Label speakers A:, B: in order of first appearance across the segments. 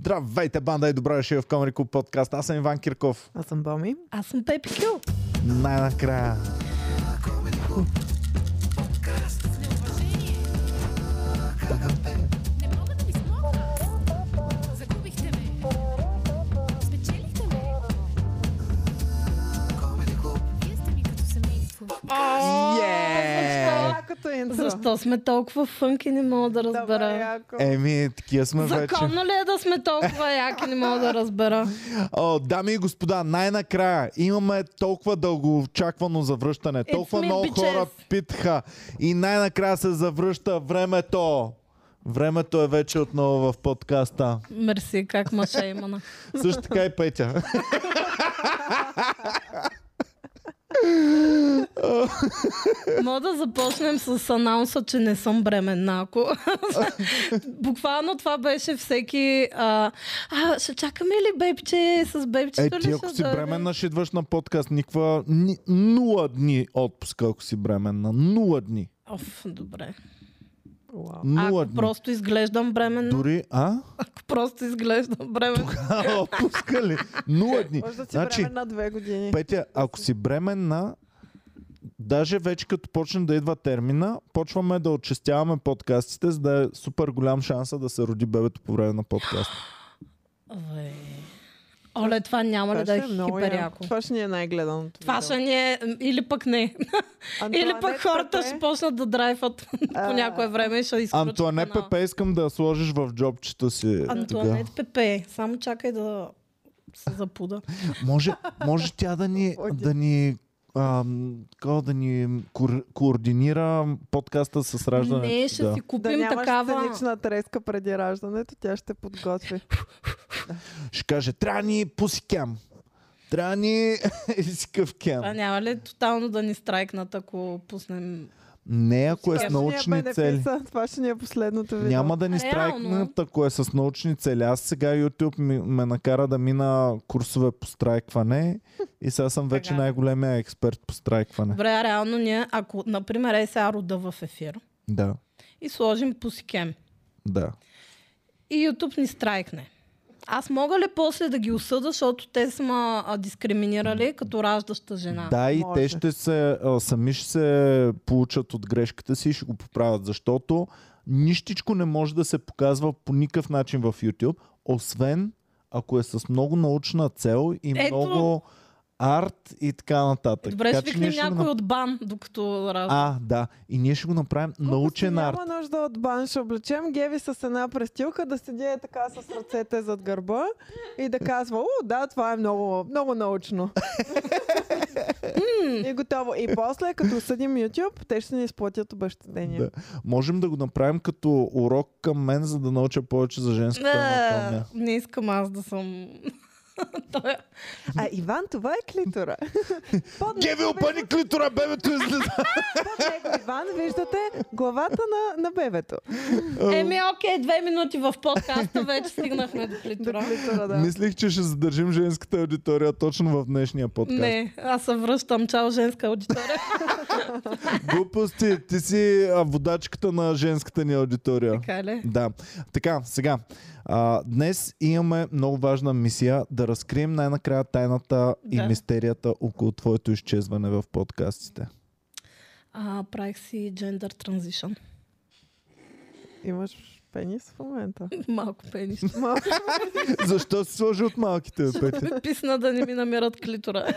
A: Здравейте, банда и добре дошли в Комери Клуб подкаст. Аз съм Иван Кирков.
B: Аз съм Боми.
C: Аз съм Пепи Кю.
A: Най-накрая.
D: Не мога да ви смогна. Загубихте ме. Спечелихте ме. Вие сте ми като семейство.
A: Yeah!
B: Лакото интро.
C: Е. Защо сме толкова фънки, не мога да
B: Добре,
C: разбера.
A: Е,
B: яко.
A: Еми, такива сме вече.
C: Законно ли е да сме толкова яки, не мога да разбера.
A: О, дами и господа, най-накрая имаме толкова дългоочаквано завръщане.
C: It's
A: толкова
C: me,
A: много
C: bitches.
A: хора питаха. И най-накрая се завръща времето. Времето е вече отново в подкаста.
C: Мерси, как ма шеймана.
A: Също така и Петя.
C: Мога да започнем с анонса, че не съм бременна. Ако... Буквално това беше всеки... А, а ще чакаме ли бебче? С
A: Е,
C: бебчето
A: ти
C: ли
A: ако
C: ще
A: си
C: дойде?
A: бременна, ще идваш на подкаст. Никва... Ни... Нула дни отпуск, ако си бременна. Нула дни.
C: Оф, добре.
B: Уау.
A: Нула
C: ако
A: дни.
C: просто изглеждам бременна,
A: Дори, а?
C: ако просто изглеждам бременна,
A: А, Отпуска ли? Нула дни.
B: Може да си
A: Значи,
B: време на две години.
A: Петя, ако си бременна, даже вече като почне да идва термина, почваме да отчестяваме подкастите, за да е супер голям шанса да се роди бебето по време на подкаст.
C: Ве. Оле, това няма ли да е
B: ще много яко.
C: хиперяко?
B: Това ще ни е най-гледаното.
C: Това
B: видео.
C: ще ни е... Или пък не. Или
B: Антоанет
C: пък хората
B: Пепе.
C: ще почнат да драйват
B: А.
C: по някое време и ще изключат
A: Антуане
C: канала.
A: Пепе искам да я сложиш в джобчето си.
C: Антуанет Пепе. Само чакай да се запуда.
A: Така. Може, може тя да ни, да ни ам, такова да ни кор, координира подкаста с раждането.
C: Не, ще
A: да.
C: си
B: Да
C: купим
B: нямаш
C: такава.
B: сценична треска преди раждането, тя ще подготви.
A: Ще каже, трябва ни пусикям. Трябва ни изкъвкям.
C: Това няма ли тотално да ни страйкнат, ако пуснем...
A: Не, ако е с
B: Това ще ни е
A: научни цели.
B: бенефиса, Това ще ни е последното видео.
A: Няма да ни
C: Реално.
A: страйкнат, ако е с научни цели. Аз сега YouTube ми, ме накара да мина курсове по страйкване и сега съм вече
C: Така.
A: най-големия експерт по страйкване.
C: Добре, а реално ние, ако, например, е сега рода в ефир
A: Да,
C: и сложим пусикем
A: да.
C: и YouTube ни страйкне. Аз мога ли после да ги осъда, защото те са ма а, дискриминирали като раждаща жена?
A: Да, и
B: може.
A: те ще се, а, сами ще се получат от грешката си и ще го поправят, защото нищичко не може да се показва по никакъв начин в YouTube, освен ако е с много научна цел и
C: Ето.
A: много арт и така нататък.
C: Добре,
A: така,
C: ще
A: че ние
C: викнем
A: го
C: някой от бан, докато ражда.
A: А, да. И ние ще го направим научен арт.
B: Няма нужда от бан, ще облечем Геви с една престилка, да седи е така с ръцете зад гърба и да казва, о, да, това е много, много научно. и готово. И после, като съдим YouTube, те ще ни изплатят обещатение.
A: Да. Можем да го направим като урок към мен, за да науча повече за женската
C: Не,
A: анатомия.
C: не искам аз да съм... Той е-
B: А Иван, това е клитора. Под
A: Геви,
B: него,
A: опани клитора, бебето излиза.
B: под него, Иван, виждате главата на, на бебето.
C: Еми, окей, две минути в подкаста, вече стигнахме до
B: До
C: клитора.
B: клитора, да.
A: Мислих, че ще задържим женската аудитория точно в днешния подкаст.
C: Не, аз се връщам. Чао, женска аудитория.
A: Глупости, ти си а, водачката на женската ни аудитория.
C: Така ли?
A: Да. Така, сега. А, днес имаме много важна мисия да разкрием най-накрая тайната и
C: Да.
A: мистерията около твоето изчезване в подкастите.
C: А, правих си джендър транзишън.
B: Имаш пенис в момента.
C: Малко пенис.
B: Малко.
A: Защо си сложи от малките, бе, Петя?
C: Писна да не ми намират клитора.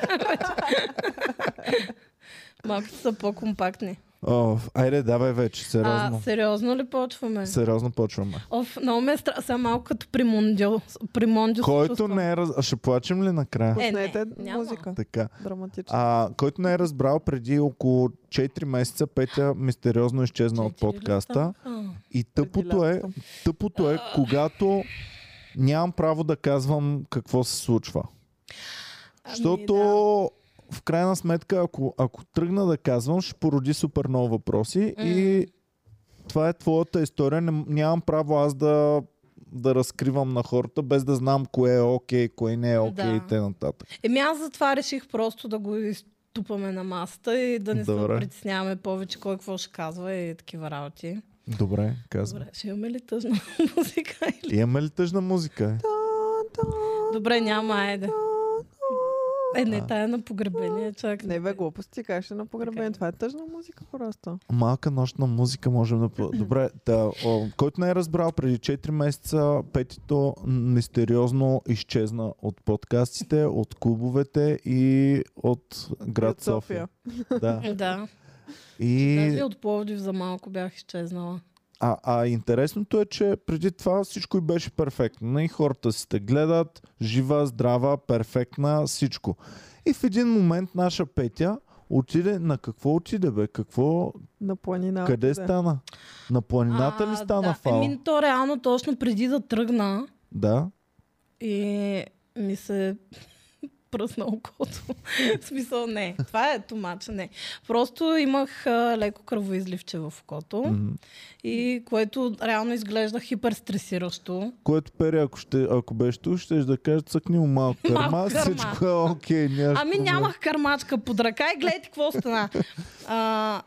C: Малките са по-компактни.
A: О, айде, давай вече,
C: А,
A: сериозно.
C: сериозно ли почваме?
A: Сериозно почваме.
C: Оф, много ме е стра... Сега малко като при Мондио. При Мондио се
A: Който
C: чувствам.
A: не е раз... А ще плачем ли накрая?
C: Е, не,
B: Пуснете
C: няма.
B: музика.
A: Така.
B: Драматично.
A: А, който не е разбрал, преди около 4 месеца Петя мистериозно изчезна от
C: Четири ли
A: подкаста.
C: станаха?
A: И тъпото е,
B: лятото.
A: тъпото е, когато нямам право да казвам какво се случва.
C: Ами,
A: Защото
C: да.
A: в крайна сметка, ако, ако тръгна да казвам, ще породи супер много въпроси
C: М.
A: и това е твоята история. Не, нямам право аз да, да разкривам на хората, без да знам кое е окей, кое не е окей
C: Да.
A: и т.н.
C: Еми аз затова реших просто да го изтупаме на масата и да не
A: Добре.
C: се притесняваме повече кой какво ще казва и такива работи.
A: Добре, казвам.
C: Добре, ще имаме ли тъжна музика? Или...
A: Имаме ли тъжна музика?
C: Добре, няма, айде. Е, не, тая на погребение, чак.
B: Не бе, глупости, как ще на погребение? Това е тъжна музика просто.
A: Малка нощна музика можем да... по- Добре, да, о, който не е разбрал, преди 4 месеца петито м, мистериозно изчезна от подкастите, от клубовете и от град
B: От София.
A: София. Да.
C: Да. Даже
A: И,
C: и от Пловдив за малко бях изчезнала.
A: а, а интересното е, че преди това всичко и беше перфектно. И хората си те гледат, жива, здрава, перфектна, всичко. И в един момент наша Петя отиде, на какво отиде бе? Какво,
B: На планина.
A: Къде стана? На планината
C: А,
A: ли стана
C: да.
A: фал?
C: Еми, то реално точно преди да тръгна
A: Да.
C: и ми се пръсна окото. В смисъл не. Това е томача, не. Просто имах а, леко кръвоизливче в окото,
A: Мгм.
C: и което реално изглежда хиперстресиращо.
A: Което пери, ако, ще, ако беше тук, ще да кажа, цъкни му малко кърма,
C: кърма.
A: всичко е окей. Okay,
C: Ами нямах кармачка под ръка и гледайте какво стана. А,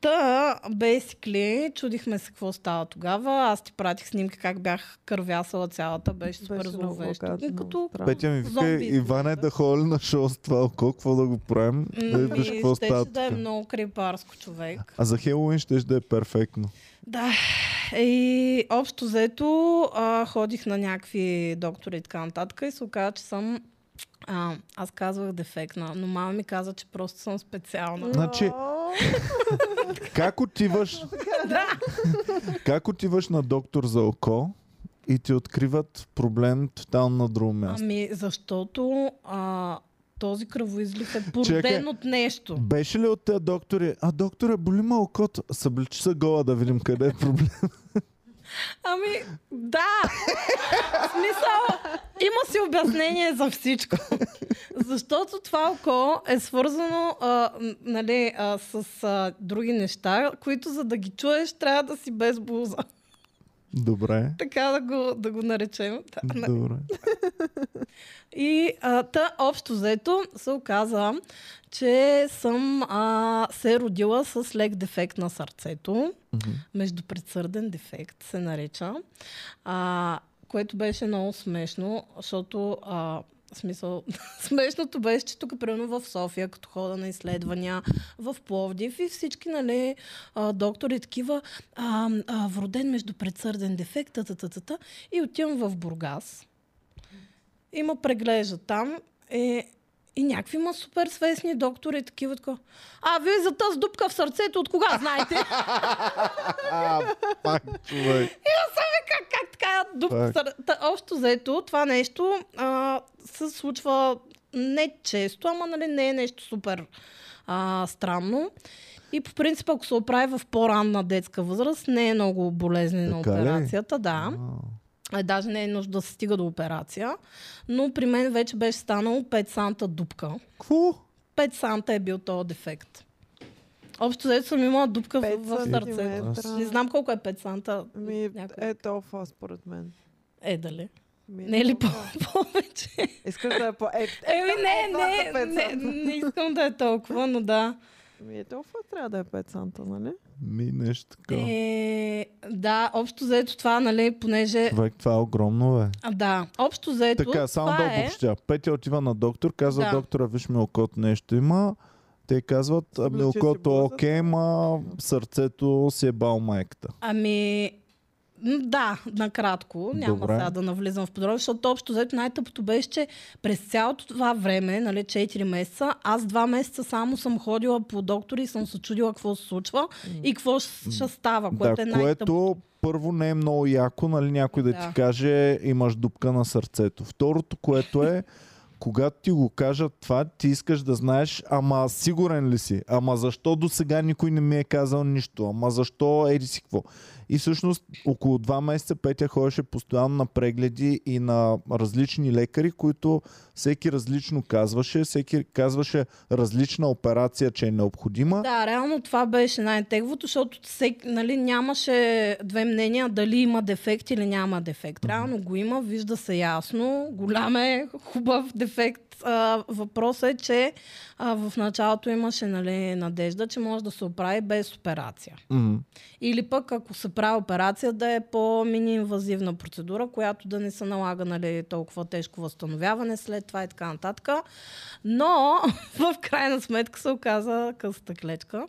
C: Та, basically, чудихме се какво става тогава. Аз ти пратих снимки как бях кървясала цялата, беше супер
B: Беше много
C: зловещо.
B: гадно,
C: Като
B: страшно.
A: Петя ми вика,
C: Зомби
A: Иване
C: изглежда.
A: да ходи ли на шоу с това око, какво да го правим, да
C: М,
A: видиш
C: ми
A: какво
C: щеше
A: става
C: да е
A: тук.
C: много крепарско човек.
A: А за Хелоуин ще да е перфектно.
C: Да. И общо взето а, ходих на някакви доктори и така нататък и се оказа, че съм а, аз казвах дефектна, но мама ми каза, че просто съм
B: Ами,
C: специална.
A: Значи,
B: О,
A: как отиваш, как отиваш на доктор за око и ти откриват проблем тотално на друго място?
C: Ами, защото а, този кръвоизлив е породен
A: Чакай.
C: от нещо.
A: Беше ли от тези доктори? А докторе, боли ме окото. Събличи се гола да видим къде е проблем.
C: Ами, да! В смисъл, има си обяснение за всичко. Защото това око е свързано а, м, нали, а, с а, други неща, които за да ги чуеш трябва да си без блуза.
A: Добре.
C: Така да го, да го наречем. Да, нали.
A: Добре.
C: И а, та, общо взето се оказа, че съм а, се е родила с лек дефект на сърцето.
A: Мгм.
C: Междупредсърден дефект се нарича. А, което беше много смешно, защото а, в смисъл, смешното беше, че тук, примерно в София, като хода на изследвания, в Пловдив и всички, нали, а, доктори такива, а, а, вроден междупредсърден дефект, та, та, та, та, та, и отивам в Бургас. Има преглежда там е, и някакви има супер свестни доктори, такива такова. А, вие за тази дупка в сърцето от кога знаете?
A: А, пак човек.
C: как, как така
A: Пак.
C: дупка сърце? Общо заето, това нещо а, се случва не често, ама нали не е нещо супер а, странно. И по принцип, ако се оправи в по-ранна детска възраст, не е много болезнена
A: Така ли?
C: операцията.
A: А,
C: Да. А, даже не е нужда да се стига до операция. Но при мен вече беше станало 5 санта дупка.
A: Какво?
C: 5 санта е бил този дефект. Общо заето съм имала дупка в,
B: Пет
C: в сърцето.
B: сантиметра.
A: сърцето.
C: Не знам колко е 5 санта.
B: Ми,
C: Няколко.
B: е толкова според мен.
C: Е, дали?
B: Ми,
C: Не е ли
B: толкова.
C: по- повече? е
B: Искаш да е по... Е,
C: Еми, не,
B: това са
C: не,
B: пет
C: не,
B: санта.
C: не искам да е толкова, но да.
B: Ми е толкова трябва да е 5 санта, нали?
A: Ми нещо такова.
C: Е, да, общо заето това, нали, понеже...
A: Човек, това е огромно, бе.
C: А, да, общо заето
A: Така, само
C: това
A: да
C: е...
A: обобщя. Петя отива на доктор, казва
C: Да.
A: доктора, виж ми окото нещо има. Те казват, ами
B: Обличи си
A: окото е
B: блузата.
A: окей, ма сърцето си е бал майката.
C: Ами, м, да, накратко. Няма
A: Добре.
C: сега да навлизам в подробности, защото общо взето най-тъпото беше, че през цялото това време, нали, 4 месеца, аз 2 месеца само съм ходила по доктори и съм се чудила какво се случва и какво ще ще става, което е
A: да,
C: най-тъпото.
A: което първо не е много яко, нали, някой да, да
C: Да.
A: ти каже, имаш дупка на сърцето. Второто, което е, когато ти го кажат това, ти искаш да знаеш, ама сигурен ли си? Ама защо до сега никой не ми е казал нищо? Ама защо еди си какво? И всъщност около два месеца Петя ходеше постоянно на прегледи и на различни лекари, които всеки различно казваше, всеки казваше различна операция, че е необходима.
C: Да, реално това беше най-теговото, защото всек, нали, нямаше две мнения дали има дефект или няма дефект. Реално го има, вижда се ясно, голям е, хубав дефект. А, въпросът е, че а, в началото имаше нали, надежда, че може да се оправи без операция.
A: М.
C: Или пък ако се направя операция да е по-мини-инвазивна процедура, която да не се налага нали, толкова тежко възстановяване след това и така нататък. Но в крайна сметка се оказа късата клечка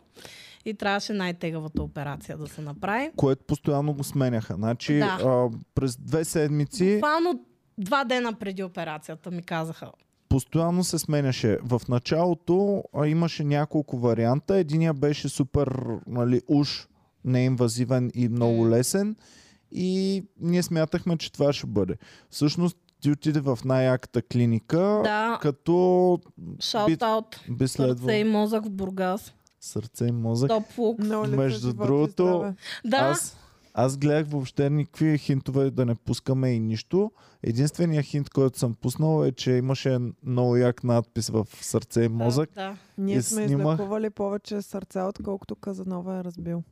C: и трябваше най-тегавата операция да се направи.
A: което постоянно го сменяха. Значи
C: Да.
A: а, през две седмици
C: Буквално два дена преди операцията ми казаха.
A: постоянно се сменяше. В началото а, имаше няколко варианта. Единия беше супер, нали, уж неинвазивен и много лесен. И ние смятахме, че това ще бъде. Всъщност ти отиде в най-яката клиника,
C: Да.
A: като би,
C: Шаут-аут.
A: би следвало
C: Сърце и мозък в Бургас.
A: сърце и мозък.
C: Топ лук.
B: Много ли
A: Между
B: са живота и
A: другото,
B: здраве?
C: Да,
A: Аз, аз гледах въобще никакви хинтове да не пускаме и нищо. Единственият хинт, който съм пуснал е, че имаше много як надпис в сърце и мозък.
C: Да.
B: ние
A: и
B: сме
A: снимах.
B: излекували повече сърца, отколкото Казанова е разбил.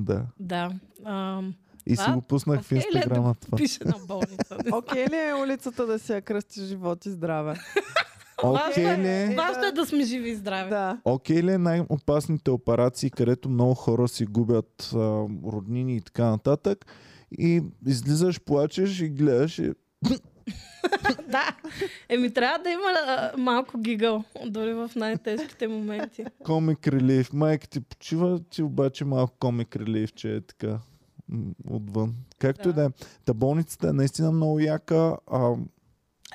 A: Да.
C: да. А,
A: И си
C: Това
A: го пуснах в
C: окей ли е да
A: инстаграма това.
C: пише на болница.
B: Окей ли е улицата да си я кръсти живот и здраве?
A: Окей ли е?
C: Важно е да сме живи и здрави.
B: да.
A: Окей ли е най-опасните операции, където много хора си губят а, роднини и така нататък. И излизаш, плачеш и гледаш. И...
C: да. Еми, трябва да има а, малко гигъл, дори в най-тежките моменти.
A: Комик релив. Майка ти почива, ти обаче малко комик релив, че е така м, отвън. Както и да е. Та болницата е наистина много яка. А,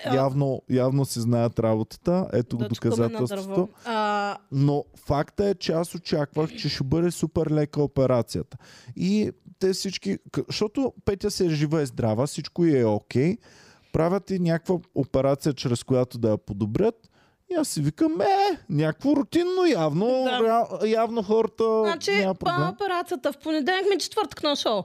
C: А. е
A: явно, явно си знаят работата. Ето го
C: Дъчкаме
A: доказателството.
C: А,
A: Но факта е, че аз очаквах, че ще бъде супер лека операцията. И те всички, к- защото Петя се е жива и здрава, всичко й е окей, правят и някаква операция, чрез която да я подобрят. И аз си викам, е, някакво рутинно, явно,
C: Да.
A: да. явно хората
C: значи,
A: няма
C: па,
A: проблем.
C: операцията в понеделник ми е четвъртък на шоу.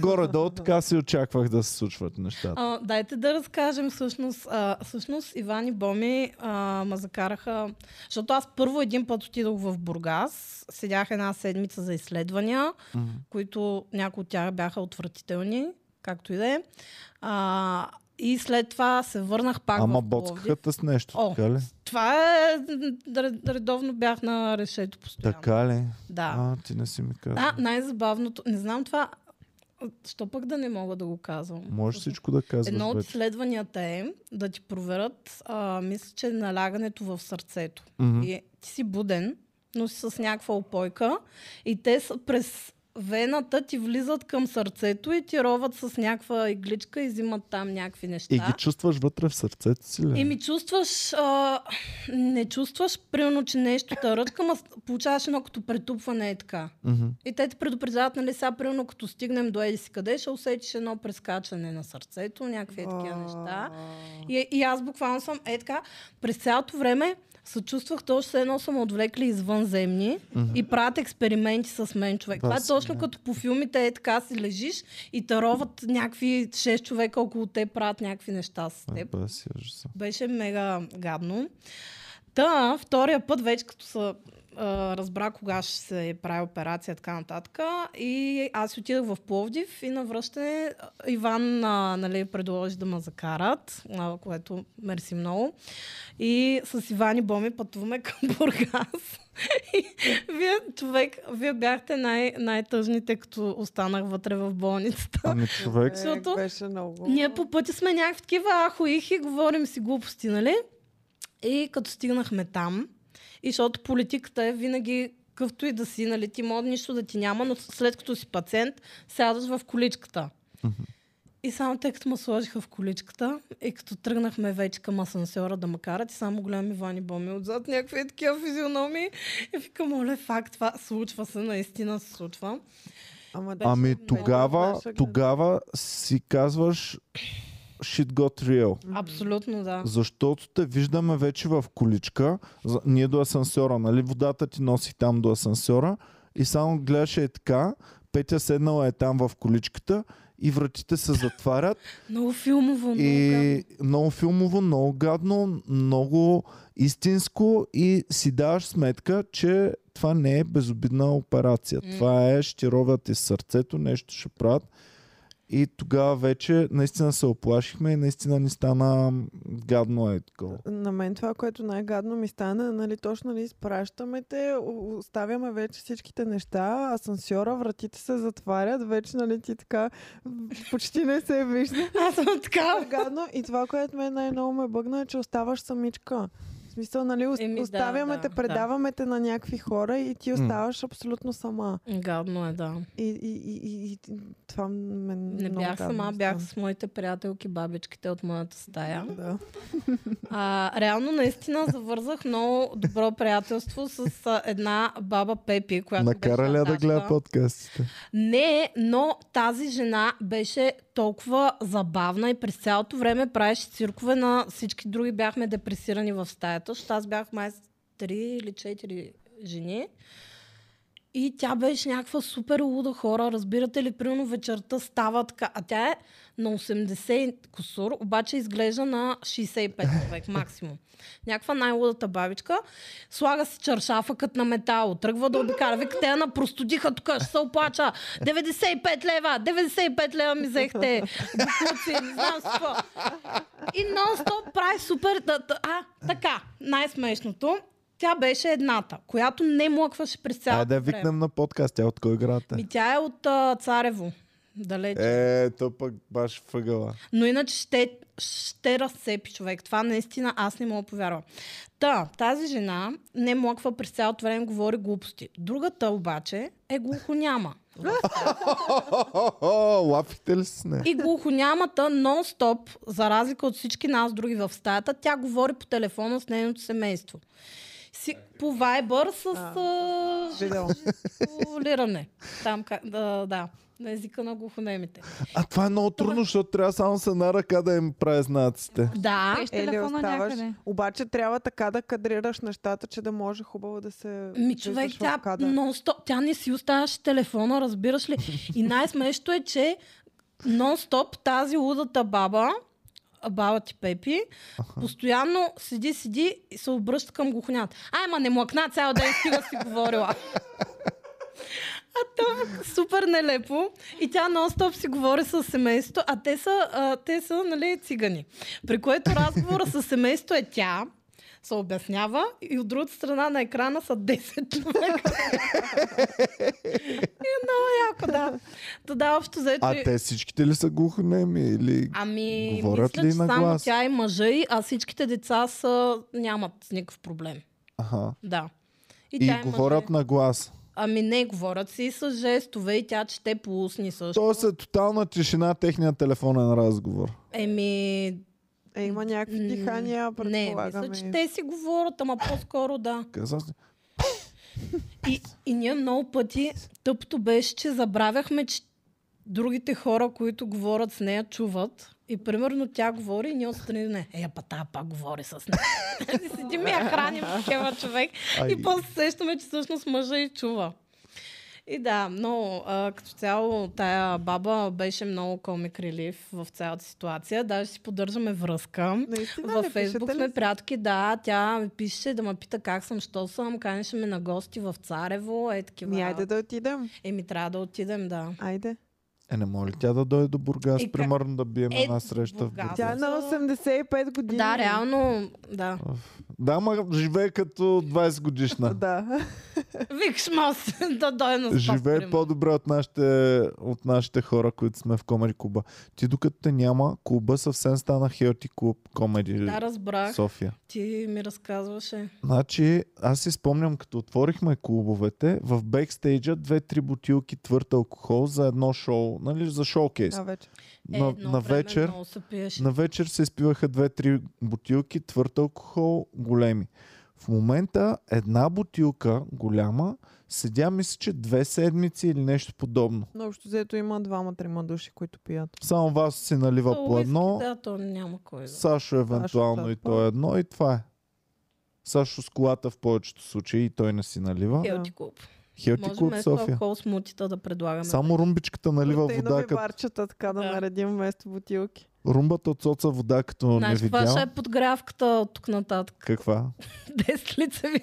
A: Горе-долу така си очаквах да се случват нещата.
C: А, дайте да разкажем всъщност. А, всъщност Иван и Боми а, ма закараха, защото аз първо един път отидох в Бургас, седях една седмица за изследвания,
A: Мгм.
C: които някои от тях бяха отвратителни, както и да е. А, и след това се върнах пак
A: Ама
C: в Пловдив.
A: боцкаха те с нещо,
C: О,
A: така ли?
C: Това е... р- Редовно бях на решето постоянно.
A: Така ли?
C: Да.
A: А, ти не си ми каза.
C: Да, най-забавното. Не знам това. Що пък да не мога да го казвам?
A: Можеш всичко да казваш
C: Едно от
A: вече.
C: изследванията е да ти проверят, а, мисля, че е налягането в сърцето.
A: Мгм.
C: И ти си буден, но си с някаква опойка и те са през вената ти влизат към сърцето и ти роват с някаква игличка и взимат там някакви неща.
A: И ги чувстваш вътре в сърцето си ли?
C: И ми чувстваш, а, не чувстваш, примерно, че е нещо те ръчка, ма с- получаваш едно като претупване е така.
A: Мгм.
C: И те те предупреждават, нали, сега, примерно, като стигнем до еди си къде, ще усетиш едно прескачане на сърцето, някакви е такива неща. И, и аз буквално съм е така. През цялото време се чувствах точно все едно съм отвлекли извънземни
A: Мгм.
C: и правят експерименти с мен човек.
A: Да,
C: Това е
A: си,
C: точно
A: да.
C: като по филмите е така си лежиш и тароват някакви шест човека около те правят някакви неща с теб.
A: Еба си, ужаса.
C: Беше мега гадно. Та, втория път вече като се а, разбра кога ще се прави операция и така нататък. И аз си отидах в Пловдив и на връщане а, Иван а, нали, предложи да ме закарат, а, което мерси много. И с Иван и Боми пътуваме към Бургас. И вие, човек, вие бяхте най- най-тъжните, като останах вътре в болницата.
A: Ами човек,
B: Е,
C: Защото
B: беше много.
C: Ние по пътя сме някакви такива ахоихи, говорим си глупости, нали? И като стигнахме там, и защото политиката е винаги къвто и да си, нали, ти мога нищо да ти няма, но след като си пациент, сядаш в количката. И само те като ме сложиха в количката и като тръгнахме вече към асансьора да ме карат и само голям Иван и Боми отзад някакви е такива физиономии и викам, оле, факт, това случва се, наистина се случва.
B: Ама, да,
A: ами
B: много от
A: тогава,
B: наша гледна
A: тогава си казваш shit got real.
C: Абсолютно да.
A: Защото те виждаме вече в количка, за- ние до асансьора, нали? Водата ти носи там до асансьора и само гледаше е така, Петя седнала е там в количката и вратите се затварят
C: Много филмово. много гадно.
A: и много филмово, много гадно, много истинско и си даваш сметка, че това не е безобидна операция.
C: М.
A: Това е, ще ти ровят из сърцето, нещо ще правят. И тогава вече наистина се оплашихме и наистина ни стана гадно е такова.
B: На мен това, което най-гадно ми стана, е, нали, точно ли изпращаме те, о- оставяме вече всичките неща, асансьора, вратите се затварят, вече, нали, ти така м, почти не се вижда.
C: Аз съм
B: Супер
C: така.
B: гадно. И това, което мен най-много ме бъгна, е, че оставаш самичка. В смисъл, нали, ос-
C: Еми, да,
B: оставяме
C: да,
B: те,
C: да.
B: предаваме те на някакви хора и ти
A: М.
B: оставаш абсолютно сама.
C: Гадно е, да.
B: И, и, и, и, и това ме
C: Не
B: много
C: бях
B: гадно
C: сама,
B: ми
C: бях
B: стана.
C: с моите приятелки, бабичките от моята стая.
B: Да.
C: А, реално, наистина завързах много добро приятелство с а, една баба Пепи, която
A: Накара
C: беше
A: ли я да
C: Наташка.
A: гледа подкастите?
C: Не, но тази жена беше толкова забавна и през цялото време правеше циркове на всички други. Бяхме депресирани в стаята, защото аз бях май с три или четири жени. И тя беше някаква супер луда хора, разбирате ли, примерно вечерта става така, а тя е на 80 кусур, обаче изглежда на 65 човек максимум. Някаква най-лудата бабичка, слага си чаршафа като на метал, тръгва да обикара, вика, те я напростудиха тук, ще се оплача. 95 лева, 95 лева ми взехте, бухуци, не знам си какво. И нон-стоп прави супер... да- да- А, така, най-смешното. Тя беше едната, която не млъкваше през цялото
A: Ай да я
C: време.
A: викнем на подкаст. Тя от кой град е?
C: Ми тя е от а, Царево. Далеч. Е.
A: Е, то пък баш въгъла.
C: Но иначе ще, ще разцепи човек. Това наистина аз не мога да повярвам. Та, тази жена не млъква през цялото време, говори глупости. Другата обаче е глухоняма.
A: О, лапите ли си с нея?
C: И глухонямата нон-стоп, за разлика от всички нас други в стаята, тя говори по телефона с нейното семейство. Си, по Viber с а,
B: Видео.
C: жестикулиране. Там, ка- да, да, на езика на глухонемите.
A: А това е много трудно, защото трябва само с една ръка да им прави знаците.
C: Да.
E: Пеш
B: Или
E: телефона
B: оставаш.
E: някъде.
B: Обаче трябва така да кадрираш нещата, че да може хубаво да се.
C: Ми
B: виждаш
C: човек,
B: в
C: тя,
B: кадър.
C: но, сто, тя не си оставяше телефона, разбираш ли? И най-смешното е, че нон-стоп тази лудата баба, а, баба ти Пепи, постоянно седи, седи и се обръща към глухонята. Ай, ма не млъкна цял ден, стига си говорила. А то пък супер нелепо. И тя нон-стоп си говори с семейството, а те са, а, те са нали, цигани. При което разговора с семейството е тя, се обяснява и от другата страна на екрана са 10 човека. и е много яко, да. Та да, общо взето.
A: А
C: и-
A: те всичките ли са глухонеми или...
C: Ами,
A: говорят
C: мисля,
A: ли
C: че
A: на
C: само
A: глас?
C: тя и мъжа и, а всичките деца са, нямат никакъв проблем.
A: Аха.
C: Да.
A: И,
C: тя
A: говорят
C: мъжа.
A: на глас.
C: Ами не, говорят си с жестове и тя чете по устни също.
A: Тоест е тотална тишина техния телефонен разговор.
C: Еми,
B: Е, има някакви
C: м,
B: дихания,
C: не,
B: предполагам.
C: мисля, че те си говорят, ама по-скоро да.
A: Казах,
C: И, и ние много пъти тъпто беше, че забравяхме, че другите хора, които говорят с нея, чуват. И примерно тя говори и ние отстрани не. Е, па тая пак говори с нея. И Седим и я храним такива човек.
A: Ай.
C: И после сещаме, че всъщност мъжа и чува. И да, но а, като цяло тая баба беше много комик релив в цялата ситуация. Даже си поддържаме връзка.
B: Наистина
C: Във
B: ли, пишете
C: Фейсбук
B: ли
C: сме
B: си?
C: приятки, да. Тя ми пише да ме пита как съм, що съм. Канеше ме на гости в Царево. Е, такива.
B: Ми, айде да отидем.
C: Еми, трябва да отидем, да.
B: Айде.
A: е, не може ли тя да дойде до Бургас,
C: И как-
A: примерно да бием
C: Е,
A: една среща в
C: Бургас.
A: Бургас?
B: Тя е на 85 години.
C: Да, реално, да.
A: Да, ма живее като 20 годишна.
B: Да.
C: Викаш, мал си да дойде на спас,
A: Живее
C: примерно.
A: по-добре от нашите, от нашите хора, които сме в Комеди клуба. Ти докато те няма, клуба съвсем стана Хелти клуб Комеди
C: Да, разбрах.
A: София.
C: Ти ми разказваше.
A: Значи, аз си спомням, като отворихме клубовете, в бекстейджа две-три бутилки твърд алкохол за едно шоу, нали, за шоукейс.
B: А, вече.
C: Е,
A: на,
C: едно
A: на
C: време
A: вечер,
C: Много се пиеше.
A: на вечер се изпиваха две-три бутилки твърд алкохол, големи. В момента една бутилка голяма седя, мисля, че две седмици или нещо подобно.
B: Но общо взето има двама-трима души, които пият.
A: Само вас си налива
C: Та,
A: по
C: Е, уиски,
A: едно,
C: Да, то няма кой да.
A: Сашо евентуално
B: Сашо,
A: и
B: да,
A: то е едно и това е. Сашо с колата в повечето случаи и той не си налива.
C: Хелти клуб.
A: Хелти
C: Може е
A: клуб
C: вместо
A: София.
C: алкохол смутита да предлагаме.
A: Само румбичката налива вода,
B: Протеинови
A: като...
B: барчета, така да,
C: Да.
B: наредим вместо бутилки.
A: Румбата от соца вода, като не
C: Знаеш, това
A: видял.
C: ще е подгрявката от тук нататък.
A: Каква?
C: 10 лицеви.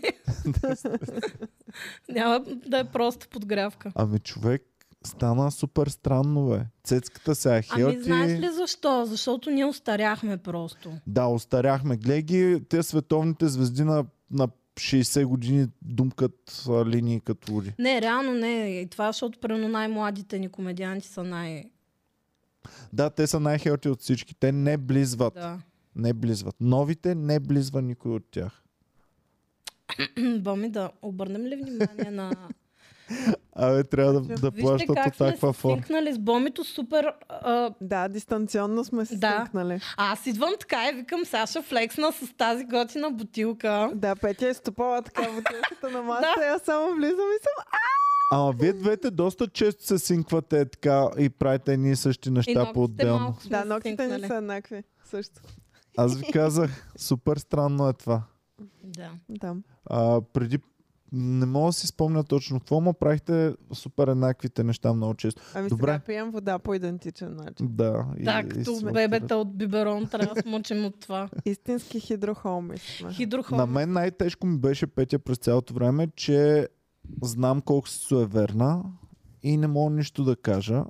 C: Няма да е просто подгрявка.
A: Ами човек, Стана супер странно, бе. Цецката сега е
C: Ами
A: хелти.
C: знаеш ли защо? Защото ние остаряхме просто.
A: Да, остаряхме. Гледай ги, те световните звезди на, на 60 години думкат а, линии като луди.
C: Не, реално не. И това, защото примерно най-младите ни комедианти са най...
A: Да, те са най-хелти от всички. Те не близват. Да.
C: Да.
A: Не близват. Новите не близва никой от тях.
C: Боми, да обърнем ли внимание на...
A: Абе, трябва да, да
C: Значи, Вижте
A: плащат
C: как
A: от
C: сме
A: таква форма.
C: свикнали с Бомито супер... А,
B: Да, дистанционно сме се
C: Да.
B: свикнали.
C: аз идвам така и викам Саша флексна с тази готина бутилка.
B: Да, Петя е стопала така бутилката на масата,
C: Да.
B: аз само влизам и съм.
A: Ама вие двете доста често се синквате така и правите едни и същи
C: И
A: неща
C: ногтите
A: по-отделно.
C: малко сме
B: Да,
C: си
B: ногтите ни
C: синкнали.
B: са еднакви. Също.
A: Аз ви казах, супер странно е това.
C: Да.
B: Да.
A: А, преди не мога да си спомня точно какво, но правихте супер еднаквите неща много често.
B: Ами
A: Добре.
B: сега пием вода по идентичен начин.
A: Да. и-
C: Да,
A: и
C: като
A: се
C: бебета от биберон, трябва да смучим от това.
B: Истински хидрохолми сме.
A: На
C: Хидрохол.
A: мен най-тежко ми беше петя през цялото време, че знам колко си суеверна и не мога нищо да кажа.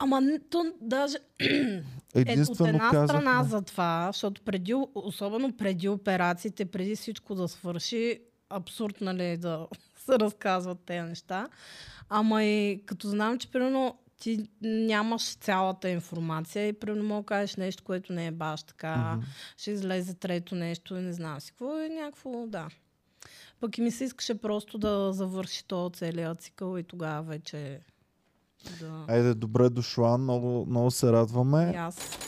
C: Ама не- то даже Е, от
A: Единствено
C: една
A: казах,
C: страна за това, защото преди, особено преди операциите, преди всичко да свърши, абсурд нали е да се разказват тези неща. Ама и като знам, че примерно ти нямаш цялата информация и примерно мога да кажеш нещо, което не е баш така,
A: Мгм.
C: ще излезе трето нещо и не знам си какво е някакво, да. Пък и ми се искаше просто да завърши то целият цикъл и тогава вече да...
A: Айде, добре дошла, много, много се
C: И
A: радваме.
C: аз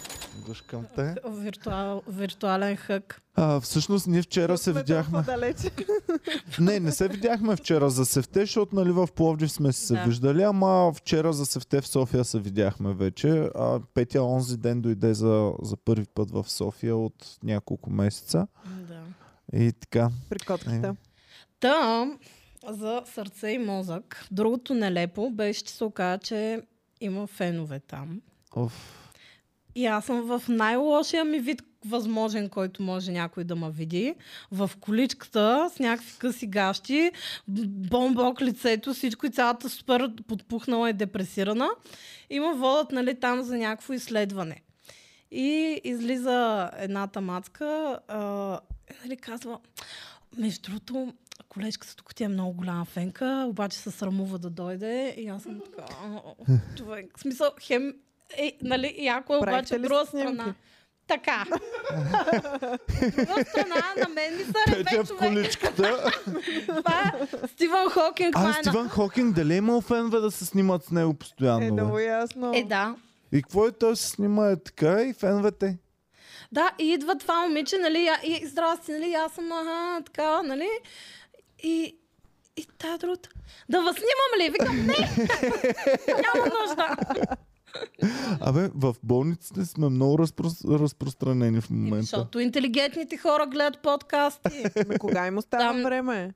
A: Гъшкам те.
C: виртуал, виртуален хък.
A: А, всъщност ние вчера се
B: Сме
A: видяхме.
B: толкова далече.
A: Не, не се видяхме вчера за Севте, защото нали, в Пловдив сме си се
C: Да.
A: виждали, ама вчера за Севте в София се видяхме вече. А, Петя онзи ден дойде за, за първи път в София от няколко месеца.
C: Да.
A: И така.
B: При котките.
C: Та, за сърце и мозък. Другото нелепо беше, че се оказа, че има фенове там.
A: Оф.
C: И аз съм в най-лошия ми вид възможен, който може някой да ме види. В количката с някакви къси гащи, б- бомбок лицето, всичко и цялата супер подпухнала и депресирана. Има водят нали, там за някакво изследване. И излиза едната мацка а, и нали, казва, между другото, колежката тук ти е много голяма фенка, обаче се срамува да дойде и аз съм така, «О, човек, в смисъл, хем, е, нали, яко е
B: Правихте
C: обаче
B: ли
C: от друга
B: си снимки?
C: страна. Така. От друга страна, на мен ми са реве
A: Петя в
C: човек.
A: количката.
C: Това е Стивън Хокинг. това
A: а,
C: е на-
A: Стивън Хокинг, дали е имал фенове да се снимат с него
B: Е,
A: постоянно?
B: много
A: бе?
B: ясно.
C: Е, да.
A: И какво е той се снима е така и феновете?
C: Да, и идва това момиче, нали, я- и здрасти, нали, аз съм, ага, така, нали, и, и тая друга. Да вас снимам ли? Викам, не! Няма нужда.
A: Абе, в болниците сме много разпрос... разпространени в
C: Еми,
A: момента.
C: Защото интелигентните хора гледат подкасти.
B: Ме Ами, кога им остава
C: Там-
B: време?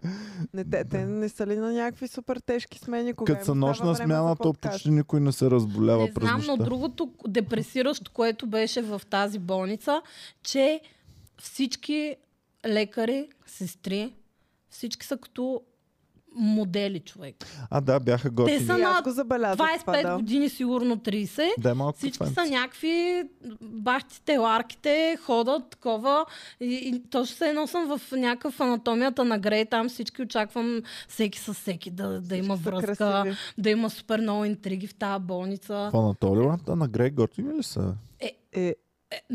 B: Не, те, те не са ли на някакви супер тежки смени? Кога
A: Като
B: им
A: са
B: остава
A: нощна
B: време
A: смяна,
B: за
A: то
B: подкаст?
A: почти никой не се разболява
C: Не
A: през
C: знам, но
A: нощта.
C: другото депресиращо, което беше в тази болница, че всички лекари, сестри, всички са като модели човек.
A: А, да, бяха
C: Те
A: готини.
C: са
B: И
C: на
B: аз го забелязах това,
C: 25
B: да.
C: години, сигурно 30.
A: Дай малко
C: Всички
A: фенци.
C: са някакви бахтите, ларките, ходят, такова. И, и точно се едно съм в някакъв анатомията на Грей. Там всички очаквам всеки с всеки да, да има
B: Всички са
C: връзка,
B: красиви.
C: да има супер много интриги в тази болница.
A: В Анатолията на Грей готини ли са?
B: Е,
C: Е,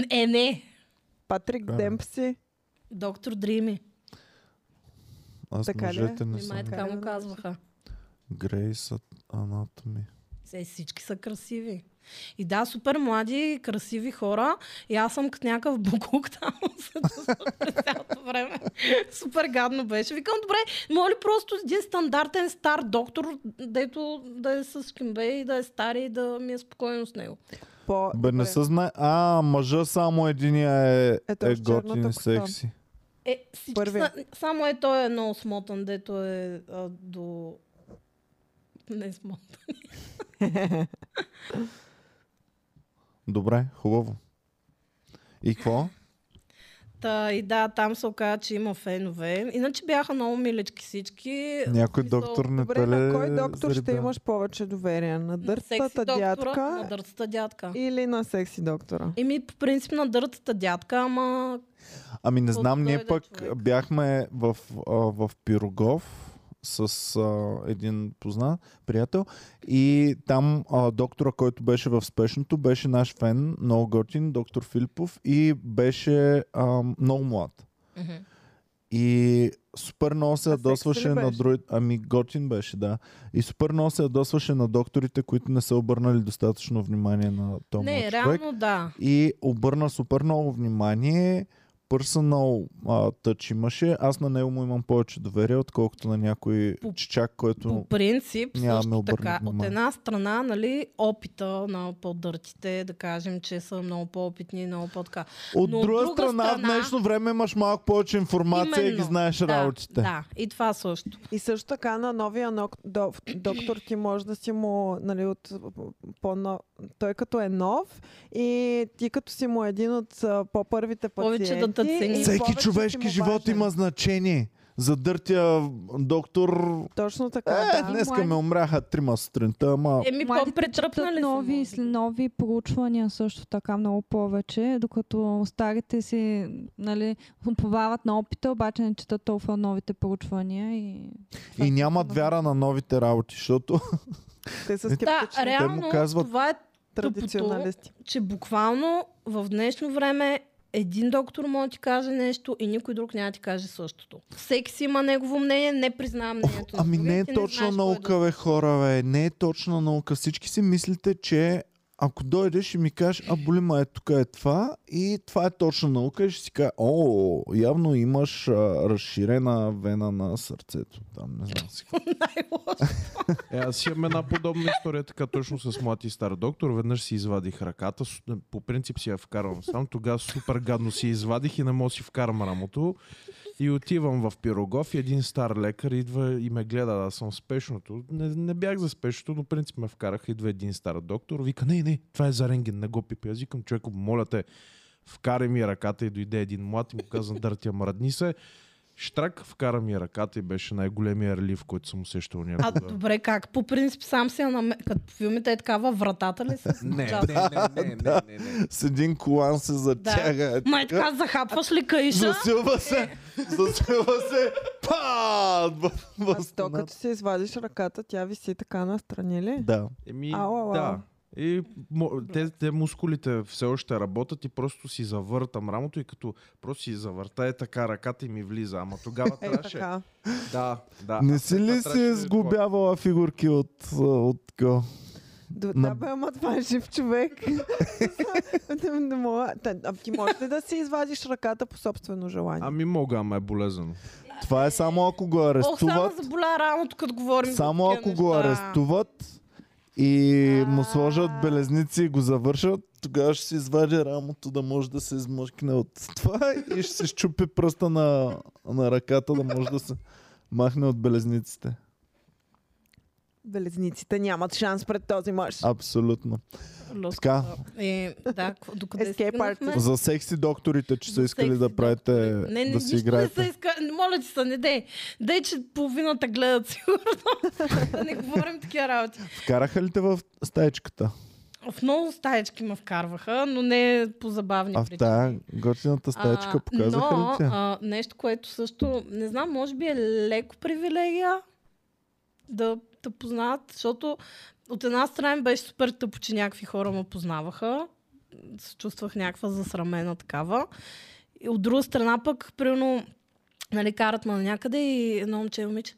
C: е не,
B: Патрик
A: Да.
B: Демпси.
C: доктор Дрими.
A: Аз
B: Така ли е?
A: мъжете не
C: Нима е
A: съм.
C: така
B: Да,
C: му
B: да,
C: казваха.
A: Грей са анатоми.
C: Е, всички са красиви. И да, супер млади, красиви хора. И аз съм като някакъв буклук там се чувствам през цялото време. Супер гадно беше. Викам, добре, моля ли просто един стандартен стар доктор, дето да е с кимбе и да е стар и да ми е спокойно с него.
B: По...
A: Бе, не
B: добре.
A: се знае. А, мъжа само единия е,
B: Ето
A: е
B: в черната
A: готин и
B: коса.
A: секси.
C: Е, всички
B: Първия.
C: са, само е той е много смотан, дето е а, до... Не е смотан.
A: Добре, хубаво. И какво?
C: Та, и да, там се оказа, че има фенове. Иначе бяха много милички всички.
A: Някой
C: Мисъл,
A: доктор не
B: Добре,
A: пеле
B: на кой доктор ще
A: заребя.
B: имаш повече доверие? На
C: секси
B: дъртата
C: доктора,
B: дядка
C: На дъртата дядка.
B: или на секси доктора?
C: Еми, по принцип на дъртата дядка, ама
A: Ами не знам,
C: От
A: ние
C: дойде
A: пък
C: човек.
A: бяхме в, а, в Пирогов с а, един познат приятел и там а, доктора, който беше в спешното, беше наш фен, много готин, доктор Филипов и беше а, много млад.
C: Мгм.
A: И супер много се
B: А секс ли
A: ядосваше на
B: беше?
A: други... Ами готин беше, да. И супер много се ядосваше на докторите, които не са обърнали достатъчно внимание на този
C: Не,
A: млад човек
C: реално да.
A: и обърна супер много внимание. Personal а, тъч имаше. Аз на него му имам повече доверие, отколкото на някой
C: По-
A: чичак, който...
C: По принцип,
A: Нямаме
C: също
A: обърнато
C: така, от
A: внимание.
C: една страна, нали, опита на по-дъртите, да кажем, че са много по-опитни, много по-така.
A: От
C: Но от
A: друга
C: друга
A: страна, в
C: страна-
A: днешно време имаш малко повече информация и ги
C: Именно,
A: знаеш
C: да,
A: работите.
C: Да, и това също.
B: И също така на новия нок- до- доктор ти може да си му, нали, от, по той като е нов и ти като си му един от а, по-първите пациенти.
C: Повече да те цени.
B: и
A: Всеки
B: повече си
A: човешки
B: му
A: живот
B: важен.
A: има значение. За дъртия доктор...
B: Точно така,
A: Е,
B: да.
A: днеска
E: млад-
A: ме умряха трима сутринта, ама...
C: Еми,
E: Младите
C: по-претръпнали
E: четат
C: са.
E: нови,
C: може
E: с- нови проучвания също така много повече, докато старите си нали, уповават на опита, обаче не четат толкова новите проучвания. И...
C: Е,
A: И нямат вяра на новите работи, защото
B: Те са
A: Да,
C: би. Да,
B: скептични
C: реално
A: казват-
C: това е,
B: традиционалисти.
C: че буквално в днешно време един доктор може да ти каже нещо и никой друг няма да ти каже същото. Всеки си има негово мнение, не признавам мнението. на
A: Ами
C: другия,
A: не е
C: ти
A: точна
C: знаеш кой е
A: наука, бе, хора, бе. Не е точна наука. Всички си мислите, че ако дойдеш и ми кажеш, а боли ма е тук е това и това е точна наука и ще си кажа, о, явно имаш а, разширена вена на сърцето. Там не знам си. какво.
C: най-лошо.
F: Е, аз си имам една подобна история, така точно с млад и стар доктор. Веднъж си извадих ръката, с- е, по принцип си я вкарвам сам. Тогава супер гадно си я извадих и не мога да си вкарам рамото. И отивам в Пирогов и един стар лекар идва и ме гледа, аз съм в спешното. Не, не бях за спешното, но в принцип ме вкараха. Идва един стар доктор, вика, не, не, това е за рентген, не го пипи. Аз викам, човеко, моля те, вкарай ми ръката и дойде един млад и му каза, дъртя, мръдни се. Штрак, вкара ми ръката и беше най-големия релив, който съм усещал
C: А
F: някога.
C: добре, как? По принцип сам си я намер... Като по филмите е такава вратата ли Значи, се
G: Не,
C: случва?
G: не, не, не, не, не, не.
A: С един колан се затяга. е
C: Май
A: така.
C: така Е. захапваш ли каиша?
A: Засилва се, засилва се, пад! в- в
B: А то
A: стената.
B: като си извадиш ръката, тя виси така настрани ли?
A: Да.
F: Еми,
B: Ау, ау, ау.
F: да. И мо- те, те мускулите все още работят и просто си завъртам рамото и като просто си завърта е така ръката и ми влиза. Ама тогава
B: Ей
F: трябваше...
B: Е, така.
G: Да, да.
A: Не си ли
F: трябваше да
A: си
F: е
A: сгубявала фигурки от, а, от такова?
B: До,
A: На-
B: Да бе, ама това е жив човек. Не- не мога. Та, А ти можеш ли да си извадиш ръката по собствено желание?
F: Ами мога, ама е болезнено.
A: Това е само ако го
C: Ох, само
A: арестуват.
C: заболя рамото, като говорим за
A: Само
C: такива
A: ако го
C: неща.
A: арестуват и му сложат белезници и го завършат, тогава ще си извади рамото да може да се измъкне от това и ще се щупи пръста на, на ръката да може да се махне от белезниците.
B: Белезниците нямат шанс пред този мъж.
A: Абсолютно.
C: Лъско,
A: Така.
C: да. Е, да, какво- докъде
B: Escape
C: стигнахме?
B: artist.
A: За секси докторите, че са
C: Е. За
A: искали
C: секси
A: да правите,
C: докторите. не, не,
A: да си
C: нищо
A: играете.
C: Не са иска... Моля ти се, не дей. Дей, че половината гледат сигурно. да не говорим такива работи.
A: Вкараха ли те в стаечката?
C: В много стаечки ме вкарваха, но не по забавни
A: А в
C: причини.
A: тая готината стаечка
C: А,
A: показаха
C: но,
A: ли те?
C: А, нещо, което също, не знам, може би е леко привилегия да те познават, защото от една страна ми беше супер тъпо, че някакви хора ме познаваха. Се чувствах някаква засрамена такава. И от друга страна пък, примерно, нали, карат ме на някъде и едно момче и момиче.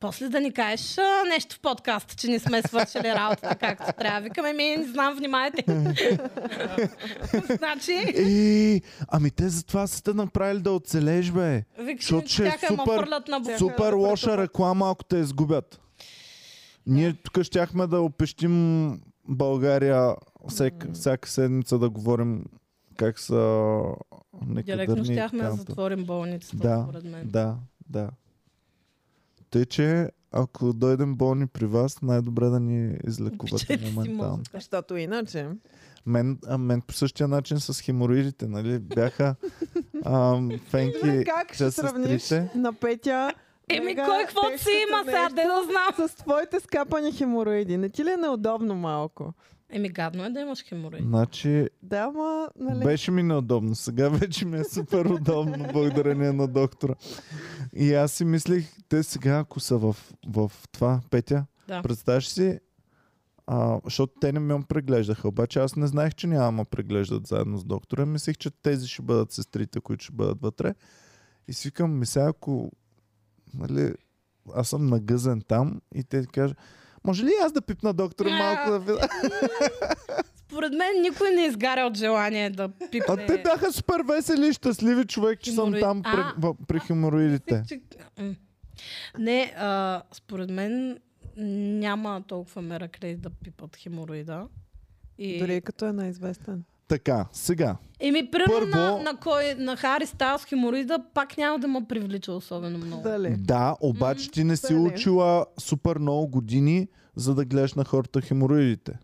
C: После да ни кажеш а, нещо в подкаста, че не сме свършили работата както трябва. Викаме, ми не знам, внимайте. значи...
A: Е, ами те затова са те направили да оцелееш, бе.
C: Викшен,
A: Защото ще е
C: чакай, ама
A: супер-
C: фърлят на бу...
B: Чакай да
A: Супер
B: те
A: лоша реклама, ако те изгубят. Ние тук щяхме да опещим България всек, всяка седмица да говорим как са некадърни.
C: Директно
A: и
C: щяхме да
A: така нататък.
C: затворим болницата,
A: Да,
C: според мен.
A: Да, да. Тъй, че ако дойдем болни при вас, най-добре да ни излекувате
C: Обичайте си
A: моментално.
C: мозъка.
B: Защото иначе...
A: Мен, а мен по същия начин с хемороидите, нали? Бяха Ам, Фенки,
B: Как ще
A: че се
B: сравниш
A: стрите.
B: на Петя
C: Еми,
B: мега
C: кой какво
B: тежкото
C: си има сега,
B: нещо
C: де да знам.
B: с твоите скапани хемороиди? Не ти ли е неудобно малко?
C: Еми, гадно е да имаш хемороиди.
A: Значи,
B: Да, ма, нали?
A: Беше ми неудобно. Сега вече ми е супер удобно, благодарение на доктора. И аз си мислих, те сега, ако са в, в това, Петя,
C: Да.
A: представяш си, а, защото те не ме преглеждаха, обаче аз не знаех, че няма да ме преглеждат заедно с доктора. Мислих, че тези ще бъдат сестрите, които ще бъдат вътре. И си викам, ми сега, ако нали, аз съм нагъзен там и те кажат, може ли аз да пипна доктора малко да видя?
C: Според мен никой не изгаря от желание да пипне.
A: А те бяха супер весели и щастливи човек, че съм
C: Хемороид.
A: там при,
C: А.
A: в, при хемороидите.
C: Че- М. Не, а, според мен няма толкова мера кредит да пипат хемороида. И...
B: Дори и като е най-известен.
A: Така, сега.
C: Еми, примерно
A: Първо-
C: на, на, кой, на Хари Стайлс хемороида пак няма да му привлича особено много.
B: Дали?
A: Да, обаче ти не си
B: Дали?
A: учила супер много години, за да гледаш на хората хемороидите.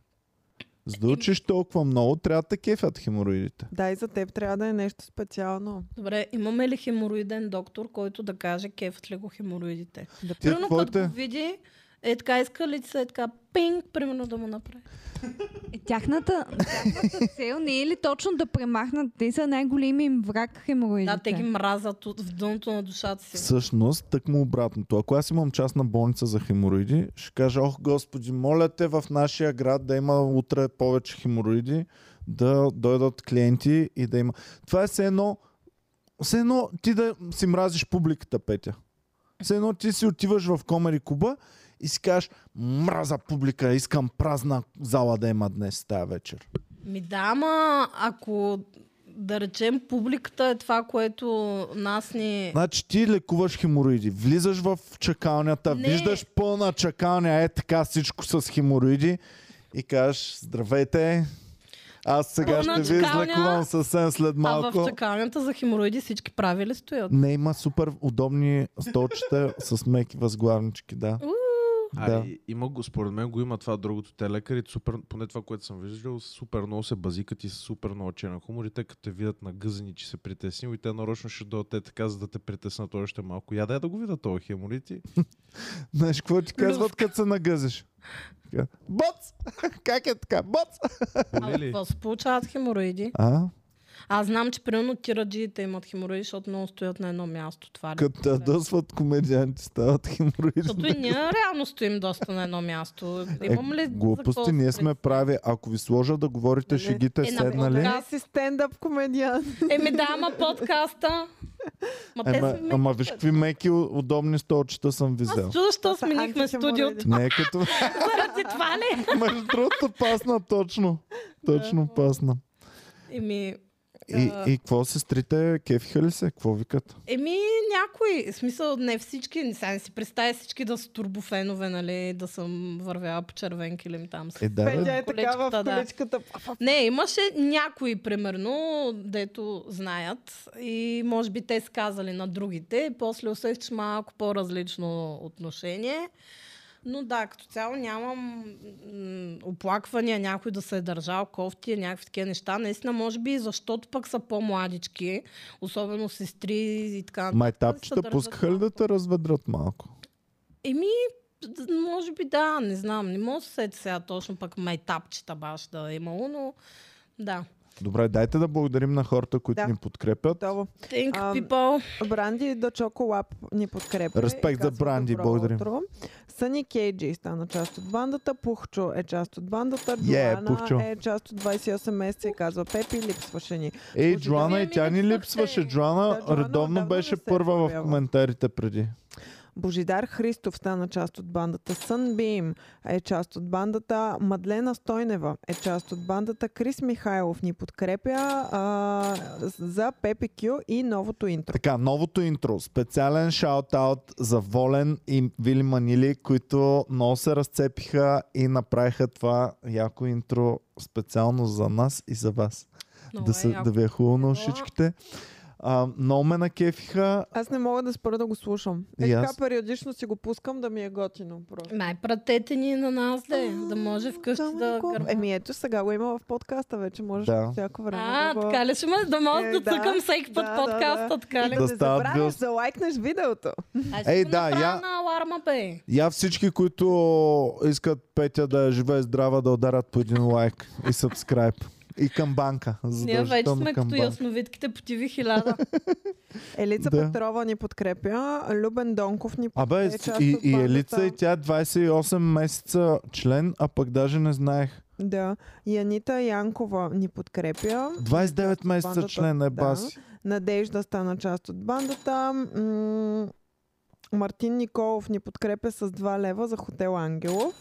A: За да учиш толкова много, трябва да те кефят хемороидите.
B: Да, и за теб трябва да е нещо специално.
C: Добре, имаме ли хемороиден доктор, който да каже кефът ли го хемороидите?
B: Да
A: Ти
C: Примерно
A: какво
C: като
A: те?
C: го види, е така иска ли ти се е така пинг, примерно да му направи.
E: Е, Тяхната, тяхната цел не е ли точно да премахнат? Те са най-големи им враг хемороидите.
C: Да, те ги мразят от, в дъното на душата си.
A: Всъщност, так му обратното. Ако аз имам частна болница за хемороиди, ще кажа, ох господи, моля те в нашия град да има утре повече хемороиди, да дойдат клиенти и да има. Това е все едно, все едно ти да си мразиш публиката, Петя. Все едно ти си отиваш в Комери Куба и си кажеш, мраза публика, искам празна зала да има днес тази вечер.
C: Ми да, ама ако да речем публиката е това, което нас ни...
A: Значи ти лекуваш хемороиди, влизаш в чакалнята,
C: Не.
A: виждаш пълна чакалня, е така всичко с хемороиди и кажеш, здравейте, аз сега
C: Пълна
A: ще ви
C: чакалня,
A: излекувам съвсем след
C: А в
A: малко.
C: чакалнята за хемороиди всички прави ли стоят?
A: Не, има супер удобни столчета с меки възглавнички, да.
F: А,
A: Да.
F: да. и, има го, според мен го има това другото. Те лекарите, супер, поне това, което съм виждал, супер много се базикат и са супер много че на хумор. И те като те видят нагъзани, че се притеснил и те нарочно ще дойдат те така, за да те притеснат още малко. Я дай да го видя този хеморит. и-
A: Знаеш, какво ти казват, като се нагъзиш? Така, Боц! Как е така? Боц!
C: А
A: Нали
F: Боли ли?
C: какво се получават хемороиди?
A: А?
C: Аз знам, че примерно тираджиите имат хемороиди, защото много стоят на едно място. Това ли?
A: Като те дъсват комедианти, стават
C: Защото
A: хемороиди.
C: и ние реално стоим доста на едно място. Имам ли
A: Е,
C: за
A: глупости,
C: какво
A: ние
C: се
A: сме прави. Ако ви сложа да говорите
B: Нали?
A: шегите,
C: Е, на
A: седнали.
C: подкаст.
B: Аз си стендъп комедиант.
C: Еми да, ама подкаста. Ма те
A: Ема,
C: са ме...
A: ама виж какви меки у- удобни столчета съм ви взел.
C: Аз чудо, защо
B: са
C: сменихме
B: антихемороиди.
C: студиото.
A: Не е като...
C: Ти това ли?
A: Между другото пасна точно. Точно пасна.
C: Еми,
A: И,
C: Да.
A: и какво сестрите? Кефиха ли се? Какво викат?
C: еми някой. В смисъл, не всички. Не сега не си представя всички да са турбофенове, нали? Да съм вървяла по червен килим там. с-
A: Е, да,
B: Петя
A: бе.
B: е така в
C: Колечката, да.
B: колечката.
C: Не, имаше някои, примерно, дето знаят и може би те са казали на другите. После усех, че малко по-различно отношение. Но да, като цяло нямам м, оплаквания някой да се е държал кофти, някакви такива неща. Наистина, може би, и защото пък са по-младички, особено сестри и така. нататък, се
A: Майтапчета
C: държат
A: пускаха ли да те разведрат малко?
C: Еми, д- може би да, не знам. Не мога да се сетя сега точно пък майтапчета баш да е имало, но да.
A: Добре, дайте да благодарим на хората, които
B: Да.
A: ни подкрепят.
B: Долу.
C: Think
B: Ам,
C: people.
B: Бранди до Чоколап ни подкрепя.
A: Респект
B: и
A: за
B: казва
A: Бранди,
B: добро
A: благодарим.
B: утро. Съни Кейджи стана част от бандата, Пухчо е част от бандата,
A: Е, Пухчо.
B: Джоана е част от 28 месеца и казва Пепи, липсваше ни.
A: Ей,
B: От
A: Джоана, и
C: Ами,
A: тя
C: не
A: ни
C: са
A: липсваше.
C: се.
A: Джоана
B: Да, Джоана
A: редовно
B: отдавна
A: беше
B: не се е
A: първа в
B: появявала.
A: коментарите преди.
B: Божидар Христов стана част от бандата, Сънбим е част от бандата, Мадлена Стойнева е част от бандата, Крис Михайлов ни подкрепя а, за Пепи Кю и новото интро.
A: Така, новото интро. Специален шаут-аут за Волен и Вили Манили, които много се разцепиха и направиха това яко интро специално за нас и за вас.
C: Много
A: да,
C: е
A: се,
C: яко.
A: да ви е хубаво на
C: Ела.
A: ушичките. А, много ме накефиха.
B: Аз не мога да спра да го слушам. Е,
A: И
B: така
A: аз.
B: периодично си го пускам да ми е готино. Просто.
C: Май, пратете ни на нас, де, да може вкъщи
B: Само
C: да
B: го-
C: гърмим.
B: Еми ето сега го има в подкаста вече. Можеш
A: Да.
B: да. всяко време
C: А,
B: да го...
C: така ли ще ме? Да мога
B: Е,
C: да
B: да,
C: цъкам всеки път
B: да, да,
C: подкаста,
B: да.
C: така
B: И
C: ли?
B: да,
A: Да
B: да
A: стават
B: забравяш
A: билд.
B: да лайкнеш видеото.
C: Ами, Аз
A: Ей,
C: ще го
A: да,
C: направя
A: я-
C: на аларма, бе.
A: Я всички, които искат Петя да е живее здрава, да ударят по един лайк и сабскрайб. И към банка.
C: Ние вече
A: Задължително
C: сме
A: към
C: като
A: банка.
C: ясновидките по TV 1000.
B: Елица
A: Да.
B: Петрова ни подкрепя, Любен Донков ни подкрепя.
A: Абе,
B: е част
A: и,
B: от
A: и
B: бандата.
A: Елица и тя е 28 месеца член, а пък даже не знаех.
B: Да. И Анита Янкова ни подкрепя.
A: 29 месеца
B: бандата,
A: член е
B: да.
A: баси.
B: Надежда стана част от бандата. М- Мартин Николов ни подкрепя с 2 лева за хотел Ангелов.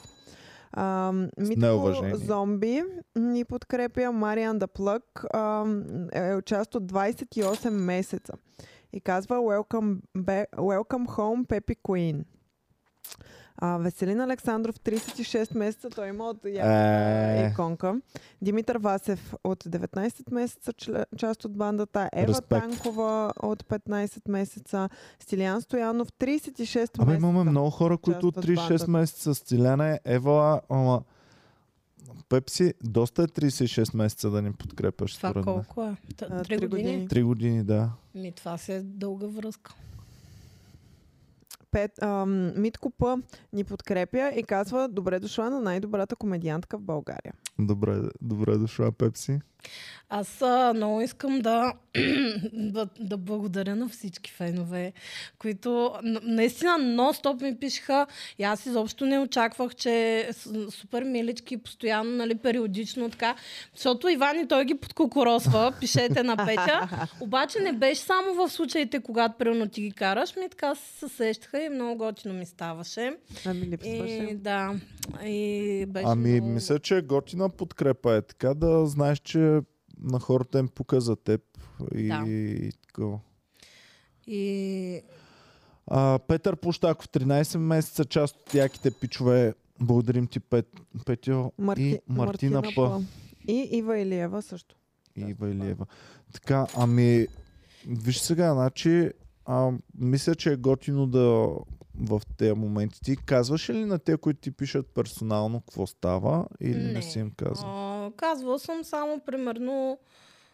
B: А, Митко
A: неуважение.
B: Зомби ни подкрепя. Мариан Даплък а, е част от 28 месеца. И казва Welcome, back, welcome home, Пепи Queen. А, Веселин Александров, 36 месеца, той има от
A: Е.
B: яка иконка. Димитър Васев от 19 месеца, чле- част от бандата. Ева
A: Респект.
B: Танкова от 15 месеца. Стилиан Стоянов, 36
A: Абе,
B: месеца.
A: имаме много хора, които от
B: Част от
A: 36
B: бандата.
A: месеца Стиляна е Ева, ама... Пепси, доста е 36 месеца да ни подкрепяш,
C: Това
A: според мен.
C: колко е? Та-
B: А,
C: Три
B: три
C: години?
B: години.
A: Три години, да.
C: Ми, това си е дълга връзка.
B: Пет, ам, Митко П. ни подкрепя и казва Добре дошла на най-добрата комедиантка в България.
A: Добре, добре е дошла, Пепси.
C: Аз а, много искам да, да, да благодаря на всички фенове, които н- наистина нон-стоп ми пишеха и аз изобщо не очаквах, че с- супер милички, постоянно, нали, периодично така, защото Иван и той ги подкокоросва, пишете на Петя, обаче не беше само в случаите, когато примерно ти ги караш, ми така се сещаха и много готино ми ставаше.
B: Ами липсваше.
C: И, да, и беше
A: Ами,
C: много...
A: мисля, че готина подкрепа е така да знаеш, че на хората им пука за теб и,
C: Да.
A: и такова.
C: И
A: А, Петър Площаков, 13 месеца, част от яките пичове. Благодарим ти, Пет, Петю
B: Марти...
A: и Мартина, П.
B: И Ива Илиева също.
A: И Вайлиева. Така, ами, виж сега, значи, а, мисля, че е готино да в тези моменти. Ти казваш ли на те, които ти пишат персонално, какво става или не,
C: Не.
A: не си им казал?
C: А, казвала съм само примерно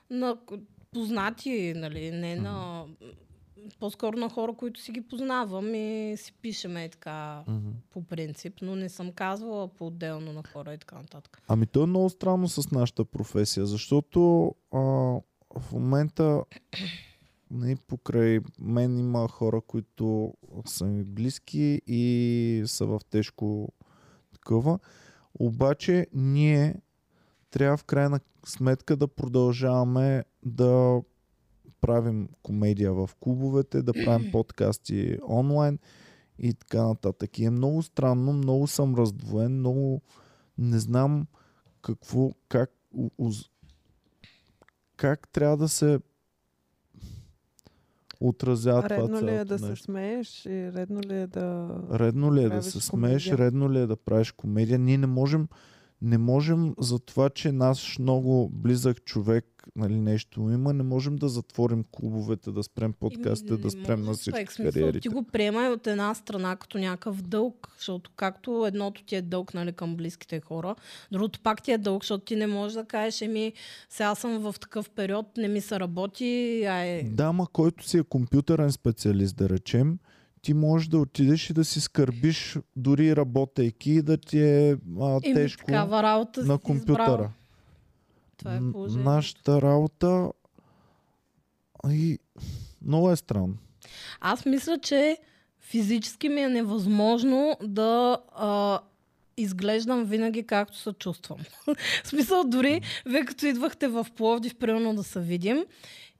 C: на к- познати, нали, не на... По-скоро на хора, които си ги познавам и си пишеме и така
A: Мгм.
C: по принцип, но не съм казвала по-отделно на хора и така нататък.
A: Ами то е много странно с нашата професия, защото а, в момента не, покрай мен има хора, които са ми близки и са в тежко такова. Обаче ние трябва в крайна сметка да продължаваме да правим комедия в клубовете, да правим подкасти онлайн и така нататък. И е много странно, много съм раздвоен, много не знам какво, как, у- уз- как трябва да се отразява това
B: Редно ли е
A: цялото
B: да се
A: нещо.
B: смееш и редно ли е да...
A: Редно ли е да
B: правиш
A: се смееш,
B: комедия?
A: редно ли е да правиш комедия? Ние не можем, не можем за това, че наш много близък човек нали, нещо има, не можем да затворим клубовете, да спрем подкастите,
C: Еми,
A: да спрем
C: може
A: на
C: човек,
A: всички
C: смисъл, Ти
A: кариерите.
C: го приемай от една страна като някакъв дълг, защото както едното ти е дълг нали, към близките хора, другото пак ти е дълг, защото ти не можеш да кажеш, еми сега съм в такъв период, не ми се работи, а е...
A: Да, ма който си е компютърен специалист, да речем, ти можеш да отидеш и да си скърбиш, дори работейки, и да ти е а,
C: Еми,
A: тежко
C: такава работа
A: на
C: си Избрал.
A: компютъра.
C: Това е
A: М,
C: положението.
A: Нашата работа и много е странно.
C: Аз мисля, че физически ми е невъзможно да а, изглеждам винаги както се чувствам. в смисъл, дори вие като идвахте в Пловдив, примерно да се видим,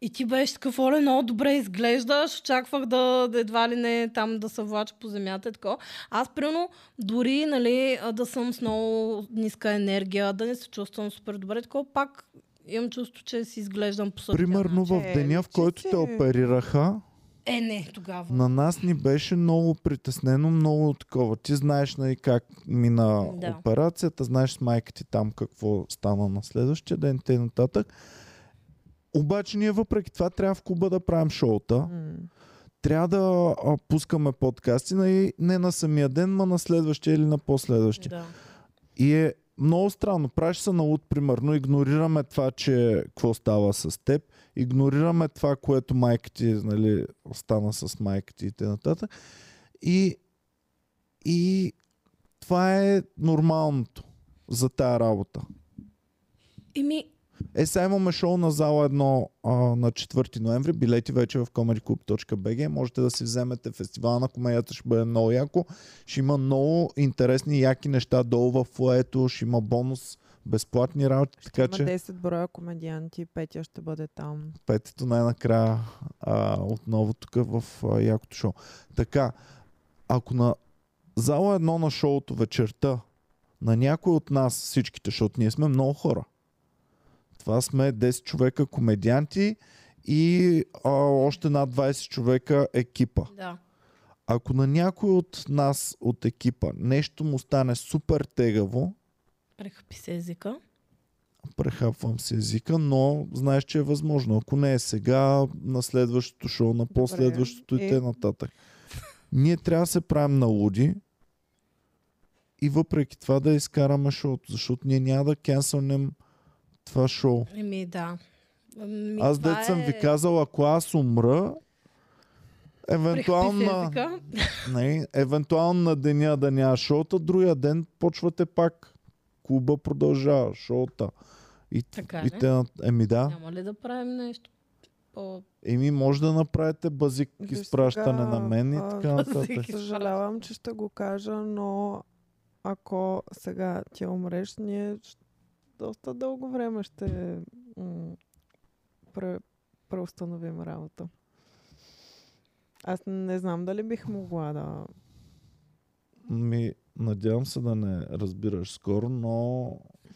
C: и ти беше такъв, оле, много добре изглеждаш, очаквах да, да едва ли не там да се влача по земята и такова. Аз, примерно, дори нали, а, да съм с много ниска енергия, да не се чувствам супер добре, такова пак имам чувство, че си изглеждам по същия
A: Примерно
C: начин.
A: в
B: Е,
A: деня, в
B: че
A: който
B: си-
A: те оперираха,
C: Е, не, тогава.
A: на нас ни беше много притеснено, много такова. Ти знаеш нали, как мина
C: Да.
A: операцията, знаеш с майка ти там какво стана на следващия ден, те нататък. Обаче ние въпреки това трябва в Куба да правим шоута.
B: М.
A: Трябва да а, пускаме подкасти на, и не на самия ден, ма на следващия или на последващия.
C: Да.
A: И е много странно. Правиш се на луд, примерно, игнорираме това, че какво става с теб, игнорираме това, което майка ти, нали, стана с майка ти и т.н. И, и това е нормалното за тая работа.
C: Ими,
A: Е, сега имаме шоу на зала едно а, на 4 ноември. Билети вече в comedyclub.bg. Можете да си вземете фестивала на комедията. Ще бъде много яко. Ще има много интересни, яки неща долу в флоето. Ще има бонус, безплатни работи. Така
B: Има
A: че
B: 10 броя комедианти, Петя ще бъде там.
A: петето най-накрая а, отново тук в а, якото шоу. Така, ако на зала едно на шоуто вечерта на някой от нас всичките, защото ние сме много хора. Това сме 10 човека комедианти и а, още над 20 човека екипа.
C: да.
A: Ако на някой от нас, от екипа, нещо му стане супер тегаво,
C: Прехъпи се езика.
A: прехапвам се езика, но знаеш, че е възможно. Ако не е сега, на следващото шоу, на последващото и
B: Е.
A: т.н. Ние трябва да се правим на луди и въпреки това да изкараме шоуто, защото ние няма да кенсълнем това шоу.
C: Еми, да. Ами,
A: Аз
C: това
A: дет съм
C: е-
A: ви казал, ако аз умра, евентуално,
C: Прехъпи се
A: на-
C: езика.
A: не, евентуално на деня да няма шоута, другия ден почвате пак. Клуба продължава, шоута. И,
C: Така
A: и
C: ли?
A: те, на- еми да.
C: Няма ли да правим нещо по...
A: Еми, може да направите базик
B: Виж
A: изпращане
B: сега,
A: на мен и
B: а,
A: така
C: базик
A: нататък.
C: изпращане.
B: Е, Съжалявам, че ще го кажа, но ако сега ти умреш, ние щ- доста дълго време ще м- пре- преустановим работа. Аз не знам дали бих могла да...
A: Ми, надявам се да не разбираш скоро, но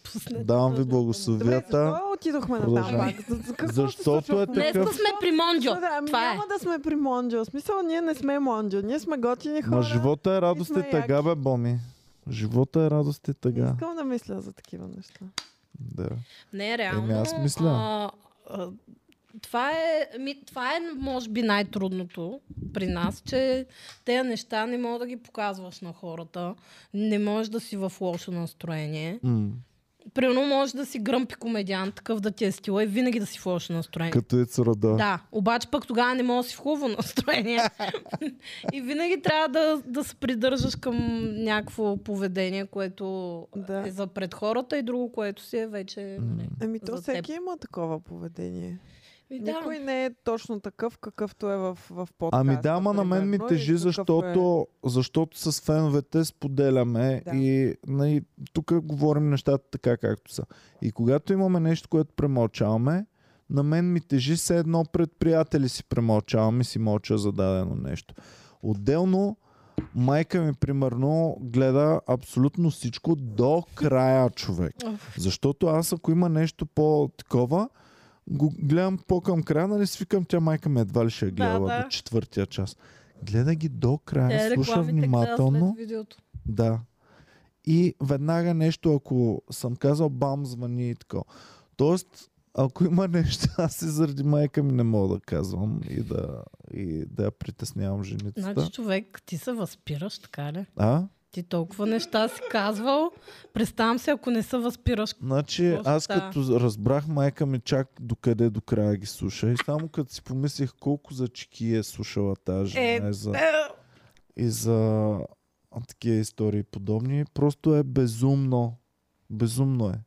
C: Пуснете
A: давам ви
C: този-
B: Добре,
A: благословията.
B: защо отидохме на там
A: Продължавай.
B: пак? За- за- какво се
A: Защото
B: случва
A: е
B: в момента?
C: Днес
A: такъв
C: сме при Монджо.
B: Да, ами
C: Това е.
B: няма да сме при Монджо. В смисъл, ние не сме Монджо. Ние сме готини хора.
A: Ма живота е радост
B: сме
A: и тъга, бе, Боми. Живота е радост и
B: Не
A: тъга.
B: искам да мисля за такива неща.
A: Да.
C: Не, реално.
A: Еми, аз мисля.
C: А, а, това е, ми, това е, може би, най-трудното при нас, че тези неща не мога да ги показваш на хората. Не можеш да си в лошо настроение.
A: М.
C: Примерно можеш да си гръмпи комедиант, такъв да ти е стила и винаги да си в лошо настроение.
A: Като е цурада.
C: Да, обаче пък тогава не мога да си в хубаво настроение. и винаги трябва да, да се придържаш към някакво поведение, което
B: Да.
C: е за пред хората и друго, което си е вече... нали.
B: Ами то
C: За
B: всеки има такова поведение.
C: И
B: Да.
C: да.
B: Никой не е точно такъв, какъвто е в, в подкаста.
A: Ами да, ама на мен ми
B: примерно, и
A: тежи,
B: какъв е.
A: защото, защото с феновете споделяме
B: Да.
A: и нали, тук говорим нещата така както са. И когато имаме нещо, което премълчаваме, на мен ми тежи се едно пред приятели си премълчавам и си мълча за дадено нещо. Отделно, майка ми примерно гледа абсолютно всичко до края човек. Защото аз ако има нещо по-такова, го гледам по-към края, нали свикам тя майка ми едва ли ще я гледа
C: да.
A: до четвъртия час. Гледа ги до
C: Те
A: края, слуша
C: е, рекламите гледа
A: внимателно.
C: След видеото.
A: Да. И веднага нещо, ако съм казал бам, звъни и така. Тоест, ако има нещо, аз и заради майка ми не мога да казвам и да, и да я притеснявам женицата.
C: Значи, човек, ти се възпираш, така ли?
A: А?
C: Ти толкова неща си казвал. Представям се, ако не се възпираш.
A: Значи
C: Просто
A: аз
C: да.
A: като разбрах майка ми чак докъде до края ги слуша и само като си помислих колко за чеки е слушала тази
C: Е,
A: жена и за, и за такива истории подобни, просто е безумно. Безумно е.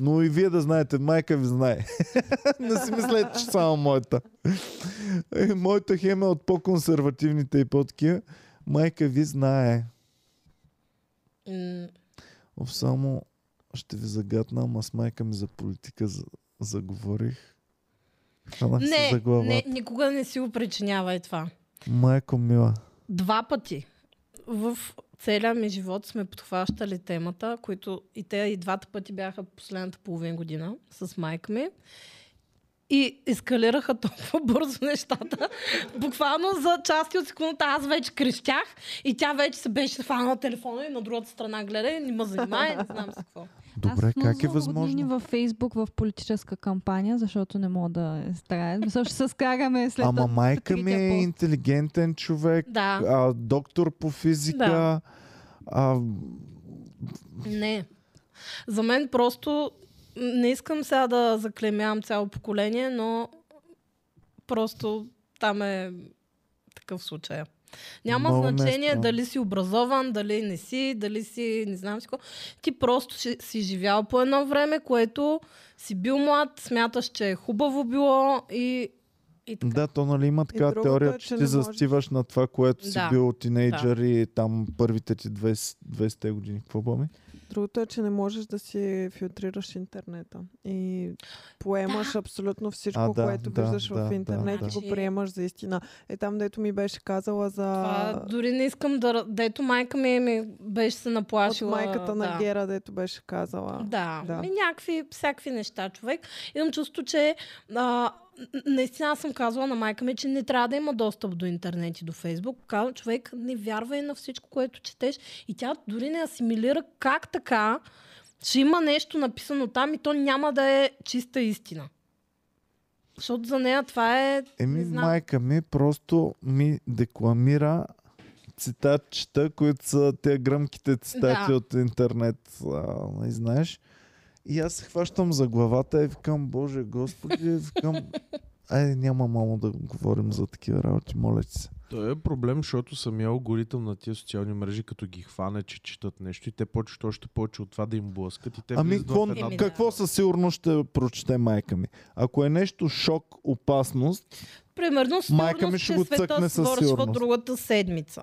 A: Но и вие да знаете, майка ви знае. Не си мислете, че само моята. Е, моята хема е от по-консервативните и по-такива. Майка ви знае.
C: М,
A: Оф, само ще ви загадна, ама с майка ми за политика за- заговорих. Хванах се за
C: Не,
A: главата.
C: не, никога не си го причинявай това.
A: Майко мила.
C: Два пъти в целия ми живот сме подхващали темата, които и те и двата пъти бяха последната половин година с майка ми. И ескалираха толкова бързо нещата. Буквално за части от секундата аз вече крещях и тя вече се беше хванала телефона и на другата страна гледа и не ме занимава и не знам с какво.
A: Добре, как
E: Аз
A: е
E: много години
A: възможно?
E: във Фейсбук в политическа кампания, защото не мога да се старая. Мисля, ще се скараме след
A: Ама майка ми е
E: третия пост.
A: интелигентен човек,
C: Да,
A: а, доктор по физика.
C: Да.
A: А,
C: не. За мен просто м, не искам сега да заклемявам цяло поколение, но просто там е такъв случай. Няма
A: Много
C: значение
A: несправ.
C: дали си образован, дали не си, дали си не знам си какво. Ти просто си, си живял по едно време, което си бил млад, смяташ, че е хубаво било и, и така.
A: да, то нали има така
B: другото
A: теория, че,
B: е, че
A: ти
B: не можеш.
A: застиваш на това, което си
C: Да.
A: бил тинейджър и там първите ти 20, 20-те години. Какво боми?
B: Другото е, че не можеш да си филтрираш интернета. И поемаш да. Значи- абсолютно всичко,
A: А, да,
B: което
A: да,
B: виждаш
A: да,
B: в
A: да,
B: интернет
C: да.
B: и го приемаш за истина. Е там, дето ми беше казала за...
C: Това дори не искам да... ра- Дето майка ми, е, ми беше се
B: от
C: наплашила.
B: майката на
C: да.
B: Гера, дето беше казала.
C: Да,
B: Да.
C: да. Ми, някакви, всякакви неща човек. Имам чувство, че а, н- наистина аз съм казвала на майка ми, че не трябва да има достъп до интернет и до Фейсбук. Казва, човек не вярвай на всичко, което четеш. И тя дори не асимилира как така ще има нещо написано там и то няма да е чиста истина. Защото за нея това е...
A: Еми,
C: не знам.
A: майка ми просто ми декламира цитатчета, които са тези гръмките цитати
C: Да.
A: от интернет, а, нали знаеш. И аз се хващам за главата и викам, Боже Господи, викам, ай, няма мамо да говорим за такива работи, моля ти се.
F: То е проблем, защото самия алгоритъм на тия социални мрежи, като ги хване, че четат нещо и те почват още повече от това да им блъскат и те
A: Ами,
F: влизат в
A: какво,
F: една...
C: Еми, да.
A: какво със сигурност ще прочете майка ми? Ако е нещо шок, опасност,
C: Примерно,
A: Майка ми
C: сигурност,
A: ще
C: че
A: го цъкне
C: света
A: със
C: свършва
A: сигурност.
C: другата седмица.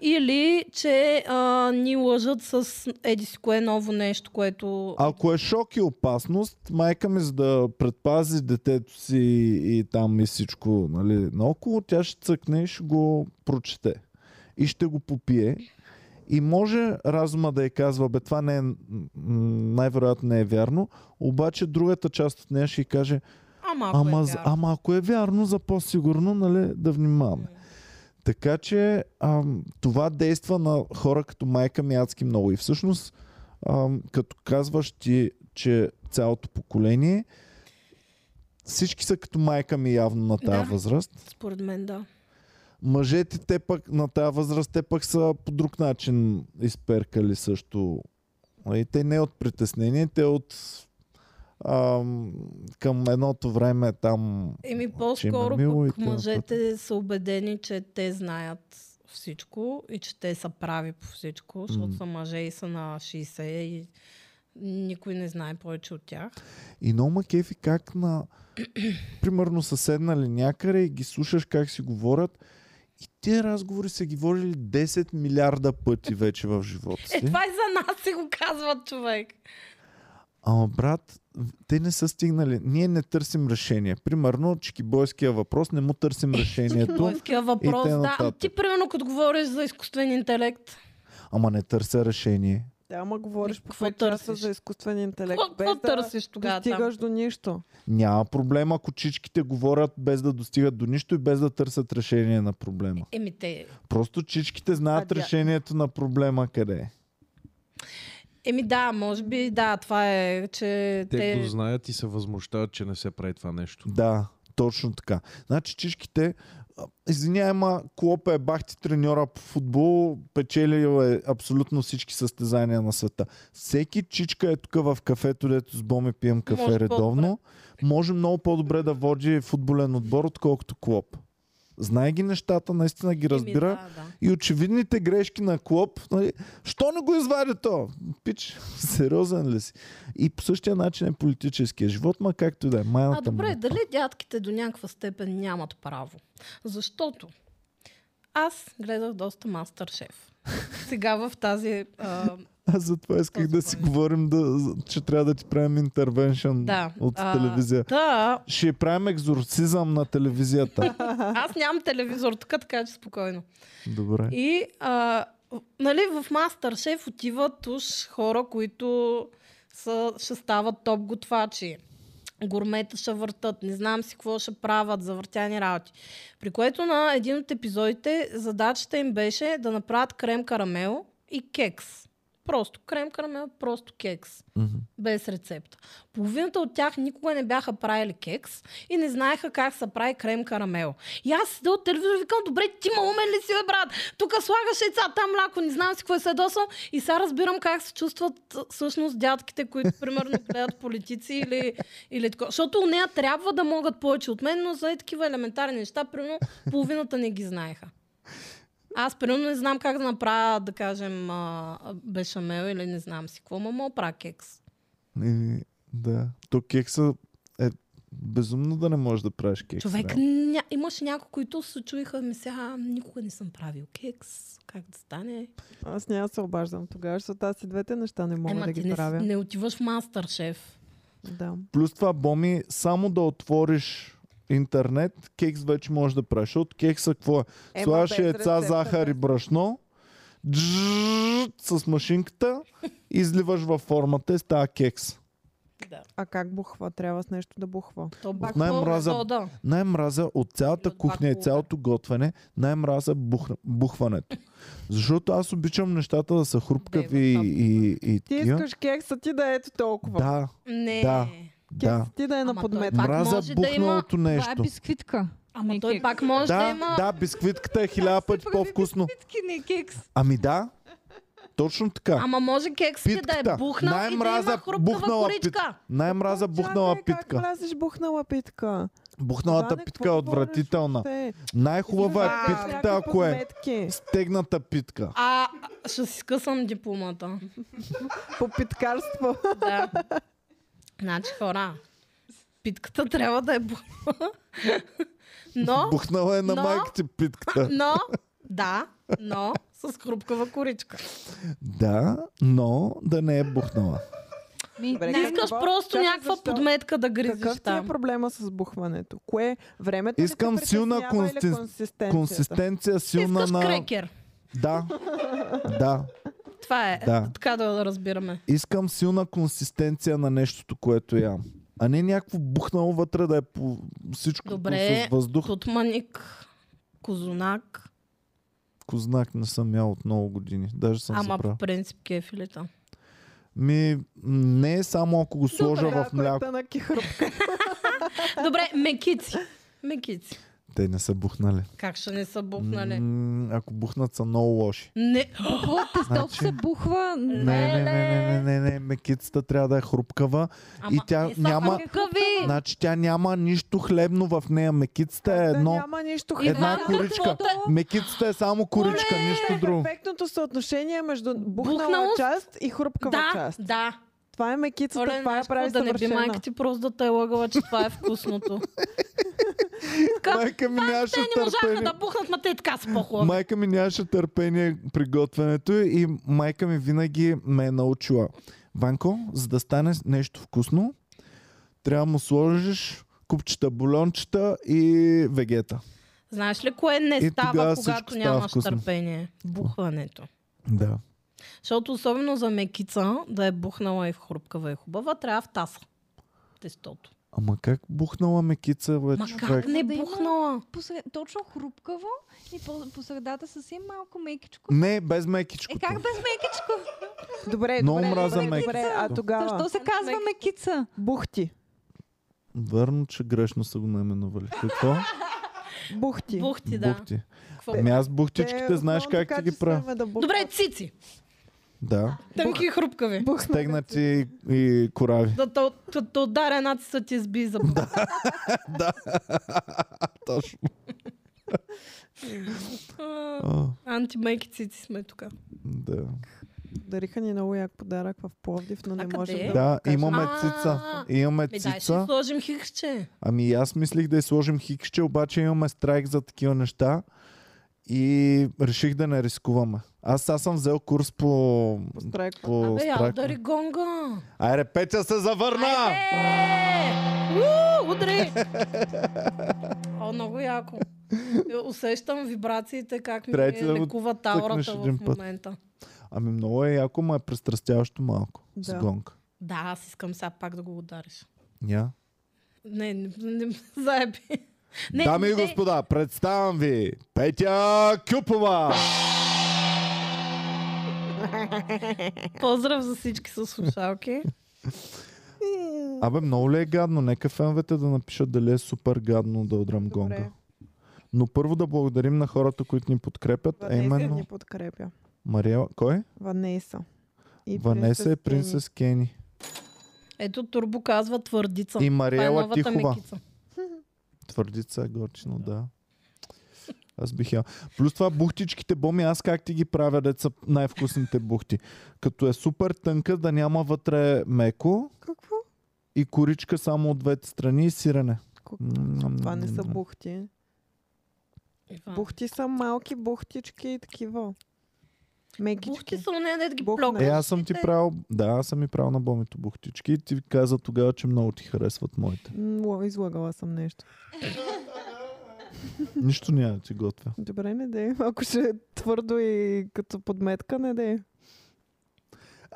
C: Или, че а, ни лъжат с еди си кое ново нещо, което...
A: ако е шок и опасност, майка ми за да предпази детето си и, и там и всичко нали, наоколо, тя ще цъкне и ще го прочете. И ще го попие. И може разума да й казва, бе, това не е, м, най-вероятно не е вярно, обаче другата част от нея ще й каже,
C: Ама, ако
A: Ама,
C: е
A: за-
C: вярно.
A: ама ако е вярно, за по-сигурно нали, да внимаваме.
C: Е.
A: Така че ам, това действа на хора като майка ми адски много. И всъщност, ам, като казваш ти, че цялото поколение, всички са като майка ми явно на тази
C: Да.
A: възраст.
C: Според мен, да.
A: Мъжете те пък на тази възраст, те пък са по друг начин изперкали също. И те не от притеснение, те от ам, към едното време там
C: Еми,
A: има
C: по-скоро
A: мило Значи, и
C: пък
A: така
C: мъжете са убедени, че те знаят всичко и че те са прави по всичко, защото
A: М.
C: са мъже и са на 60 и никой не знае повече от тях.
A: И много ма кефи как на... Примерно са седнали някъде и ги слушаш как си говорят. И тези разговори са ги водили 10 милиарда пъти вече в живота
C: Е,
A: си.
C: това и за нас се го казват, човек.
A: Ама брат, в- те не са стигнали. Ние не търсим решение. Примерно, чикибойския въпрос, не му търсим решението.
C: Бойския въпрос, да. Ами
A: нататък.
C: Ти, примерно, като говориш за изкуствен интелект,
A: Ама не търся решение.
B: Да, ама говориш по
C: Какво
B: 5 часа
C: търсиш?
B: за изкуствен интелект.
C: какво какво
B: без да
C: търсиш тогава там?
B: достигаш до нищо.
A: Няма проблем, ако чичките говорят без да достигат до нищо и без да търсят решение на проблема.
C: Еми те,
A: Просто чичките знаят
B: А, тя-
A: решението на проблема къде е.
C: еми да, може би да, това е, че
F: Те,
C: те...
F: го знаят и се възмущават, че не се прави това нещо.
A: Да, точно така. Значи чичките, а, извинявай, ма Клоп е бахти треньора по футбол, печелил е абсолютно всички състезания на света. Всеки чичка е тук в кафето, дето с Боми пием кафе
C: Може
A: редовно. Може много по-добре да води футболен отбор, отколкото Клоп. Знае ги нещата, наистина ги разбира.
C: Еми, да, да.
A: И очевидните грешки на Клоп, нали, що не го извади то? Пич, сериозен ли си? И по същия начин е политическия живот, ма както и да е.
C: А
A: Майната му
C: добре, дали дядките до някаква степен нямат право? Защото аз гледах доста мастер шеф. Сега в тази... А,
A: Аз затова исках да си
C: Този
A: говорим, да, че трябва да ти правим интервеншън
C: да.
A: от
C: а,
A: телевизия.
C: Да,
A: Ще правим екзорцизъм на телевизията.
C: аз нямам телевизор, така, така че спокойно.
A: Добре.
C: И, а, в- нали, в Мастър Шеф отиват уж хора, които са, ще стават топ готвачи. Гурмета ще въртат, не знам си какво ще правят, завъртяни работи. При което на един от епизодите задачата им беше да направят крем карамел и кекс. Просто крем карамел, просто кекс.
A: Мгм.
C: без рецепта. Половината от тях никога не бяха правили кекс и не знаеха как се прави крем карамел. И аз седя от телевизора и викам, добре, ти ма умен ли си, бе, брат? Тук слагаш яйца, там мляко, не знам си какво е седосвам. И сега разбирам как се чувстват а, всъщност дядките, които примерно гледат политици или, или такова. Защото у нея трябва да могат повече от мен, но за и такива елементарни неща, примерно половината не ги знаеха. Аз примерно не знам как да направя, да кажем, а, а, бешамел или не знам си какво, ма мога да правя кекс.
A: И, да. То кекса е безумно да не можеш да правиш кекс.
C: Човек,
A: реално.
C: ня... имаше някои, които се чуиха ми сега, никога не съм правил кекс, как да стане.
B: Аз няма да се обаждам тогава, защото аз и двете неща не мога
C: Ема
B: да
C: ти
B: ги
C: не,
B: правя.
C: с- не отиваш в мастър шеф.
B: Да.
A: Плюс това, Боми, само да отвориш интернет, кекс вече можеш да правиш. Защото кекса какво е?
B: Ема
A: Слагаш
B: без
A: яйца,
B: рецепта,
A: захар и
B: без-
A: брашно, джжжж, с машинката, изливаш във формата и става кекс.
C: Да.
B: А как бухва? Трябва с нещо да бухва.
C: То бак
A: най-мраза-
C: да.
A: Най-мраза от цялата
C: И от
A: кухня и
C: бакалова.
A: цялото готвене, най-мраза бух, бухването. Защото аз обичам нещата да са хрупкави
C: Бе, бе,
A: и, и, и
B: Ти
A: такива.
B: искаш кекса ти да е ето толкова.
A: Да,
C: Не.
A: Да. да.
B: Кекса ти да е на
C: Ама той
B: подмет.
C: пак
A: Мраза
C: може да има-
A: бухналото
E: Това е
A: нещо.
E: бисквитка.
C: Ама
E: не
C: той
E: кекс.
C: пак може да,
A: Да,
C: има...
A: да, бисквитката е хиляда пъти
E: прави
A: по-вкусно.
E: Бисквитки, не кекс.
A: Ами да, точно така.
C: Ама може кексите да е
A: Питката.
C: бухнал и да
A: Най-мраза
C: има хрупкава
A: бухнала
C: коричка.
A: Най-мраза бухнала
B: Чакай,
A: питка.
B: Как влазиш бухнала питка?
A: Бухналата
B: Иване,
A: питка е
B: какво говориш
A: отвратителна.
B: въобще?
A: Най-хубава е
B: Вау,
A: питката,
B: всякакви
A: ако е
B: подметки.
A: стегната питка.
C: А, ще си скъсам дипломата.
B: По питкарство.
C: Да. Значи хора, питката трябва да е бухнала. Но...
A: Бухнала е на
C: но-
A: майка ти питката.
C: Но, да, но с хрупкава коричка.
A: Да, но да не е бухнала.
E: Ми,
B: Добре,
E: не,
B: как-
C: Искаш
B: какво?
C: просто
B: Чакай,
C: някаква
B: защо?
C: подметка да гризиш
B: Какъв ти е
C: там.
B: проблема с бухването? Кое? Времето ли те
A: Искам силна
B: притеснява или
A: консистен-
B: консистенцията?
A: Консистенция силна
C: Искаш
A: на...
C: крекер.
A: Да, да.
C: Това е.
A: Да.
C: Така да, да разбираме.
A: Искам силна консистенция на нещото, което ям. А не някакво бухнало вътре да е по всичко
C: Добре,
A: с въздух.
C: Тутманик, козунак,
A: Кознак не съм ял от много години. Даже съм
C: ама
A: забрал.
C: по принцип кефилета.
A: Ми, не е само ако го сложа
B: Добре,
A: в
B: ако е
A: мляко.
B: тънък и хрупкав.
C: Добре, мекици. Мекици.
A: Те не са бухнали.
C: Как ще не са бухнали?
A: М, ако бухнат са много лоши.
C: Не.
E: Бухва,
A: Значи-
E: тестото се бухва.
A: Не, не, не, не, не, не, не. Мекицата трябва да е хрупкава.
C: Ама,
A: тя
C: не са
A: няма-
C: хрупкави.
A: Значи тя няма нищо хлебно в нея. Мекицата е
B: Да
A: едно.
B: няма нищо
C: И
A: Една
C: това е
A: коричка.
C: каквото е.
A: Мекицата е само коричка, нищо друго.
B: Перфектното съотношение между бухнала
C: Бухналост.
B: част и хрупкава
C: Да,
B: част.
C: да.
B: Това е мекицата,
C: Оле,
B: това я
C: знаеш
B: прави
C: какво, да не би
B: съвършена.
C: майка ти просто да те е лъгала, че това е вкусното. Така,
A: Майка ми нямаше
C: Те не можаха
A: търпение.
C: да бухнат, ма те и така са по-хубави.
A: Майка ми нямаше търпение при готвенето и майка ми винаги ме е научила. Ванко, за да стане нещо вкусно, трябва да му сложиш купчета бульончета и вегета.
C: Знаеш ли кое не
A: И Е, тогава
C: става,
A: всичко
C: когато
A: става
C: нямаш
A: вкусно.
C: търпение? Бухването.
A: Да.
C: Защото особено за мекица, да е бухнала и в хрупкава и хубава, трябва в таса. Тестото.
A: Ама как бухнала мекица, бе,
C: Ма
A: Е, човек?
C: как не
E: Да има-
C: бухнала?
E: Посред, точно хрупкаво и по, по средата съвсем малко мекичко.
A: Не, без
E: Е,
A: мекичкото.
E: как без мекичко?
B: Добре,
A: Много
B: добре,
A: мраза
B: добре, добре,
A: мекицата.
B: а тогава
E: Защо се казва мекица?
B: бухти.
A: Върно, че грешно са го наименували. Какво?
B: Бухти.
C: Бухти, да.
A: Бухти.
C: Какво?
A: Ами аз
B: Те
A: бухтичките, знаеш
B: основно
A: как
B: така,
A: ти ги
B: че
A: правя.
B: сме Да бухнат.
C: Добре, цици.
A: Да.
C: Тънки и хрупкави.
B: Бухнат.
A: Стегнати и, и корави.
C: Да те- да те ударя една цица ти сби и забухна.
A: Точно.
C: А,
A: А,
C: Антимейки цици сме тук.
A: да.
B: Дариха ни много як подарък в Пловдив, но не
C: А къде
B: можем
C: е?
B: да
A: Да,
B: го кажем.
A: имаме
C: А,
A: цица. Имаме
C: Ми дай ще си
A: цица.
C: сложим хихче.
A: Ами и аз мислих да й сложим хикче, обаче имаме страйк за такива неща. И реших да не рискуваме. Аз сега съм взел курс по...
B: Страйк.
A: по
C: Абе, я
A: страйк.
C: удари гонга.
A: Айде, Петя се завърна!
C: Айде! У, Удри! О, много яко. Е, Усещам вибрациите, как ми
A: Трябва ти да го
C: лекува
A: тъкнеш
C: таурата
A: един
C: в
A: път.
C: момента. Да,
A: Ами много е яко, ма е престрастяващо малко. Да. С
B: Да.
A: гонка.
C: аз искам сега пак да го удариш.
A: Я.
C: Не, не, не заеби. Не,
A: Дами и
C: не.
A: господа, представям ви Петя Кюпова!
C: Поздрав за всички с слушалки.
A: Абе, много ли е гадно? Нека феновете да напишат дали е супер гадно да удрам
B: Добре.
A: гонга. Но първо да благодарим на хората, които ни подкрепят, а
B: Ванеса
A: именно
B: ни подкрепя.
A: Мариела. Кой?
B: Ванеса. И
A: Ванеса е
B: Кени.
A: принцес Кени.
C: Ето Турбо казва твърдица.
A: И
C: Това е
A: Мариела
C: новата
A: Тихова.
C: мекица.
A: Твърдица е горчина, да. Аз бих я. Плюс това бухтичките боми, аз как ти ги правя, деца най-вкусните бухти. Като е супер тънка, да няма вътре меко
B: Какво?
A: и коричка само от двете страни и сирене.
B: Ко-
A: М,
B: Това не са
A: м, м.
B: бухти.
C: Иван.
B: Бухти са малки бухтички и такива. Мекички.
C: Бухти са уния, дед ги
B: Бухна.
C: плокат.
A: Е, аз съм ти
C: Те-
A: правил, да, аз съм и правил на бомито бухтички и ти каза тогава, че много ти харесват моите.
B: М, Излагала съм нещо.
A: Нищо няма да ти готвя.
B: Добре, не дей. Ако ще е твърдо и като подметка, не дей.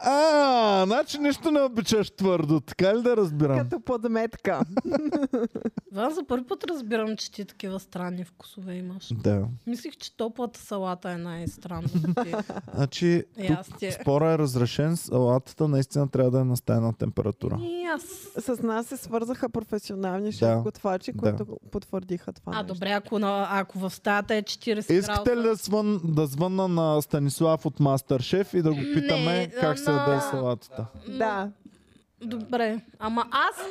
A: А, значи нищо не обичаш твърдо, така ли да разбирам?
B: Като подметка.
C: Иван, за първи път разбирам, че ти такива странни вкусове имаш.
A: Да.
C: Мислих, че топлата салата е най-странната ти.
A: Значи,
C: Е,
A: тук
C: аз ти е.
A: спора е разрешен, салатата наистина трябва да е на стайна температура.
C: И аз.
B: С нас се свързаха професионални шеф-готвачи,
A: да.
B: които го потвърдиха това
C: А,
B: нещо.
C: добре, ако, на, ако в стаята е 40
A: Искате ли да, свън, да звънна на Станислав от Мастършеф и да го питаме
C: Не,
A: как се
C: ама-
A: яде салатата?
B: Да.
C: Добре, ама аз...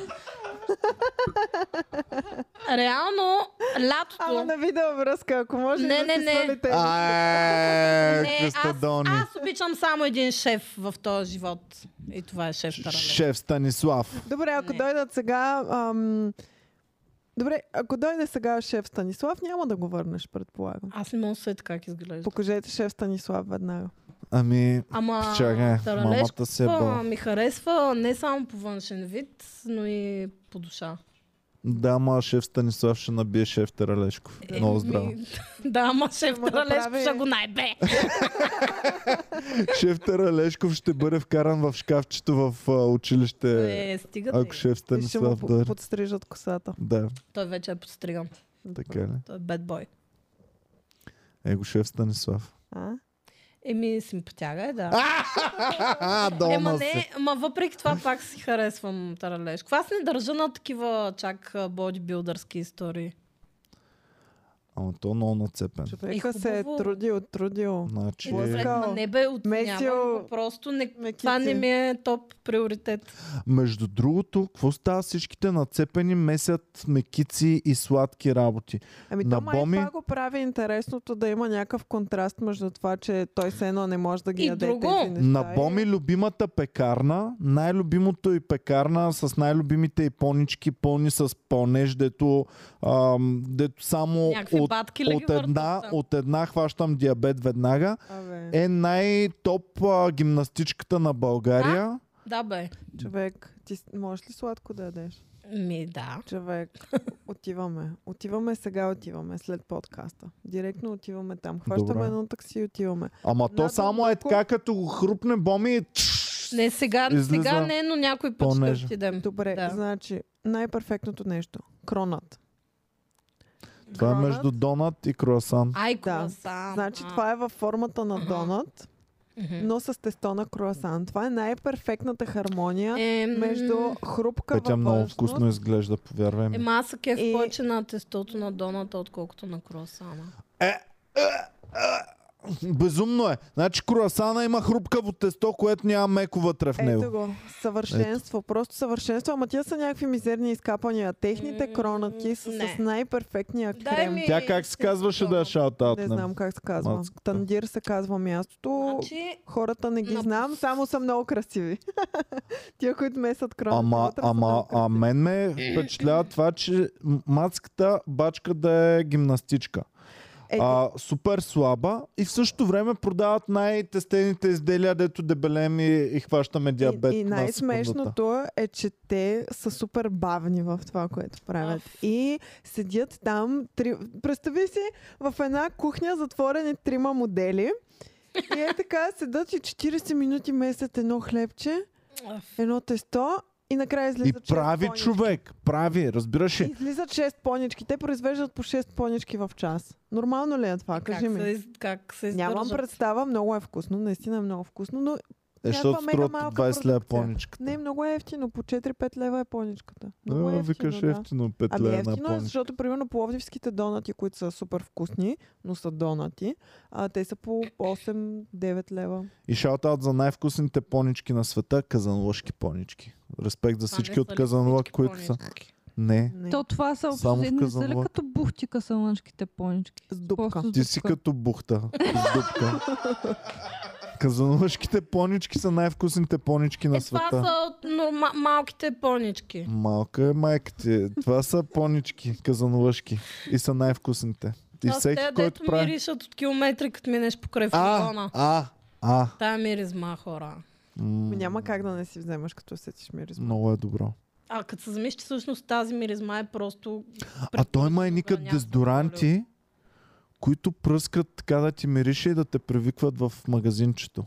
C: Реално,
B: Ама
C: лятото...
B: на видеовръзка, ако може
C: Не,
B: да
C: не,
B: си
C: не.
B: свалите.
A: Ай,
C: Не, аз,
A: Костадони.
C: аз обичам само един шеф в този живот. И това е шеф Тарале.
A: Шеф Станислав.
B: Добре, ако
C: Не.
B: дойдат сега... Ам... Добре, ако дойде сега шеф Станислав, няма да го върнеш, предполагам.
C: Аз не мога да сетя как изглежда.
B: Покажете шеф Станислав веднага.
A: Ами,
C: Ама
A: чакай,
C: Таралешко
A: мамата се е бъл.
C: ми харесва не само по външен вид, но и по душа.
A: Да, ма шеф Станислав ще набие шеф Таралешков. Е, Много
C: Е, Ми-
A: здраво.
C: да, ама шеф
B: Ще му
C: Таралешко
B: направи-
C: ще го най-бе.
A: Шеф Таралешков ще бъде вкаран в шкафчето в а, училище,
C: Е, стига
A: ако
C: да е.
A: шеф
B: И ще му
A: Станислав
B: по-
A: дойде.
B: подстрижат косата.
A: Да,
C: Той вече е подстриган.
A: така ли?
C: Той е бедбой.
A: Его шеф Станислав.
B: А?
C: Еми, симпатяга е, да.
A: А,
C: Ема
A: долна се.
C: Е, не, ма въпреки това пак си харесвам Таралешко. Аз не държа на такива чак а, бодибилдърски истории.
A: Ама то е много нацепен.
B: Човека
C: Е,
B: се е
C: хубаво.
B: трудил, трудил.
A: Значи,
B: Е,
C: Добре,
B: Лъскал.
C: ма не бе, отнявам.
B: Месио.
C: го, Просто не,
B: Мекици.
C: това не ми е топ приоритет.
A: между другото, какво става всичките нацепени месят мекици и сладки работи?
B: Ами
A: На
B: то май
A: Боми-
B: това го прави интересното да има някакъв контраст между това, че той се едно не може да ги
C: И
B: яде
C: друго.
B: тези неща.
A: На Боми любимата пекарна, най-любимото и пекарна с най-любимите и понички, пълни с пълнеж, дето, ам, дето само
C: Някакви
A: от,
C: батки ли ги
A: от, една,
C: въртат там?
A: от една хващам диабет веднага,
B: Абе,
A: е най-топ а, гимнастичката на България.
C: Да бе.
B: човек, ти с- можеш ли сладко да ядеш?
C: Ми да.
B: Човек, отиваме. Отиваме сега, отиваме след подкаста. Директно отиваме там.
A: Добре.
B: Хващаме едно такси и отиваме.
A: Ама то
B: Надо
A: само е
B: дълбоко.
A: така, като го хрупне Боми и тш,
C: Не сега,
A: Излиза
C: сега не, но някой път
A: по-нежа.
C: ще отидем.
B: Добре,
C: Да.
B: значи най-перфектното нещо. Кронат.
A: Това е
B: Кронът?
A: между донат и круасан.
C: Ай,
B: Да.
C: круасан.
B: Значи
C: А.
B: това е във формата на донат,
C: Мгм.
B: но с тесто на круасан. Това е най-перфектната хармония
C: Е, м,
B: между хрупкава
A: Петя много
B: външност
A: вкусно изглежда, повярвай ми.
C: Ема аз се кеф
B: И-
C: повече на тестото на доната, отколкото на круасана.
A: Безумно е. Значи круасана има хрупкаво тесто, което няма меко вътре е в него.
B: Ето го. Съвършенство. Просто съвършенство. Ама тия са някакви мизерни изкапания. Техните
C: М,
B: кронати са
C: не.
B: с най-перфектния
C: Дай
B: крем.
C: ми-
A: Тя как се казваше да я шаутаутнем?
B: Не знам как се казва.
A: Мацката.
B: Тандир се казва мястото.
C: Значи,
B: Хората не ги
C: на-
B: знам, само са много красиви. Тия, които месят кроната
A: Ама,
B: вътре, са
A: ама, а
B: много красиви.
A: мен ме впечатлява това, че м- мацката бачка да е гимнастичка.
B: Е,
A: А, супер слаба и в същото време продават най-тестените изделия, дето дебелем и, и хващаме диабет
B: и, и
A: на секундата.
B: най-смешното е, че те са супер бавни в това, което правят. И седят там. Три... Представи си, в една кухня затворени трима модели. И е така, седат и 40 минути месят едно хлебче,
C: аф,
B: едно тесто и накрая
A: И
B: излизат шест
A: прави
B: понички.
A: човек. Прави, разбираш ли? Е,
B: Излизат 6 понички. Те произвеждат по 6 понички в час. Нормално ли е това?
C: как,
B: Кажи
C: се,
B: ми.
C: из- как се издържат?
B: Нямам представа, много е вкусно, наистина е много вкусно, но
A: Е, защото
B: мега
A: струват
B: малка
A: 20 лева
B: продукция.
A: поничката.
B: не е много е ефтино. По 4-5 лева е поничката. Много е
A: а,
B: ефтино,
A: викаш
B: да.
A: ефтино 5
B: Ами
A: лева на
B: ефтино е,
A: поничка.
B: защото примерно пловдивските донати, които са супер вкусни, но са донати, а, те са по 8-9 лева.
A: И шаутаут за най-вкусните понички на света, казанлъшки понички. Респект за
C: Това не
A: всички
C: са
A: от
C: ли
A: казанлък,
C: всички
A: които са.
C: понички?
A: Не.
B: Не.
E: То това са
A: Само в
E: общо не са ли
A: Казанлък.
E: като бухтика са мъншките понички?
B: С дупка.
E: Просто с
A: Ти си
E: дупка.
A: като бухта. С дупка. Казанлъшките понички са най-вкусните понички на
C: Е, това
A: света.
C: са от норма- малките понички.
A: Малка е майка ти. Това са понички, казанлъшки. И са най-вкусните. И
C: Аз
A: всеки,
C: те,
A: който
C: дето
A: прави...
C: миришат от километри, като минеш покрай
A: А,
C: фургона.
A: а, а.
C: Тая миризма, хора.
A: М,
B: Ми Ами Няма как да не си вземаш, като сетиш миризма.
A: Много е добро.
C: А като се замислиш, че всъщност тази миризма е просто...
A: А той има и никак
C: някакво
A: дезодоранти, които пръскат така да ти мирише и да те привикват в магазинчето.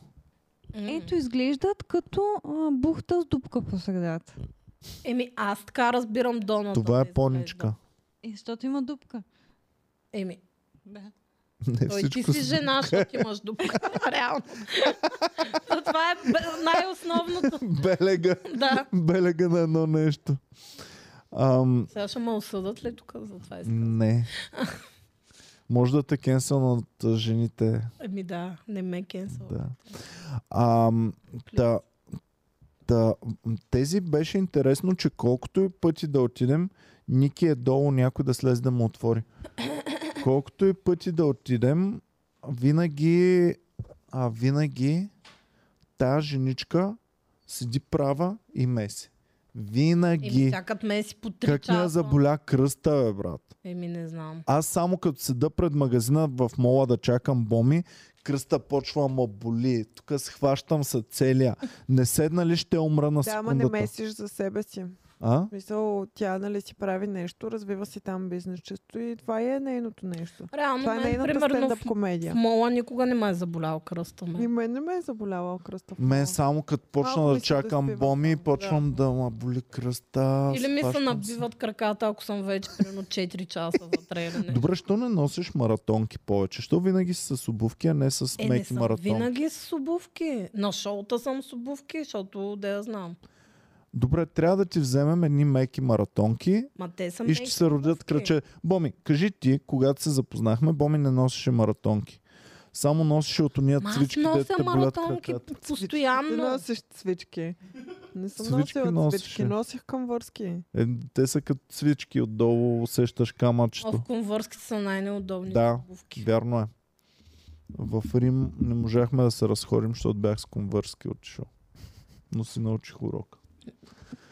C: М.
E: Ето изглеждат като а, бухта с дупка по средата.
C: Еми, аз така разбирам доната.
A: Това е
C: да изглежда.
A: поничка.
E: И Е, защото има дупка.
C: Еми,
A: Не
C: той ти
A: Е, всичко
C: си
A: с-
C: жена, защото имаш дупка. Реално. То това е бе- най-основното.
A: Белега,
C: Да.
A: белега на едно нещо. Ам,
C: Сега ще ме осъдат ли тук за това? искам?
A: не. Може да те кенселнат а, жените.
C: Еми Ами да, не ме е кенсъл.
A: Да. Ам, та, та, м, тези беше интересно, че колкото и пъти да отидем, Ники е долу някой да слезе да му отвори. Колкото и пъти да отидем, винаги, а винаги тая женичка седи права и меси. Винаги.
C: Еми, чакат ме си по 3
A: Как
C: часа.
A: не я заболя кръста, бе, брат?
C: Еми, не знам.
A: Аз само като седа пред магазина в мола да чакам боми, кръста почва ма боли. Тук схващам се целия. Не седна ли ще умра на
B: Да, ама не
A: секундата?
B: месиш за себе си.
A: а?
B: Мисъл, тя нали си прави нещо, развива си там бизнесчето и това е нейното нещо.
C: Реално,
B: това е
C: мен,
B: нейната
C: примерно, в,
B: стендъп комедия.
C: в мола никога не ме е заболял кръста
B: И
C: ме.
A: Ами,
B: мен не ме е заболявал кръста. в
A: Мен
B: мола.
A: само като почна
B: Малко
A: да
B: ми се
A: чакам
B: доспива
A: боми,
B: само,
A: почвам да ма боли кръста.
C: Или ми се
A: схващам
C: набиват краката, ако съм вече примерно 4 часа вътре или не.
A: Добре, що не носиш маратонки повече? Що винаги си с обувки, а не с
C: Е, не
A: меки
C: съм
A: маратонки?
C: винаги с обувки. На шоута съм с обувки, защото да я знам.
A: Добре, трябва да ти вземем едни меки маратонки,
C: Ма те са
A: и ще
C: меки
A: се родят
C: обувки.
A: краче. Боми, кажи ти, когато се запознахме, Боми не носеше маратонки. Само носеше от уния
C: Ма аз
A: цвички,
C: нося
A: дете те болят
C: маратонки
A: краката.
B: Ти
C: постоянно.
B: носиш цвички. Не съм
A: Цвички
B: носила
A: носеше.
B: цвички, носих камвърски.
A: Е, те са като цвички, отдолу усещаш камъчето.
C: О, в конвърските са най-неудобни
A: Да.
C: обувки.
A: Вярно е. В Рим не можахме да се разходим, защото бях с конвърски отишъл. Но си научих урока.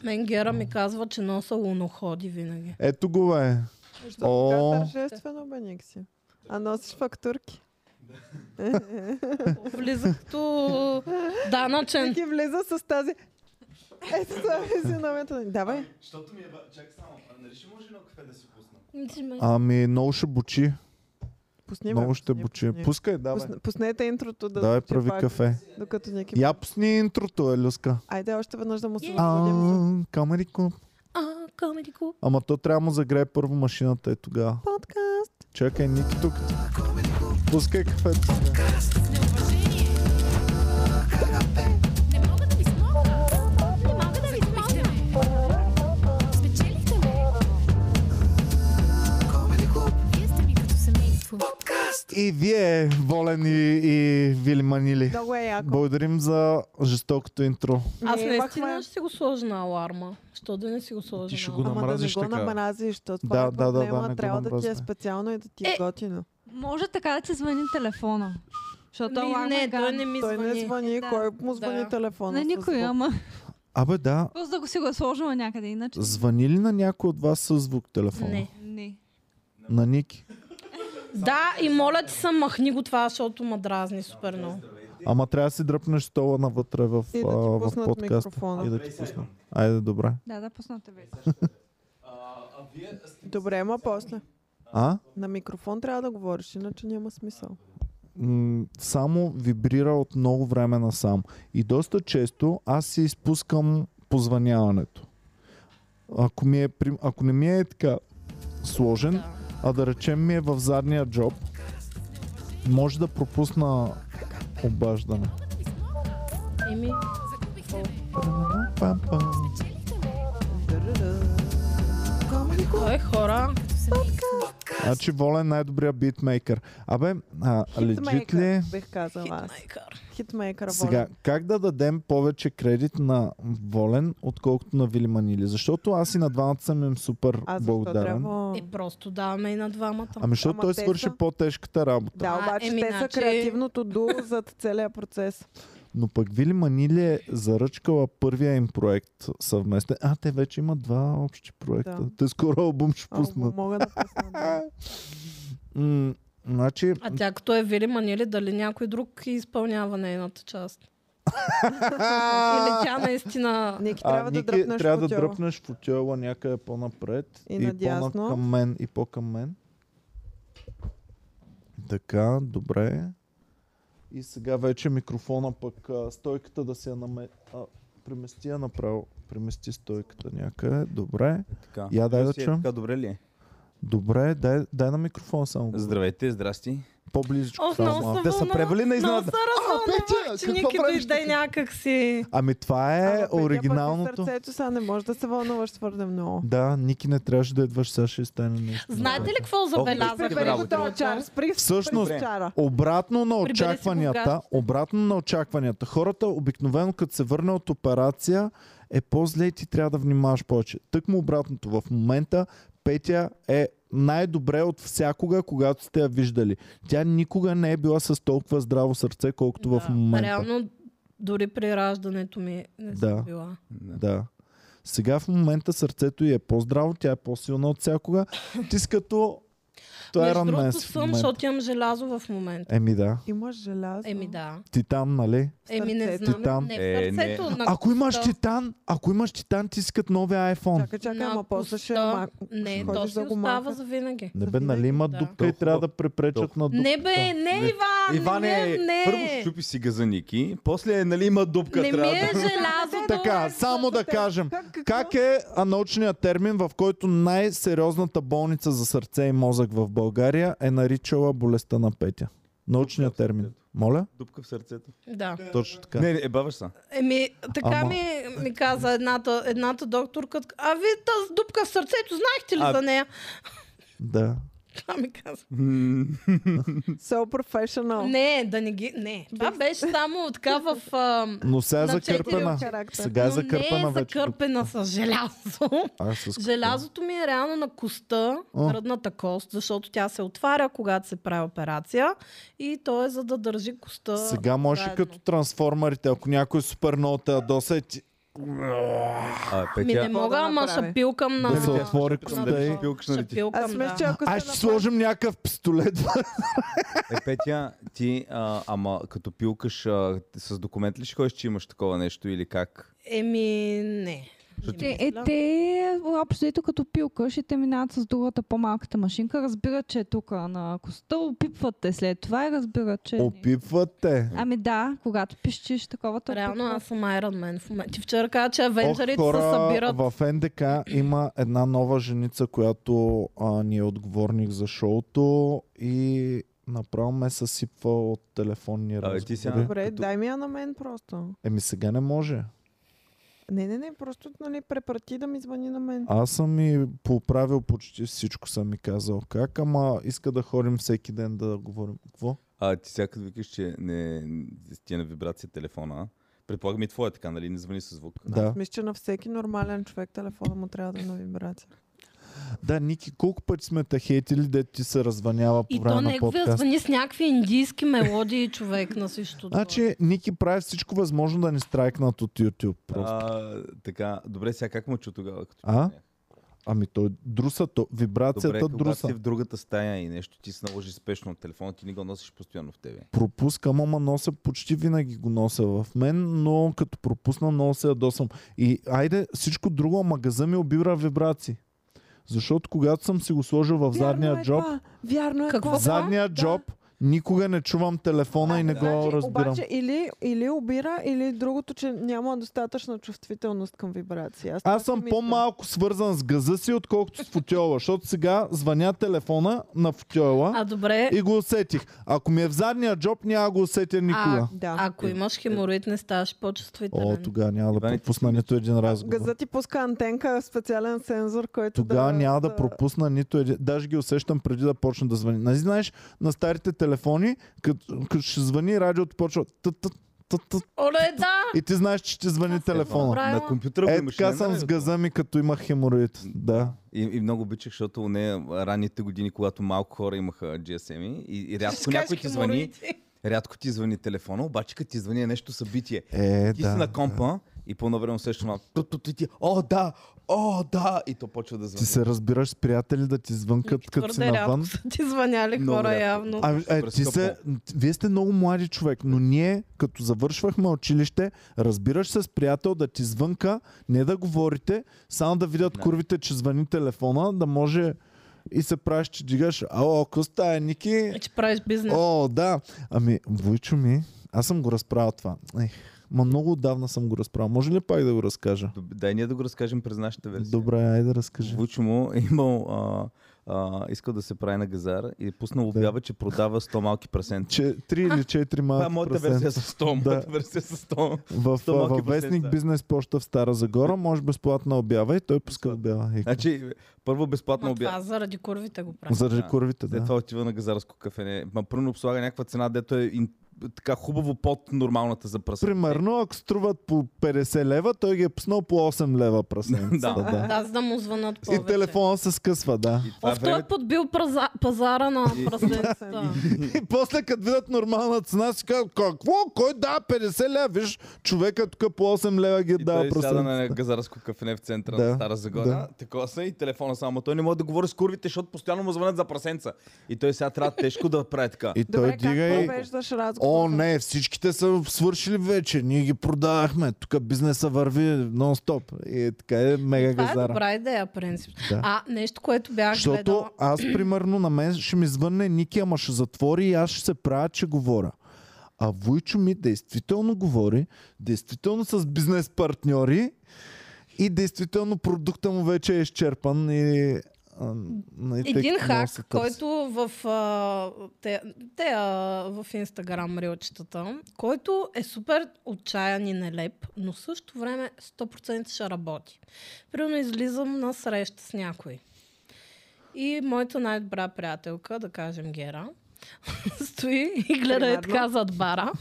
C: Мен Гера ми казва, че носа луноходи винаги.
A: Ето го е.
B: Защо
A: О.
B: така тържествено бе, Никси? А носиш фактурки?
C: Влиза като
B: И
C: данъчен.
B: ти влиза с тази... Ето това е физиономията. Давай.
H: Защото ми е... ба- Чакай само, а нали ще може едно кафе да си пусна?
A: Ами много ще бучи.
B: Пусни ме.
A: много ще
B: пусни,
A: бучи.
B: пусни.
A: Пускай, давай.
B: Пусне- Пуснете интрото да
A: давай
B: звучи
A: прави
B: пак,
A: кафе.
B: Докато Ники...
A: Я пусни интрото, е, Люска.
B: Айде още веднъж да му се
A: А,
B: насладим.
A: камери клуб.
C: А, камери клуб.
A: Ама то трябва да му загрее първо машината е тогава.
B: Подкаст.
A: Чакай, Ники тук. Пускай кафето. сега.
D: Неуважение. Не мога да ви смогна. Не мога да ви смогна. Спечелихте ме. Вие сте ми като семейство.
A: И вие, Волен и, и Вили Манили.
B: Много е яко.
A: Благодарим за жестокото интро.
C: Аз
B: Ние
C: наистина
B: имахме-
C: ще си го сложа на аларма. Що да не си го сложа
F: Ти ще
C: на
F: го
C: аларма?
B: Ама да не
F: намразиш
B: го
F: така.
B: намразиш, защото
A: Да,
B: това
A: да,
B: е
A: да, да,
B: проблема.
A: не го
B: Трябва да ти е
A: намразвай.
B: специално и да ти
C: Е,
B: е готино.
E: Може така да ти звъни телефона. Защото
C: Ми,
E: аларма е
C: Ами, не, той
E: гадна.
C: не ми
B: Той не
C: звъни.
B: звъни,
E: Да.
B: кой му звъни
C: Да.
B: телефона?
E: На
B: с
E: никой,
B: звук?
E: ама.
A: Абе да,
E: Просто да го си го е сложила някъде, иначе.
A: звъни ли на някой от вас със звук телефона?
C: Не.
E: Не.
A: На Ники.
C: Да, и моля ти се, махни го това, защото ма дразни супер много.
A: Ама трябва да си дръпнеш стола навътре в,
B: И да ти
A: а, в
B: пуснат
A: подкаст.
B: микрофона.
A: И да ти пусна. Айде, добре.
E: Да, да, пуснате вече.
H: А, а вие сте...
B: Добре, ама после.
A: А?
B: На микрофон трябва да говориш, иначе няма смисъл.
A: м, само вибрира от много време насам. И доста често аз си изпускам позваняването. Ако, ми е, при- ако не ми е така сложен, да. а да речем ми е в задния джоб, може да пропусна обаждане.
C: Ими,
A: Пам, пам.
C: кой е хора?
A: Значи Воля е най-добрия битмейкър. Абе, а, легит ли е?
B: Хитмейкър, бих казала аз.
C: Майкър.
B: Хитмейкър,
A: Сега, как да дадем повече кредит на Волен, отколкото на Вили Манили? Защото аз и на двамата съм им супер
B: Аз защо
A: благодарен.
B: трябва...
C: И Е, просто даваме и на двамата.
A: Ами защото
B: Ама
A: той
B: те
A: свърши
B: са-
A: по-тежката работа.
B: Да,
C: А,
B: обаче
C: еми,
B: те са
C: значи-
B: креативното дуо зад целия процес.
A: Но пък Вили Манили е заръчкала първия им проект съвместен. А, те вече имат два общи проекта. Да.
B: Да.
A: Те скоро албум ще
B: О,
A: пуснат.
B: мога да пусна. да.
A: М- значи,
C: А тя като е Вили Манили, дали някой друг изпълнява нейната част? Или тя наистина...
B: Ники
A: а,
B: трябва да
A: Ники,
B: дръпнеш
A: трябва да
B: футюра.
A: дръпнеш футюла някъде по-напред
B: И
A: и по-на-
B: надясно.
A: към мен. И по-към мен. Така, добре. И сега вече микрофона пък а, стойката да се я наме... а, премести я направо. Премести стойката някъде. Добре.
I: Така.
A: Я дай да
I: Си е
A: чуем.
I: Така, добре ли е?
A: Добре, дай, дай на микрофона само.
I: Здравейте, здрасти.
A: По-близичко.
C: О,
A: само
C: много се
A: малко.
I: Те са
C: вълнувах.
I: превали на
C: Много
I: изненада.
C: се развълнувах,
A: Петя,
C: че
A: какво
C: Ники
A: правиш
C: дойде някак си.
A: Ами това
B: Ама
A: е
B: Петя, пък
A: оригиналното.
B: Сърцето сега не може да се вълнуваш твърде много.
A: Да, Ники не трябваше да идваш, сега ще стане нещо.
C: Знаете ли какво забелязах?
I: Прибери
B: Прибери
I: Браво,
B: го
I: го този
B: този
I: добре.
B: чар. Спри,
A: Всъщност,
B: чара.
A: Обратно на
C: Прибери си го
A: очакванията,
C: гащите.
A: обратно на очакванията. Хората обикновено, като се върне от операция, е по-зле и ти трябва да внимаваш повече. Тък му обратното. В момента Петя е най-добре от всякога, когато сте я виждали. Тя никога не е била с толкова здраво сърце, колкото в момента.
C: Реално, дори при раждането ми не съм
A: Да.
C: била.
A: Да. Сега в момента сърцето й е по-здраво, тя е по-силна от всякога. Ти си като... Той е
C: Между
A: ранмен
C: другото
A: си в
C: съм,
A: момента.
C: защото имам желязо в момента.
A: Еми да.
B: Имаш желязо.
C: Еми да.
A: Титан, нали?
C: Еми не
B: сърцето.
C: знам.
A: Титан.
C: Не,
I: Е,
C: в
I: не.
C: сърцето. на
A: Ако имаш
C: коста.
A: титан, ако имаш титан, ти си като новия iPhone.
B: Чакай, чакай,
C: На
B: ама после ще...
C: коста.
B: мак-
C: Не,
B: ходиш
C: то
B: да
C: си
B: го
C: остава
B: махаш.
C: за винаги.
A: Не бе, нали има
C: Да.
A: дупка и
I: Толкова-
A: трябва да препречат
I: толкова.
A: на дупката.
C: Не бе, не,
I: Не.
C: Иван!
I: Иване,
C: не, е, не.
I: първо щупи си газаники, после нали има дупка,
C: Не ми
I: трябва
C: е
I: да...
C: желязото.
A: Така, само да кажем. Как е а, научният термин, в който най-сериозната болница за сърце и мозък в България е наричала болестта на Петя? Научният термин. Моля?
I: Дупка в сърцето.
C: Да.
A: Точно така.
I: Не, не, е баваш са.
C: Еми, така
A: Ама-
C: ми, ми каза едната, едната докторка. А вие тази дупка в сърцето, знаехте ли
I: А-
C: за нея?
A: Да.
C: Това ми каза.
A: е?
B: So professional.
C: Не, да не ги... Не. Това беше само така в... ам,
A: Но сега е
C: На четири
A: закърпена.
B: Характер.
A: Сега е
C: но не
A: закърпена
C: е
A: вече.
C: закърпена с желязо.
A: А, с какво?
C: Желязото ми е реално на коста,
A: О.
C: ръдната кост, защото тя се отваря, когато се прави операция. И то е за да държи коста.
A: Сега можеш и
C: заедно.
A: като трансформерите, ако някой супер много те ядоса и ти
I: А,
C: Ми не
I: е, Петя,
C: мога,
B: да
C: ама
B: направи?
C: шапилкам на...
A: да се отвори
I: питам
A: коста
I: дали
A: и...
I: ще пилкаш на летиш.
C: Шапилкам,
B: Аз мисля, че
C: да.
B: ако
A: Аз
B: се
A: ще сложим някакъв пистолет.
I: Е, Петя, ти, а, ама като пилкаш а, с документ ли ще ходиш, че имаш такова нещо или как?
C: Еми, не.
E: Е, е, те, общо ето като пилка, ще те минават с другата по-малката машинка, разбират, че е тук на коста, опипват те след това и разбират, че... е не.
A: Опипвате.
E: Ами да, когато пищиш такова, то
C: Реално
E: опитват.
C: аз съм Iron Man в момента. Ти вчера каза, че
A: Ох,
C: авенджерите се събират.
A: в НДК има една нова женица, която а, ни е отговорник за шоуто и направо ме съсипва от телефонни
I: Абе, ти сега-
A: разговори.
B: Добре,
I: Като-
B: дай ми я на мен просто.
A: Еми сега не може.
B: Не, не, не, просто нали, препрати да ми звъни на мен.
A: Аз съм и поправил почти всичко, съм ми казал как, ама иска да ходим всеки ден да говорим. Какво?
I: А ти сега като викаш, че не, ти е на вибрация телефона, а? предполагам и твоя така, нали? Не звъни с звук.
A: Да.
B: Мисля, че на всеки нормален човек телефона му трябва да е на вибрация.
A: Да, Ники, колко пъти сме те хейтили, де ти се развънява по
C: И
A: време
C: то е
A: на
C: неговия
A: подкаст?
C: звъни с някакви индийски мелодии човек на всичкото. това.
A: Значи, Ники прави всичко възможно да ни страйкнат от YouTube. Просто. А,
I: А, така, добре, сега как му чу тогава? Като
A: А? ами той друса, то,
I: Добре,
A: вибрацията
I: когато
A: е друса.
I: си в другата стая и нещо ти се наложи спешно от телефона, ти не го носиш постоянно в тебе.
A: пропускам, ама носа почти винаги го нося в мен, но като пропусна много се ядосвам. И айде всичко друго, ама газа ми обира вибрации. Защото когато съм си го сложил в задния
B: е
A: джоб,
B: Това. Вярно е
C: Какво?
B: това.
A: задния
B: Да.
A: джоб Никога не чувам телефона и не го
B: Значи,
A: разбирам.
B: Обаче или, или обира, или другото, че няма достатъчна чувствителност към вибрация. Аз, това
A: Аз
B: си
A: съм
B: мисля.
A: по-малко свързан с газа си, отколкото с футьола, защото сега звъня телефона на
C: А
A: футьола
C: добре,
A: и го усетих. Ако ми е в задния джоб, няма да го усетя никога.
B: Да.
C: ако имаш хемороид, не ставаш
A: О,
C: по-чувствителен.
A: тогава няма да
I: Иване, ти
A: пропусна нито един разговор.
B: Газът ти пуска антенка, специален сензор, който
A: Тогава
B: да...
A: няма да пропусна нито един. Даже ги усещам преди да почна да звъни. Нали знаеш, на старите телефони, като, като ще звъни, радиото почва. тът, тът, тът, тът,
C: Оле, да!
A: И ти знаеш, че ти звъни телефона.
C: правила.
I: На компютъра го
A: Е,
I: имаш.
A: така
I: не
A: съм
I: на
A: с
I: радиото.
A: газа ми, като имах хемороид. Да.
I: И, и много обичах, защото не ранните години, когато малко хора имаха GSM и, и рядко някой ти звъни, рядко ти звъни телефона, обаче като ти звъни е нещо събитие.
A: Е,
I: ти си
A: да.
I: на компа и по-навременно срещу на ту, ту, ту, ти, о да, о да, и то почва да звъни.
A: Ти се разбираш с приятели да ти звънкат, като си
C: Твърде рядко
A: навън.
C: са ти звъняли
I: Много
C: хора
I: рядко.
C: явно.
A: А, е, ти
I: Пръска
A: се, вие сте много млади човек, но ние, като завършвахме училище, разбираш се с приятел да ти звънка, не да говорите, само да видят
I: Да.
A: курвите, че звъни телефона, да може и се правиш, че дигаш. Ало, ако стая, Ники?
C: Е, Че правиш бизнес.
A: О, да. Ами, Войчо ми, аз съм го разправил това. Ех, ма много отдавна съм го разправил. Може ли пак да го разкажа?
I: Доб- Дай ние да го разкажем през нашата версия.
A: Добре, айде разкажи.
I: Вучо му е имал, а, а, искал да се прави на газар и е пуснал обява, че продава 100 малки пресенти.
A: Че, три или четири
I: Това е
A: малки
I: моята
A: прасенца.
I: версия с 100,
A: Да.
I: моята версия с 100.
A: В,
I: Сто
A: а,
I: малки
A: във вестник
I: прасенца.
A: Бизнес Поща в Стара Загора може безплатна обява и той пуска обява. И-
I: Значи, първо безплатно
C: Ма
I: обява.
C: това заради курвите го правиш.
A: Заради
I: Да.
A: курвите,
I: След
A: да.
I: това отива на газарско кафене. Ма пръвно обслага някаква цена, дето е ин- така хубаво под нормалната за пръсен.
A: Примерно, ако струват по 50 лева, той ги е пуснал по 8 лева
I: Да.
A: пръсненцата. да.
C: Да, за да му звънат
A: И
C: повече.
A: телефона се скъсва, да.
I: И това е
C: Оф, той е
I: време...
C: подбил праза, пазара на
I: И-
C: пръстенцата.
A: И после, като видят нормална цена, си казват, какво? Кой да 50 лева? Виж, човека тук по 8 лева ги е
I: И
A: дава
I: той сяда
A: пръсненцата.
I: на газарско кафене в центъра
A: Да,
I: на Стара Загора.
A: да.
I: Такова са и телефона само. Той не може да говори с курвите, защото постоянно му звънят за прасенца. И той сега трябва тежко да прави така.
A: И той
B: Добре, как
A: дига и...
B: провеждаш разговора?
A: О, не, всичките са свършили вече. Ние ги продавахме. Тук бизнеса върви нон-стоп. И така е мега
C: Това е
A: газара.
C: добра идея, принцип.
A: Да.
C: А, нещо, което бях
A: Защото
C: гледала.
A: аз, примерно, на мен ще ми звънне Ники, ама ще затвори и аз ще се правя, че говоря. А Войчо ми действително говори, действително с бизнес партньори и действително продукта му вече е изчерпан и... а, и Е, тъй като
C: Един
A: много
C: хак,
A: се търси.
C: който в, а, те, те, а, в Instagram рилчетата, който е супер отчаян и нелеп, но в същото време 100% ще работи. Примерно излизам на среща с някой. И моята най-добра приятелка, да кажем Гера, стои и гледа е
B: Примерно.
C: така зад бара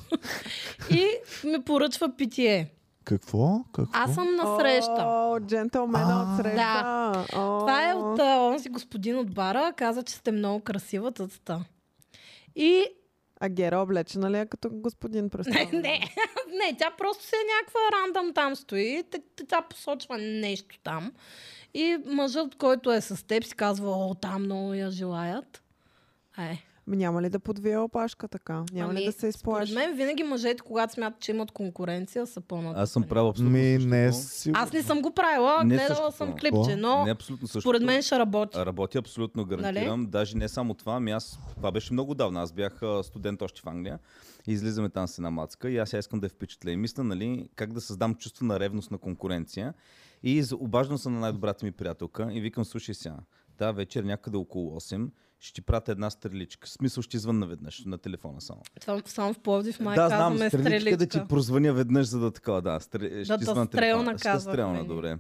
C: и ми поръчва питие.
A: Какво? Какво?
C: Аз съм на среща.
B: О, джентълмена от среща.
C: Да.
B: О,
C: Това е от а, онзи господин от бара, каза, че сте много красива тъцата. И
B: А Гера облечена ли е като господин
C: не,
B: представя?
C: не, не, тя просто се е някаква рандъм там стои. Т- т- Тя посочва нещо там. И мъжът, който е с теб, си казва, о, там много я желаят. Е.
B: Ми Ами Няма ли да подвие опашка така? Няма ли
C: Ами,
B: да се
C: Поред
B: изплаши?
C: мен винаги мъжете, когато смятат, че имат конкуренция, са по-над.
I: Аз съм правил абсолютно
A: Ми
I: същото.
A: не си...
C: Аз не съм го правила,
I: Не
C: гледала
I: същото.
C: съм клипче, но
I: Не абсолютно също.
C: според мен ще Нали? работи.
I: Работи абсолютно, гарантирам. Даже не само това, ами аз, това беше много давно. Аз бях а, студент още в Англия. И излизаме там с една мацка и аз я искам да я впечатля. И мисля, нали, как да създам чувство на ревност на конкуренция. И за- обаждам се на най-добрата ми приятелка и викам, слушай сега, тази вечер някъде около 8 ще ти пратя една стреличка. В смисъл ще ти звънна веднъж на телефона само.
C: Това само в Пловдив май
I: да, знам,
C: казваме
I: стреличка да ти
C: стреличка.
I: прозвъня веднъж, за да такова, да. Стрел... ще ти
C: да
I: звънна
C: стрелна
I: телефона. Ще
C: казвахме
I: стрелна,
C: ние.
I: добре.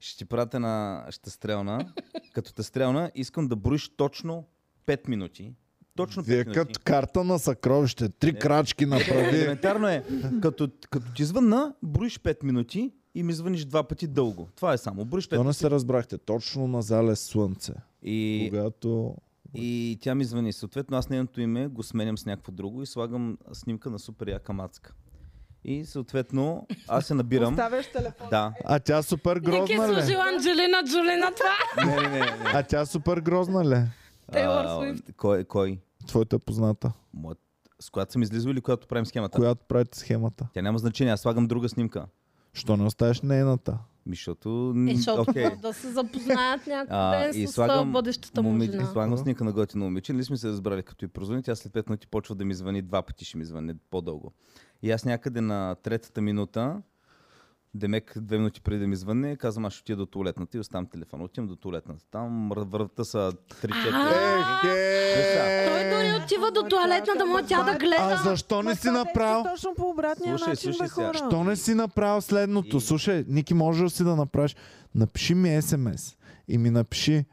I: Ще ти пратя на... Ще стрелна. Като те стрелна, искам да броиш точно 5 минути. Точно 5
A: Вие
I: минути.
A: като карта на съкровище. Три
I: Не.
A: крачки направи.
I: Елементарно е. Като, като ти звънна, броиш 5 минути и ми звъниш два пъти дълго. Това е само. Броиш 5
A: То не се разбрахте. Точно на залез слънце.
I: И,
A: Когато...
I: и тя ми звъни. Съответно, аз нейното име го сменям с някакво друго и слагам снимка на супер яка мацка. И съответно, аз се набирам.
B: Оставяш телефон.
I: да.
A: А тя супер
C: Ники е
A: грозна ли?
C: служила Анджелина Джолина това.
I: Не, не, не, не.
A: А тя супер грозна ли? е?
C: Тейлор
I: А,
C: Суифт.
I: Кой? кой?
A: Твоята позната,
I: Моят... С която съм излизал или която правим схемата?
A: която прави схемата.
I: Тя няма значение, аз слагам друга снимка.
A: Що не оставиш нейната?
I: Ми, защото... н-
C: Е, защото
I: окей.
C: okay. да се запознаят някой
I: А,
C: ден
I: и
C: с
I: слагам
C: а, бъдещата му
I: Моми...
C: жена.
I: Слагам сника на готино момиче, нали сме се разбрали като и прозвъни, тя след 5 минути почва да ми звъни, два пъти ще ми звъни, по-дълго. И аз някъде на третата минута, Демек две минути преди да ми звънне, казвам, аз ще отида до туалетната и оставам телефона. Отивам до туалетната. Там р- врата са 3-4.
A: Ехе!
C: Той дори отива до туалетната му, а тя да
A: А
C: гледа.
A: защо не
B: Ма
A: си
B: това
A: направил?
B: действа Точно по обратния
I: Слушай,
B: начин,
I: слушай
B: бе
I: сега.
B: хора.
A: Що не си направил следното? Слушай, Ники, може ли си да направиш? Напиши ми СМС и ми напиши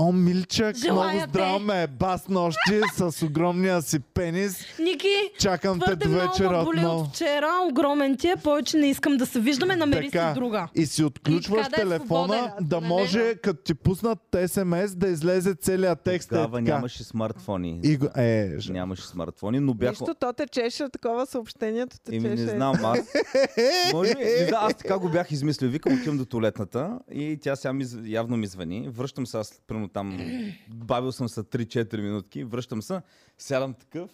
A: О, Милчак,
C: Желая
A: много
C: те!»
A: здраво ме е бас нощи с огромния си пенис.
C: Ники,
A: Чакам те
C: твърде
A: до
C: много
A: вечера
C: ме боли
A: отново.
C: от вчера, огромен ти е, повече не искам да се виждаме, намери
A: Така.
C: си друга.
A: И си
C: И
A: отключваш
C: така да е
A: телефона,
C: свободен,
A: да
C: нали?
A: може, като ти пуснат СМС, да излезе целият текст. е
I: Тогава
A: така.
I: нямаше смартфони.
A: И го... Е, ж-
I: Нямаше смартфони, но бях...
B: Нищо, то течеше такова съобщението,
I: Еми,
B: течеше.
I: не знам, аз. Може би, не знам, аз така го бях измислил. Викам, отивам до туалетната и тя сега ми, з- явно ми звъни. Връщам се, аз примерно там, бавил съм се 3-4 минутки, връщам се, сядам такъв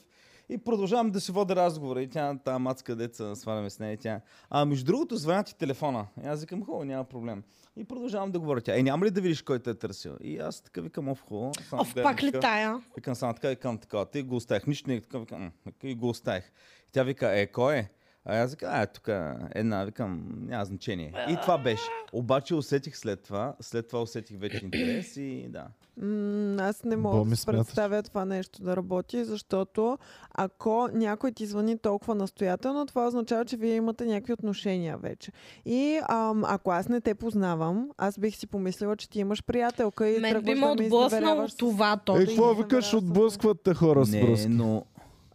I: и продължавам да си водя разговора. И тя, тази мацка деца, сваляме с нея и тя. А между другото, звъня ти телефона. И аз викам, хубаво, няма проблем. И продължавам да говоря. Тя, е, няма ли да видиш кой те е търсил? И аз така викам, оф, хубаво. Само
C: Оф,
I: гледам
C: пак ли
I: така.
C: тая?
I: Викам само така, викам така, ти го оставих. Нищо не е така, викам, «М, и го оставих. И Тя вика, е, кой е? А аз викам, а, е, тук една, викам, няма значение. И това беше. Обаче усетих след това, след това усетих вече интерес и да.
B: М, аз не мога
A: Боми,
B: да си
A: смяташ?
B: представя това нещо да работи, защото ако някой ти звъни толкова настоятелно, това означава, че вие имате някакви отношения вече. И ам, ако аз не те познавам, аз бих си помислила, че ти имаш приятелка и
C: Мен би
B: тръгваш да
C: ме
B: ми
C: отблъснало
B: изневеряваш с-
C: това, то
A: Е,
C: да
A: какво
B: не
A: викаш,
B: забравя с-
A: отблъскват те хора с
I: Не,
A: брус.
I: но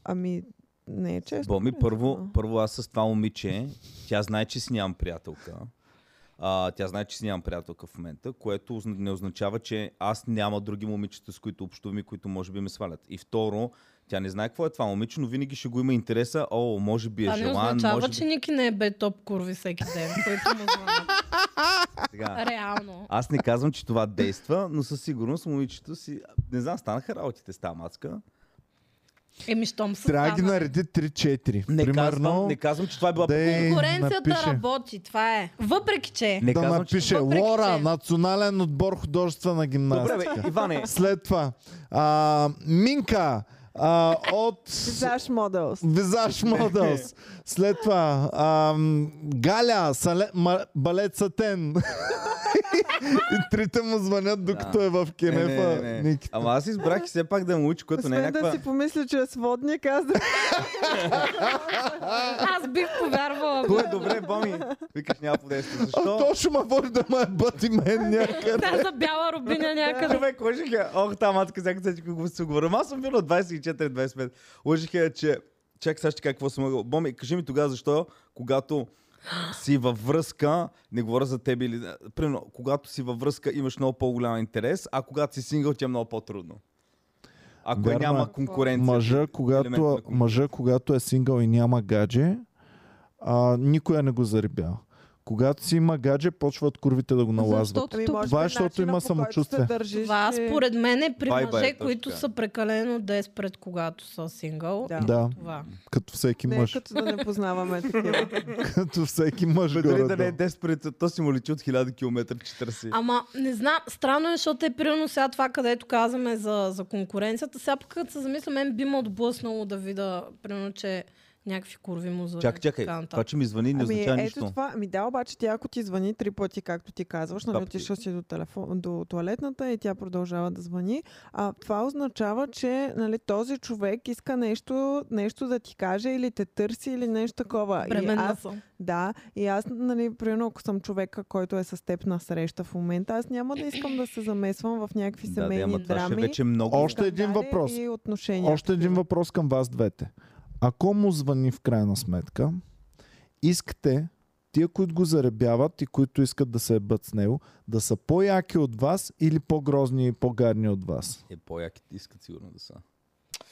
B: Ами, не е честно.
I: Боми,
B: признавам.
I: първо, първо аз с това момиче, тя знае, че си нямам приятелка. А, тя знае, че си нямам приятелка в момента, което озна- не означава, че аз няма други момичета, с които общувам и които може би ме свалят. И второ, тя не знае какво е това момиче, но винаги ще го има интереса. О, може би е
C: Това не
I: желан,
C: означава,
I: може би...
C: че Ники не е бе топ курви всеки ден, който му звънят.
I: Сега.
C: Реално.
I: Аз не казвам, че това действа, но със сигурност момичето си... Не знам, станаха работите с тази мацка.
C: Еми, щом се
A: Трябва да ги
C: стана.
A: нареди 3-4.
I: Не,
A: Примерно,
I: казвам, не казвам, че това е била...
A: да е,
C: Конкуренцията
A: напише,
C: работи, това е. Въпреки, че
I: Не
A: да
I: казвам, че...
A: напише
C: въпреки,
A: Лора,
C: че-
A: национален отбор художествена
I: Добре,
A: гимнастика.
I: бе, Иване,
A: След това, а, Минка а, от
B: Визаж модел.
A: Визаж Models. След това, а, Галя, сале, ма, балет Сатен. И трите му звънят, докато е в
I: не, не,
A: Кенефа.
I: не, не.
A: Ники.
I: Ама аз избрах и все пак да му учи, което не е
B: Освен
I: някаква...
B: да си помисля, че е сводник, аз да...
C: аз бих повярвала. бе.
I: Кое е добре, Боми? Викаш няма подействие.
A: А
I: Защо?
A: то ще ме води да ме бъти мен някъде.
C: Та за бяла рубиня някъде.
I: Човек, лъжиха. Ох, та матка, сега се го се говоря. Аз съм бил на 24-25. Лъжиха, че... Чак сега ще кажа какво съм могъл. Боми, кажи ми тогава защо, когато си във връзка, не говоря за теб или... Примерно, когато си във връзка, имаш много по-голям интерес, а когато си сингъл, ти е много трудно Ако
A: Вярно
I: няма
A: е.
I: конкуренция.
A: Мъжа,
I: елемент на
A: когато,
I: конкуренция.
A: мъжа, когато е сингъл и няма гадже, а, никоя не го зарибява. Когато си има гадже, почват курвите да го налазват.
E: Защото
B: Ами,
E: тук-
B: може
A: Това е,
B: би
A: защото
B: начина,
A: има
B: по който
A: самочувствие.
B: се държиш,
C: Това
B: е-
C: според мен е при
I: Бай, бай,
C: мъже,
I: точно
C: които
I: така.
C: са прекалено деспред, когато са сингъл.
B: Да.
A: Да,
C: Това.
A: като всеки
B: Не, е
A: мъж.
B: като да не познаваме такива.
A: Като всеки мъж.
I: Бе, дори да не е
A: горе-долу.
I: 10 пред, то си му лечи от 1000 км, че търси.
C: Ама, не знам, странно е, защото е примерно сега това, където казваме за, за конкуренцията. Сега пък като се замисля, мен би ме отблъснало да видя, примерно, че някакви курви му звънят.
I: Чакай,
C: и
I: чакай.
C: така нататък.
I: Това, че ми звъни,
B: Ами,
I: не означава
B: ето
I: нищо.
B: това. Ами да, обаче тя ако ти звъни три пъти, както ти казваш,
I: Два
B: нали
I: пъти.
B: отишла си до, телефон, до туалетната и тя продължава да звъни, а, това означава, че нали, този човек иска нещо, нещо да ти каже или те търси или нещо такова. и
C: Бременна
B: аз,
C: съм.
B: да, и аз, нали, примерно ако съм човека, който е с теб на среща в момента, аз няма да искам да се замесвам в някакви
I: Да, да,
B: семейни
I: ама това ще
B: драми.
I: вече е много.
A: Още един
B: скандали
A: въпрос.
B: И
C: Е,
B: отношения.
A: Още един въпрос към вас двете. Ако му звъни в крайна сметка, искате тия, които го заребяват и които искат да се ебат с него, да са по-яки от вас или по-грозни и по-гарни от вас?
I: Е, по-яките искат сигурно да са.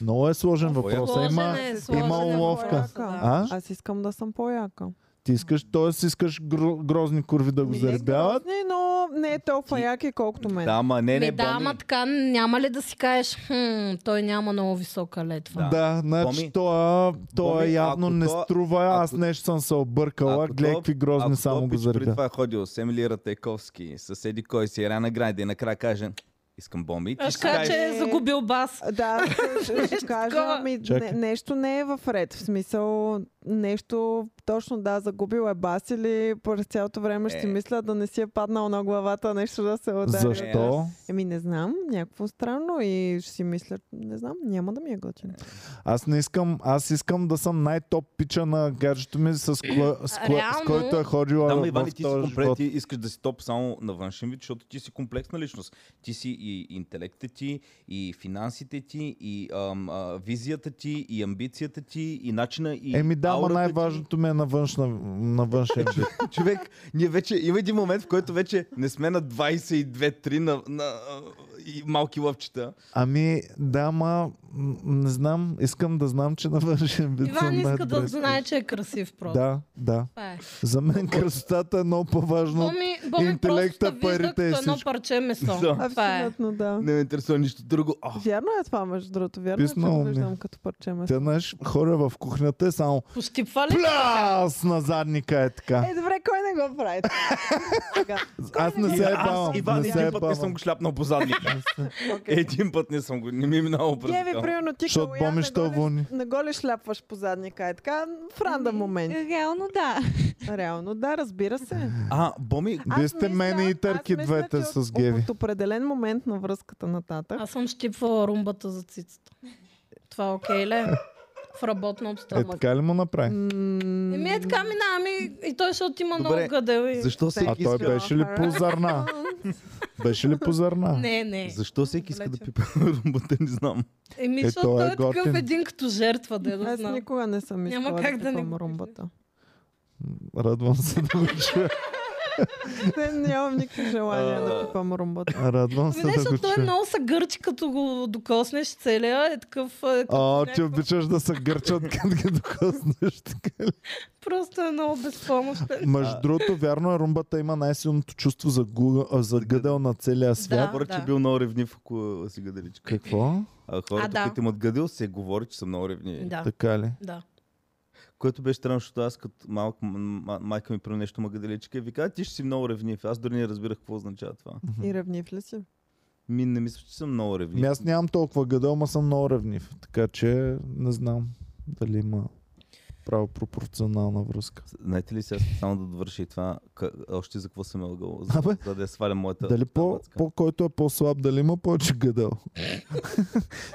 A: Много е сложен въпрос.
C: Сложен
A: Има,
C: е, сложен
A: има
C: е
A: уловка.
C: въпросът, да.
A: А?
B: Аз искам да съм по-яка.
A: Ти искаш, т.е. искаш гро- грозни курви да го
B: Ми,
A: заребяват,
B: Не, но но не е толкова
I: Ти-
B: яки, колкото мен.
I: Да, ама не, не,
C: Бе, да,
I: Боми.
C: ама така няма ли да си кажеш, хм, той няма много висока летва.
I: Да.
A: Да, значи
I: Боми,
A: това, това
I: Боми,
A: явно
I: ако
A: не
I: то-
A: струва. Аз
I: ако-
A: нещо съм се объркала.
I: Ако
A: Гледай
I: то-
A: е какви
I: ако
A: грозни само
I: то
A: го
I: пич При
A: зареда.
I: това е ходил с Емили Ратейковски, с Еди кой си, Рана Гранде и накрая каже, искам бомби. Ти
C: Аз
I: си
C: кажа,
I: кажеш,
C: че е загубил бас.
B: Да, ще, ще кажа,
C: такова.
B: ами, не,
A: Чакай.
B: нещо не е в ред. В смисъл, нещо точно да, загубил е бас или през цялото време ще си
I: Е.
B: мисля да не си е паднал на главата, нещо да се удари.
C: Е,
A: Защо?
B: Еми не знам, някакво странно и ще си мисля, не знам, няма да ми е готино.
A: Аз не искам, аз искам да съм най-топ пича на гаджето ми, с, кое, с, кое, с
C: Реално-
A: който е ходила
I: Да,
A: да,
I: ма,
A: в
I: Иване, ти си
A: този
I: комплект,
A: живот.
I: ти искаш да си топ само на външен вид, защото ти си комплексна личност. Ти си и интелектът ти, и финансите ти, и ам, а, визията ти, и амбицията ти, и начина, и
A: Еми да, ама
I: аурата ти.
A: най-важното ми е на, външна, на външен вид.
I: Човек, ние вече, има един момент, в който вече не сме на 22-3 на, на а, и малки лъвчета.
A: Ами да, ма м, не знам, искам да знам, че на външен вид съм
C: Иван иска да
A: най-дръзкав.
C: знае, че е красив просто.
A: Да, да.
C: Това е.
A: За мен красотата е много по-важно.
C: Боми, боми
A: интелекта,
C: просто да вижда
A: парите и
C: като едно
A: всичко.
C: парче месо.
I: Да.
C: Това е.
B: Абсолютно да.
I: Не ме интересува нищо друго. О,
B: Вярно е това, между другото. Вярно е, че
A: Писнало
B: го
A: ми.
B: виждам като парче месо.
A: Те, знаеш, хора в кухнята е само
C: Пощипва ли?
A: пляс на задника е така.
B: Е, добре, кой не го прави? Сега.
A: Аз не се е бавам.
I: аз, Иван,
A: не се е
I: един път не съм
A: бавам.
I: го шляпнал по задника.
B: Окей.
I: един път не съм го, не ми е минало през
B: Геви,
I: главата.
B: примерно ти,
A: Защото
B: Калоян,
A: Боми
B: не
A: ще
B: го ли-
A: уволни.
B: Не го ли шляпваш по задника? Е така, в рандъм момент.
E: Реално да.
B: Реално, да, разбира се.
I: А, Боми,
B: е. Аз
A: Вие сте
B: мисля-
A: мене и
B: аз
A: търки
B: мисля,
A: двете
B: че
A: с
B: от-
A: Геви.
B: От определен момент на връзката нататък.
C: Аз съм щипвала румбата за цицата. Това окей ли? е? В работна
A: Е
C: обстановка.
A: така ли му направи?
B: М,
C: Еми е така мина, ами и той ще има
I: Добре.
C: много гъдел. И...
I: защо
A: А
I: всеки
A: той
I: иска...
A: беше ли по зърна? Беше ли по зърна?
C: Не, не.
I: Защо всеки иска да
C: Влече.
I: пипа румбата, не знам.
C: Еми,
A: Е,
C: защото
A: той е
C: той е такъв
A: готин.
C: един като жертва, да я да
B: Аз
C: знам.
B: никога не съм
C: Няма
B: искала
C: как
B: да
C: да не
B: пипам
C: го
B: румбата.
A: Радвам се да го чуя.
B: Те нямам никакви желания да
I: А.
B: пипам румбата.
A: Радвам се
C: Ами не,
A: да го
C: защото той е
A: чуя.
C: много се гърчи, като го докоснеш целия. Е такъв, е,
A: О, ти
C: някаква-
A: обичаш да се гърчат, като ги докоснеш. така ли?
C: просто е много безпомощен.
A: Между другото, вярно е, румбата има най-силното чувство за, гуга, а, за гъдел на целия свят.
I: Говори, че
C: да.
I: бил много ревнив, ако си гаделичка.
A: Какво?
I: А хората,
C: А, да.
I: които имат гъдел, се говори, че са много ревниви.
C: Да,
A: Така ли?
C: да.
I: Което беше странно, защото аз като малък, м- м- майка ми при нещо магаделичка и ви каза, ти ще си много ревнив. Аз дори не разбирах какво означава това.
B: И ревнив ли си?
I: Ми не мисля, че съм много ревнив.
A: Ми Ами аз нямам толкова гъдел, ма съм много ревнив. Така че не знам дали има право пропорционална връзка.
I: Знаете ли сега само да довърши това, къ- още за какво съм е лъгал, за,
A: Абе,
I: за да я сваля моята
A: Дали по,
I: мацка.
A: по който е по-слаб, дали има повече гъдел?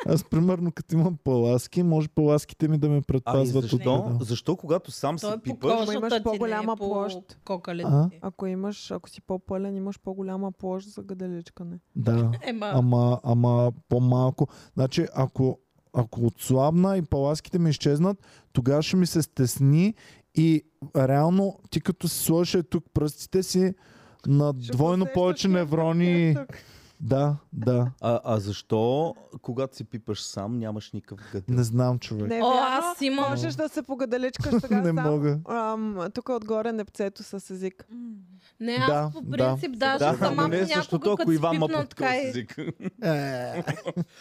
A: Аз примерно като имам паласки, може паласките ми да ме
I: а, и
A: предпазват от
I: защо?
A: гъдел.
I: Защо когато сам се
C: Той е по
I: пипаш,
B: Ама
C: кожата
B: имаш
C: ти,
B: по-голяма
C: не е по
B: площ.
C: кокалите
A: А?
C: ти.
B: Ако имаш, ако си по-пълен, имаш по-голяма площ за гаделичкане.
A: Да,
C: Ема,
A: ама, ама по-малко. Значи ако, ако отслабна и паласките ми изчезнат, тогава ще ми се стесни и реално ти като си сложиш е тук пръстите си на
B: Ще
A: двойно
B: усещаш
A: повече
B: някакъв
A: неврони.
B: натисък.
A: Да, да.
I: а, а защо когато си пипаш сам, нямаш никакъв гъдел?
A: Не знам, човек.
B: Не,
C: О,
B: вярно,
C: аз имам.
B: Можеш да се погадаличкаш сега
A: не
B: сам.
A: мога.
B: Ам, тук отгоре непцето с език.
C: не,
A: да,
C: аз по
A: да.
C: принцип даже
I: да,
C: сама
I: но не е същото,
C: понякога,
I: ако
C: като си
I: Иван ма
C: пипна
I: подкал
C: така
I: с
C: и
I: език.
A: Е,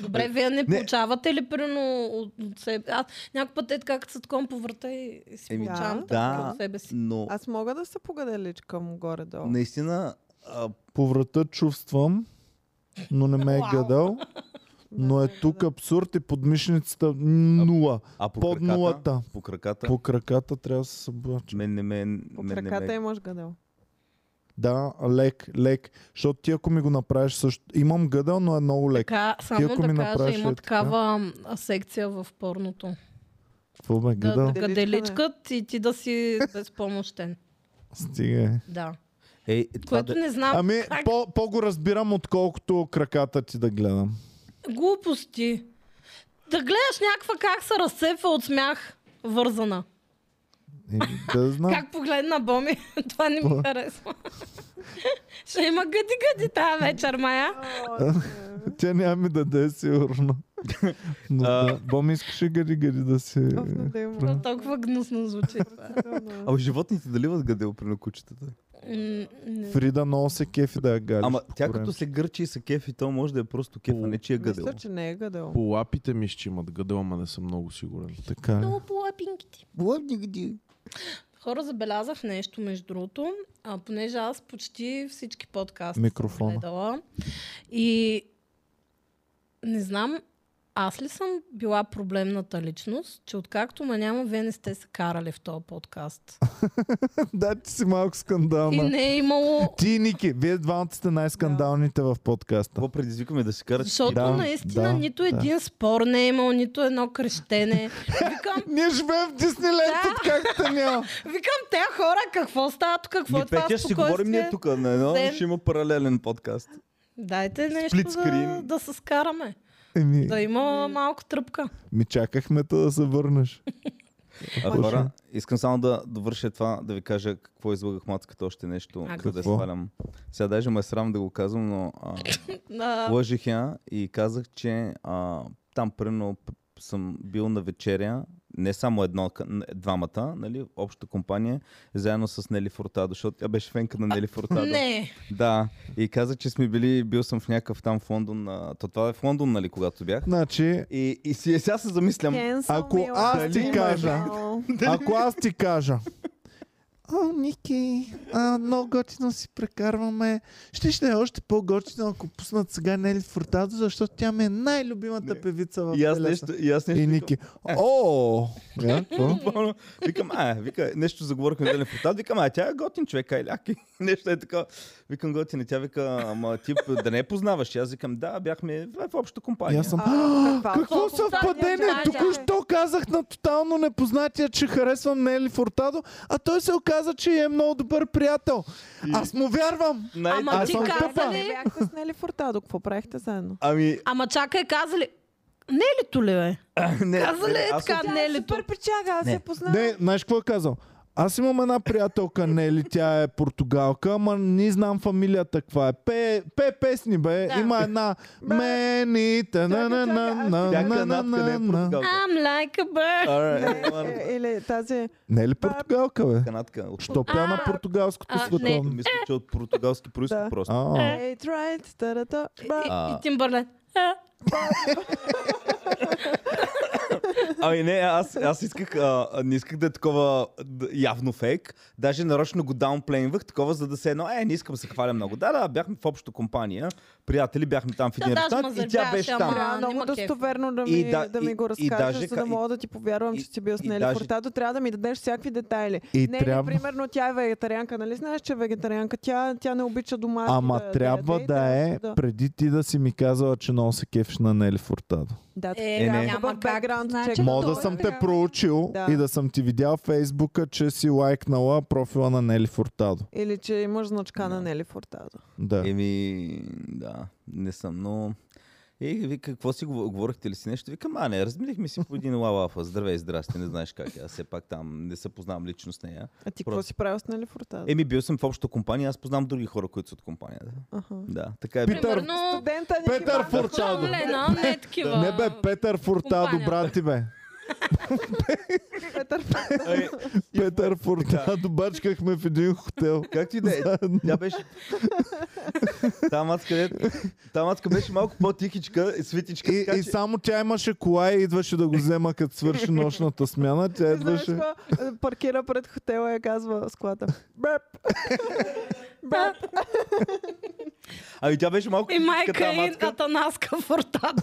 C: Добре, вие не,
A: Не.
C: получавате ли прино от, от себе? Аз някой път е така, като се таком по врата и, и си
I: Еми,
C: получавам
B: да.
C: така
I: Да.
C: от себе си.
I: Но
B: Аз мога да се погадаличкам горе-долу.
I: наистина, а,
A: По врата чувствам, но не ме е
C: Уау.
A: гадал. Но е тук абсурд и подмишницата нула.
I: а по,
A: Под
I: краката,
A: нулата.
I: по краката,
A: По краката трябва да се съблача.
I: мен не ме... мен
B: По
I: не ме-
B: краката имаш гадел.
A: Да, лек, лек. Защото ти ако ми го направиш също... Имам гъдел, но е много лек.
C: Така, само
A: ако ми
C: да
A: направиш
C: кажа,
A: е
C: има
A: така.
C: такава а, секция в порното.
A: Какво ме е
C: Да,
A: гъдал?
C: да
B: Гаделичка,
C: гаделичкат и ти да си безпомощен.
A: Стига.
C: Да.
I: Е, това
C: Което
I: да...
C: не знам.
A: Ами,
C: как...
A: по, по-го разбирам, отколкото краката ти да гледам.
C: Глупости. Да гледаш някаква как се разцепва от смях вързана.
A: И, да знам.
C: Как погледна Боми, това не ми
A: По-
C: харесва. Ще има гъди-гъди тази вечер, Мая.
A: Тя няма ми да даде сигурно. Но
I: А.
A: да, Боми искаше гъри-гъри да си... е,
B: Оф, не да има.
C: То толкова гнусно звучи това.
I: А животните дали имат гъдел при на кучетата?
C: М, не.
A: Фрида много се кефи да я галиш.
I: Ама
A: по
I: тя
A: време.
I: като се гърчи и се кефи, то може да е просто кеф, а не че е гъдел.
B: Мисля, че не е гъдел.
F: По лапите ми ще имат гъдел, ама не съм много сигурен.
A: Така е.
D: Много по лапинките.
C: Хора, забелязах нещо, между другото, а, понеже аз почти всички подкасти
A: Микрофона.
C: съм гледала. И не знам, аз ли съм била проблемната личност, че откакто ме няма, вие не сте се карали в този подкаст.
A: да, ти си малко скандална.
C: И не е имало...
A: Ти и Ники, вие двамата сте най-скандалните в подкаста.
I: Какво предизвикаме да се карат?
C: Защото
A: Да,
C: наистина
A: да,
C: нито
A: да.
C: един спор не е имал, нито едно крещене. Викам,
A: Ние живеем в Дисниленд,
C: Да.
A: откакто те няма.
C: викам, те хора, какво става тук, какво
I: Ми
C: е това
I: Петя ще си говорим ние тук, на едно
C: Сем.
I: ще има паралелен подкаст.
C: Дайте нещо да,
I: скрин.
C: да се скараме.
A: Еми,
C: Да има малко тръпка.
A: ми чакахме те да се върнеш.
I: А хора, искам само да довърша това, да ви кажа какво излагах мацката още нещо,
C: А,
I: за да
A: какво?
I: свалям. Сега даже ме е срам да го казвам, но а,
C: А,
I: лъжих я и казах, че а, там примерно п- съм бил на вечеря, не само едно, къ- н- двамата, нали, обща компания, заедно с Нели Фуртадо, защото тя беше фенка на Нели Фуртадо.
C: не,
I: Да, и каза, че сме били, бил съм в някакъв там в Лондон. а, То това е в Лондон, нали, когато бях.
A: Значи,
I: И, и си, сега се замислям.
C: Е,
B: Cancel
A: Ако
B: me,
A: аз
B: Лорен.
A: ти кажа.
B: Мало.
A: ако аз ти кажа, О, Ники, а, много готино си прекарваме. Ще ще е още по-готино, ако пуснат сега Нели Фуртадо, защото тя ми е най-любимата певица в
I: И аз
A: телеса.
I: нещо, и аз нещо. Е.
A: И Ники, о, я, какво?
I: Буквално, викам, а, вика, нещо заговорихме да не потад, викам, а, тя е готин човек, айляк. И нещо е така. Викам, готин, и тя вика, ама ти да не я познаваш. И аз викам, да, бяхме в в обща
A: И
I: компания.
A: аз съм,
B: А,
A: Какво съвпадение?
E: да, да.
A: Току-що казах на тотално непознатия, че харесвам Нели Фуртадо, а той се оказа, че е много добър приятел. Аз му вярвам.
I: Най-
C: Ама
I: аз
C: ти
I: съм-
C: каза
A: тъпа.
B: Не
C: ли?
B: бяхте с Нели Фуртадо, какво правихте заедно?
I: Ами,
C: Ама чакай, казали. Не е ли Туле, бе?
I: не,
C: Каза ли е
I: аз
C: така?
B: Тя
C: не
B: е
C: е ли
B: супер
C: тук?
B: печага, аз
I: Не.
B: я познавам.
A: Не, знаеш какво е казал? Аз имам една приятелка, Нели, тя е португалка, ама не знам фамилията каква е. Пе, пе песни, бе.
C: Да.
A: Има една мените, на на на на
I: Тя
A: на на
I: канадка не
A: на
I: е
A: на
I: португалка.
C: I'm like a bird.
I: Alright,
B: Е,
I: ладно.
B: е, Или тази...
A: Нели португалка, бе.
I: Канадка. От-
A: Що е пя на
C: А,
A: португалското
C: а, не.
A: световно?
I: Мисля, че е от португалски происход
B: Да.
I: просто.
A: А,
B: Hey, it's right, тарата.
C: И,
I: А.
C: и Тимбърлен. А,
I: Ами не, аз, аз исках, а, а, не исках да е такова д- явно фейк. Даже нарочно го даунплейнвах, такова, за да се едно, е, не искам да се хваля много. Да, да, бяхме в обща компания, приятели, бяхме там в
C: Да,
I: един
C: даже
I: ресторант
C: ме
I: и тя
C: заребяваше,
I: беше
C: ама-
I: там.
B: Трябва
C: няма
B: много
C: кеф.
B: достоверно да ми,
I: И да-
B: да, ми
I: и-
B: го
I: и
B: разкажеш,
I: даже
B: за
I: ка-
B: да
I: и-
B: мога да ти повярвам,
I: и-
B: че си бил с
I: и
B: Нели
I: даже-
B: Фуртадо. Трябва да ми дадеш всякакви детайли.
A: И
B: Нели,
A: трябва-
B: примерно, тя е вегетарианка. Нали знаеш, че е вегетарианка? Тя, тя не обича домашни
A: Ама
B: да,
A: трябва
B: яде и
A: да е,
B: Да,
A: преди ти да си ми казала, че много се кефиш на Нели Фуртадо.
B: да,
C: Е,
I: Е,
B: е,
I: не.
B: не.
C: няма
B: Няма
C: как.
B: бекграунд
E: Значи,
B: чек.
E: Ма,
A: Мога да
E: Добре,
A: съм те
E: така.
A: проучил
B: Да.
A: и да съм ти видял в Фейсбука, че си лайкнала профила на Нели Фуртадо.
B: Или че имаш значка на Нели Фуртадо.
A: Да.
I: Е, Еми, да, не съм, но... И вика, какво си говор- говорихте ли си нещо? Викам, а не, разминихме си по един лалафа. Здравей, здрасти, не знаеш как. е. Аз все пак там не се познавам лично с нея.
B: А ти
I: Просто. Е,
B: какво си правил с Нели Фуртадо?
I: Еми, бил съм в обща компания, аз познавам други хора, които са от компанията.
B: Аха.
I: Да, така е. било.
A: Питър,
C: Примерно,
B: Студента ни
A: Петър
B: Химан.
A: Фуртадо.
C: Лена, не е такива.
A: Не бе, Петър Фуртадо,
C: компанията.
A: брат ти бе.
B: Петър Фуртадо.
I: Ай,
A: Петър Фуртадо, бачкахме в един хотел.
I: Както и да е. Тя беше... Та мацка, де- та мацка беше малко по-тихичка, и свитичка.
A: И,
I: така
A: и
I: че-
A: само тя имаше кола и идваше да го взема, като свърши нощната смяна. Тя
B: Знаеш
A: идваше...
B: какво? Е, Паркира пред хотела и казва склада. Беп. Беп.
I: Ами тя беше малко
C: И
I: тихичка,
C: майка
I: та
C: и
I: мацка.
C: Атанаска Фортадо.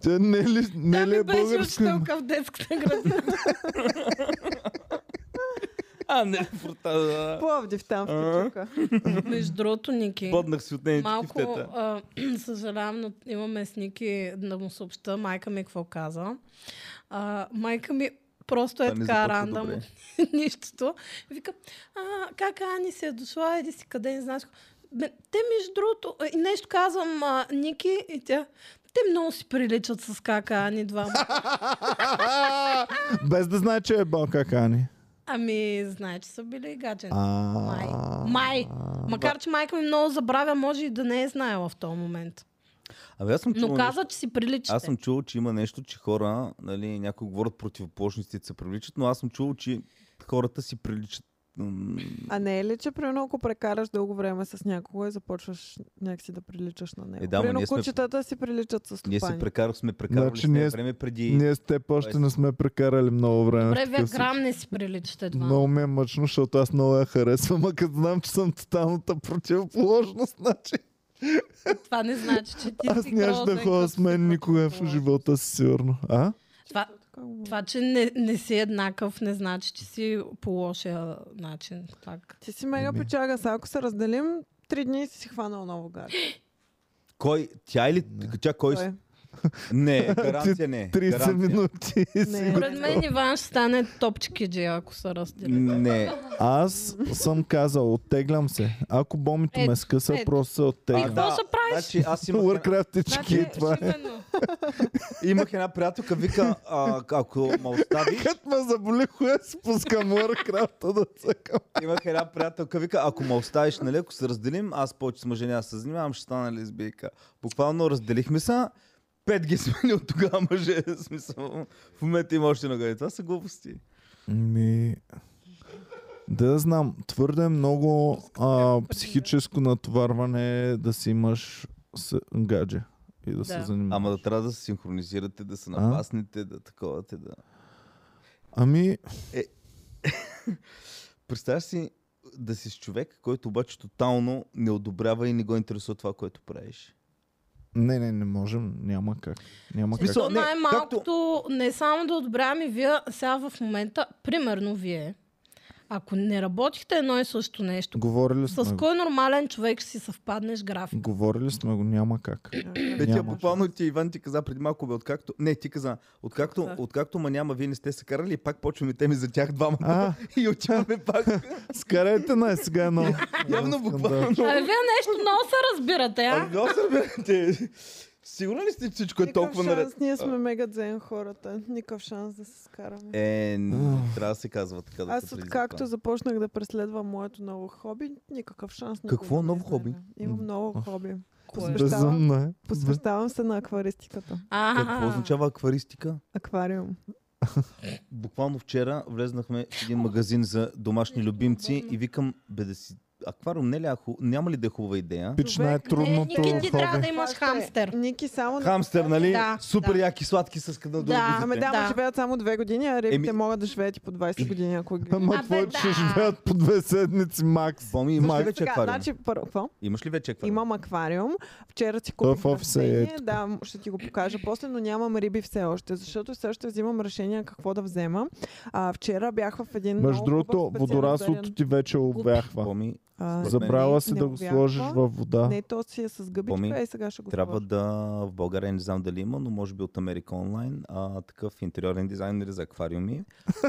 A: Тя не ли, не
C: Тя
A: ли
C: ми
A: е
C: беше
A: българско име?
C: учителка в детската градина.
I: А, не, фурта.
B: Пловдив там в Кичука.
C: Между другото, Ники.
I: Поднах си от нейните
C: Малко
I: кифтета.
C: а, съжалявам, но имаме с Ники да му съобща майка ми какво каза. А, майка ми просто е
I: Та не
C: така
I: започва
C: рандам
I: добре.
C: от нищото. Вика, а, как Ани се е дошла, еди си къде, не знаеш. какво. Бе, те между другото, а, и нещо казвам а, Ники и тя, те много си приличат с кака Ани двама.
A: Без да знае, че е Балкакани.
C: Ами, знае, че са били гаджени. Май.
A: А...
C: Май. Макар, че майка ми много забравя, може и да не е знаела в този момент.
I: Абе, аз съм чувал
C: Но
I: нещо-
C: каза, че си приличате.
I: Аз съм чувал, че има нещо, че хора, нали, някои говорят противоположности се приличат, но аз съм чувал, че хората си приличат. м,
B: А не е ли, че примерно ако прекараш дълго време с някого и започваш някакси да приличаш на него?
I: Е, да, ама
B: примерно
I: ние сме-
B: кучетата си приличат с
I: Ние
B: стопани.
I: си прекарах, сме прекарали
A: Значи
I: значи, ние...
A: ние-
I: време преди...
A: Ние с теб още не сме прекарали много време. в
C: Добре, вие
A: такъв случай.
C: грам не си приличате два.
A: Много ми е мъчно, защото аз много я харесвам, а като знам, че съм тоталната противоположност, значи
C: Това не значи, че ти
A: аз
C: си
A: нямаше
C: грозна
A: да
C: и
A: ходя с
C: просто си
A: мен никога в
C: противоположна.
A: живота си, сигурно. А?
C: Това,
B: Как го-
C: това, че не, не си еднакъв, не значи, че си по лошия начин. Пак.
B: Ти си мега
I: Ами.
A: Еми.
B: печага, сега ако се разделим, три дни си си хванал ново гард.
I: Кой? Тя или... Тя кой?
B: Той е.
I: Не, гаранция не.
A: 30
I: гаранция.
A: минути. си
B: Не.
A: го-
C: Поред мен Иван ще стане топчики ако се разделят.
I: Не.
A: Аз съм казал, оттеглям се. Ако бомито
C: Ето,
A: ме скъса,
C: ето.
A: просто се
C: И
A: оттеглям.
C: какво ще правиш? Значи,
I: Значи, аз имах, една-
A: Уъркрафтички, това е.
C: именно.
I: имах една приятелка, вика, а, ако ме оставиш,
A: Като ме заболи, хуя си пускам Warcraft да цъкам.
I: имах една приятелка, вика, ако ме оставиш, нали, ако се разделим, аз повече с мъже няма да се занимавам, ще стана лесбийка. Буквално разделихме се, пет ги смени от тогава мъже, в смисъл. В момента има още нога. Това са глупости.
A: Ми... Да, да знам, твърде много а, психическо натоварване е да си имаш с... гадже и да, се
C: Да.
A: занимаваш.
I: Ама да трябва да се синхронизирате, да се
A: А?
I: напаснете, да такова, да.
A: Ами,
I: Представяш си да си с човек, който обаче тотално не одобрява и не го интересува това, което правиш.
A: не, не, не можем, няма как. Няма как.
I: Смисъл,
C: То
I: не,
C: най-малкото не само да одобряваме вие сега в момента, примерно вие, ако не работихте едно и също нещо,
A: Говорили сме
C: с
A: го.
C: кой нормален човек ще си съвпаднеш график?
A: Говорили сме го, няма как.
I: Бе, тя
A: Няма.
I: буквално ти, Иван, ти каза преди малко, бе, откакто... Не, ти каза, откакто,
C: Как?
I: откакто ма няма, вие не сте се карали и пак почваме теми за тях двамата
A: А,
I: и отиваме пак.
A: скарайте най сега едно.
I: Явно
A: Искам да-
I: буквално.
C: Абе, вие нещо много се разбирате, Ами, а?
I: Ами, много се разбирате. Сигурен ли сте, че всичко е
B: Никакъв
I: толкова наред?
B: шанс, ние сме мега дзен хората. Никакъв шанс да се скараме.
I: Е, не, трябва да се казва така. Да
B: Аз
I: се
B: откакто
I: предизвиква.
B: започнах да преследвам моето ново хоби, никакъв шанс. никога
I: Какво
B: да не
I: ново хоби?
B: излезе. Имам ново
A: Оф.
B: хоби.
C: Кое?
B: Без-
A: Безумно е.
B: Посвещавам се на акваристиката.
C: А,
I: Какво означава акваристика?
B: Аквариум.
I: Буквално вчера влезнахме в един магазин за
C: Ами,
I: домашни любимци и викам, бе да си... Аквариум не ли, а ху... няма ли да е хубава идея?
A: Пич
B: Човек,
A: най-трудното
C: Ники, ти трябва да
A: хоби.
C: имаш
B: Това ще е.
C: хамстер.
B: Ники само... на-
I: Хамстер, нали?
C: Да,
I: Супер
C: да.
I: яки сладки с къде
C: Да.
B: Ами да,
C: Да.
B: да. живеят само две години, а рибите
I: Еми-
B: могат да живеят и по 20 години, ако ги...
A: Ама
C: Абе,
A: твоите ще
C: да.
A: живеят по две седмици макс.
I: Боми, имаш ли
A: Мак.
I: вече
B: Сега,
I: аквариум?
B: значи, първо, какво?
I: Имаш ли вече аквариум?
B: Имам аквариум. Вчера си
A: Той е в
B: купих
A: офиса, е
B: растение.
A: тук.
B: Да, м- ще ти го покажа после, но нямам риби все още, защото все още взимам решение какво да взема. А, вчера бях в един
A: Между
B: много хубав
A: другото, водораслото
B: специализиран-
A: ти е вече обяхва.
I: Боми,
B: А,
I: Според
A: Забрала
B: не,
A: си
B: не
A: да го
B: обяхва.
A: сложиш във вода.
B: Не, то си е с
I: Боми,
B: гъбичка и сега ще го
I: Трябва
B: сложа.
I: да, в България не знам дали има, но може би от Америка онлайн, а, такъв интериорен дизайнер за аквариуми.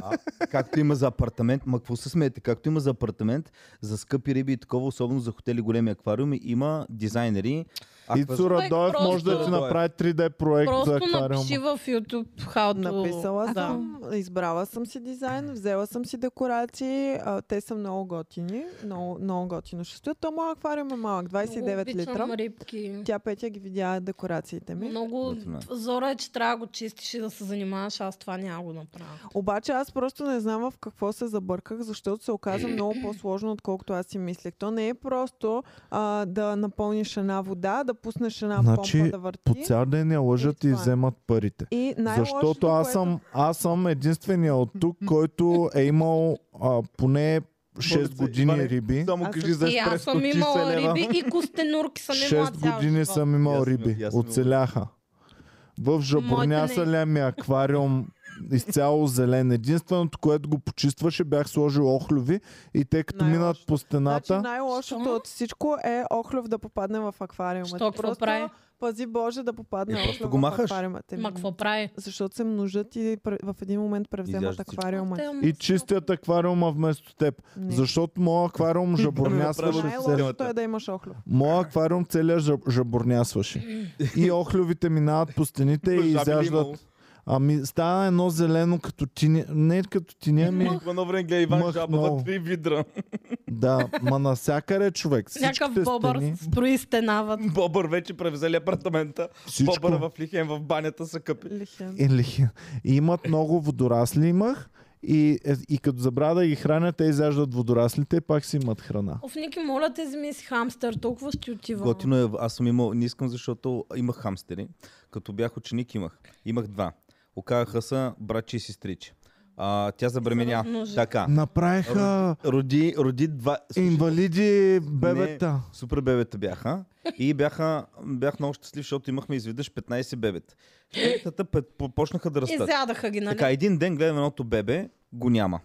I: А, както има за апартамент, ма какво се смеете, както има за апартамент, за скъпи риби и такова, особено за хотели големи аквариуми, има дизайнери.
A: И
I: аква-
A: Цура
C: Човек
A: Доев може да ти
I: просто-
A: направи 3D проект за
C: Просто
A: аквариум.
C: напиши в YouTube how to...
B: Написала
C: да.
B: съм, избрала съм си дизайн, взела съм си декорации, а, те са много готини, много, много готино ще стоят. То моят аквариум е малък,
C: Много
B: 29
C: обичам
B: литра.
C: рибки.
B: Тя Петя ги видя декорациите ми.
C: Много
I: Готино е.
C: зора е, че трябва да го чистиш и да се занимаваш, аз това няма го направя.
B: Обаче аз просто не знам в какво се забърках, защото се оказа много по-сложно, отколкото аз си мислех. То не е просто а, да напълниш една вода, да пуснеш една
A: Значи,
B: помпа да върти.
A: По цял ден я лъжат
B: И
A: и
B: това е.
A: вземат парите.
B: И най-лошото,
A: Защото аз съм, аз съм единствения от тук, който е имал а, поне 6
I: Моля се,
A: години
I: Иване,
A: риби.
I: Само
B: Аз
I: кажи за
C: и аз
I: еспресо,
C: съм
I: 30
C: имала
I: лева.
C: риби и костенурки съм имала
A: 6
C: цял
A: години
C: живот.
A: съм имал
I: Ясно,
A: риби.
I: ясно.
A: Оцеляха. В
C: е.
A: жабурнясаля ми аквариум изцяло зелен. Единственото, което го почистваше, бях сложил охлюви и те като
B: Най-лошо.
A: минат по
B: Значи
A: стената,
B: най-лошото от всичко е охлюв да попадне в аквариума.
C: Що,
B: Ти
C: какво прави?
B: пази Боже да попадне
I: Е, просто
B: охлюв
I: го
B: в
I: махаш.
B: аквариума. Те
C: Ма
B: ми-
C: какво прави?
B: Защото се множат и пр- в един момент превземат
I: Изяждат всичко.
B: аквариума.
C: Те, е ама
A: и
C: са-
A: чистят аквариума вместо теб.
B: Не.
A: Защото моят аквариум жабурнясваше целия
B: Най-лошото е да имаш охлюв.
A: Моя аквариум целия жаб, жабурнясваше. И охлювите минават по стените и
I: Жаби ли
A: изяждат.
I: имало?
A: Ами става едно зелено като тине. Не като тине, ами...
I: По едно време гледа Иван
A: Мах
I: Жаба,
A: много.
I: във три видра.
A: Да, ма насякъде човек.
C: Някакъв
A: всичките
C: бобър
A: стени,
C: строи стенават.
I: Бобър вече превзели апартамента.
A: Всичко.
I: Бобър в Лихен в банята са къпи.
B: Лихен.
A: Или, имат много водорасли имах и, е, и като забравя да ги храня, те изяждат водораслите и пак си имат храна.
C: Оф, Ники, моля те, вземи си хамстър, толкова ще ти отива.
I: Готино е, аз съм имал, не искам, защото имах хамстери. Като бях ученик имах. Имах два. Оказаха са братче и сестриче. А, тя забременя.
C: размножи.
I: Така.
A: Направиха
I: Роди, роди два... слушай,
A: инвалиди бебета.
I: Супер бебета бяха. И бяха, бях много щастлив, защото имахме изведнъж 15 бебета. Бебетата пе- по- почнаха да растат.
C: Изядаха ги, нали?
I: Така, един ден гледам едното бебе, го няма.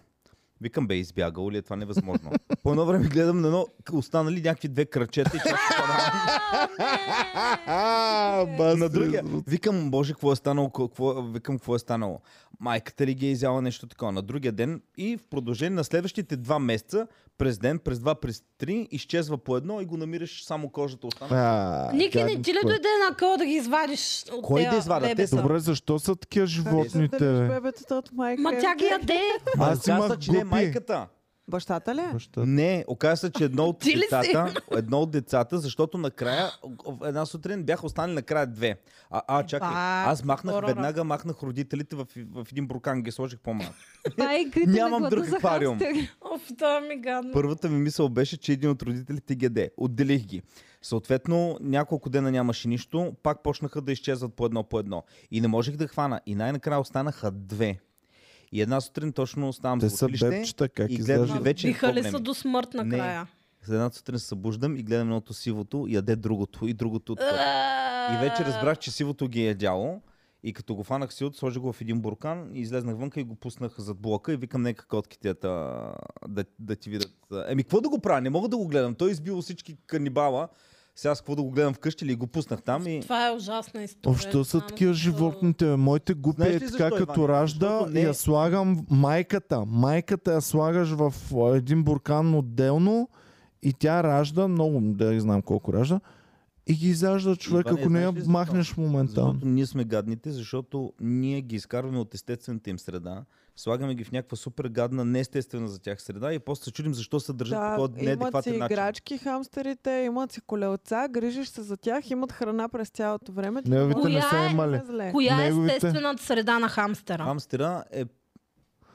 I: Викам, бе, избягал ли е това невъзможно? По едно време гледам на едно, останали някакви две кръчета и част
A: А, бас,
I: на другия. Викам, боже, какво е станало, какво, викам, какво е станало. Майката ли ги е изяла нещо такова на другия ден и в продължение на следващите два месеца, през ден, през два, през три, изчезва по едно и го намираш само
A: Е,
I: кожата остана.
A: А,
C: Ники, не
A: гадно
C: ти ли
A: е.
C: дойде на къл да ги извадиш от
I: Кой
C: тея
I: да извада? Те
C: бебета?
I: са-
A: Добре, защо са такива
B: Е,
A: животните?
B: Как
A: бе?
B: бебетата от майка?
C: Ма
B: е?
C: тя ги яде.
A: Аз
I: Оказа,
A: имах
I: че не е
A: гупи.
I: майката.
B: Бащата ли? е?
A: Баща.
I: Не, оказа се, че едно от
C: Ти ли си?
I: децата, едно от децата, защото накрая, в една сутрин бяха останали накрая две. А, а чакай,
C: Еба,
I: аз махнах,
C: хорора.
I: веднага махнах родителите в, в един буркан, ги сложих по-малко.
E: Това е игрите
I: Нямам
E: на
I: друг
E: глада за
I: аквариум.
E: хамстер.
C: Оф, да ми гадно.
I: Първата ми мисъл беше, че един от родителите ги яде. Отделих ги. Съответно, няколко дена нямаше нищо, пак почнаха да изчезват по едно по едно. И не можех да хвана. И най-накрая останаха две. И една сутрин точно ставам
A: Те
I: за
A: са
I: училище
A: бебчета, как
I: и гледам
A: изглеждат.
I: и вече
C: Биха ли
I: по-големи.
C: са до смърт накрая?
I: За една сутрин се събуждам и гледам едното сивото, яде другото и другото. от
C: Е,
I: това. И вече разбрах, че сивото ги е ядяло. И като го фанах силото, сложих го в един буркан, и излезнах вънка и го пуснах зад блока и викам, нека котките да, да, да ти видят. Еми, какво да го правя? Не мога да го гледам. Той е избил всички канибала. Сега аз какво да го гледам вкъщи ли? И Го пуснах там и...
C: Това е ужасна история.
A: Общо са
C: Само
A: такива
C: като-
A: животните. бе. Моите гупи
I: Знаеш
A: е
I: ли
A: така,
I: защо,
A: като
I: Иване?
A: ражда,
I: Защото не-
A: я слагам майката. Майката я слагаш в а, един буркан отделно и тя ражда, много, да не знам колко ражда, и ги изяжда човек,
I: Иване,
A: ако не я
I: знаеш ли защо?
A: махнеш моментално.
I: Защото ние сме гадните, защото ние ги изкарваме от естествената им среда, слагаме ги в някаква супер гадна, неестествена за тях среда и после се чудим защо се държат по
B: Да,
A: е
B: имат
I: този
B: си
I: неадекватен начин.
B: играчки, хамстерите, имат си колелца, грижиш се за тях, имат храна през цялото време.
A: Не,
B: Много
A: видите, не
C: Коя
A: са
C: е-
A: имали.
B: е зле.
C: Коя е
A: Неговите-
C: естествената среда на хамстера?
I: Хамстера е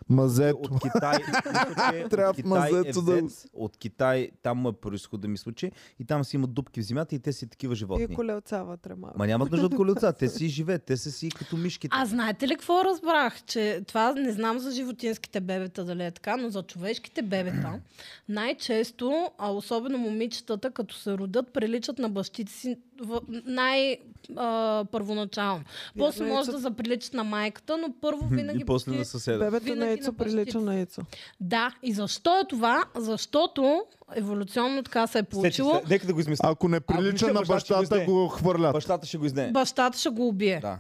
A: Мазето.
I: от Китай. мисля, че от
A: Трябва
I: Китай е
A: мазето да го-
I: взет, От Китай, там му е происхода, мисля, че. И там си имат дупки в земята и те си такива
B: И
A: Е,
I: животни.
B: колелца вътре малко.
I: Ма нямат нужда от колеца, те си живеят, те са си като мишките.
C: А знаете ли какво разбрах? Че това не знам за животинските бебета дали е така, но за човешките бебета най-често, а особено момичетата, като се родят, приличат на бащите си в... най-първоначално. После
B: Вярно е,
C: може
B: че-
C: да заприличат на майката, но първо винаги...
I: И после на
C: почти-
I: съседа.
B: Бебето на
C: Винаги
B: яйцо
C: на
B: прилича
C: бащите
B: на яйцо.
C: Да, и защо е това? Защото еволюционно така се е получило.
I: Сети се, Нека да го измисля.
A: Ако не
I: Ако
A: прилича
I: не
A: на
I: ще, баща ще го
A: бащата,
I: изде.
A: го хвърлят.
I: Бащата ще го изнее.
C: Бащата ще го убие.
I: Да.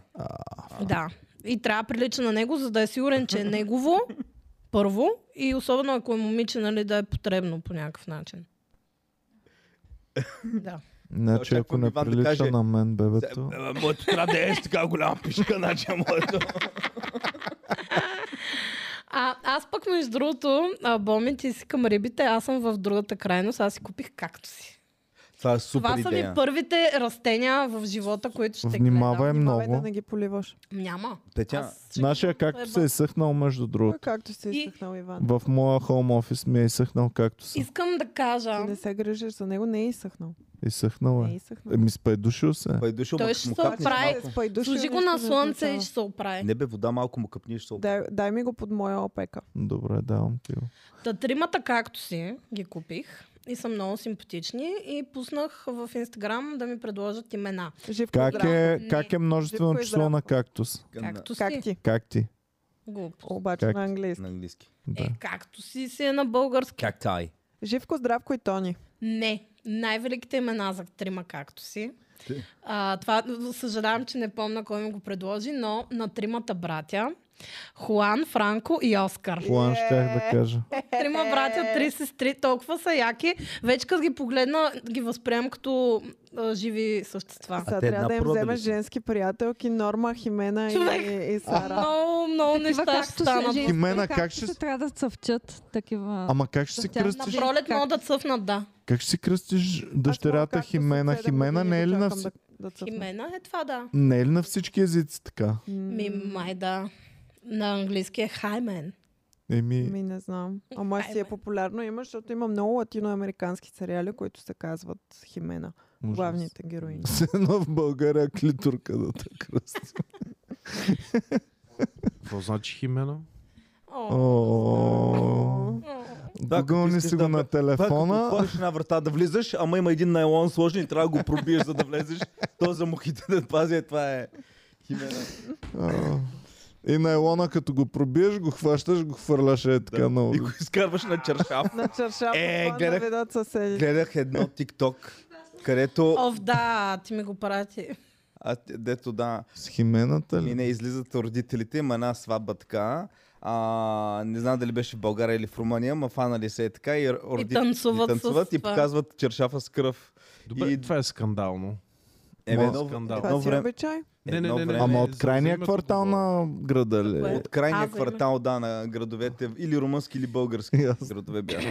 C: Да. И трябва да прилича на него, за да е сигурен, че е негово. Първо. И особено ако е момиче, нали, да е потребно по някакъв начин. Да.
A: Значи, ако
I: Очаквам
A: не
I: Иван да
A: прилича
I: каже,
A: на мен, бебето.
I: Моето трябва да е с така голяма пишка, значи моето.
C: А, аз пък, между другото, а, Боми, ти си към рибите, аз съм в другата крайност, аз си купих както си.
I: Това е
C: Това
I: супер
C: са ми
I: идея.
C: първите растения в живота, които ще
A: Внимавай
C: гледам.
B: Внимавай
A: Е,
B: да
A: много.
B: не ги поливаш.
C: Няма.
I: Те тя-
C: Аз ще-
A: Нашия
C: Еба.
A: както се е съхнал, между
B: А
A: другото.
B: Е, Както си
C: И-
B: изсъхнал Иван.
A: В моя хоум офис ми е изсъхнал както съм.
C: Искам да кажа...
B: Ти не се грижиш за него, не е изсъхнал.
A: Изсъхнал
B: Не е
A: е.
B: изсъхнал. Е,
A: Еми, спайдушил се. е.
I: Па е дошъл,
C: Той
I: му-
C: ще
I: му
C: се
I: капнеш
C: оправи.
I: малко.
B: Спай души,
C: Служи го
B: нищо
C: на
B: не
C: слънце и
B: означава.
C: ще се оправи.
I: Не бе вода, малко му къпни, ще се
B: Дай, дай ми го под моя опека.
A: Добре, давам ти го.
C: Та тримата както си ги купих и са много симпатични и пуснах в Инстаграм да ми предложат имена.
B: Живко
A: Как
B: здраво.
A: е,
C: не.
A: как е множествено
B: Живко и
A: число
B: здраво.
A: на кактус?
C: Както
B: Как
C: си.
B: ти?
A: Как ти?
C: Глупо.
B: Обаче
A: Как
B: на
A: ти?
B: английски.
I: на английски.
A: Да.
C: Е, както си си е на български.
I: Кактай.
B: Живко, здравко и Тони.
C: Не. Най-великите имена за трима както си.
I: Ти?
C: А, това съжалявам, че не помна кой ми го предложи, но на тримата братя Хуан, Франко и Оскар.
A: План щях да кажа.
C: Трима братя, три сестри, толкова са яки. Вече като ги погледна, ги възприемам като а, живи същества.
B: Сега
I: те
B: трябва да им
I: напродали
B: вземеш
I: са.
B: женски приятелки, Норма, Химена
C: Човек!
B: и, и Сара.
C: Много, много неща ще станат.
E: женски,
A: Химена, как
E: е както
A: ще
E: се
A: с-
E: трябва да цъвчат такива.
A: Ама как ще си
E: Тя на
C: На
A: кръстиш?
E: бро-
C: пролет могат да цъфнат, да.
A: Как ще си кръстиш дъщерята
B: Както
A: Химена?
B: след седем
A: Химена
B: години
A: не е ли на,
B: дочакам
A: вси-
B: Да, да цъфна.
C: Имена е това, да.
A: не е ли на всички езици така?
C: Ми, май да. На английски е хаймен.
A: Еми,
B: Ми Ами, не знам. Ама
C: Ай,
B: си е
C: бе.
B: популярно има, защото има много латиноамерикански сериали, които се казват Химена. Главните героини.
A: се едно в България клитурка да те кръсти.
F: Какво значи химена?
C: О,
A: О,
C: о.
I: Да, като
A: Google ни
I: искаш
A: си
I: да
A: го на
I: вля- Това, е като
A: телефона.
I: отвориш една врата да влизаш, ама има един найлон сложен и трябва да го пробиеш, за да влезеш. То за мухите да пази, е, това е химена.
A: А, И на елона, като го пробиеш, го хващаш, го хвърляш е така на
I: И го изкарваш на чершаф.
B: На чаршафа
I: Е,
B: е,
I: гледах-
B: да видят съседи.
I: Гледах едно тикток, където...
C: Ов, да, ти ми го прати.
I: А, дето да,
A: с химената
I: И
A: ли?
I: не излизат родителите, има една сватба така. А, не знам дали беше в България или в Румъния, ма фанали се е така и родителите
C: танцуват с
I: танцуват и
C: това.
I: показват чершафа с кръв.
F: Добре,
I: И-
F: това е скандално.
I: Еме,
A: Ма,
I: едно,
F: скандал.
I: едно
B: Това си
I: време,
B: обичай.
F: Не, не, не, не,
I: време-
A: Ама от
F: за-
A: крайния
F: за името
A: квартал
F: говоря.
A: на града ли?
E: е-
C: Кое?
I: от крайния
C: А, за име.
I: квартал, да, на градовете, или румънски, или български
A: Ясно.
I: градове бяха.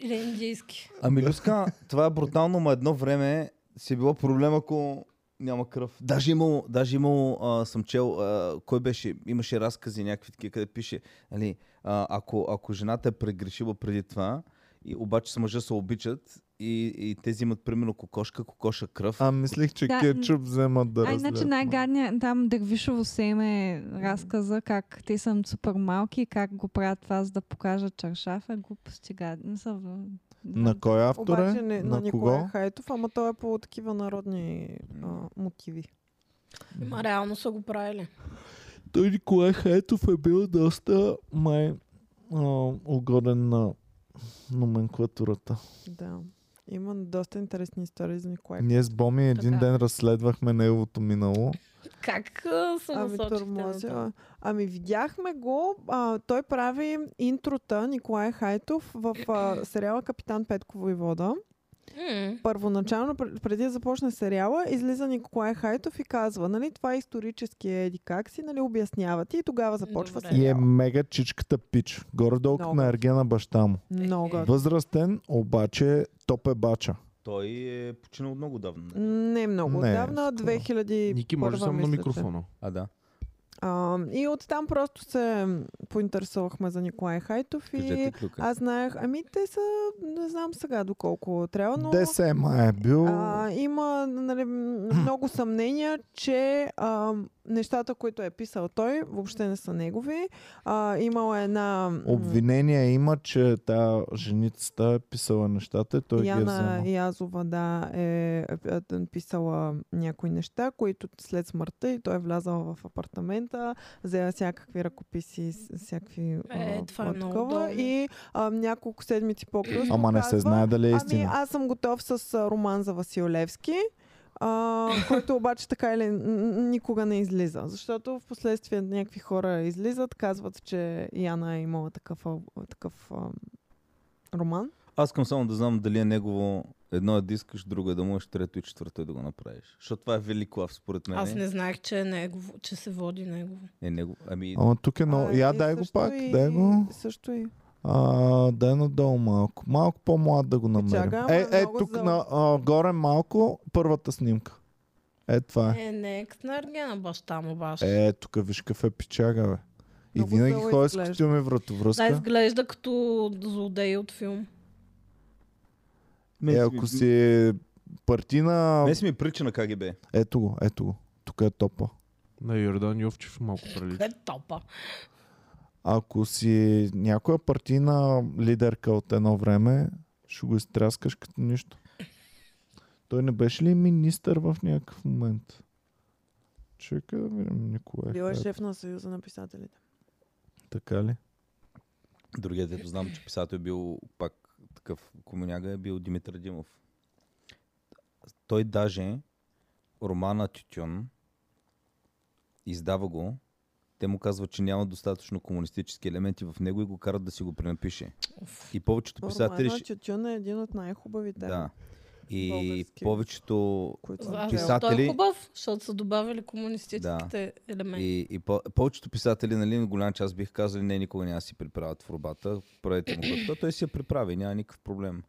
C: Или индийски.
I: Ами, Люска, това е брутално, но едно време си е било проблем, ако няма кръв. Даже имало, даже имало а, съм чел, а, кой беше, имаше разкази някакви такива, къде пише, нали, а, ако, ако жената е прегрешила преди това, и, обаче с мъжа се обичат, и, и тези имат примерно кокошка, кокоша кръв.
A: А, мислих, че
E: Да,
A: кетчуп вземат да
E: А иначе
A: разлият.
E: най-гадният там Дървишово семе е разказа как те са супер малки и как го правят това, за да покажат чаршафа. Глупости гадни са. в-
A: На кой автор е?
B: Обаче не, на,
A: на
B: Николай
A: кого?
B: Хайтов, ама той е по такива народни а, мотиви.
C: Ма реално са го правили.
A: Той Николай Хайтов е бил доста май а, угоден на номенклатурата.
B: Да. Има доста интересни истории за Николай.
A: Ние с Боми един
C: Така.
A: ден разследвахме неговото минало.
C: Как а, са
B: Ами
C: насочихте?
B: тормозила. Ами видяхме го. А, той прави интрота Николай Хайтов в а, сериала Капитан Петко Войвода. Първоначално, пр- преди да започне сериала, излиза Николай Хайтов и казва, нали, това е исторически еди как си, нали, обяснявате и тогава започва
C: Добре.
A: И е
B: сериала.
A: мега чичката пич. Горе-долу като
B: Много. Е.
A: на Ергена баща му.
B: Много.
A: Възрастен, обаче топ е бача.
I: Той е починал много давно.
B: Не много.
A: Не,
B: Отдавна,
A: скоро.
B: 2001
F: Ники, може само на
B: мисля, че.
F: микрофона.
I: А, да.
B: А, и оттам просто се м, поинтересувахме за Николай Хайтов и
I: Кажете клюка.
B: аз знаех, ами те са, не знам сега доколко трябва, но
A: Десема е бил.
B: а, има нали, м, много съмнения, че а, нещата, които е писал той, въобще не са негови. А, имала една... м,
A: Обвинение има, че та женицата е писала нещата и той ги е
B: Яна
A: вземал.
B: Язова, да, е, е, е писала някои неща, които след смъртта и той е влязал в апартамента, взела всякакви ръкописи, с- всякакви
C: Е,
B: а,
C: това е много
B: такова.
C: долно.
B: и а, няколко седмици по-късно
A: Ама не се
B: казва,
A: знае дали е
B: Ами
A: истина.
B: аз съм готов с а, роман за Василевски. А, който обаче така или н- н- никога не излиза. Защото в последствие някакви хора излизат, казват, че Яна е имала такъв, а, такъв а, роман.
I: Аз искам само да знам дали е негово едно е да искаш, друго е да можеш, трето и четвърто е да го направиш. Защото това е велик лав, според мен.
C: Аз не знаех, че, е негово, че се води негово.
I: Е, него... Ами,
A: Ама тук е много.
B: А,
A: Я
B: и
A: дай го
B: също
A: пак,
B: и-
A: дай го.
B: Също и.
A: А, дай надолу малко. Малко по-млад да го намерим.
B: Чакай, ама
A: е, е,
B: много
A: тук
B: за-
A: на, а, горе малко, първата снимка. Е, това е.
C: Е, не е на Ергена баща му баш.
A: Е, тук виж какъв е пичага, бе. И
B: Много
A: винаги
B: зло
A: ходи с
B: изглежда.
A: костюми
C: Да,
A: вратовръзка.
C: изглежда като злодей от филм.
A: Е,
I: Меси ми-
A: ако си партина...
I: Меси ми прича на КГБ.
A: Ето го, ето го. Тук е топа.
F: На Йордан Йовчев малко прилича.
C: Е, топа.
A: Ако си някоя партийна лидерка от едно време, ще го изтряскаш като нищо. Той не беше ли министър в някакъв момент? Чакай да видим Николай.
B: Бил е
A: Хайт.
B: шеф на Съюза на писателите.
A: Така ли?
I: Другият, дето знам, че писател е бил пак такъв комуняга, е бил Димитър Димов. Той даже романа Тютюн издава го Те му казват, че няма достатъчно комунистически елементи в него и го карат да си го пренапише. И повечето писатели...
B: Романа
I: ще-
B: Чучун е един от най-хубавите.
I: Да. И
B: Български.
I: повечето
B: Които
C: А, бе, Той е
I: писатели...
C: хубав, защото са добавили комунистическите елементи.
I: И, и по- повечето писатели, нали, на голям част бих казали, не, никога няма да си приправят творбата, правете му като той си я приправи, няма никакъв проблем.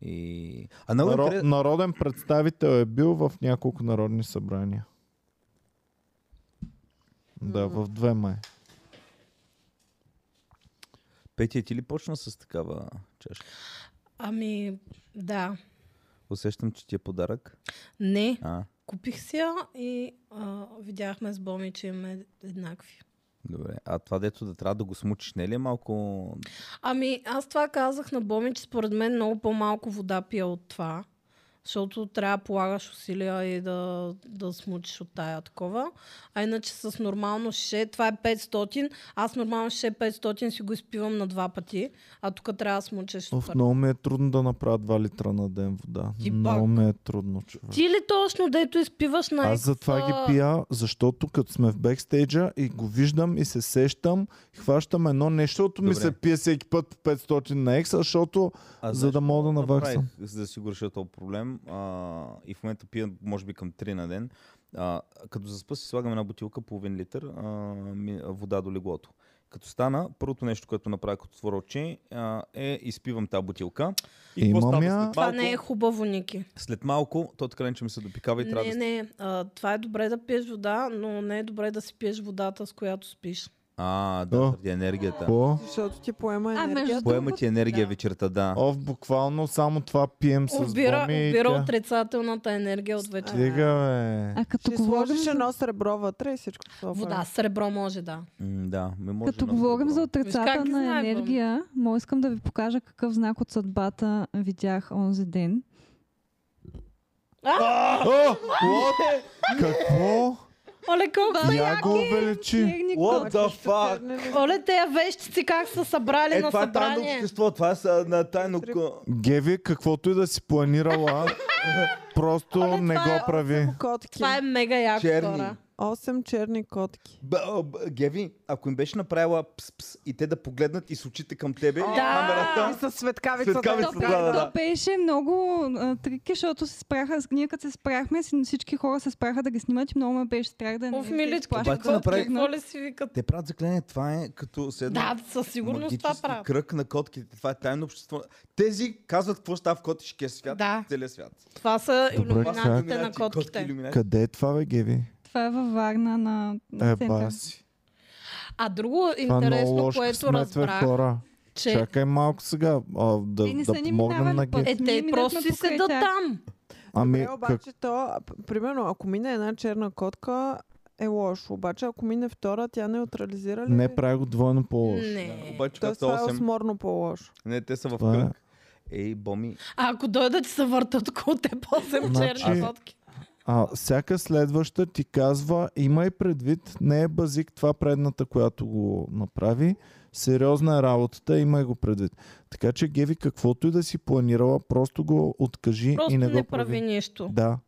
I: И... А много
A: Наро...
I: интерес...
A: Народен представител е бил в няколко народни събрания. Да, в две май.
I: Петя, ти ли почна с такава чашка?
C: Ами, да.
I: Усещам, че ти е подарък.
C: Не,
I: А,
C: купих си я и а, видяхме с Боми, че имаме еднакви.
I: добре. А това дето да трябва да го смучиш, не ли е малко...
C: Ами, аз това казах на Боми, че според мен много по-малко вода пия от това. Защото трябва да полагаш усилия и да, да смучиш от тая такова. А иначе с нормално шише, това е 500. Аз нормално шише 500 си го изпивам на два пъти. А тук трябва да смучеш.
A: Оф,
C: супер.
A: много ми е трудно да направя 2 литра на ден вода.
C: Ти
A: много
C: пак.
A: ми е трудно, човек.
C: Ти ли точно, дето изпиваш на
A: Аз затова ги пия, защото като сме в бекстейджа и го виждам и се сещам, хващам едно нещо, защото ми
I: Добре.
A: се пие всеки път по 500 на екс, защото
I: А,
A: За
I: знаеш
A: да
I: ли
A: мога да
I: какво
A: наваксам.
I: направих, За да си го реша този проблем. А, и в момента пия, може би, към 3 на ден. А, като заспа си слагам една бутилка, половин литър, а, ми, вода до леглото. Като стана, първото нещо, което направя като отворя очи, а, е изпивам тази бутилка. И какво
A: Имам
I: става
A: я.
I: след
C: Това
I: малко?
C: не е хубаво, Ники.
I: След малко, то така че ми се допикава и трябва
C: Не,
I: да...
C: не. А, това е добре да пиеш вода, но не е добре да си пиеш водата, с която спиш.
I: А, да,
A: О.
I: заради енергията.
A: по...
B: Защото ти поема
E: А, между
B: енергия.
I: Поема ти енергия
C: Да.
I: вечерта, да.
A: Ов, буквално само това пием с
C: Обира,
A: боми
C: обира
A: и тя...
C: отрицателната енергия от вечерта.
A: Стига, бе.
E: А като
B: Ще
E: говорим,
B: сложиш
E: за,
B: едно сребро вътре и всичко ще се оправи.
C: Вода, сребро може, да.
I: М, да, ме може
E: като
I: много
E: говорим
I: добро.
E: за
C: Виж как ги
E: отрицателна
C: знаем, Боми.
E: енергия, мога искам да ви покажа какъв знак от съдбата видях онзи ден.
A: О, what? Какво?
C: Оле, колко
A: Я го увеличи.
E: Никола.
I: the fuck?
C: Оле, тея вещици как са събрали
I: Е,
C: на
I: това е тайно
C: събрание.
I: общество, това е са- на тайно...
A: Геви, каквото и да си планирала, просто
C: Оле,
A: не
C: това е-
A: го прави.
B: Котки.
C: Това е мега яко,
I: Черни.
C: хора.
B: 8 черни котки.
I: Б- б- Геви, ако им беше направила пс-пс и те да погледнат и с очите към тебе, и
C: Да.
B: И
I: камерата...
B: с светкавица.
I: Светкавица,
E: То,
I: Да, да, да.
E: да, то беше много а, трики, защото се спряха, ние като се спряхме, си- всички хора се спряха да ги снимат и много ме беше страх да не
C: Оф,
E: се
C: миличко,
E: изплаша.
I: Обаче направи-
C: какво ли си викат?
I: Те правят заклинание, това е като с едно
C: Да, със сигурност това
I: магически
C: правят.
I: кръг на котките, това е тайно общество. Тези казват какво става в котишкия свят,
C: Да.
I: в целия свят.
C: Това са
A: Добре, как?
C: иллюминатите на
I: Илюминати, котки,
C: котките.
I: илюминати.
A: Къде е това, бе, Геви?
E: Това е във Варна на, на
A: Е,
E: центъра.
A: баси.
C: А друго
A: Това е много
C: интересно,
A: лошо
C: което
A: късметве,
C: разбрах,
A: хора.
C: че
A: Чакай малко сега, а, да,
E: Те не
A: да
E: са ни
A: помогнем
E: минавали
A: на
E: път.
A: Геви.
C: е,
E: Ние
C: те
E: минахме
C: просто си
E: покрай
C: седат
E: тях.
C: там.
A: Ами,
B: Е,
A: как...
B: обаче то, а, п- примерно, ако мине една черна котка, е лошо. Обаче, ако мине втора, тя неутрализира
C: е?
B: ли?
A: не прави го двойно по-лошо.
C: Не.
I: Обаче,
B: Тоест,
I: като
B: това е
I: 8,
B: осморно по-лошо.
I: не, те са в
A: Това е.
I: кръг. Ей, боми,
C: А ако дойдат и се въртат около те по-зем
A: Значи-
C: черни котки.
A: А всяка следваща ти казва, имай предвид, не е базик това предната, която го направи. Сериозна е работата, имай го предвид. Така че, Геви, каквото и да си планирала, просто го откажи
C: Просто
A: и не
C: не,
A: го
C: прави нищо.
A: Да.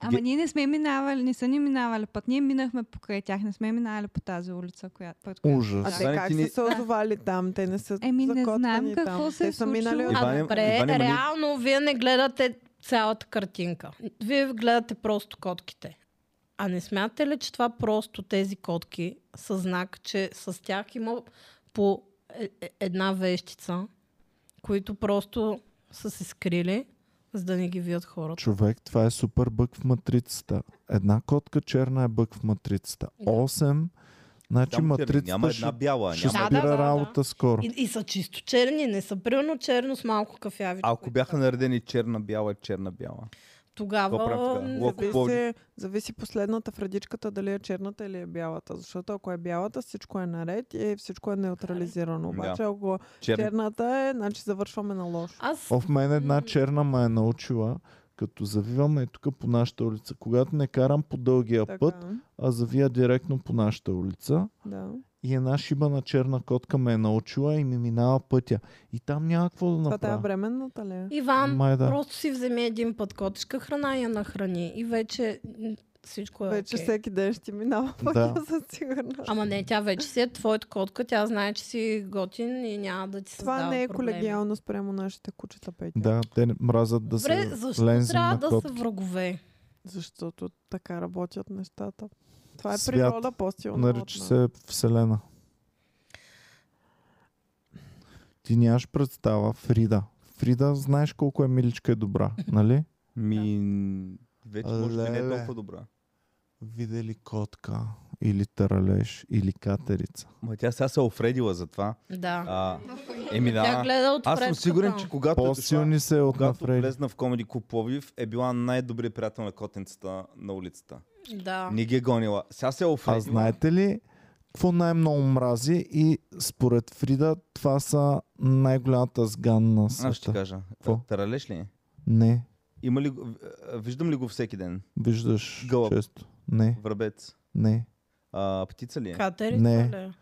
E: Ама
I: Ге-
E: ние не сме минавали, не са ни минавали път. Ние минахме покрай тях, не сме минавали по тази улица, която пред която.
A: Ужас.
B: А те
I: Иване,
B: как
I: ти
B: са
I: ни-
B: се озовали там? Те не са
E: Еми, не
B: закоткани
E: знам какво
B: там.
E: се е
B: Те са минали
E: случило.
B: от...
I: Иване-
C: а, добре,
I: Иване, ма ни-
C: реално вие не гледате цялата картинка. Вие гледате просто котките. А не смятате ли, че това просто тези котки са знак, че с тях има по е- е- една вещица, които просто са се скрили, за да не ги видят хората.
A: Човек, това е супер бък в матрицата. Една котка черна е бък в матрицата.
C: Да.
A: Осем. Значи
I: там черни,
A: матрицата
I: няма
A: ще,
I: една бяла,
A: ще
I: няма
C: Да, да,
A: спира
C: да, да.
A: работа скоро.
C: И, и са чисто черни, не са примерно черно с малко кафявичко.
I: А Ако бяха наредени черна-бяла, черна-бяла. Какво правим
C: Тогава...
I: тогава?
C: м,
I: Локо Пловдив.
B: Зависи, зависи последната вредичката дали е черната или е бялата. Защото ако е бялата, всичко е наред и всичко е неутрализирано.
A: Ами
B: Обаче, ако
I: Черна.
B: черната е, значи завършваме на лошо.
C: Аз...
A: О, в мен една черна ме е научила, като завивам е тук по нашата улица. Когато не карам по дългия
B: Така,
A: път, а завия директно по нашата улица.
B: да.
A: И една шибана черна котка ме е научила и ми минава пътя. И там няма какво да
B: Това тя е
A: направя.
B: бременната ли е?
C: Иван,
A: Май да.
C: Просто си вземи един път котешка храна и я нахрани. И вече м, всичко е
B: Вече
C: окей.
B: всеки ден ще ти минава
A: Да.
B: да. със сигурност.
C: Ама не, тя вече си е твоята котка, тя знае, че си готин и няма да ти създава
B: Това не е
C: проблеми.
B: колегиално спрямо нашите кучета, Петя.
A: Да, те не- мразят да
C: Добре,
A: се
C: защо
A: лензим
C: трябва
A: на
C: да
A: котки.
C: са врагове?
B: Защото така работят нещата. Това е
A: Свят,
B: природа по-силна от
A: Нарича
B: нас.
A: се Вселена. Ти нямаш представа Фрида. Фрида, знаеш колко е миличка и добра, нали?
I: Ми, вече може би не е
A: Леле.
I: толкова добра.
A: Видели котка или таралеж или катерица.
I: Ма тя сега се е офредила за това.
C: Да.
I: А, еми
C: Тя
I: да.
C: гледа от
I: Аз съм
C: предката.
I: сигурен, че когато е дошла,
A: По-силни се от
I: когато
A: нафрели.
I: влезна в Комеди Клуб Пловдив, е била най-добрият приятел на котенцата на улицата.
C: Да.
I: Не ги е гонила. Сега се е офредила.
A: А знаете ли какво най-много мрази и според Фрида това са най-голямата сган на
I: Аз ще ти
A: света.
I: кажа.
A: Какво?
I: Таралеш ли е?
A: Не,
I: Има ли, го- в- виждам ли го всеки ден?
A: виждаш
I: Гълъб.
A: често. Не,
I: Врабец.
A: не.
I: А, птица ли е?
C: Катерица
A: Не.
C: ли?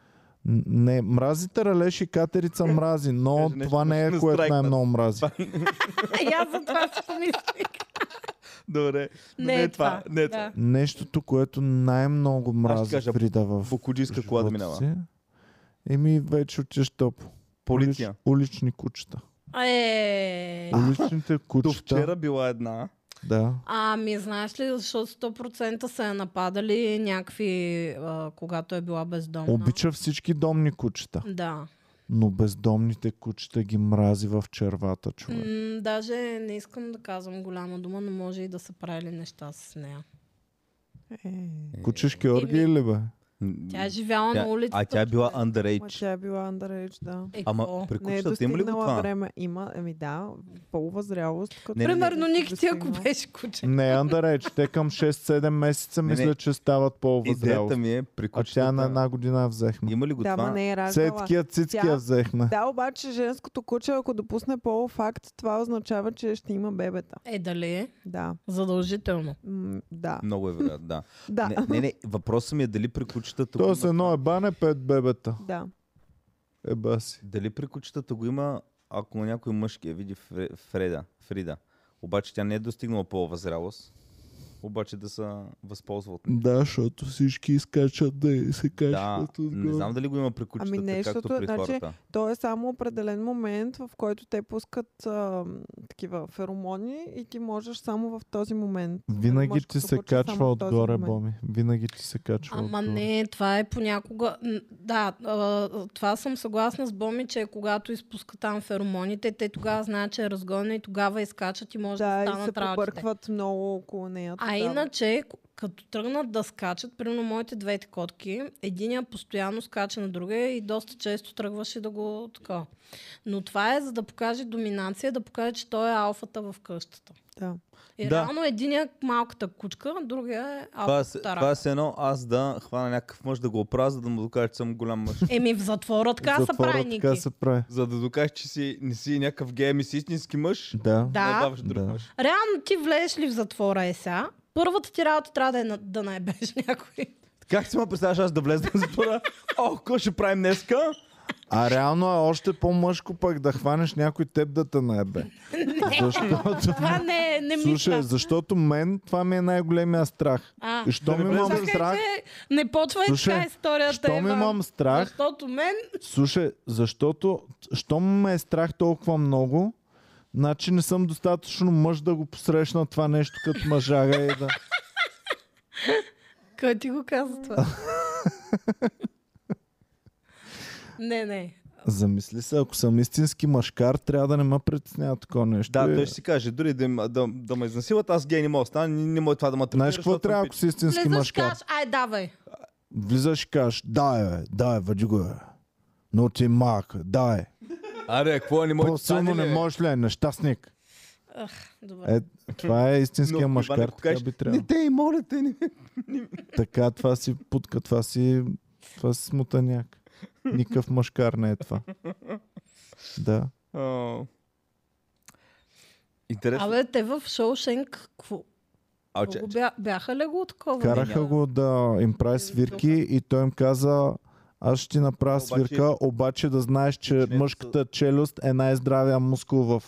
A: Н- Не, мрази таралеш и катерица мрази, но
I: Кажи нещо,
A: това не
I: ще
A: е
I: ме
A: което
I: страйкнат.
A: най-много мрази.
C: И аз за това си помислих.
I: Добре. Но
C: Не е това.
I: Не е това.
C: Да.
A: Нещото, което най-много мрази
I: кажа,
A: Фрида в
I: Бокуджийска кола да
A: живота
I: минава.
A: си, Еми, вече отиваш топ.
I: Полиция.
A: улични кучета.
C: А, Е.
A: Уличните
I: До
A: кучета.
I: вчера била една.
A: Да.
C: Ами, знаеш ли, защото 100% са я нападали някакви, а, когато е била бездомна.
A: Обича всички домни кучета.
C: Да.
A: Но бездомните кучета ги мрази в червата, човек.
C: М, даже не искам да казвам голяма дума, но може и да са правили неща с нея.
B: Е,
A: Кучеш Георги
C: Еми,
A: ли бе?
C: Тя е живяла
I: Тя-
C: на улицата.
I: А тя е била
B: ма
I: underage.
B: тя е била underage, да.
C: Е, какво?
I: Ама при
B: Не е
I: кучетата има ли го
B: достигнала
I: това?
B: време. Има, еми да, полова зрялост. Като
I: Не, не, не.
C: Примерно Ники ти, ако
B: достигнал.
C: беше куче.
A: Не, Underage. Те към 6-7 месеца
I: Не, не.
A: мисля, че стават по-възряло.
I: Идеята ми е при
A: А тя на
I: кучетата.
A: една година я взехме.
I: Има ли го
B: Да, ма
I: това?
B: не е
A: Все
B: раждала.
A: такива цицки
B: Тя-
A: я взехме.
B: Да, обаче женското куче, ако допусне полов факт, това означава, че ще има бебета.
C: Е, дали е?
B: Да.
C: Задължително.
B: М- да.
I: Много е вероятно, да.
B: Да.
I: Не, не, не, въпросът ми е дали при кучетата го
A: Тоест
I: има.
A: едно е бане, пет бебета.
B: Да.
A: Е баси.
I: Дали при кучетата го има, ако някой мъжки я види Фре- Фреда, Фрида. Обаче тя не е достигнала по зрялост. Обаче да се възползва от нея.
A: Да, защото всички изкачат да и се
I: Да,
A: качват
I: не знам дали го има при кучетата,
B: не,
I: както
B: защото,
I: при
B: значи,
I: хората.
B: То е само определен момент, в който те пускат а, такива феромони и ти можеш само в този момент.
A: Винаги
B: Мъжкото
A: ти се
B: куче само
A: качва
B: в този
A: отгоре,
B: момент.
A: Боми. Винаги ти се качва
C: Ама
A: отгоре.
C: не, това е понякога... н- Да, а, това съм съгласна с Боми, че когато изпуска там феромоните, те тогава знаят, че е разгонена и тогава изкачат и може да,
B: Да, и се
C: станат работите.
B: побъркват много около нея.
C: А
B: тогава.
C: иначе, к- като тръгнат да скачат, примерно моите двете котки, единия постоянно скача на другия и доста често тръгваше да го така. Но това е за да покаже доминация, да покаже, че той е алфата в къщата.
B: Да.
C: И
I: Да.
C: реално единия е малката кучка, другия е
I: Това е,
C: алфата.
I: с-
C: тарак.
I: това е с едно аз да хвана някакъв мъж да го опра, за да му докажа, че съм голям мъж.
C: Еми в затвора така са
A: Затвора
C: прави,
A: така
C: Ники.
A: се прави.
I: за да докажеш, че си, не си някакъв гей, ами си истински мъж.
A: Да.
C: Да.
I: Не даваш друг
A: Да.
I: мъж.
C: Реално ти влезеш ли в затвора е сега, първата ти работа трябва да, е, на- да наебеш някой.
I: Как си ме представяш аз да влезна за това? О, какво ще правим днеска?
A: А реално е още по-мъжко пък да хванеш някой теб да те наебе. Защото...
C: Това не, е- не
A: Слушай,
C: мисля.
A: защото мен това ми е най-големия страх.
C: А.
A: И щом
I: Добре,
A: имам
I: чакай,
A: страх,
C: Е, Не почва и
A: Слушай,
C: така историята.
A: щом
C: Иван.
A: имам страх,
C: Защото мен
A: Слушай, защото, щом ме е страх толкова много, значи не съм достатъчно мъж да го посрещна това нещо като мъжага и да...
C: Кой ти го каза това? не, не.
A: Замисли се, ако съм истински мъжкар, трябва да не ме притеснява такова нещо. Е,
I: Да,
A: И-
I: той ще си каже, дори да, им- да, да ме изнасилват, аз гей не мога да стана, не, не мога това да ме третира,
A: Знаеш какво
I: защото
A: трябва,
I: съм
A: ако си истински
C: Влизаш,
A: мъжкар?
C: кажеш, ай, давай.
A: Влизаш и кажеш, дай, бе, дай, въди го, бе. Но ти е малък, дай.
I: пич. Аре, какво не мога да
A: По-силно
I: стане,
A: не
I: не мога.
A: можеш ли, е, нещастник.
C: Добре.
A: Е, това е истинския
I: Но,
A: мъжкар,
I: Иване, ако
A: така
I: кажеш,
A: би трябвало.
I: Не те, моля те, не.
A: Така, това си путка, това си, това си смутаняк. Никакъв мъжкар не е това. Да.
I: О. Интересно.
C: Абе, те в Шоушенк, какво?
I: Е, А, че,
C: го бя- бяха ли го такова?
A: Караха го да им
C: Е,
A: прави свирки и той им каза аз ще ти направя
I: Обаче-
A: свирка, обаче да знаеш, че
I: Почнете с-
A: мъжката челюст е най-здравия мускул в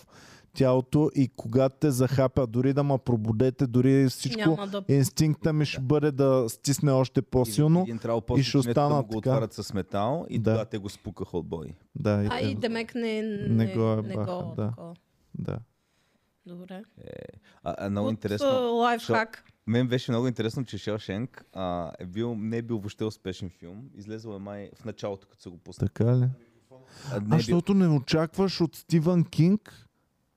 A: тялото и когато те захапя, дори да ма пробудете, дори всичко,
C: Няма да...
A: инстинкта ми ще бъде да стисне още по-силно.
I: Един трябва после
A: и ще
I: нещо да
A: остана
I: му го
A: така.
I: отварят с метал и
A: Да.
I: тогава те го спукаха от бой.
A: Да, и,
C: А
A: те-
I: е,
C: и Демек не, не,
A: Не го е
C: не
A: баха,
C: го
A: да.
C: такова.
A: да.
C: Добре.
I: А, а, много
C: Good,
I: интересно.
C: uh, Лайфхак.
I: Мен беше много интересно, че Шелшенк а, е бил, не е бил въобще успешен филм. Излезъл е май в началото, като са го пуснали.
A: Така ли?
I: А, не
A: А
I: е бил,
A: защото не очакваш от Стивън Кинг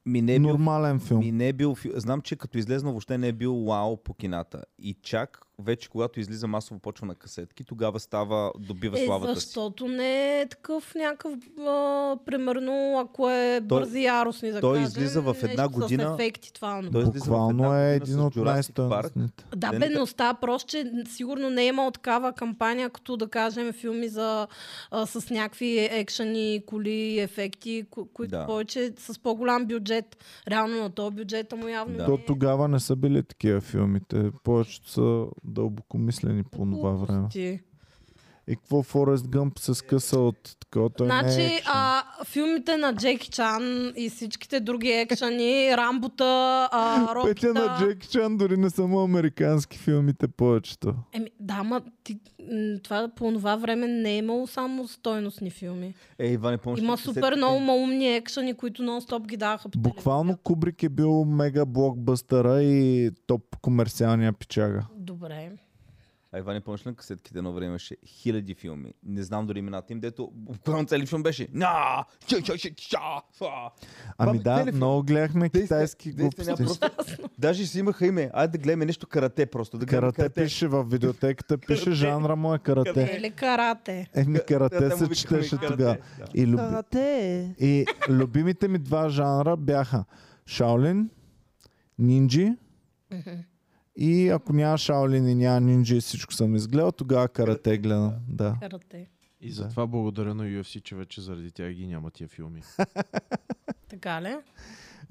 I: ми не е бил
A: нормален филм.
I: Ми не е бил, фи- знам, че като излезна въобще не е бил вау по кината. И чак вече когато излиза масово почва на касетки, тогава става, добива
C: Е,
I: славата си.
C: защото не е такъв някакъв, а, примерно, ако е
I: Той-
C: бързи и яростни, да
I: той
C: кажем,
I: излиза в една
C: нещо
I: година-
C: С ефекти, това, но...
I: Той излиза в
A: Буквално
I: една
A: е
I: година
A: един
I: с
A: от
I: Jurassic Park.
A: най-стойностните.
C: Да,
I: Нали
C: бедността, просто, че сигурно не е имал такава кампания, като да кажем филми за, а, с някакви екшени, коли, ефекти, ко- които
I: Да.
C: повече с по-голям бюджет. Реално на този бюджета му явно
I: Да.
C: да.
A: То
C: не е.
A: тогава не са били такива филмите. Повечето са дълбокомислени по това време.
C: Ти.
A: И какво Форест Гъмп се скъса от такова? Той
C: Значи,
A: не е екшен.
C: а, филмите на Джеки Чан и всичките други екшени, Рамбота, а,
A: Петя
C: Рокита...
A: на Джеки Чан дори не са му американски филмите повечето.
C: Еми, да, ма ти, м, това по това време не е имало само стойностни филми.
I: Е, Иване, помниш ли
C: Има
I: касетките?
C: супер много малумни екшени, които нон-стоп ги даваха по
A: Буквално Кубрик е бил мега блокбъстъра и топ комерциалния пичага.
C: телевизията. Добре.
I: А Иване, помниш ли на касетките едно време имаше хиляди филми. Не знам дори имената им, дето буквално цели филм беше. На! Ча, ча, ча, ча, фа.
A: Ами
I: Бабе,
A: да,
I: телефон.
A: много гледахме
I: Те сте-
A: китайски
I: те сте
A: глупости.
I: ня- просто- Даже си имаха име. Айде да гледаме нещо карате просто. Да гледаме
A: Карате пише в видеотеката, пише жанра му е
C: Те.
A: карате.
C: Или карате.
A: Еми
I: Да,
A: карате
I: да, му
A: се
I: викаме
A: четеше
I: карате.
A: тогава.
I: Да.
A: И люби...
B: Карате.
A: И любимите ми два жанра бяха Шаолин, Нинджи и ако няма Шаолин и няма Нинджи и всичко съм изгледал, тогава карате гледам. Да.
C: Карате.
F: И затова благодаря на UFC, че вече заради тях ги няма тия филми.
C: Така ли?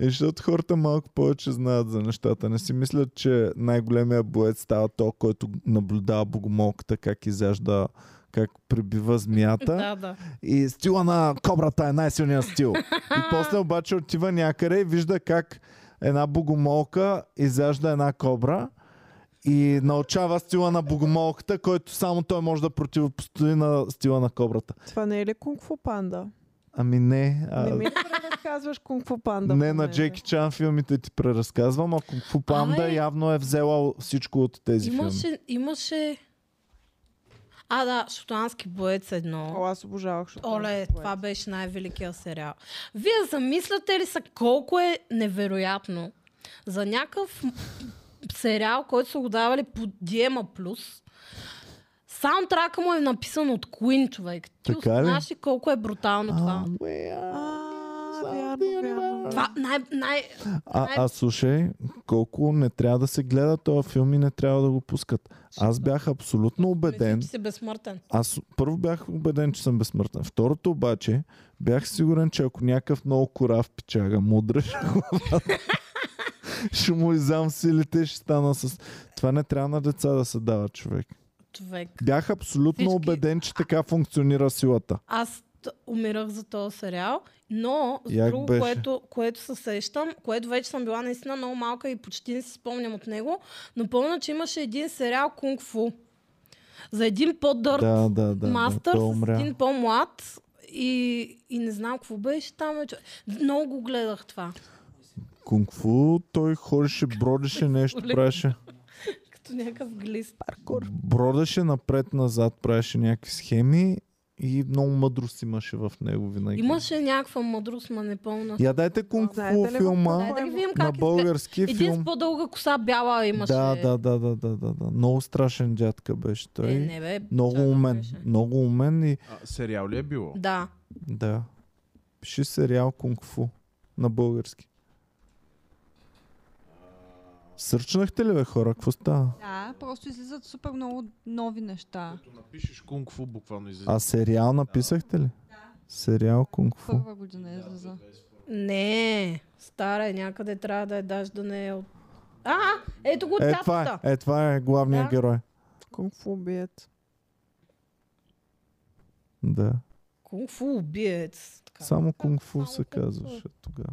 A: И Е, защото хората малко повече знаят за нещата. Не си мислят, че най-големия боец става то, който наблюдава богомолката, как изяжда, как прибива змията.
C: Да, да.
A: И стила на кобрата е най-силният стил. и после обаче отива някъде и вижда как една богомолка изяжда една кобра и научава стила на богомолката, който само той може да противопостои на стила на кобрата.
B: Това не е ли кунг-фу панда?
A: Ами не. А...
B: Не ми е разказваш кунг-фу
A: Не,
B: панда. в
A: на
B: момента.
A: Джеки Чан филмите ти преразказвам, а Кунг Фу Панда
C: Абе.
A: явно е взела всичко от тези филми.
C: Имаше, имаше... А, да, шотландски боец едно.
B: О, аз обожавах. шотландски
C: Оле,
B: боец.
C: това беше най-великия сериал. Вие замисляте ли са колко е невероятно за някакъв м- сериал, който са го давали по Диема Плюс, саундтрака му е написан от Queen, човек. Ти
A: Така ли?
C: знаеш ли колко е брутално това?
A: А, we are
B: А,
A: Sound
B: вярно, вярно.
A: Universe.
C: Това най... най...
A: А, а слушай, колко не трябва да се гледа този филм и не трябва да го пускат. Аз бях абсолютно
C: Мисля,
A: убеден.
C: че си безсмъртен.
A: Аз първо бях убеден, че съм безсмъртен. Второто обаче, бях сигурен, че ако някакъв много корав пичага мудра ще му изям силите и ще стана с... Това не трябва на деца да се дава човек.
C: Човек.
A: Бях абсолютно
C: Всички-
A: убеден, че така функционира силата.
C: аз т- умирах за този сериал, но с
A: Як
C: друго,
A: беше?
C: което, което се сещам, което вече съм била наистина много малка и почти не си спомням от него, но помня, че имаше един сериал Кунг Фу. За един по-дърт
A: Да, да, да.
C: мастър
A: да, той
C: с
A: умря.
C: един по-млад и, и не знам какво беше там. бе, човек. Много го гледах това.
A: Кунг-фу, той ходеше, бродеше нещо,
C: Оле.
A: правеше.
C: Като някакъв глист.
A: Бродеше напред-назад, правеше някакви схеми и много мъдрост имаше в него винаги.
C: Имаше някаква мъдрост, ма не помня.
A: Я дайте
B: Знаете
A: кунг-фу
B: ли в
A: филма
B: кой-
C: Дай да ги видим
A: на
C: как изглежда.
A: български
C: Един
A: филм.
C: с по-дълга коса бяла имаше.
A: Да, да, да, да, да, да, да. Много страшен дядка беше той.
C: Е, не, бе,
A: много
C: чакай,
A: умен,
C: беше.
A: много умен и
F: А, сериал ли е било?
C: Да.
A: да. Пиши сериал кунг-фу на български. Сърчнахте ли бе хора? Какво става?
E: Да, просто излизат супер много нови неща.
F: Като напишеш кунг-фу, буквално излиза.
A: А сериал написахте ли? Сериал кунг-фу.
E: Първа година излиза.
C: Не, стара е някъде, трябва да е даже да не е от... А, ето го
A: Е, това
C: тятата.
A: е, е, това е главният
C: Да.
A: герой.
B: Кунг-фу биец.
A: Да.
C: Кунг фу убиец. Така.
A: Само кунг-фу
C: Само
A: се
C: кунг-фу.
A: казваше тогава.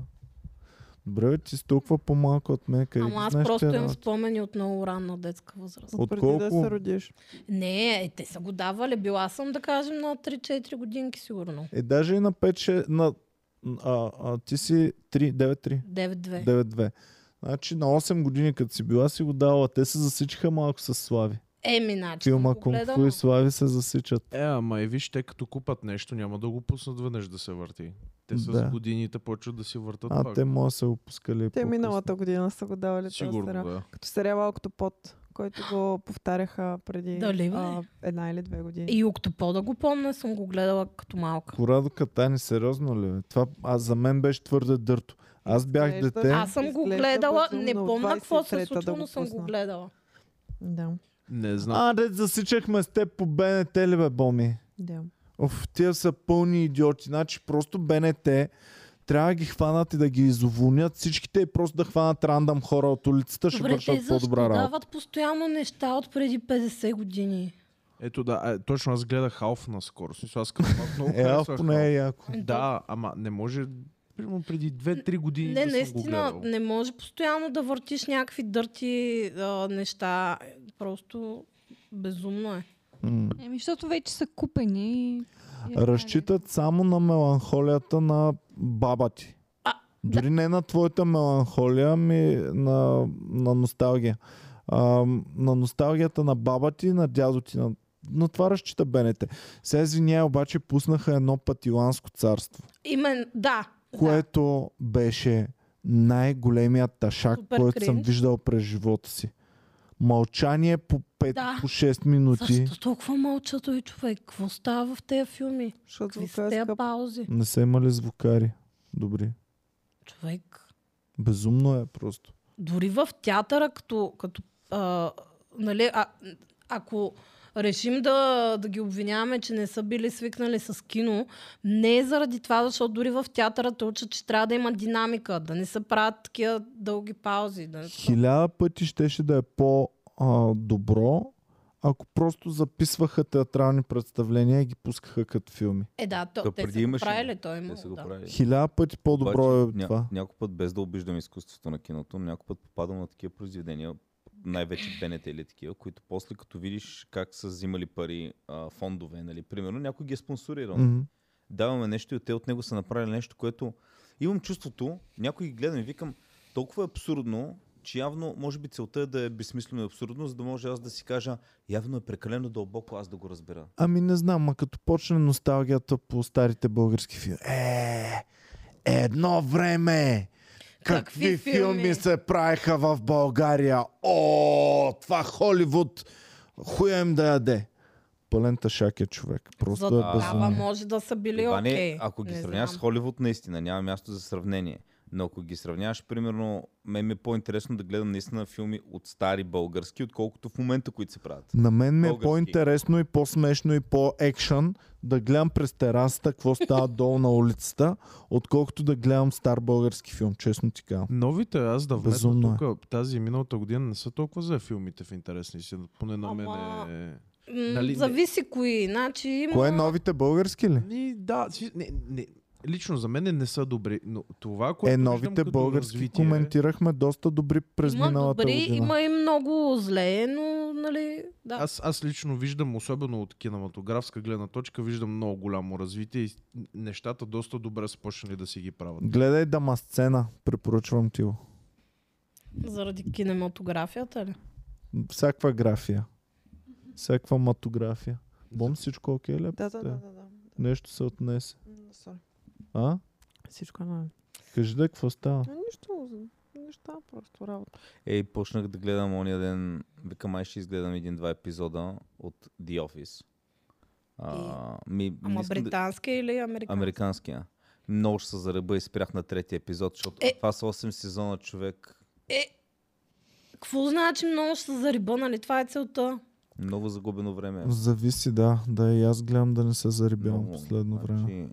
A: Бре, ти си толкова по-малко от мен. Къде
C: Ама аз
A: знаеш е
C: просто
A: тия
C: имам
A: работи?
C: спомени от много ранна детска възраст.
A: От
B: преди да
A: колко?
B: се родиш.
C: Не, е, те са го давали. Била съм, да кажем, на 3-4 годинки сигурно.
A: Е, даже и на 5-6... На... А, а, ти си 3, 9-3.
C: 9-2.
A: 9-2. Значи на 8 години, като си била, си го дала. Те се засичиха малко с Слави.
C: Еми, значи.
A: Филма
C: съм го гледала.
A: Кунг-фу и Слави се засичат.
F: Е, ама и виж, те като купат нещо, няма да го пуснат веднъж да се върти. Те с
A: Да.
F: годините почват да си въртат
A: А,
F: пак.
A: те може да се опускали и
B: Те
A: по-късно.
B: миналата година са го давали този
C: е
F: Сигурно,
B: сериал.
F: да.
B: Като сериал Октопод, който го повтаряха преди
C: Дали бе?
B: а, една или две години.
C: И Октопода го помня, съм го гледала като малка.
A: Корадо Катани, сериозно ли? бе? Това аз, за мен беше твърде дърто. Аз бях
B: Изглежда-
A: дете.
C: Аз съм го
B: Изглежда
C: гледала,
B: безумно.
C: не помня какво се
B: 23-та
C: случва,
B: да го
C: но съм го
B: пусна.
C: гледала.
B: Да,
F: Не знам.
A: А, дет засичахме с теб по БНТ ли бе, Боми?
B: да.
A: Оф, тия са пълни идиоти. Значи просто БНТ трябва да ги хванат и да ги изовунят всичките и просто да хванат рандам хора от улицата, ще
C: Добре, те
A: вършат
C: защо
A: по-добра работа.
C: дават постоянно неща от преди 50 години?
F: Ето да, а, точно аз гледах Алф наскоро. В Смисъл, аз като малък много
A: Е, а
F: харесвах
A: поне е
F: Алф.
A: яко.
F: Да, ама не може примерно преди 2-3
C: Не,
F: години да съм го
C: наистина,
F: гледал.
C: не може постоянно да въртиш някакви дърти а, неща. Просто безумно е.
A: М.
E: Еми, защото вече са купени. и- и е
A: Разчитат само на меланхолията на баба ти.
C: А,
A: Дори не на твоята меланхолия, ми на, на носталгия. А, на носталгията на баба ти, на дядо ти, на, на това разчита бенете. Сега извиняй, обаче пуснаха едно патиланско царство,
C: Имен, да.
A: което беше най-големият ташак,
C: Супер
A: който съм
C: кринж.
A: виждал през живота си. Мълчание по 5,
C: Да.
A: по 6
C: да.
A: минути.
C: Защо толкова мълча той човек? Какво става в тези филми?
B: Защото
C: Какви
B: звука
C: са
B: е
C: тези
B: скъп.
C: паузи?
A: Не са имали звукари. Добри.
C: Човек,
A: Безумно е просто.
C: дори в театъра, като, като а, нали, а, ако решим да, да ги обвиняваме, че не са били свикнали с кино, не е заради това, защото дори в театъра те учат, че трябва да има динамика, да не се правят такива дълги паузи. Да не са-
A: хиляда пъти щеше да е по-добро, ако просто записваха театрални представления и ги пускаха като филми.
C: Е, да, то,
I: То
C: те
I: преди
C: са го
I: имаше,
C: правили, той има.
I: Те са го
C: да.
I: правили.
A: Хиляда пъти по-добро е
I: Обаче, ня-
A: това.
I: Някой път, без да обиждам изкуството на киното, някой път попадам на такива произведения, най-вече БНТ или такива, които после като видиш как са взимали пари а, фондове, нали, примерно, някой ги е спонсорирал. Mm.
A: Мгм.
I: Даваме нещо и те от него са направили нещо, което имам чувството, някой ги гледам и викам, толкова е абсурдно, че явно, може би целта е да е безсмислено и абсурдно, за да може аз да си кажа, явно е прекалено дълбоко аз да го разбера.
A: Ами не знам, а като почне носталгията по старите български филми. Е, едно време! Какви,
C: Какви
A: филми?
C: филми?
A: се правиха в България? О, това Холивуд! Хуя им да яде! Пълен тъшак е човек. Просто
C: За
A: е
C: тогава
A: безумно.
C: може да са били
I: Иване,
C: окей.
I: ако ги
C: Не
I: сравняваш с
C: знам.
I: Холивуд, наистина няма място за сравнение. Но ако ги сравняваш, примерно, мен ми е по-интересно да гледам наистина филми от стари български, отколкото в момента, които се правят.
A: На мен ми е
I: Български.
A: по-интересно и по-смешно и по-екшън да гледам през терасата какво става долу на улицата, отколкото да гледам стар български филм, честно ти казвам.
F: Новите, аз да
A: Безумно
F: вметна
A: е.
F: тук, тази и миналата година не са толкова за филмите в интересни си, поне на мен
C: Ама-
F: е...
C: М,
F: Нали, не-
C: Зависи кои. Значи има...
A: Кое е новите български ли?
F: Ми, Ами, да, си, не, не, лично за мен не са добри, но това, което
A: Е,
F: виждам
A: новите
F: като
A: български
F: развитие,
A: коментирахме доста добри през
C: има
A: миналата
C: добри,
A: година.
C: има и много зле, но нали, да.
F: Аз, аз лично виждам, особено от кинематографска гледна точка, виждам много голямо развитие и нещата доста добре са почнали да си ги правят.
A: Гледай Дамасцена, препоръчвам ти го.
C: Заради кинематографията ли?
A: Всяква графия. Всяква матография. Бом, всичко окей ли? е?
B: Да, да, да, да, да.
A: Нещо се отнесе.
B: М, Сори.
A: А?
B: Всичко е наред.
A: Кажи да, какво става?
B: Ами Нищо, неща, просто работа.
I: Ей, почнах да гледам ония ден, викам, май ще изгледам един-два епизода от The Office. А, ми, не
C: Ама
I: искам да-
C: британски или американски?
I: Американския. Много ще се зареба и спрях на третия епизод, защото
C: Е.
I: това са 8 сезона човек.
C: Е, какво значи много ще са за риба, нали? Това е целта.
I: Много загубено време.
A: Зависи, да. Да, и аз гледам да не се заребявам
I: Много.
A: последно време.
I: Значи,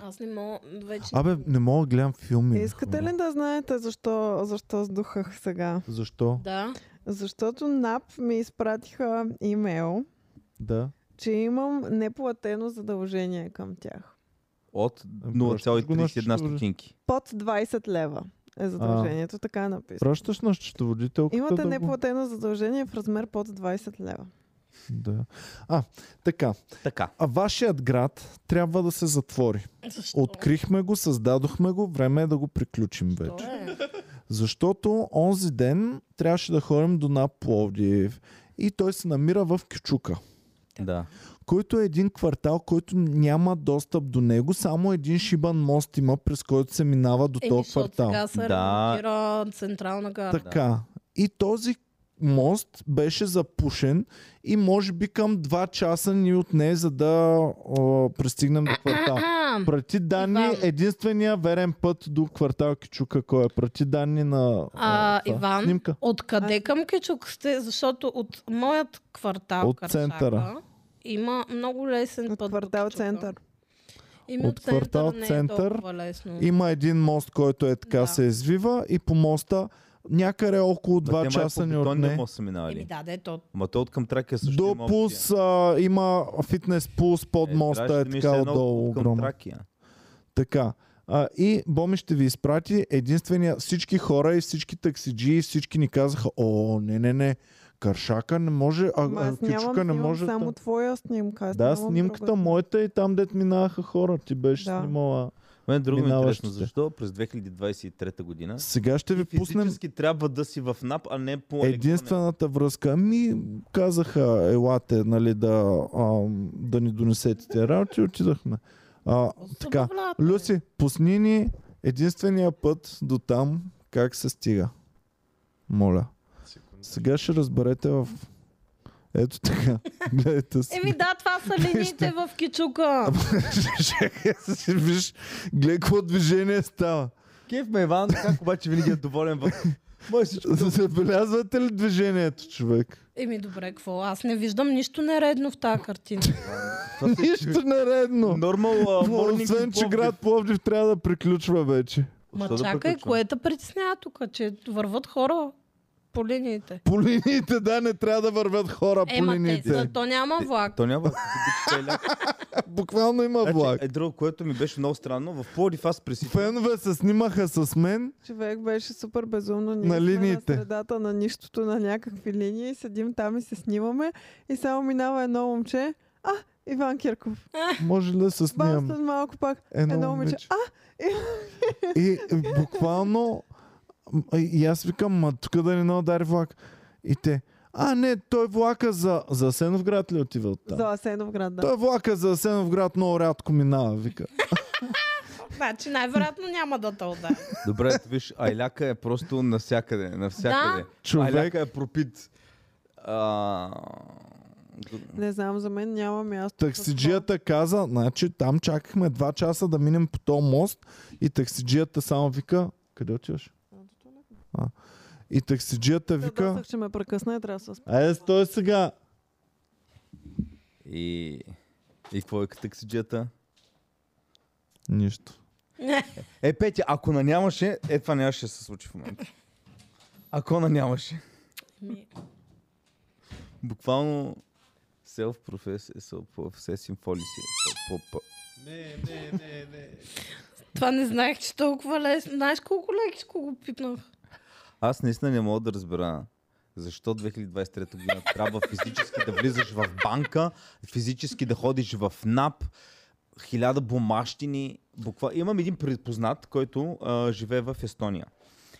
C: Аз не мога вече...
A: Абе, не мога да гледам филми. бе,
B: Искате
A: хора.
B: ли да знаете защо, защо сдухах сега?
A: Защо?
C: Да.
B: Защото НАП ми изпратиха имейл,
A: Да.
B: че имам неплатено задължение към тях.
I: От
A: Е, пращаш го на
I: 0,31
A: счетовода.
I: стотинки.
B: Под 20 лева. е задължението. Така е написано.
A: Пращаш на счетоводителката
B: Имате
A: да го...
B: неплатено задължение в размер под 20 лева.
A: Да. А, така.
I: Така.
A: А вашият град трябва да се затвори.
C: Защо?
A: Открихме го, създадохме го, време е да го приключим вече.
C: Добре.
A: Защото онзи ден трябваше да ходим до НАП Пловдив и той се намира в Кичука,
I: Да.
A: който е един квартал, който няма достъп до него, само един шибан мост има, през който се минава до
C: Еми,
A: този
C: защото
A: квартал.
C: така се
I: Да.
C: ремонтира централна гара.
A: Така. И този мост беше запушен и може би към 2 часа ни отне, за да о, пристигнем до квартал.
C: А,
A: Прати данни,
C: Иван.
A: единствения верен път до квартал Кичука, кой е? Прати данни на
C: а,
A: това,
C: Иван,
A: снимка.
C: откъде към Кичук сте? Защото от моят квартал
A: От
C: Каршака,
A: центъра.
C: има много лесен
B: От
C: път до
B: квартал
C: Кичука.
B: център.
C: Ими
A: От квартал
C: не е
A: център
C: толкова лесно.
A: Има един мост, който е така да.
C: Да.
A: се извива и по моста някъде около
I: е
A: 2 часа ни
I: Не
A: отне.
I: може да се минава
C: Еми
I: ли?
C: да, де, то
I: Ма той от към Тракия също
A: До
I: има опция.
A: пулс а, има фитнес пулс под
I: Е,
A: моста,
I: трябваше
A: е
I: да ми
A: така
I: се едно
A: отдолу
I: от към
A: огромен.
I: Тракия.
A: Така. А, и Боми ще ви изпрати единствения. Всички хора и всички таксиджи и всички ни казаха, о, не, не, не, Каршака не може, а,
B: Ама
A: а
B: аз нямам
A: Кючука не
B: снимам,
A: може.
B: само
A: там.
B: твоя снимка. Аз
A: Да,
B: нямам
A: снимката
B: друга.
A: моята и там, дет минаха хора. Ти беше
B: Да.
A: снимала.
I: Мен друго ми е интересно,
A: Минаващите.
I: защо през 2023 година
A: Сега ще ви пуснем
I: физически трябва да си в НАП, а не по електронен.
A: единствената връзка. Ми казаха, елате, нали, да, а, да ни донесете тези работи. Отидахме. А, така.
C: забавлявате.
A: Люси, пусни ни единствения път до там, как се стига. Моля. Сега ще разберете в... Ето така. Гледайте си.
C: Еми да, това са линиите в Кичука.
A: Чакай, си Виж, гледай какво движение става.
I: Кеф ме Иван, как обаче винаги е доволен в...
A: Май всичко... Забелязвате ли движението, човек?
C: Еми добре, какво? Аз не виждам нищо нередно в тази картина.
A: Нищо наредно.
I: Нормал морнинг
A: Освен, че град Пловдив трябва да приключва вече.
C: Ма чакай, кое те притеснява тук, че върват хора по линиите.
A: По линиите, да, не трябва да вървят хора по
C: Ема те,
A: линиите. Е,
C: за- то няма влак.
I: То няма ако обичате, еля.
A: Буквално има влак.
I: Значи, е друго, което ми беше много странно. В Пловдив аз пресичам.
A: Фенове се снимаха с мен.
B: Човек беше супер безумно. Ние
A: На
B: сме
A: линиите.
B: На средата на нищото, на някакви линии. Седим там и се снимаме. И само минава едно момче. А, Иван Кирков.
A: Може ли да се
B: Бам,
A: снимам?
B: след малко пак.
A: Едно,
B: Едно момиче. А,
A: И е, буквално м, и аз викам, ма тук да не не удари влак. И те, а не, той влака за, за Асеновград ли отива от там?
B: за Асеновград, е да.
A: Той влака за Асеновград много рядко минава, вика.
C: Значи най-вероятно няма да те удари.
I: Добре, ето виж, Айляка е просто навсякъде. Навсякъде.
A: Човек.
I: Айляка е пропит. А...
B: Не знам, за мен няма място.
A: Таксиджията каза, значи там чакахме 2 часа да минем по този мост и таксиджията само вика, къде отиваш? А. И таксиджията
B: Вика...
A: вика,
B: ще ме прекъсна и трябва да се спра.
A: айде стой сега.
I: И... И какво е таксиджията?
A: Нищо.
I: Е, Петя, ако на нямаше, е това нямаше да се случи в момента. Ако на нямаше.
C: Ми.
I: Буквално self-professing self-professing policy. П- п- п-
C: Това не знаех, че толкова лесно. Знаеш колко лекичко го пипнах?
I: Аз наистина не мога да разбера защо 2023 година трябва физически да влизаш в банка, физически да ходиш в НАП, хиляда бумащини. Буква... Имам един припознат, който а, живее в Естония.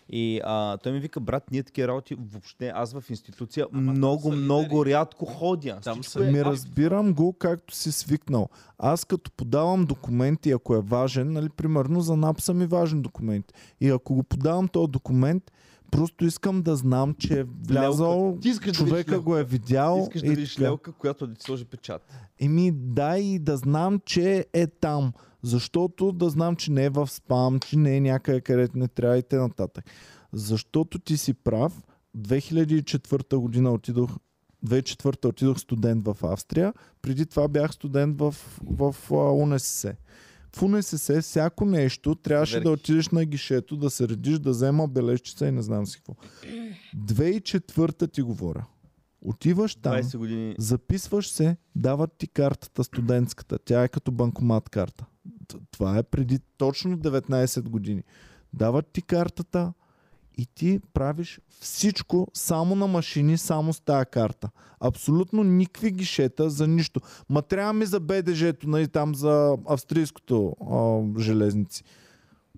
I: И а, той ми вика, брат, ние такива работи въобще, аз в институция много, много рядко ходя.
G: Там
I: Всичко
G: са
I: е
A: Ми разбирам го както си свикнал. Аз като подавам документи, ако е важен, нали, примерно за НАП са ми важни документи. И ако го подавам този документ, просто искам да знам, че е влязал,
I: Лелка. Ти искаш да видиш
A: човека
I: лелка.
A: го е видял.
I: Искаш
A: и
I: да видиш
A: така.
I: лелка, която да ти сложи печат.
A: Еми да и да знам, че е там. Защото да знам, че не е в спам, че не е някъде където не трябва и те нататък. Защото ти си прав. 2004 година отидох 2004 отидох студент в Австрия. Преди това бях студент в, в а, УНСС. В УНСС всяко нещо трябваше
I: Проверки.
A: да отидеш на гишето, да се редиш, да взема бележчица и не знам си какво. 2004 ти говоря. Отиваш там.
I: 20 години.
A: Записваш се, дават ти картата студентската. Тя е като банкомат карта. Т- Това е преди точно 19 години. дават ти картата и ти правиш всичко само на машини, само с тая карта. Абсолютно никакви гишета за нищо. Ма трябва ми за БДЖ-то, нали, там за австрийското а, железници.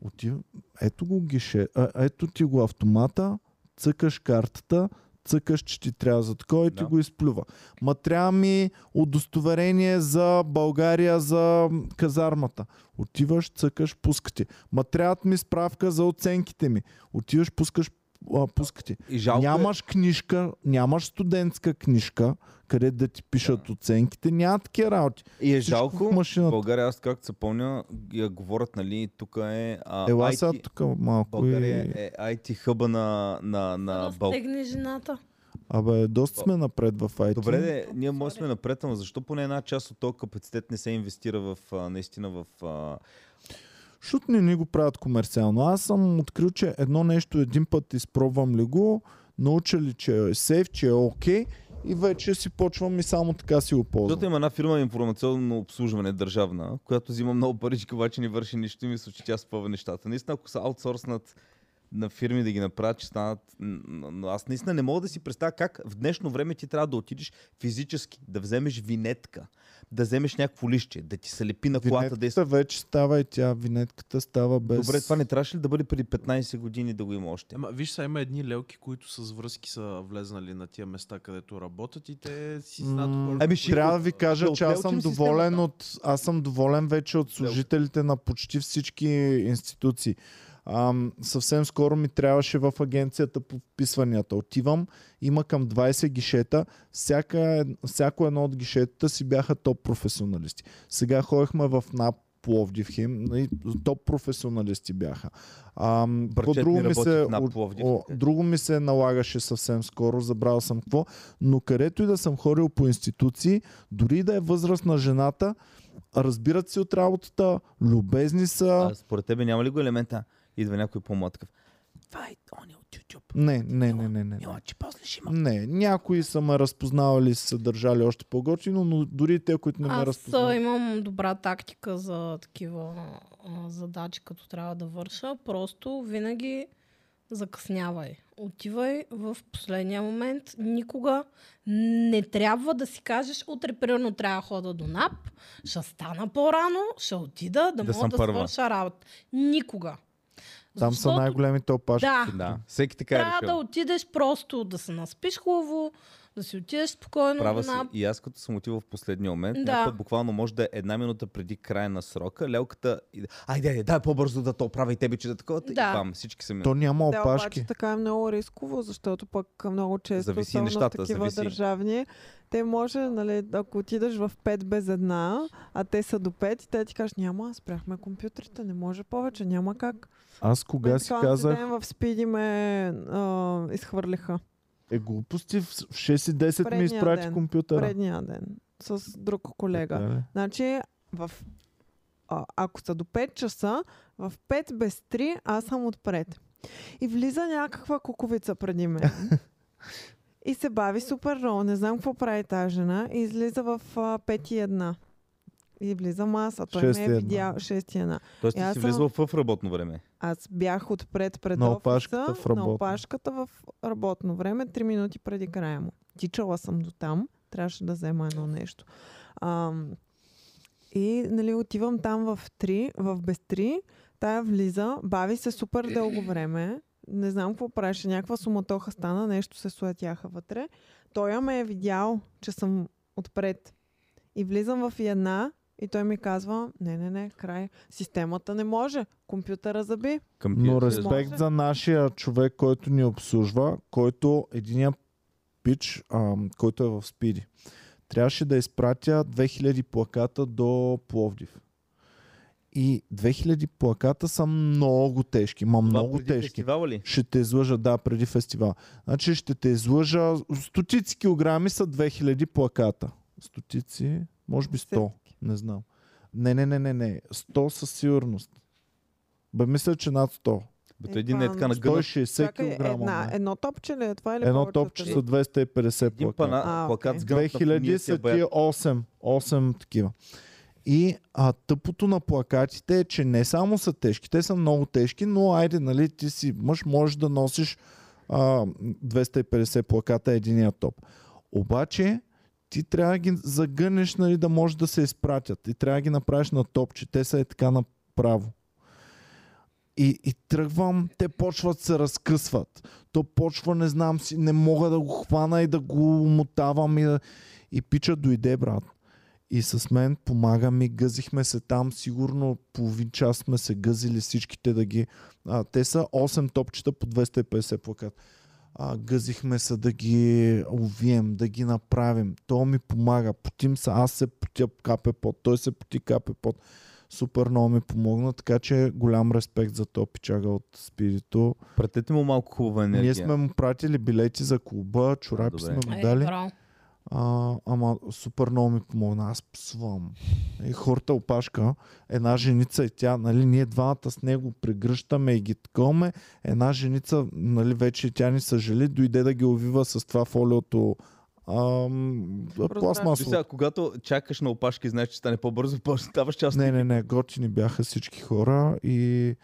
A: Оти, ето го гише, а, ето ти го автомата, цъкаш картата, цъкаш, че ти трябва за такова и ти
I: Да.
A: го изплюва. Ма трябва ми удостоверение за България, за казармата. Отиваш, цъкаш, пуска ти. Ма трябва ми справка за оценките ми. Отиваш, пускаш, а, пуска ти.
I: И жалко е-
A: нямаш книжка, нямаш студентска книжка, къде да ти пишат оценките. Няма такива работи.
I: И е
A: Всичко
I: жалко,
A: в машината.
I: в България, аз както се помня, я говорят, нали, тук е а,
A: Ела
I: IT,
A: сега тук малко
I: България
A: и...
I: е IT хъба на, на, на Бал...
C: Стегни жената.
A: Абе, доста сме напред в IT.
I: Добре, де, ние може сме напред, ама защо поне една част от този капацитет не се инвестира в, а, наистина в... А...
A: Шут не ни го правят комерциално. Аз съм открил, че едно нещо един път изпробвам ли го, науча ли, че е сейф, че е окей и вече си почвам и само така си го ползвам.
I: Защото има една фирма информационно обслужване, държавна, която взима много парички, обаче не върши нищо и мисля, че тя спъва нещата. Наистина, ако са аутсорснат на фирми да ги направят, че станат... н- н- н- Аз наистина не мога да си представя как в днешно време ти трябва да отидеш физически, да вземеш винетка, да вземеш някакво лище, да ти се лепи на колата, да е
A: Винетката вече става и тя, винетката става без...
I: Добре, това не трябваше ли да бъде преди 15 години да го има още?
F: Ема, виж сега, има едни лелки, които с връзки са влезнали на тия места, където работят и те си знаят
A: М,
F: хората.
I: Ами, ще-
A: Трябва да ви кажа,
I: Да
A: че аз
I: отмелчим
A: съм
I: системата.
A: доволен от, аз съм доволен вече от служителите на почти всички институции. Ам, съвсем скоро ми трябваше в агенцията по вписванията. Отивам, има към 20 гишета. Всяка, ед- всяко едно от гишетата си бяха топ професионалисти. Сега ходихме в НАП Пловдив Хим. нали, Топ професионалисти бяха. Ам, какво
I: Парчет
A: друго
I: ми
A: ми
I: работи
A: се,
I: в НАП
A: о-
I: Пловдив.
A: о, друго ми се налагаше съвсем скоро, забрал съм какво, но където и да съм ходил по институции, дори да е възраст на жената, разбират си от работата, любезни са.
I: А, според тебе няма ли го елемента? Идва някой по-млад такъв. Това е он е от YouTube.
A: Не, не, не, не, не. не.
I: Мила, че после ще има.
A: Не, някои са ме разпознавали, са се държали още по-готино, но дори те, които не ме
C: Аз а,
A: разпознават.
C: имам добра тактика за такива а, задачи, като трябва да върша. Просто винаги закъснявай. Отивай в последния момент. Никога не трябва да си кажеш, утре примерно трябва да хода до НАП, ще стана по-рано, ще отида, да,
I: Да
C: мога
I: съм
C: да
I: първа.
C: свърша работа. Никога.
A: Там са
C: Защото-
A: най-големите опашки.
C: Да,
I: Да, всеки така е
C: трябва да
I: решил.
C: отидеш просто да се наспиш хубаво, да си отидеш спокойно
I: Права
C: до
I: си.
C: НАП.
I: И аз като съм отивал в последния момент,
C: Да.
I: да. път буквално може да е една минута преди края на срока, лелката... и- Айде, айде, дай по-бързо да то оправя и тебе, че да такова. Да. И
C: Да.
I: бам, всички са ми.
A: То няма
B: Да, обаче
A: опашки.
B: така е много рисково, защото пък много често,
I: Зависи
B: особено
I: нещата,
B: в такива
I: зависи.
B: държавни, те може, нали, ако отидеш в 5 без една, а те са до 5, и те ти кажат, няма, спряхме компютрите, не може повече, няма как.
A: Аз кога
B: Мен
A: си
B: така онзи
A: казах,
B: Ден в спиди ме а, изхвърлиха.
A: е глупости, в 6.10 ми
B: Предния
A: изпрати
B: ден.
A: компютъра.
B: Предния ден. С друг колега.
A: Да, бе.
B: Значи, в, а, ако са до 5 часа, в 5 без 3 аз съм отпред. И влиза някаква куковица преди мен. и се бави супер много. Не знам какво прави тази жена. И излиза в а, 5 и 1. И влиза маса. Той
A: Шест
B: ме
A: и
B: е
A: една.
B: видял 6 и 1.
I: Тоест ти
B: и аз
I: си
B: съм-
I: влизал в работно време.
B: Аз бях отпред пред
A: На
B: офиса,
A: опашката в
B: на
A: работно.
B: опашката в работно време, 3 минути преди края му. Тичала съм до там, трябваше да взема едно нещо. Ам, и нали, отивам там в 3, в без 3, тая влиза, бави се супер дълго време, не знам какво правеше, някаква суматоха стана, нещо се суетяха вътре. Той я ме е видял, че съм отпред. И влизам в една и той ми казва, не, не, не, край, системата не може, компютъра заби.
I: Към
A: Но
I: тия-
A: респект
B: Може.
A: за нашия човек, който ни обслужва, който е единия пич, ам, който е в спиди. Трябваше да изпратя 2000 плаката до Пловдив. И 2000 плаката са много тежки, ма
I: Това
A: много
I: преди
A: тежки.
I: Фестивала ли?
A: Ще те излъжа, да, преди фестивал. Значи ще те излъжа, стотици килограми са 2000 плаката. Стотици, може би 100, не знам. Не, не, не, не, не, 100 със сигурност. Бе, мисля, че над 100.
I: Бе, той един е
B: Епа,
I: така на гъна.
A: 160
B: Чакай,
A: кг.
B: една, едно топче ли е това или
A: Едно
B: повече от
A: топче
B: едно?
A: са 250
I: Един
A: плаката.
I: пана,
B: А,
I: плакат
B: окей.
I: с гъната.
A: 2000 са ти 8, 8 такива. И а, тъпото на плакатите е, че не само са тежки, те са много тежки, но айде, нали, ти си мъж, можеш да носиш а, 250 плаката единия топ. Обаче, ти трябва да ги загънеш, нали, да може да се изпратят. И трябва да ги направиш на топ, че те са е така направо. И, и тръгвам, те почват се разкъсват. То почва, не знам си, не мога да го хвана и да го мотавам. И, да... и пича дойде, брат. И с мен помага ми, гъзихме се там, сигурно половин час сме се гъзили всичките да ги... А, те са 8 топчета по 250 плакат. А, гъзихме се да ги увием, да ги направим. То ми помага. Потим се, аз се потя капе пот, той се поти капе пот. Супер много ми помогна, така че голям респект за то пичага от Спирито.
I: Пратете му малко хубава енергия.
A: Ние сме му пратили билети за клуба, чорапи
I: добре.
A: сме му
C: Е,
A: дали.
C: браво.
A: А, ама супер много ми помогна. Аз псувам. И хората опашка. Една женица и тя, нали, ние двамата с него прегръщаме и ги ткаме. Една женица, нали, вече тя ни съжали, дойде да ги овива с това фолиото ам,
I: Ти
A: пластмасово.
I: сега, когато чакаш на опашки и знаеш, че стане по-бързо, после ставаш част
A: Не, не, не, готини бяха всички хора и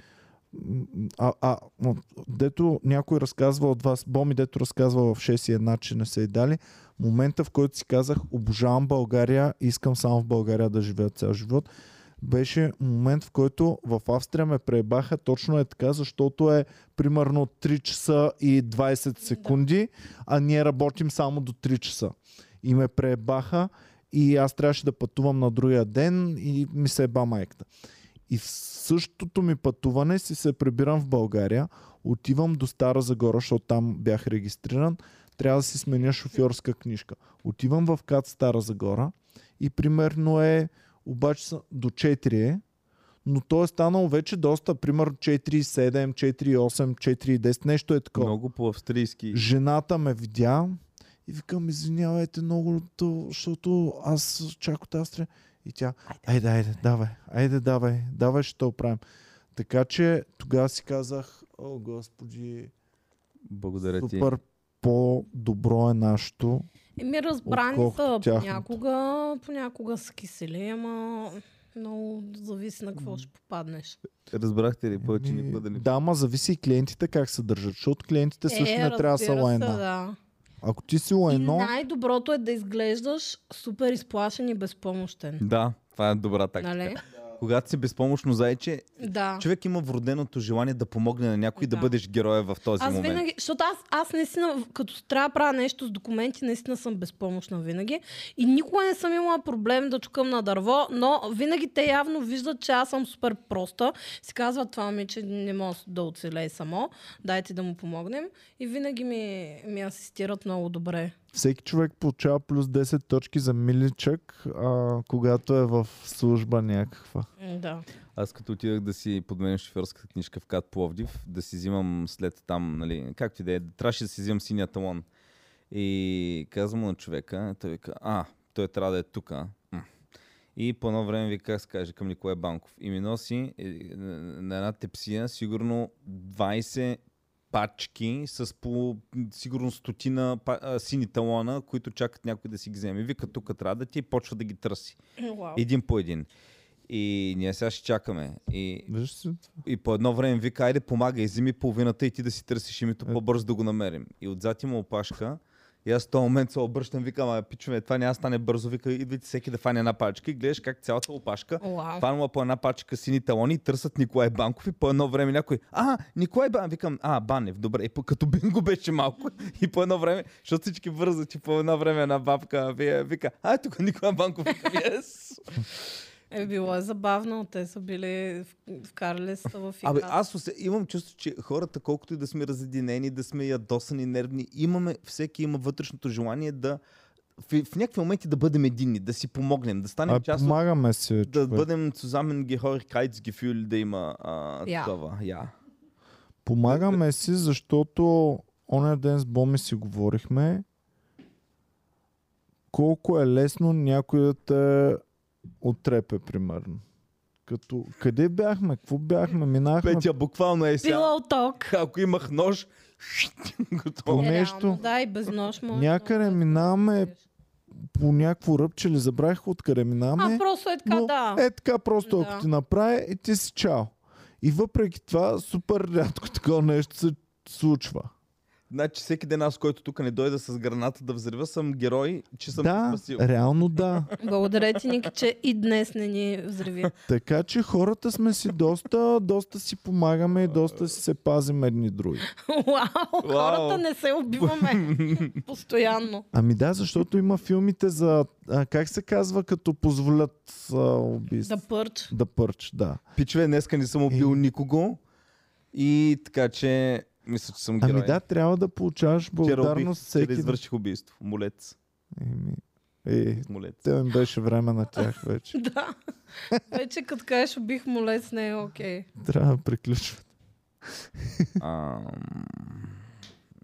A: м, а, а, м, дето някой разказва от вас, Боми, дето разказва в 6 и 1, че не са и дали, момента в който си казах, обожавам България, искам само в България да живея цял живот, беше момент, в който в Австрия ме пребаха точно е така, защото е примерно 3 часа и 20 секунди, а ние работим само до 3 часа. И ме пребаха и аз трябваше да пътувам на другия ден и ми се еба майката. И в същото ми пътуване си се прибирам в България, отивам до Стара Загора, защото там бях регистриран, трябва да си сменя шофьорска книжка. Отивам в КАТ Стара Загора и примерно е, обаче са- до 4 е, но то е станало вече доста, примерно 4,7, 4,8, 4,10, нещо е такова.
I: Много по-австрийски.
A: Жената ме видя и викам, извинявайте много, то- защото аз чак от Австрия. И тя, айде, айде, давай, айде, давай, давай, ще те оправим. Така че тогава си казах, о господи,
I: Благодаря Е, ти.
A: супер по-добро е нашето.
C: Еми, разбрани са
A: Отколкото тяхното.
C: понякога, понякога са кисели, ама много зависи на какво ще попаднеш.
I: Разбрахте ли повече
A: Еми,
I: ни бъде ли?
A: Да, ма Ами, зависи и клиентите как се държат, защото клиентите Е, също не трябва да са
C: Е, разбира се,
A: лайна.
C: Да.
A: Ако ти си
C: И
A: лайно,
C: най-доброто е да изглеждаш супер изплашен и безпомощен.
I: Да, това е добра тактика.
C: Нали?
I: Когато си безпомощно зайче,
C: Да.
I: човек има вроденото желание да помогне на някой да,
C: Да.
I: бъдеш героя в този
C: Аз
I: момент.
C: винаги, защото аз, аз наистина, като трябва да правя нещо с документи, наистина съм безпомощна винаги. И никога не съм имала проблем да чукам на дърво, но винаги те явно виждат, че аз съм супер проста. Си казват това ми, че не може да оцелее само. Дайте да му помогнем. И винаги ми, ми асистират много добре.
A: всеки човек получава плюс 10 точки за миличък, а, когато е в служба някаква.
C: М, Да.
I: Аз като отидах да си подменя шофьорската книжка в Кат Пловдив, да си взимам след там, нали, както и да е, трябваше да си взимам синия талон. И казвам му на човека, той вика, а, той трябва да е тук. И по едно време ви как се каже към Николай Банков. И ми носи е, е, на една тепсия сигурно 20 пачки с по сигурно стотина па- а, сини талона, които чакат някой да си ги вземе. Вика, тук трябва да ти и почва да ги търси.
C: Уау.
I: Един по един. И ние сега ще чакаме. И,
A: Виж си,
I: и по едно време вика, айде помагай, вземи половината и ти да си търсиш името по-бързо да го намерим. И отзад има опашка. И аз в този момент се обръщам, викам, а пичове, това няма да стане бързо, вика, идвайте всеки да фане една пачка и гледаш как цялата опашка
C: Уау.
I: фанала по една пачка сини талони и търсят Николай Банков и по едно време някой, а, Николай Банков, викам, а, Банев, добре, и по- като бинго беше малко и по едно време, защото всички вързат, че по едно време една бабка вие, вика, а, тук е Николай Банков, викам, yes.
C: Е, било е забавно. Те са били, в- вкарали са в игра.
I: Абе, аз усе, имам чувство, че хората, колкото и да сме разединени, да сме ядосани, нервни, имаме, всеки има вътрешното желание да в, в някакви моменти да бъдем единни, да си помогнем, да станем
A: а,
I: Ами част от...
A: помагаме си,
I: Да
A: човек.
I: бъдем zusammen Gehörigkeitsgefühl, да има а,
C: Я.
I: такова. Я.
A: Помагаме си, защото оня ден с Боми си говорихме колко е лесно някой да те отрепе, примерно. Като, къде бяхме? Какво бяхме? Минахме
I: Петя, буквално е сега.
C: Пила от ток.
I: Ако имах нож, готово.
A: Е, нещо.
C: Да, и без нож може.
A: Някъде
C: да-
A: минаваме по някакво ръбче ли забравих откъде
C: А,
A: минаваме.
C: просто е така,
A: но
C: да.
A: е така просто, ако
C: Да.
A: ти направя, и ти си чао. И въпреки това, супер рядко такова нещо се случва.
I: Значи всеки ден аз, който тук не дойда с граната да взрива, съм герой, че съм
A: да,
I: спасил.
A: реално да.
C: Благодаря ти, Ники, че и днес не ни взриви.
A: Така че хората сме си доста, доста си помагаме и доста си се пазим едни други.
C: Вау, хората
I: Вау.
C: не се убиваме постоянно.
A: Ами да, защото има филмите за, а, как се казва, като позволят а, убийство.
C: Да пърч.
A: Да пърч, да.
I: Пичове, днеска не съм убил
A: Е.
I: никого. И така, че мисля, че съм герой.
A: Ами да, трябва да получаваш
I: Вчера убих,
A: благодарност
I: вчера
A: всеки.
I: извърших убийство. Молец.
A: Еми, Е,
I: Молец.
A: те им беше време на тях вече.
C: Да. Вече като кажеш, бих молец, не е окей.
A: Трябва да приключват.
I: Ам,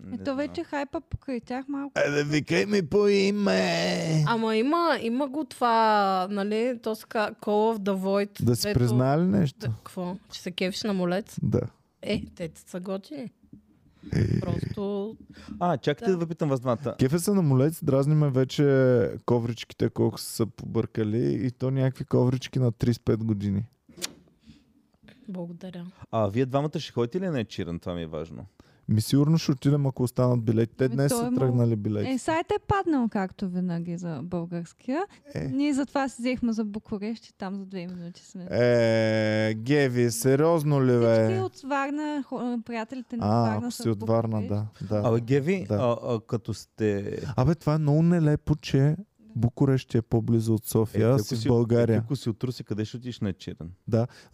I: не
E: Ето
I: знам.
E: вече хайпа покрай тях малко.
A: Абе, викай ми по име!
C: Ама има, има го това, нали, то се казва Call of the Void.
A: Да си
C: дето-
A: призна ли
C: Да,
A: нещо?
C: какво? Че се кефиш на молец?
A: Да.
C: Е, те са
A: Е.
C: готини. Просто
I: А, чакайте да ви питам вас двамата.
A: Кефе се на молец, дразниме вече ковричките, колко са побъркали и то някакви коврички на 35 години.
C: благодаря.
I: А, вие двамата ще ходите ли на Ечиран? Това ми е важно.
A: Ми сигурно ще отидем, ако останат билети. Те
E: Ами
A: днес
E: той
A: са
E: е мал-
A: тръгнали билети.
E: Е, сайта е паднал както винаги за българския.
A: Е.
E: Ние затова си взехме за Букурещ и там за две минути сме.
A: Е, Геви, сериозно ли
E: Всички
A: бе?
E: от Варна, хо- приятелите ни от
A: А,
E: Варна
A: ако
E: са
A: си
E: в
A: от Варна,
E: Букурещ.
A: да. да.
I: Абе, Геви,
A: Да.
I: а, а, като сте...
A: Абе, това е много нелепо, че Букурещ е по-близо от София, а
I: ако
A: си в
I: Е,
A: България.
I: ако си от Руси, къде ще отидеш на Ечиран?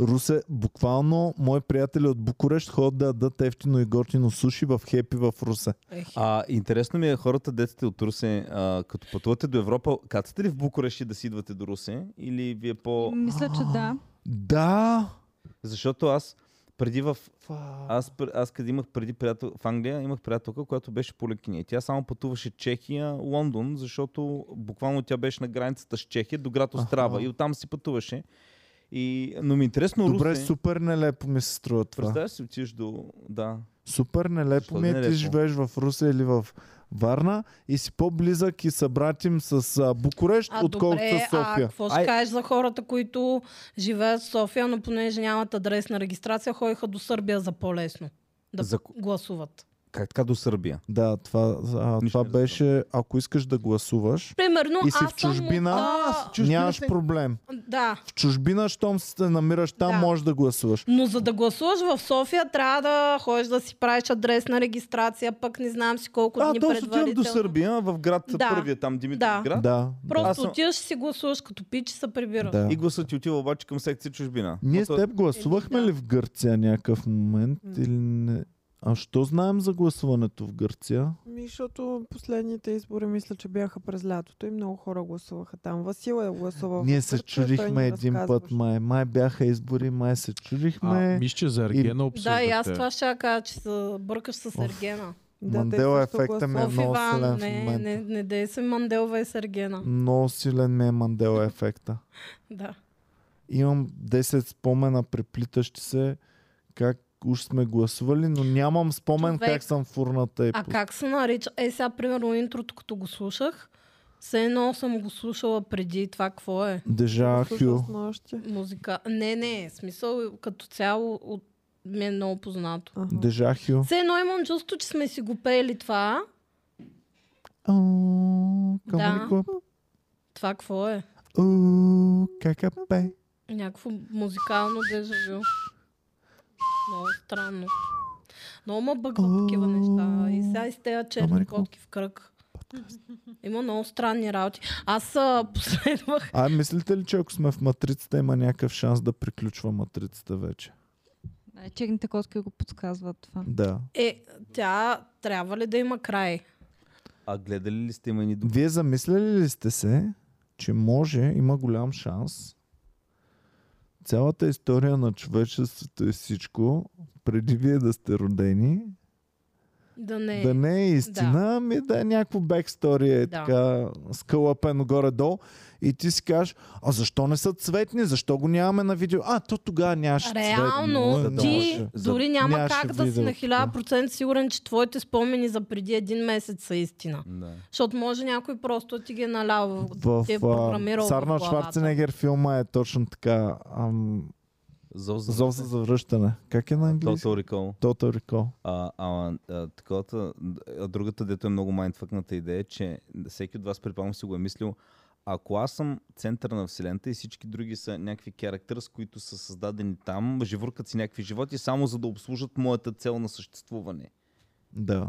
A: Русе, буквално мои приятели от Букурещ ходят да ядат ефтино и готино суши в Хепи в Русе.
C: Ех.
I: А, интересно ми е хората, децата от Русе, а, като пътувате до Европа, кацате ли в Букурещ и да си идвате до Русе? Или вие по...
E: Мисля, че да.
A: Да!
I: Защото аз преди в... Аз, пр- аз къде имах преди приятел... В Англия имах приятелка, която беше по лекиния. Тя само пътуваше Чехия, Лондон, защото буквално тя беше на границата с Чехия до град Острава.
A: Аха.
I: И оттам си пътуваше. И... Но ми е интересно
A: Добре,
I: Русе...
A: супер нелепо ми се струва това.
I: Представяш си отиваш до... Да.
A: Супер нелепо
I: Защо
A: ми е, ти
I: нелепо?
A: живееш в Русе или в Варна и си по-близък и събратим с а, Букурещ,
C: А,
A: отколкото с
C: добре, а
A: София.
C: какво ще
I: Ай.
C: кажеш за хората, които живеят в София, но понеже нямат адресна регистрация, ходиха до Сърбия за по-лесно да
I: За...
C: гласуват.
I: Как така до Сърбия?
A: Да, това, а,
I: Нищо
A: това
I: не разбирам.
A: беше, ако искаш да гласуваш,
C: Примерно,
A: и си
C: аз
A: в чужбина,
C: съм от,
A: а, нямаш проблем.
C: да,
A: В чужбина, щом се намираш там,
C: Да.
A: можеш да гласуваш.
C: Но за да гласуваш в София, трябва да ходиш да си правиш адресна регистрация, пък не знам си колко
I: А,
C: дни
I: то отивам
C: предварително.
I: до Сърбия, в град
C: Да.
I: първия там
C: Да.
I: Димитров град.
A: Да.
C: Просто
I: Аз съм-
C: отиваш и си гласуваш, като пичи се прибира.
A: Да.
I: И гласът ти отива обаче към секция чужбина.
A: Ние с
I: Защото-
A: теб
C: Е,
A: гласувахме ли в Гърция някакъв момент или не? А що знаем за гласуването в Гърция?
B: Ми, защото последните избори мисля, че бяха през лятото и много хора гласуваха там. Васила е гласувал. в
A: Ние се
B: Гърция, той
A: чудихме
B: ни
A: един път,
B: разказваше.
A: май. Май бяха избори, май се
F: А,
A: чудихме.
F: мисля, че за Аргена
C: Да,
F: обсъждахте.
C: и аз това ще я кажа, че се бъркаш с Ергена.
B: те
A: Мандела
B: също
A: ефекта ми е
B: гласуваха.
C: Оф,
A: много силен
C: Иван,
A: в
C: не,
A: момента.
C: не, не дей се Манделва и с Ергена.
A: Много силен ми е Мандела ефекта.
C: Да.
A: Имам 10 спомена, преплитащи се, как уж сме гласували, но нямам спомен
C: Човек,
A: как съм в урната и
C: А как се нарича? Е, сега, примерно, интрото, като го слушах, все едно съм го слушала преди това, какво е?
A: Дежа Хю.
B: Слушал снощи.
C: Музика. Не, не, смисъл като цяло от... ми е много познато.
B: Аха.
A: Дежа Хю.
C: Все едно имам чувство, че сме си го пели това.
A: О,
C: Да.
A: Камри Клъб.
C: Това какво е?
A: О, е какапе.
C: Някакво музикално дежавю. Много странно. Много ма бъгва такива неща. И сега и с тези черни
A: Америка.
C: котки в кръг. Има много странни работи. Аз а, последвах.
A: А мислите ли, че ако сме в матрицата, има някакъв шанс да приключва матрицата вече?
E: Е, Черните котки го подсказват това.
A: Да.
C: Е, тя трябва ли да има край?
I: А гледали ли сте има едни
A: Вие замисляли ли сте се, че може, има голям шанс цялата история на човечеството и всичко, преди вие да сте родени,
C: Да не.
A: Да не е истина, да. ми да е някакво бекстори, е
C: Да.
A: така скълъпено горе-долу. И ти си кажеш, а защо не са цветни? Защо го нямаме на видео? А, то тогава нямаше
C: Реално,
A: цветни.
C: ти
A: може.
C: дори няма
A: нямаше
C: как да си
A: видео,
C: на
A: да.
C: 1000% сигурен, че твоите спомени за преди един месец са истина.
I: Да.
C: Защото може някой просто да ти ги е налял, в,
A: В
C: ти е
A: а,
C: програмирал в
A: Сарнал
C: главата.
A: Шварценегер филма е точно така. Ам,
I: Зов за...
A: Зов за завръщане. Как е на английски?
I: Total Recall.
A: Total Recall.
I: А, ама, а, таковата, а другата, дето е много майндфъкната идея, е, че всеки от вас, предполагам, си го е мислил, ако аз съм център на Вселената и всички други са някакви характери, с които са създадени там, живуркат си някакви животи, само за да обслужат моята цел на съществуване.
A: Да.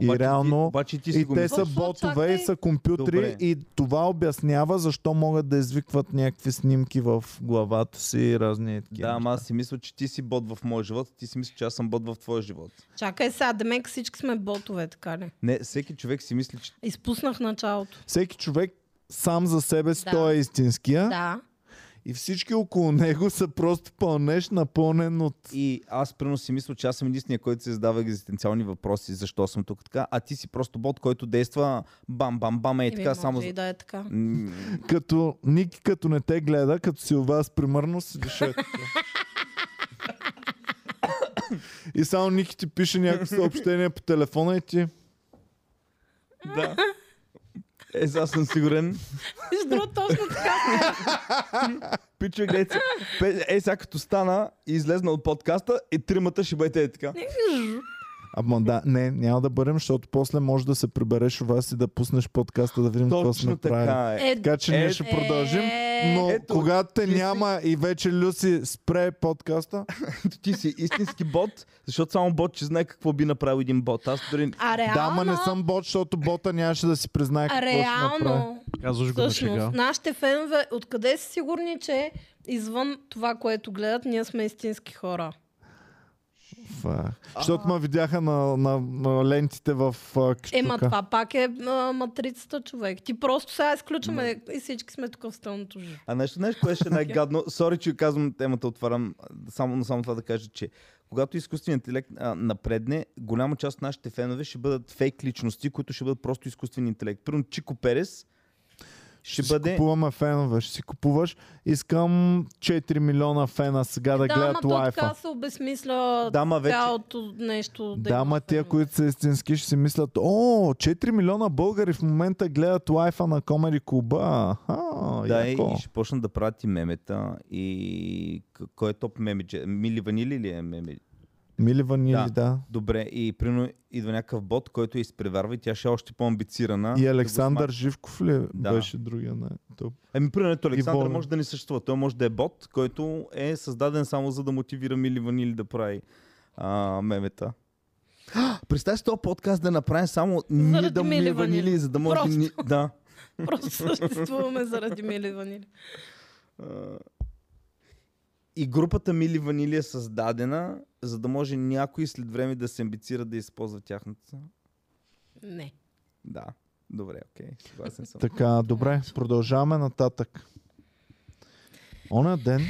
A: И
I: Обаче
A: реално-
I: ти, обаче ти си
A: И
I: го
A: те
I: мислиш.
A: са
C: Защо
A: ботове
C: чакай?
A: и са компютри
I: Добре.
A: и това обяснява защо могат да извикват някакви снимки в главата си и разни
I: Да,
A: такива.
I: ама аз си мисля, че ти си бот в моя живот, ти си мислиш, че аз съм бот в твоя живот.
C: Чакай сега, демек всички сме ботове, така ли?
I: Не, всеки човек си мисли, че
C: Изпуснах началото.
A: Всеки човек сам за себе си той е истинския
C: Да.
A: и всички около него са просто пълнеш напълнен от...
I: И аз примерно си мисля, че аз съм единствения, който се задава екзистенциални въпроси, защо съм тук така, а ти си просто бот, който действа бам, бам, бам, е
C: Еми,
I: така,
C: може
I: само за...
C: И да е така.
I: М,
A: Като Ники, като не те гледа, като си у вас примерно е си диша. и само Ники ти пише някакво съобщение по телефона и ти...
I: Да. Е, сега съм сигурен.
C: Между другото, точно така.
I: Пичо, гледай се. Пе- Е, сега като стана и излезна от подкаста, и тримата ще бъдете е така.
A: Ама да, не, няма да бъдем, защото после може да се прибереш у вас и да пуснеш подкаста да видим какво сме
I: Точно
A: правили.
I: така е.
C: Е,
A: Така че ние
I: Е,
A: ще
C: е,
A: продължим, но
I: Ето,
A: когато те
I: ти си-
A: няма и вече Люси спре подкаста,
I: Ти си истински бот, защото само бот, че знае какво би направил един бот. Аз дори...
C: а реално,
A: да, ма не съм бот, защото бота нямаше да си признае какво ще направи.
C: реално,
F: Казваш го на шега.
C: всъщност, нашите фенове, откъде са сигурни, че извън това, което гледат, ние сме истински хора?
A: Фа. Защото ме видяха на, на, на лентите в а,
C: Ема
A: Кщука.
C: това пак е а, матрицата, човек. Ти просто сега изключваме и всички сме тук в стълното жу.
I: А нещо, нещо, което ще е най-гадно. Сори, че казвам темата, отварям а, само, но само това да кажа, че когато изкуственият интелект а, напредне, голяма част от нашите фенове ще бъдат фейк личности, които ще бъдат просто изкуствен интелект. Примерно Чико Перес ще
A: Ще
I: бъде...
A: си купуваме фенове, ще си купуваш. Искам 4 милиона фена сега да,
C: да, ама
A: гледат
C: то
A: лайфа.
C: така се обесмисля
I: Да, ма вече-
C: цялото нещо.
A: Да,
C: има
A: ма тия,
C: фенове.
A: които са истински, ще си мислят, о, 4 милиона българи в момента гледат лайфа на Комери Куба. Аха,
I: Да, и,
A: яко.
I: и ще почнат да правят и мемета. И к- кой е топ мемидже? Мили Ванили ли е меми?
A: Мили Ванили, да.
I: Да.
A: да.
I: Добре, и прино идва някакъв бот, който я изпреварва и тя ще е още по-амбицирана.
A: И
I: да го
A: Александър
I: смак-
A: Живков ли
I: Да.
A: беше другия? Не? Топ.
I: Ами, примерно, ето Александър
A: Волен.
I: може да не съществува. Той може да е бот, който е създаден само за да мотивира Мили Ванили да прави а, мемета. Представи си този подкаст да направим само ние
C: Заради
I: да
C: Мили
I: Мили
C: Ванили.
I: Ванили, за да може
C: Просто.
I: ни... Да.
C: Просто съществуваме заради Мили Ванили.
I: А, И групата Мили Ванили е създадена, за да може някой след време да се амбицира да използва тяхната.
C: Не.
I: Да. Добре, окей. Съгласен съм.
A: Така, добре, продължаваме нататък. Оня ден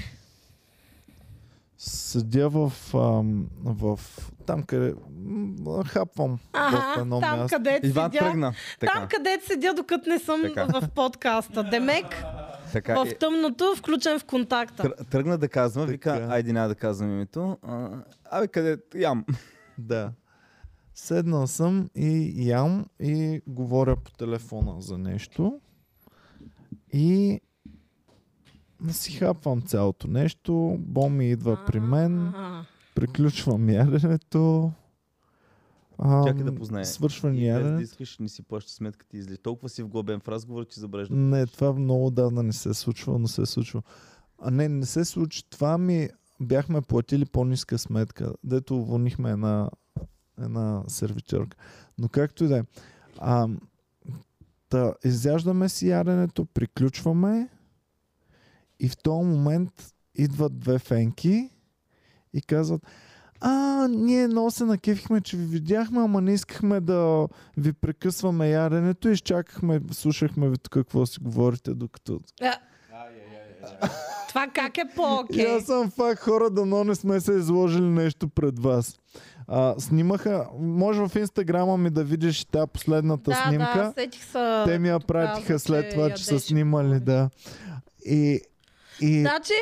A: седя в, ам, в там къде м, хапвам в
C: Аха,
A: едно
C: там
A: място.
C: където
I: Иван
C: седя.
I: тръгна.
C: Там където седя, докато не съм
I: Така.
C: в подкаста. Демек,
I: така. е.
A: е.
C: в тъмното, включен в контакта.
I: Тр- тръгна да казва, вика,
A: Така.
I: айде няма да казвам името. А, абе, къде? Ям.
A: Да. Седнал съм и ям и говоря по телефона за нещо. И си хапвам цялото нещо. Боми идва при мен.
C: А,
A: Приключвам яденето. Ам,
I: Чакай да познае.
A: Свършвам
I: И без да
A: яденето.
I: искаш, не си плаща сметката и изли. Толкова си вглъбен в разговор, че забравяш да...
A: Не, това много давна не се е случвало, но се е случвало. А не, не се случи. Това ми бяхме платили по-ниска сметка, дето уволнихме една, една сервитерка. Но както и да е. А, Та, изяждаме си яденето, приключваме и в този момент идват две фенки и казват а, ние много се накефихме, че ви видяхме, ама не искахме да ви прекъсваме яденето и изчакахме, слушахме ви тук какво си говорите, докато...
C: Това как е по-окей?
A: И аз съм факт хора, да но не сме се изложили нещо пред вас. А, снимаха, може в инстаграма ми да видиш тази последната
C: да,
A: снимка.
C: да, сетих са...
A: Те ми я пратиха
C: показва,
A: след
C: че
A: това, че
C: ядеш.
A: са снимали, да. И, и да.
C: Значи,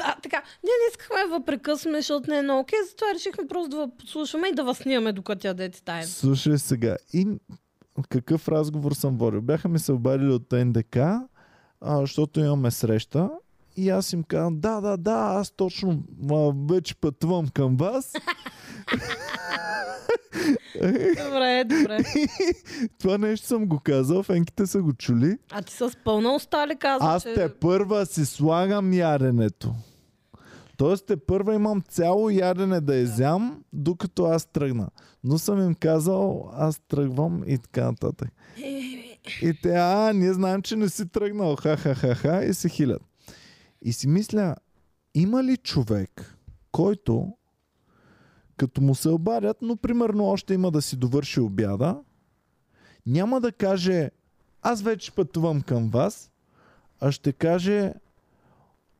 C: а, така, ние не искахме да ви прекъсваме, защото не е много окей, затова решихме просто да ви послушаме и да вас снимаме докато ядете тайм.
A: слушай сега, и какъв разговор съм водил? Бяха ми се обадили от НДК, а, защото имаме среща. И аз им казвам, да, да, да, аз точно а, вече пътувам към вас.
C: Добре, добре.
A: Това нещо съм го казал, фенките са го чули.
C: А ти с пълна уста ли казваш?
A: Аз
C: че-
A: те първа си слагам яденето. Тоест те първа имам цяло ядене да изям, докато аз тръгна. Но съм им казал, аз тръгвам и така нататък. И те, а, ние знаем, че не си тръгнал, ха-ха-ха-ха, и се хилят. И си мисля, има ли човек, който като му се обадят, но примерно още има да си довърши обяда, няма да каже, аз вече пътувам към вас, а ще каже,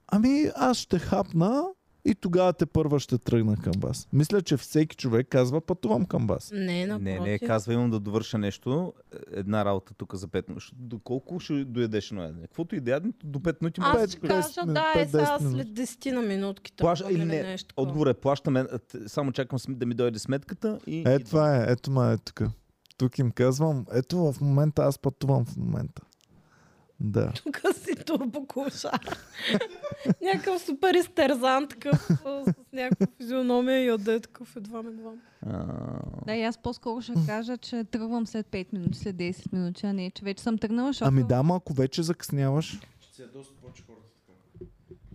A: ами аз ще хапна и тогава те първа ще тръгна към вас. Мисля, че всеки човек казва, пътувам към вас.
C: Не,
I: Не,
C: напротив.
I: не, казва, имам да довърша нещо. Една работа тук за 5 минути. Доколко ще доедеш едно ядене? Каквото и да ядем, до 5 минути може да
C: Аз
A: пет-
I: си
C: ще
I: кажеш.
A: десет
C: кажа,
A: минут,
C: да, е
A: пет-
C: сега
A: десет минути.
C: след 10 на минутките.
I: Плащ или
C: или
I: не?
C: нещо такова.
I: Отговор е, плащаме. а, т- Само чакам см- да ми дойде сметката и.
A: Е,
I: и-
A: това е, ето ма е тук. Тук им казвам, ето в момента аз пътувам в момента. Да.
C: Тук си турбокошар. Някакъв супер изтерзан, такъв а, с някаква физиономия и е отде такъв едва ме двам.
I: А,
E: Да, и аз по-скоро ще кажа, че тръгвам след 5 минути, след 10 минути, а не, че вече съм тръгнала, защото... Е,
A: Ами да, ма ако вече закъсняваш.
F: е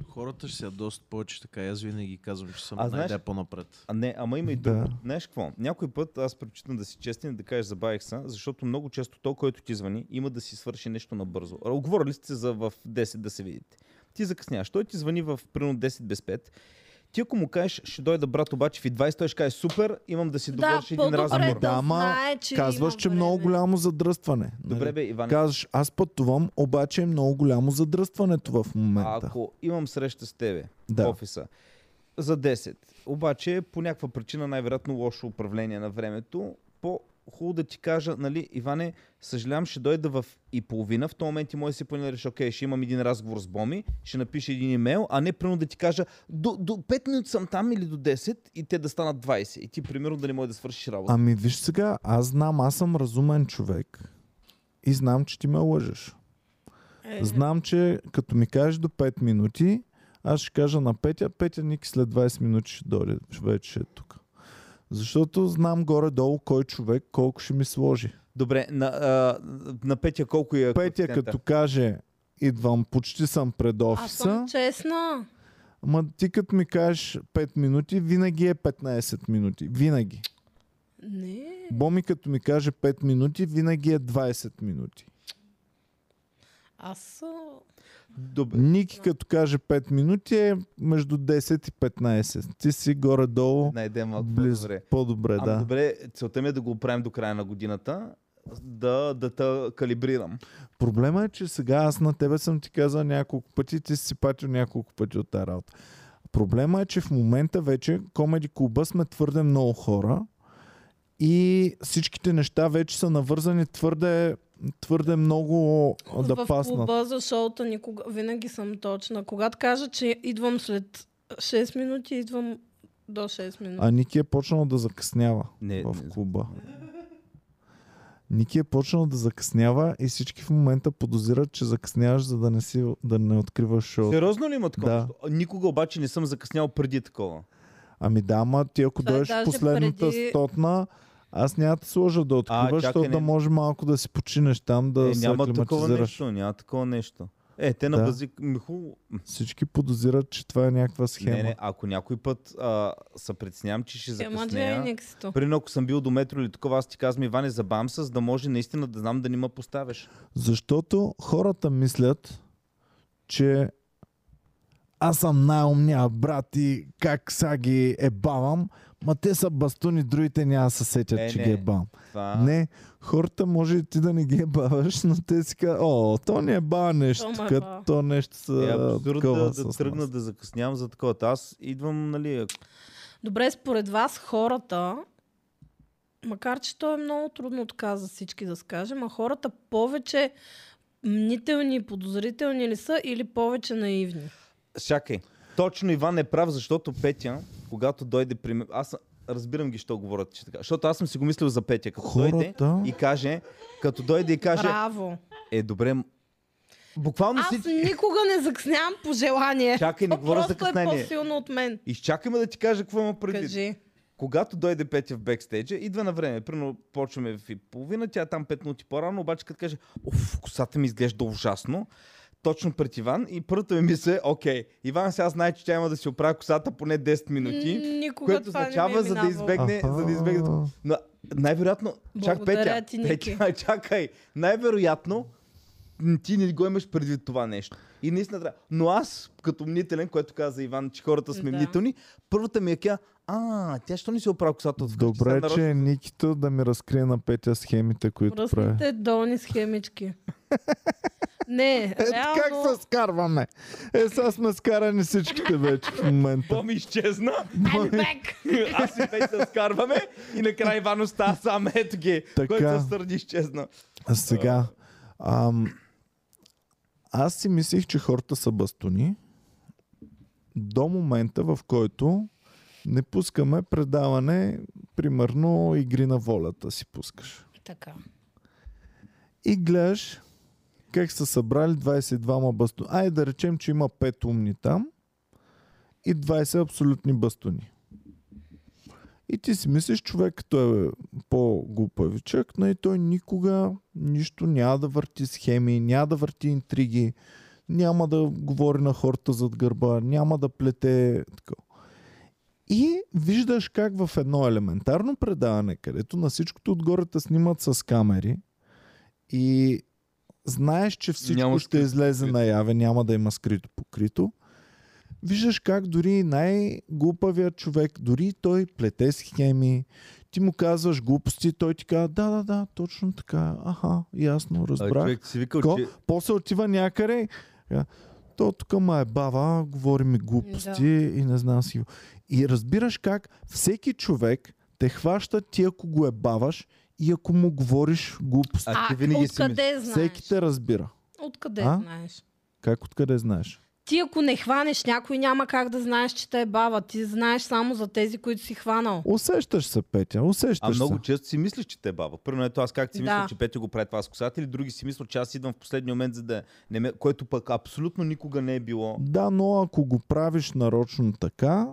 F: Хората ще са доста повече така. Аз винаги казвам, че съм
I: А, знаеш-
F: най-де по-напред.
I: А не, ама има и
A: Да.
I: друго. Знаеш какво? Някой път аз предпочитам да си честен и да кажеш забавих се, защото много често то, който ти звъни, има да си свърши нещо набързо. А, Оговорили сте се за в 10 да се видите. Ти закъсняваш. Той ти звъни в примерно 10 без 5. Ти ако му кажеш, ще дойда брат обаче в 20, той ще каже супер, имам да си
C: Да,
I: довърши един
C: по-добре
I: разговор.
A: Ами да,
C: да
A: ма,
C: знае, че
A: Казваш,
C: има
A: че е много
C: време.
A: голямо задръстване.
I: Добре
A: нали?
I: бе, Иван.
A: Казваш, аз пътувам, обаче е много голямо задръстването в
I: А
A: момента.
I: ако имам среща с тебе
A: Да.
I: в офиса за 10, обаче по някаква причина най-вероятно лошо управление на времето, по-хубаво да ти кажа, нали, Иване, съжалявам, ще дойда в и половина, в този момент ти може да си планираш, окей, ще имам един разговор с Боми, ще напиша един имейл, а не примерно да ти кажа, до, до 5 минути съм там или до 10 и те да станат 20 и ти примерно да не можеш да свършиш работа.
A: Ами виж сега, аз знам, аз съм разумен човек и знам, че ти ме лъжеш.
C: Е,
A: Знам, че като ми кажеш до 5 минути, аз ще кажа на Петя, Петя Ники след 20 минути ще дойде, ще вече ще е тук. Защото знам горе-долу кой човек колко ще ми сложи.
I: Добре, на, а, на Петя колко е
A: Петя
I: коефициента?
A: като каже, идвам, почти съм пред
C: Аз съм
A: офиса,
C: честна.
A: ма ти като ми кажеш 5 минути, винаги е 15 минути. Винаги.
C: Не.
A: Боми като ми каже 5 минути, винаги е 20 минути.
C: Аз а,
I: Добре.
A: Ники като каже 5 минути е между 10 и 15. Ти си горе-долу
I: Найде малко
A: близо.
I: по-добре.
A: По-добре,
I: Ама
A: Е, да.
I: Ами добре, целта ми е да го оправим до края на годината, да, да те калибрирам.
A: Проблема е, че сега аз на тебе съм ти казал няколко пъти, ти си си патил няколко пъти от тази работа. Проблема е, че в момента вече Комеди Клуба сме твърде много хора и всичките неща вече са навързани твърде, твърде много да
C: в
A: паснат.
C: клуба за шоута никога, винаги съм точна. Когато кажа, че идвам след 6 минути, идвам до 6 минути.
A: А Ники е почнал да закъснява
I: Не,
A: в
I: не.
A: клуба. Ники е почнал да закъснява и всички в момента подозират, че закъсняваш, за да не, си, да не откриваш шоу.
I: Сериозно ли има такова?
A: Да.
I: нещо? А, Никога обаче не съм закъснял преди такова.
A: Ами да, ама ти ако
C: Това е
A: дойдеш в
C: даже
A: последната преди...
C: преди-
A: стотна, аз няма да сложа да откриваш, защото
I: чакай,
A: да
I: не.
A: може малко да си починеш там, да
I: е,
A: се
I: няма такова
A: аклиматизираш.
I: нещо, няма такова нещо. Е, те на
A: Да.
I: базик ми хубаво.
A: Всички подозират, че това е някаква схема.
I: Не, не, ако някой път а, се притеснявам, че ще
C: Ема Джей
I: закъснея.
C: Никсито.
I: Примерно ако съм бил до метро или такова, аз ти казвам, Иване, забавям се, за да може наистина да знам да не ме поставяш.
A: Защото хората мислят, че аз съм най-умния брат и как сега ги ебавам, ма те са бастуни, другите няма да се сетят,
I: Е,
A: че
I: не.
A: ги ебавам.
I: Това... е
A: А? Не, хората може и ти да не ги ебаваш, но те си казват, о, то не ебава нещо,
C: ме
A: то,
C: ебава.
A: то нещо са
I: Е абсурд
A: такова
I: да,
A: с
I: да
A: нас.
I: тръгна да закъснявам за такова. Та Аз идвам, нали, ако-
C: Добре, според вас хората, макар че то е много трудно така за всички да скажем, а хората повече мнителни и подозрителни ли са или повече наивни?
I: Чакай. Точно Иван е прав, защото Петя, когато дойде при мен... Аз разбирам ги, що говорят, че така. Защото аз съм си го мислил за Петя. Като дойде
A: Хората-
I: и каже... Като дойде и каже...
C: Браво!
I: Е, добре... м- Буквално
C: Аз
I: си...
C: никога не закъснявам пожелание.
I: Чакай, не
C: То
I: говоря за
C: просто е
I: къснение.
C: по-силно от мен.
I: Изчакай ме да ти кажа какво има предвид.
C: Кажи.
I: Когато дойде Петя в бекстейджа, идва на време. Примерно почваме в и половина, тя е там 5 минути по-рано, обаче като каже, оф, косата ми изглежда ужасно. Точно пред Иван и първата ми мисъл е, окей, Иван сега знае, че тя има да си оправи косата поне 10 минути,
C: М, Никога
I: което
C: това
I: означава,
C: не ми е
I: за да
C: минавало.
I: избегне, за да избегне.
A: Аха.
I: Но, най-вероятно, чак
C: Благодаря
I: Петя,
C: ти, Ники.
I: Петя, чакай, най-вероятно м, ти не го имаш предвид това нещо. И наистина трябва. Но аз, като мнителен, което каза Иван, че хората сме
C: Да.
I: мнителни, първата ми е кя, а, тя що не си оправи косата от вкъщи? Сега
A: Добре,
I: нарочно-
A: че Никито да ми разкрие на петя схемите, които прави.
C: Мръсните долни схемички.
I: Е,
C: Не,
A: Ето
C: реално...
A: как се скарваме. Е, сега сме скарани всичките вече в момента.
I: Боми изчезна,
C: I'm back!
I: аз и Петя скарваме и накрая Иван остава сам, ето ги,
A: Така.
I: който се сърди изчезна.
A: А сега, ам, аз си мислих, че хората са бастуни до момента, в който не пускаме предаване, примерно игри на волята си пускаш.
C: Така.
A: И гледаш как са събрали 22 бастуни. Ай да речем, че има 5 умни там и 20 абсолютни бастуни. И ти си мислиш, човек като е по-глупавичък, но и той никога нищо няма да върти схеми, няма да върти интриги, няма да говори на хората зад гърба, няма да плете. Така. И виждаш как в едно елементарно предаване, където на всичкото отгоре те снимат с камери и знаеш, че всичко
I: Няма
A: ще излезе наяве, няма да има скрито покрито, виждаш как дори най-глупавият човек, дори той плете схеми, ти му казваш глупости, той ти казва, да, да, да, точно така, аха, ясно, разбрах.
I: си викал,
A: Ко? После отива някъде. а, То тук ма е баба, говори ми глупости и не знам си. И разбираш как всеки човек те хваща ти, ако го е баваш и ако му говориш глупости.
I: А
C: А,
I: ти винаги си мислиш.
C: откъде знаеш?
A: Всеки те разбира.
C: Откъде
A: А?
C: знаеш?
A: Как откъде знаеш?
C: Ти ако не хванеш някой, няма как да знаеш, че те е баба. Ти знаеш само за тези, които си хванал.
A: Усещаш се, Петя, усещаш
I: А много
A: се.
I: често си мислиш, че те е баба. Първо ето аз как си
C: Да.
I: мисля, че Петя го прави това с косата или други си мислят, че аз идвам в последния момент, за да не ме... което пък абсолютно никога не е било.
A: Да, но ако го правиш нарочно така,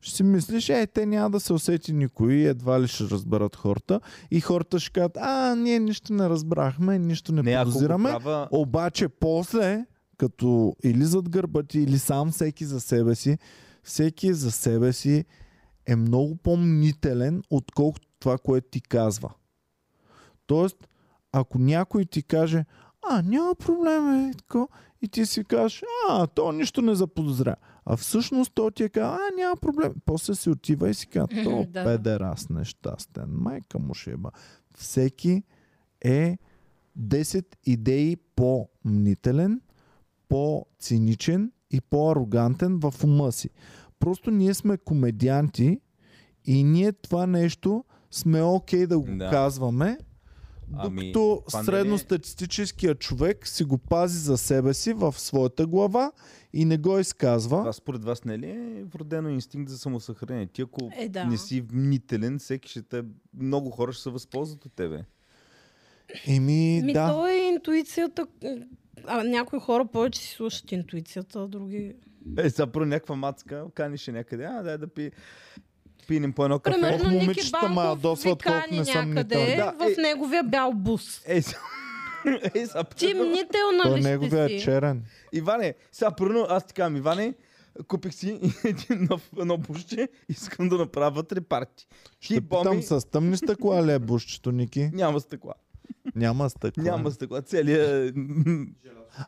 A: ще си мислиш, е, те няма да се усети никой, едва ли ще разберат хората. И хората ще кажат, а, ние нищо не разбрахме, нищо не,
I: Не, ако го
A: подозираме.
I: права...
A: Обаче после, като или зад гърба ти, или сам всеки за себе си, всеки за себе си е много по-мнителен, отколкото това, което ти казва. Тоест, ако някой ти каже, а, няма проблем, е, и така, и ти си кажеш, а, то нищо не заподозря. А всъщност той ти е казал, а, няма проблем. После си отива и си казва, то
C: Да.
A: педерас нещастен, майка му ще има. Всеки е 10 идеи по-мнителен, по-циничен и по-арогантен в ума си. Просто ние сме комедианти и ние това нещо сме окей да го
I: Да.
A: казваме,
I: Ами,
A: докато
I: това не е-
A: средностатистическия човек си го пази за себе си в своята глава и не го изказва.
I: Това според вас не ли е вродено инстинкт за самосъхранение? Ти ако
C: Е, да.
I: не си мнителен, всеки ще те... Много хора ще се възползват от тебе.
A: Еми,
C: Ми
A: да.
C: то е интуицията. Е, А, някои хора повече си слушат интуицията, а други...
I: Е, сега про някаква мацка, канише някъде, а дай да пи... Пинем по едно кафе.
C: Примерно Ники
A: момичетата ме
C: Банков ви
A: ядосват, колко
C: кани
A: не съм
C: някъде
A: мнителен.
I: Да, е.
C: в неговия бял бус.
I: Е, сега... Е, сега...
C: Ти
I: примерно-
C: мнителна
A: Той
C: ли
A: неговия
C: ще
A: е
C: си?
A: черен.
I: Иване, сега първо аз ти казвам, Иване, купих си един нов, едно буще, искам да направя вътре парти. Ти,
A: Ще питам
I: Боми,
A: с тъмни стъкла ли е бушчето, Ники?
I: няма стъкла.
A: Няма стъкла.
I: Няма стъкла. Целият...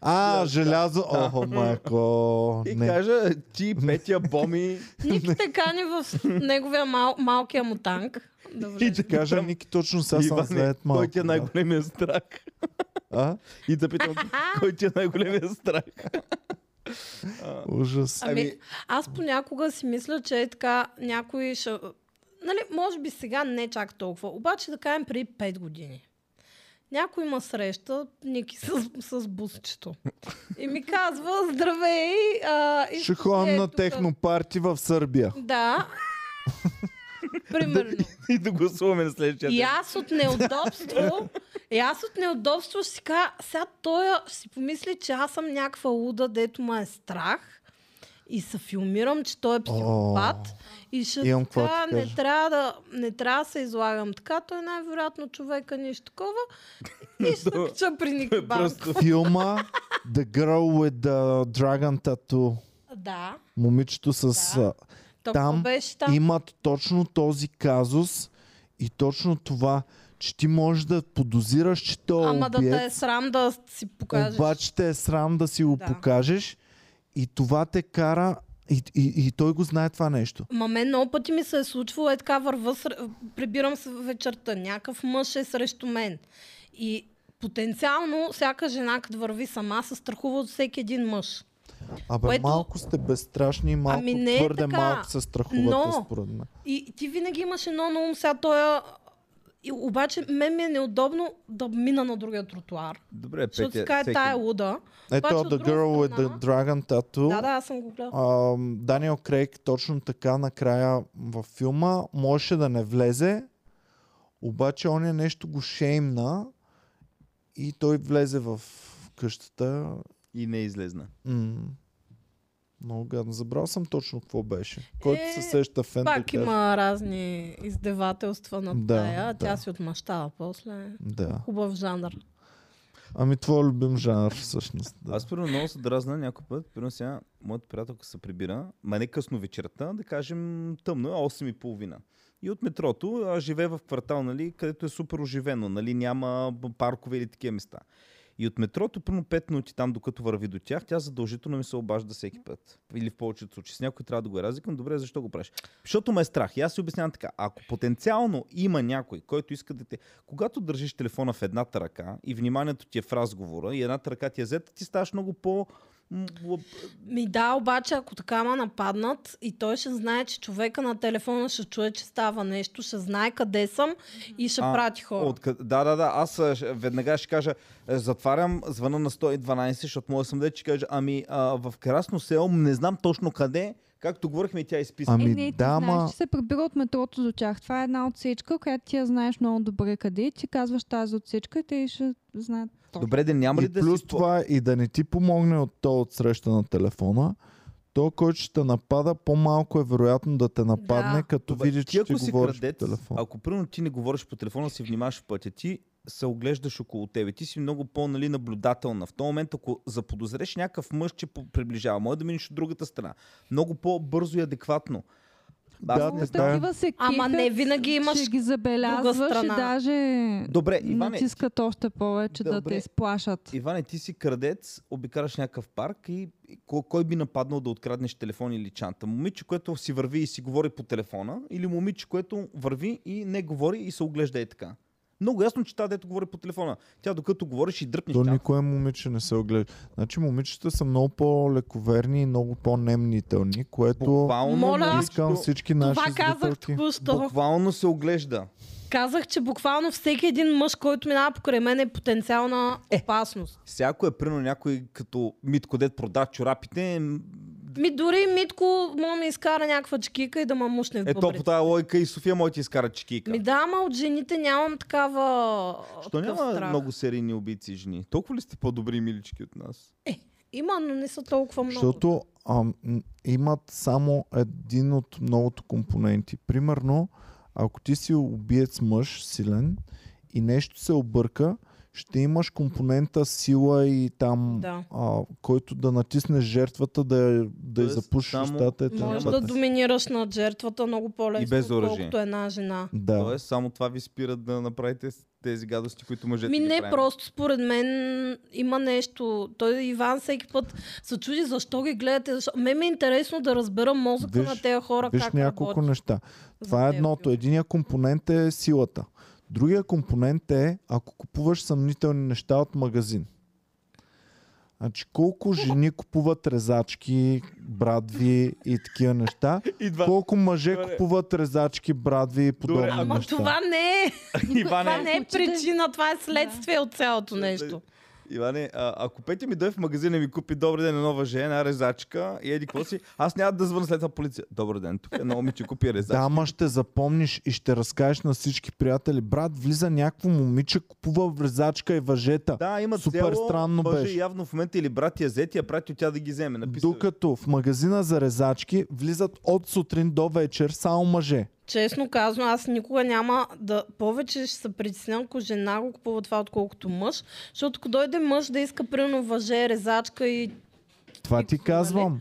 A: А, желязо. Охо, майко.
I: И
A: Не.
I: кажа, ти, Петя, Боми...
C: Ники те кани в неговия мал, малкия му танк. Добре.
I: И да
A: Кажа,
I: питам,
A: Ники, точно сега съм
I: Иване,
A: заед малко.
I: Кой ти е
A: да.
I: най-големия страх?
A: А?
I: И да питам, кой ти е най-големия страх? А,
A: Ужас.
C: Ами,
G: Ами-
C: аз понякога си мисля, че е така някой ще... Нали, може би сега не чак толкова, обаче да кажем преди 5 години. Някой има среща, Ники, с, с бусчето. И ми казва, здравей! А, и
A: Ще ходим на
C: тука.
A: технопарти в Сърбия.
C: Да. Примерно.
I: И да гласуваме на следващия
C: И
I: ден.
C: аз от неудобство, и аз от неудобство ще си кажа, сега той ще си помисли, че аз съм някаква луда, дето ме е страх. И се филмирам, че той е психопат. и ще
A: имам
C: си
A: какво да ти
C: кажа, не
A: кажа.
C: трябва, да, не трябва да се излагам така. Той най-вероятно човека нищо такова. И ще кача при Ники Банков.
I: Просто
A: Филма The Girl with the Dragon Tattoo.
C: Да.
A: Момичето с...
C: Да.
A: а,
C: Там,
A: Там
C: беше там.
A: имат точно този казус и точно това, че ти можеш да подозираш, че то е
C: Ама да те е
A: убиец,
C: срам да си покажеш.
A: обаче те е срам да си го
C: Да.
A: покажеш и това те кара и, и, и той го знае това нещо.
C: Ма мен много пъти ми се е случвало, е така върва, ср- прибирам се вечерта, някакъв мъж е срещу мен. И потенциално всяка жена, като върви сама, се страхува от всеки един мъж.
A: Абе,
C: Което-
A: малко сте безстрашни и малко,
C: Ами не е
A: твърде
C: така,
A: малко се страхувате,
C: но-
A: според мен.
C: И ти винаги имаш едно на ум, сега той е... И, обаче мен ми е неудобно да мина на другия тротуар.
I: Добре,
C: Защото си
I: Петя,
C: кажа,
I: всеки-
C: тая е луда.
A: Ето
C: Обаче, от
A: The
C: друга
A: Girl with
C: страна-
A: the Dragon Tattoo.
C: Да, да, аз съм го гледала.
A: Ам, Даниел Крейг точно така накрая във филма можеше да не влезе, обаче он е нещо го шеймна и той влезе в къщата.
I: и не е излезна.
A: М- много гадно. Забрал съм точно какво беше. Който се сеща фен да
C: Е, Пак
A: каже.
C: има разни издевателства на
A: Да,
C: тая.
A: да.
C: Тя си отмъщава после.
A: Да.
C: Хубав жанр.
A: Ами твой любим жанр всъщност. Да.
I: Аз първо много се дразна някой път. Първо сега моята приятелка се прибира, ма не късно вечерта, да кажем тъмно, е 8.30. И от метрото, а живее в квартал, нали, където е супер оживено, нали, няма б- паркове или такива места. И от метрото, примерно 5 минути там, докато върви до тях, тя задължително ми се обажда всеки път. Или в повечето случаи. С някой трябва да го разикам. Добре, защо го правиш? Защото ме е страх. И аз си обяснявам така. Ако потенциално има някой, който иска да те... Когато държиш телефона в едната ръка и вниманието ти е в разговора и едната ръка ти е взета, ти ставаш много по... м, л-
C: Ми да, обаче ако така ма нападнат и той ще знае, че човека на телефона ще чуе, че става нещо, ще знае къде съм и ще
I: А,
C: прати хора.
I: От, къ- да, да, да. Аз а, ще- веднага ще кажа, е, затварям звъна на 112, защото мога да съм да че кажа, ами а, в Красно село не знам точно къде, както говорихме, тя изписа.
E: Е,
A: Ами
E: не, ти
A: да, ма-
E: знаеш, че се прибира от метрото до тях. Това е една отсечка, която ти я знаеш много добре къде. и Ти казваш тази отсечка и те ще знаят точно.
I: Добре, да няма ли
A: И
I: да
A: плюс
I: си...
A: това е и да не ти помогне от то от среща на телефона, то, който ще те напада, по-малко е вероятно да те нападне,
C: Да.
A: като
I: Добре,
A: видиш,
I: ти,
A: че ти
I: ако си
A: говориш
I: крадец,
A: по телефон.
I: ако примерно ти не говориш по телефона, си внимаваш в пътя, ти се оглеждаш около тебе, ти си много по-нали, наблюдателна. В този момент, ако заподозреш някакъв мъж, че по- приближава, може да минеш от другата страна. Много по-бързо и адекватно. Аз
A: Да, така
I: не
E: Много
A: е.
I: знам.
E: такива се
C: Ама
E: кефят,
C: не винаги имаш
E: Ще ги забелязваш и
C: страна.
E: даже
I: Добре, Иване,
E: натискат още повече да
I: Добре.
E: те изплашат.
I: Иване, ти си крадец, обикараш някакъв парк и и кой, кой би нападнал да откраднеш телефон или чанта? Момиче, което си върви и си говори по телефона или момиче, което върви и не говори и се оглежда и така? Много ясно, че тази дето говори по телефона. Тя докато говориш и дръпнеш
A: То
I: чанта.
A: никое момиче не се оглежда. Значи момичета са много по-лековерни и много по-немнителни, което
I: Буквално,
C: Моля,
I: момичето-
A: искам всички наши
C: Това казах
A: зрителки.
C: току-що.
I: буквално се оглежда.
C: Казах, че буквално всеки един мъж, който минава покрай мен е потенциална опасност.
I: Всяко е прино някой като Митко дед прода чорапите. м,
C: Ми дори Митко мога ми изкара някаква чекика и да ма мушне в
I: Е то
C: бъбрите.
I: по тази логика и София може да ти изкара чекика.
C: Ми да, ама от жените нямам такава
I: Що
C: такъв
I: няма
C: страх.
I: много серийни убийци жени? Толкова ли сте по-добри и милички от нас?
C: Има, но не са толкова много.
A: Защото ам, м, имат само един от многото компоненти. Примерно, ако ти си убиец мъж, силен, и нещо се обърка, ще имаш компонента сила и там,
C: Да.
A: а, който да натиснеш жертвата, да, я- да й
I: Тоест,
A: запушиш
I: само
A: устата. и т.н.
C: Може
I: Няма
C: да
I: да.
C: доминираш над жертвата много
I: И без
C: по-лесно,
I: оръжие.
C: отколкото една жена.
A: Да.
I: Тоест, само това ви спира да направите с- тези гадости, които мъжете
C: Ми
I: ги
C: не,
I: правим.
C: просто според мен има нещо. Той Иван всеки път се чуди защо ги гледате. Защо... Мен ми е интересно да разбера мозъка
A: Виж-
C: на тези хора
A: Виж
C: как
A: няколко
C: работи.
A: неща.
C: за
A: Това е
C: тези
A: едното.
C: филми.
A: Единия компонент е силата. Другия компонент е, ако купуваш съмнителни неща от магазин. Значи колко жени купуват резачки, брадви и такива неща,
I: Идва.
A: колко мъже
I: Добре.
A: купуват резачки, брадви и подобни
I: ама
C: Ама
A: неща.
C: това не е. Това
I: Иване,
C: не е причина, това е следствие от цялото нещо.
I: Иване, а, ако Петя ми дойде в магазина и ми купи добър ден, нова жена, резачка и еди какво си, аз няма да звъна след това полиция. Добър ден, тук е, едно момиче купи резачка.
A: Да, ама ще запомниш и ще разкажеш на всички приятели. Брат, влиза някакво момиче, купува врезачка и въжета.
I: Да, има
A: Супер
I: дело,
A: странно
I: мъжа
A: беше.
I: явно в момента или брат я зет и я прати от тя да ги вземе. Написа.
A: Докато в магазина за резачки влизат от сутрин до вечер само мъже.
C: Честно казано, аз никога няма да повече ще се притеснявам, ако жена го купува това, отколкото мъж. Защото ако дойде мъж да иска примерно въже, резачка и
A: Това ти казвам.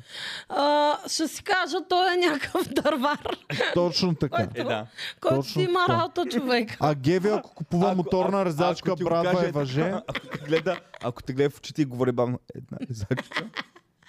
C: а, ще си кажа, той е някакъв дървар,
A: Точно така.
I: Е, да.
C: който
A: Точно
C: си има
A: така.
C: работа човек.
A: А Геви, ако купува
I: Ако-
A: моторна
I: ако-
A: резачка,
I: ако ти го
A: брадва
I: каже
A: и въже,
I: така, Ако те гледа, ако те гледа в очите и говори бавно, една резачка,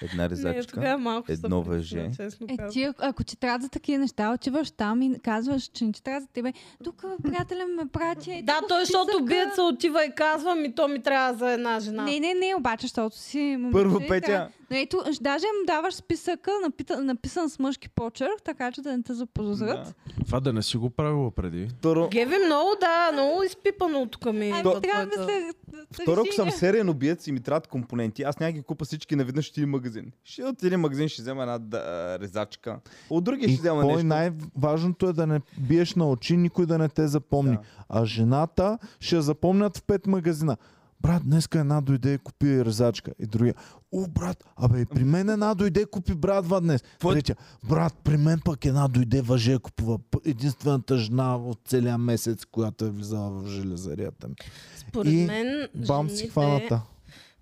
I: една
C: Не,
I: резачка.
C: тогава малко ще се
I: едно
C: притесня,
I: въже.
C: Честно
E: Е,
C: казано.
E: ти, ако- ако ти трябва за такива неща, отиваш там и казваш, че не ти трябва за тебе. Тук приятеля ме прати. е,
C: Да,
E: тук
C: той,
E: списъка.
C: защото биеца отива и казва, ми то ми трябва за една жена.
E: Не, не, не, обаче, защото си момиче.
I: Първо,
E: и
I: Петя.
E: трябва- Но ето, ж- даже им даваш списъка, напита, написан с мъжки почерк, така че да не те заподозрят.
I: Да.
F: Това да не си го правила преди.
I: Второ,
C: Геви много, да, много изпипано от тук ми.
E: Ами,
C: идва
E: трябва да
C: твоята-
E: се... да-
I: Второ, ако съм
E: решение.
I: сериен убиец и ми трябват компоненти, аз няма ги купа всички наведнъж ще един магазин. Ще отида в магазин, ще взема една да, резачка. От други
A: и
I: ще взема
A: кой
I: нещо.
A: най-важното е да не биеш на очи, никой да не те запомни.
I: Да.
A: А жената ще я запомнят в пет магазина. Брат, днеска една дойде и купи резачка. И другия. О, брат, абе, и при мен една дойде и купи братва днес.
I: Твой-
A: Третия. Брат, при мен пък една дойде въже и купува. П- Единствената жена от целия месец, която е влизала в железарията ми.
C: Според
A: И
C: мен,
A: Бам си
C: жените
A: хваната.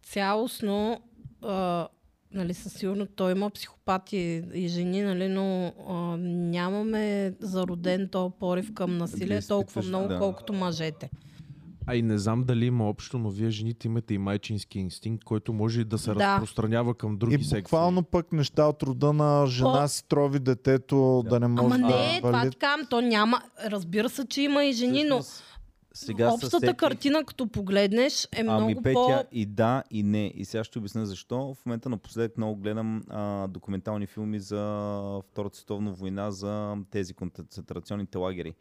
C: цялостно, а, нали, със сигурно той има психопати и жени, нали, но а, нямаме зароден то порив към насилие
I: Действително,
C: толкова много,
I: да.
C: колкото мъжете.
F: А и не знам дали има общо, но вие жените имате и майчински инстинкт, който може и да
C: Да.
F: се разпространява към други
A: И
F: секции.
A: буквално пък неща от рода на жена
C: О.
A: си трови детето да, не може
C: Ама
A: да
C: не, е това
A: вали.
C: ти казвам, то няма. Разбира се, че има и жени, но
I: Всъщност, сега се
C: общата
I: сетих-
C: картина, като погледнеш, е много
I: Ами, Петя,
C: по...
I: и да, и не. И сега ще обясня защо. В момента напоследък много гледам а, документални филми за Втората световна война, за тези концентрационните лагери.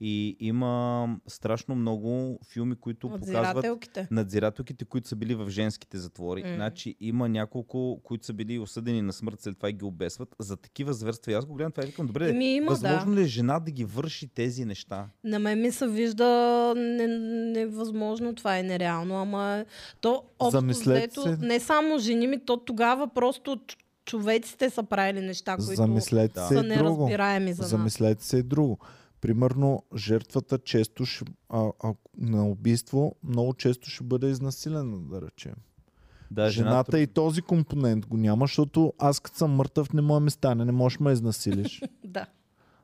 I: И има страшно много филми, които показват
C: Надзирателките.
I: надзирателките, които са били в женските затвори.
C: М.
I: Mm. Значи има няколко, които са били осъдени на смърт, след това и ги обесват за такива зверства. И аз го гледам това и викам, добре,
C: Ми Ами, има,
I: възможно ли е жена да ги върши тези неща?
C: На мен ми се вижда не- невъзможно, това е нереално, ама е- то общо
A: Замислете
C: взето,
A: се.
C: не само жени ми, то тогава просто ч- човеците са правили неща, които
A: Замислете
I: Да.
A: се
C: са
A: и друго.
C: неразбираеми за нас.
A: Замислете се и друго. Примерно, жертвата често ще, а, а, на убийство много често ще бъде изнасилена, да речем.
I: Да,
A: Жената и този компонент го няма, защото аз като съм мъртъв не мога ми стане, не можеш ме изнасилиш.
C: Да.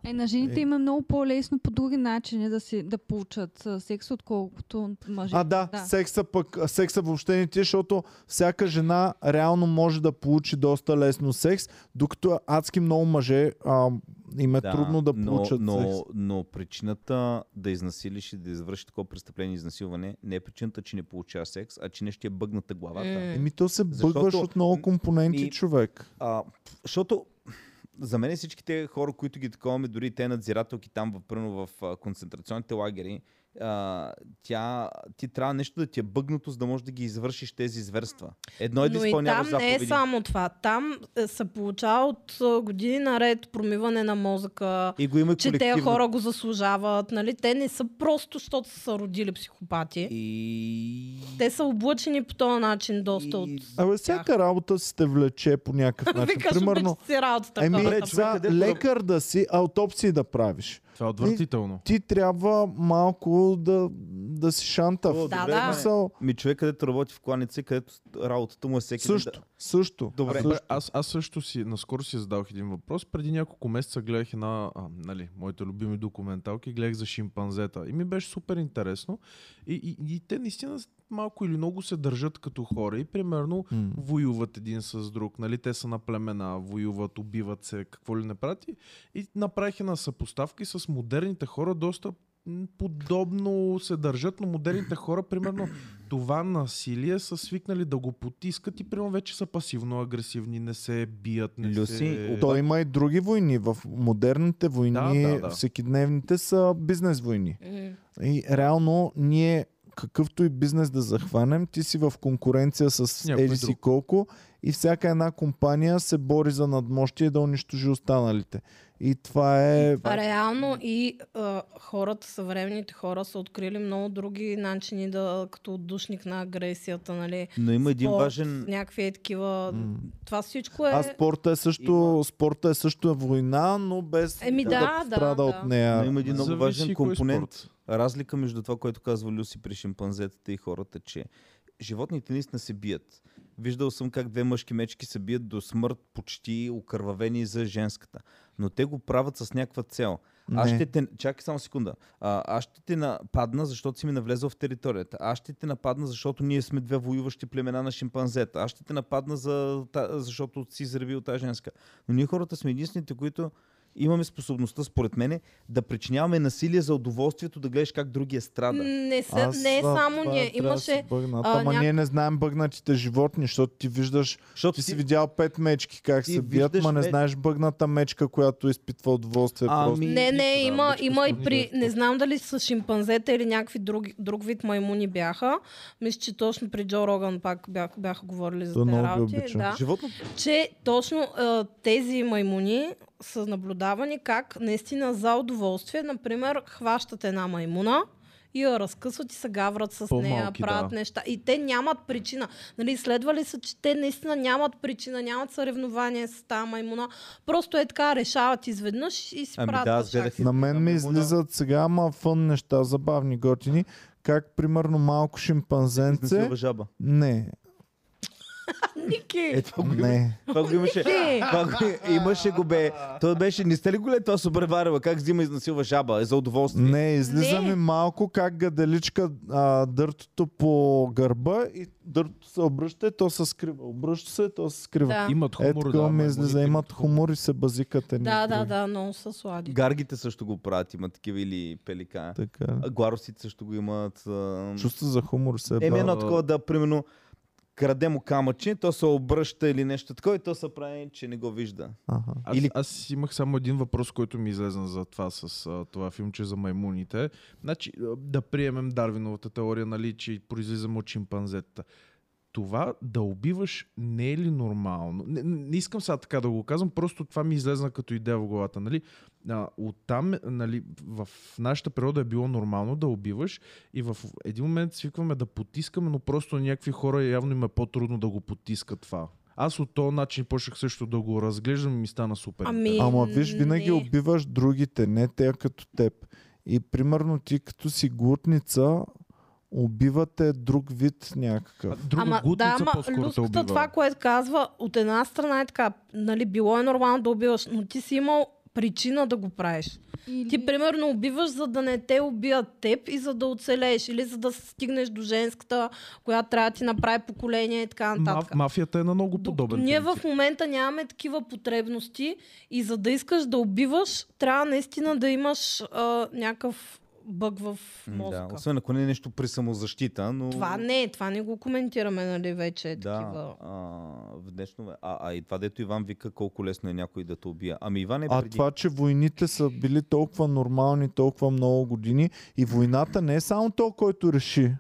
E: Е, на жените
A: Е.
E: им е много по-лесно по други начини да, си, да получат а, секс, отколкото мъжете.
A: а да, да, секса пък, а, секса въобще не ти, е, защото всяка жена реално може да получи доста лесно секс, докато адски много мъже а, им е да, трудно да получат
I: но,
A: секс.
I: но, но причината да изнасилиш и да извършиш такова престъпление изнасилване не е причината, че не получава секс, а че не ще е бъгната главата.
C: М.
A: Еми то се
I: Защото-
A: бъгваш от много компоненти,
I: Ми-
A: човек.
I: А, защото за мен всичките хора, които ги таковаме, дори те надзирателки там, в- примерно в а, концентрационните лагери, а, тя, ти трябва нещо да ти е бъгнато, за да можеш да ги извършиш тези зверства. Едно е да
C: Но и
I: изпълняваш
C: там не е
I: заповеди.
C: само това. Там е, се получава от а, години наред промиване на мозъка,
I: И го има
C: че
I: колективно.
C: те хора го заслужават. Нали? Те не са просто, защото са се родили психопати.
I: И...
C: Те са облъчени по този начин доста от...
A: Абе, всяка работа си те влече по някакъв начин.
C: Викаш,
A: значи, Примерно,
C: Примерно... си работата.
A: еми,
C: хората.
A: за лекар да си, аутопсии да правиш.
F: Това е отвратително.
A: Ти трябва малко да, да си шантав.
I: О,
C: Да, добре, да.
A: Мисъл,
I: Ми човек, където работи в кланица, където работата му е всеки ден
A: също, също.
I: Добре.
A: също.
F: Аз, аз, аз също си, наскоро си зададох един въпрос. Преди няколко месеца гледах една, а, нали, моите любими документалки, гледах за шимпанзета. И ми беше супер интересно. И, и, и те наистина малко или много се държат като хора. И примерно
A: М.
F: воюват един с друг. Нали? Те са на племена, воюват, убиват се, какво ли не прати. И направих една съпоставка и с модерните хора доста м, подобно се държат, но модерните хора, примерно, това насилие са свикнали да го потискат и примерно вече са пасивно-агресивни, не се бият, не
I: Люси,
F: се...
A: То има и други войни. В модерните войни,
F: Да, да, да.
A: всекидневните са бизнес войни.
C: М,
A: И реално ние какъвто и бизнес да захванем, ти си в конкуренция с
F: Някой
A: еди си
F: друг.
A: колко и всяка една компания се бори за надмощие да унищожи останалите. И това е...
C: Реално и а, хората, съвременните хора са открили много други начини да, като отдушник на агресията, нали?
I: Но има един
C: Спорт,
I: важен...
C: Някакви е такива...
A: М.
C: Това всичко е...
A: А спорта е също,
I: Има.
A: спорта е също война, но без
C: Еми да, да,
A: страда
C: да.
A: от нея.
I: Но има един много
F: Зависи
I: важен
F: кой
I: компонент.
F: спорт.
I: Разлика между това, което казва Люси при шимпанзетата и хората, че животните наистина се бият. Виждал съм как две мъжки мечки се бият до смърт, почти окървавени за женската. Но те го правят с някаква цел. Аз
A: Не.
I: ще те... Чакай само секунда. А, аз ще те нападна, защото си ми навлезъл в територията. Аз ще те нападна, защото ние сме две воюващи племена на шимпанзета. Аз ще те нападна, за... та- защото си заребил тази женска. Но ние хората сме единствените, които имаме способността, според мене, да причиняваме насилие за удоволствието да гледаш как другия страда.
C: Не, са, не е
A: за
C: само
A: това
C: ние.
A: трябва да си
C: Имаше...
A: Бъгнат.
C: а,
A: Ама
C: няк-
A: ние не знаем бъгнатите животни, защото ти виждаш,
I: Защото
A: ти си видял пет мечки как
I: ти
A: се бият,
I: виждаш
A: ма не
I: меч.
A: знаеш бъгната мечка, която изпитва удоволствие.
I: Ами,
A: просто.
C: Не, не,
F: Нищо, да,
C: има,
F: мечка
C: има и
F: спорт,
C: при...
F: нищо.
C: Не знам дали са шимпанзета или някакви друг, друг вид маймуни бяха. Мисля, че точно при Джо Роган пак бях, бяха говорили за
A: Той
C: тези
A: много ги
C: работи.
A: обича.
C: Да.
I: Животно
C: че точно а, тези маймуни са наблюдавани как наистина за удоволствие, например, хващат една маймуна и я разкъсват и се гаврат с нея,
F: По-малки,
C: правят
F: да.
C: неща. И те нямат причина. Нали, изследвали са, че те наистина нямат причина, нямат съревнование с тази маймуна. Просто е така, решават изведнъж и си
I: Ами
C: правят
I: да, аз
C: шах.
I: гледах
A: На мен ми
I: Маймуна.
A: излизат сега ама фън неща, забавни, готини. Как примерно малко шимпанзенце...
I: изнасилва жаба.
A: Не,
C: Ники!
I: Е, това го, има-
A: не.
I: това го имаше. това го, имаше го бе. То беше, не сте ли го гледали това супреварила? Как взима и изнасилва жаба? Е за удоволствие.
A: Не, излиза
C: Не.
A: ми малко как гаделичка а, дъртото по гърба и дъртото се обръща и то се скрива. Обръща се и то се скрива.
C: Да.
F: Имат
A: Е,
F: хумор,
A: така ми
F: маймуните
A: излиза. Имат хумор и се базикат едни
C: Да,
A: с
C: да,
A: други.
C: да, много са слади.
I: Гаргите също го правят, има такива или пелика.
A: Така.
I: А Гларусите също го имат. а,
A: Чувство за хумор се
I: Еми
A: е
I: едно
F: да.
I: такова да, примерно, краде му камъче, то се обръща или нещо такова и то се прави, че не го вижда.
A: Ага.
F: Аз,
I: Или-
F: Или... аз имах само един въпрос, който ми излезна за това с а, това филмче за маймуните. Значи, а, да приемем Дарвиновата теория, нали, че произлизаме от шимпанзетата. Това да убиваш не е ли нормално? Не, не искам сега така да го казвам, просто това ми излезна като идея в главата. Нали? А, оттам, нали, в нашата природа е било нормално да убиваш и в един момент свикваме да потискаме, но просто някакви хора явно им е по-трудно да го потискат това. Аз от този начин почнах също да го разглеждам и ми стана супер.
C: Ами,
A: Ама виж, винаги
C: не.
A: убиваш другите, не те като теб. И примерно ти като си глутница, убивате друг вид някакъв.
F: Друга
C: ама, да, ама
F: по-скоро те
C: люската
F: убива.
C: това, е което казва, от една страна е така, нали, било е нормално да убиваш, но ти си имал причина да го правиш.
E: Или...
C: Ти, примерно, убиваш, за да не те убият теб и за да оцелееш, или за да стигнеш до женската, която трябва да ти направи поколение и така нататък.
F: Маф, мафията е на много
C: Докато
F: подобен
C: Ние в
F: принцип.
C: момента нямаме такива потребности и за да искаш да убиваш, трябва наистина да имаш а, някакъв бъг в
I: М, Да,
C: мозъка.
I: освен ако не е нещо при самозащита, но...
C: това не, това не го коментираме, нали, вече е такива.
I: Да, а, в днешно ве- а, а и това, дето Иван вика колко лесно е някой да те убие. Ами Иван е
A: А
I: преди...
A: това, че войните са били толкова нормални, толкова много години и войната не е само то, който реши.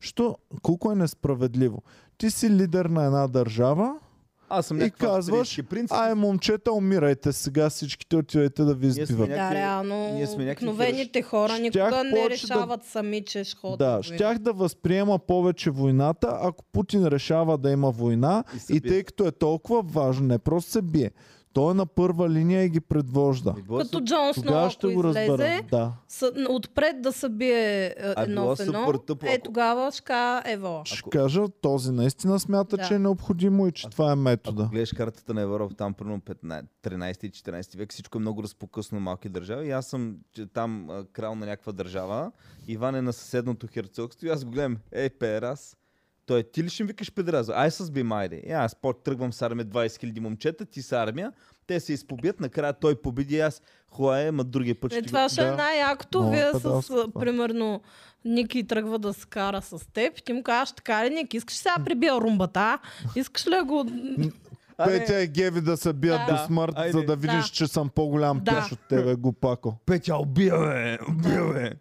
A: Що, колко е несправедливо. Ти си лидер на една държава,
I: Аз съм
A: и
I: някакъв
A: казваш,
I: австрийски принцип.
A: ай момчета, умирайте сега, всичките отивайте да ви
I: сме
A: избиват.
I: някакви-
C: Да, реално,
I: ние сме някакви
C: обикновените хора
A: Щях
C: никога не
A: повече да-
C: решават сами, че ще ходят.
A: Да,
C: на война.
A: щях да възприема повече войната, ако Путин решава да има война
I: И се
A: и,
I: бие.
A: тъй като е толкова важно, не просто се бие. Той е на първа линия и ги предвожда.
I: Ами, било е
C: Като
I: суп-
C: Джон Сноу,
A: Тогава ще
C: ако
A: го
C: излезе,
A: разберем. Да.
C: с- отпред да се бие е,
I: А
C: едно
I: било
C: в едно,
I: супер тъпо,
C: е
I: ако-
C: тогава шка ево.
A: Ще
I: Ако-
A: кажа, този наистина смята,
C: Да.
A: че е необходимо и че това е
I: Ако
A: метода.
I: гледаш картата на Европа, там примерно 15, 13 и 14 век, всичко е много разпокъсно малки държави. И аз съм че, там а, крал на някаква държава. Иван е на съседното херцогство и аз го гледам. Ей, перас, Той е, ти ли ще ми викаш педраза? Ай с би майде. И аз по- тръгвам с армия 20 000 момчета, ти с армия. Те се изпобият, накрая той победи и аз. Хуа е, ма другия път
C: Е,
I: ще...
C: това ще е
A: да.
C: най-якото.
A: Много
C: Вие с,
A: педалско
C: а,
A: това.
C: примерно, Ники тръгва да се кара с теб и ти му кажеш така ли, Ники, искаш ли сега да прибия румбата? Искаш ли да го...
A: Петя и Геви да се бият
C: Да.
A: до смърт,
I: Айде.
A: за да видиш,
C: Да.
A: че съм по-голям
C: Да.
A: пяш от тебе, глупако.
I: Петя, убиваме, убиваме.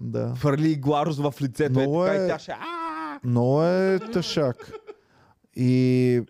A: Да.
I: Хвърли Гларус в лицето. Е,
A: Много
I: така,
A: е-
I: и тя ще... «Ааа!»
A: Но е тъшак. И,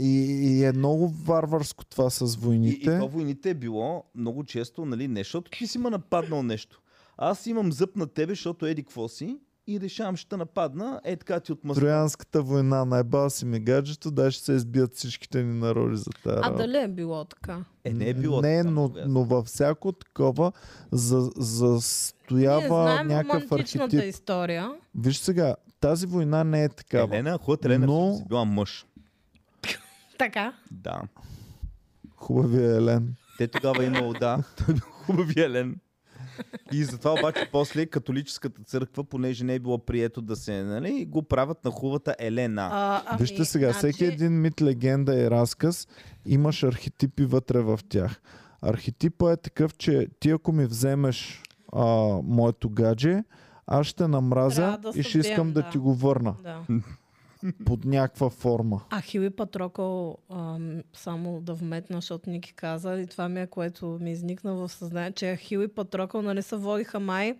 A: и, и е много варварско това с
I: И, и
A: войните.
I: това войните е било много често, нали, не защото ти си ма нападнал нещо. Аз имам зъб на тебе, защото еди какво си и решавам, ще те нападна, е така ти отмъсна.
A: Троянската война, най-бал си ми гаджето, да ще се избият всичките ни народи за тази
C: А
A: работа.
C: дали е било така?
I: Е, не е било
A: Не,
I: така,
A: но,
I: тогава.
A: но във всяко такова за,
C: Ние
A: застоява
C: знаем
A: някакъв
C: романтичната
A: архетип.
C: история.
A: Виж сега, тази война не е такава.
I: Елена, хубава Елена,
A: Но-
I: но... си била мъж.
C: Така.
I: Да.
A: Хубавия Елен.
I: Те тогава имало, да, той бил хубави Елен. И затова обаче после католическата църква, понеже не е било прието да се, нали, го правят на хубавата Елена.
C: А, ами,
A: Вижте сега,
C: значи,
A: всеки един мит, легенда и разказ имаш архетипи вътре в тях. Архетипа е такъв, че ти ако ми вземеш а, моето гадже, аз ще намразя
C: Трябва да
A: и ще искам
C: събием,
A: да.
C: да.
A: ти го върна
C: Да.
A: под някаква форма.
C: Ахил и Патрокъл, ам, само да вметна, защото Ники каза, и това ми е което ми изникна в съзнанието, че Ахил и Патрокъл нали са водиха май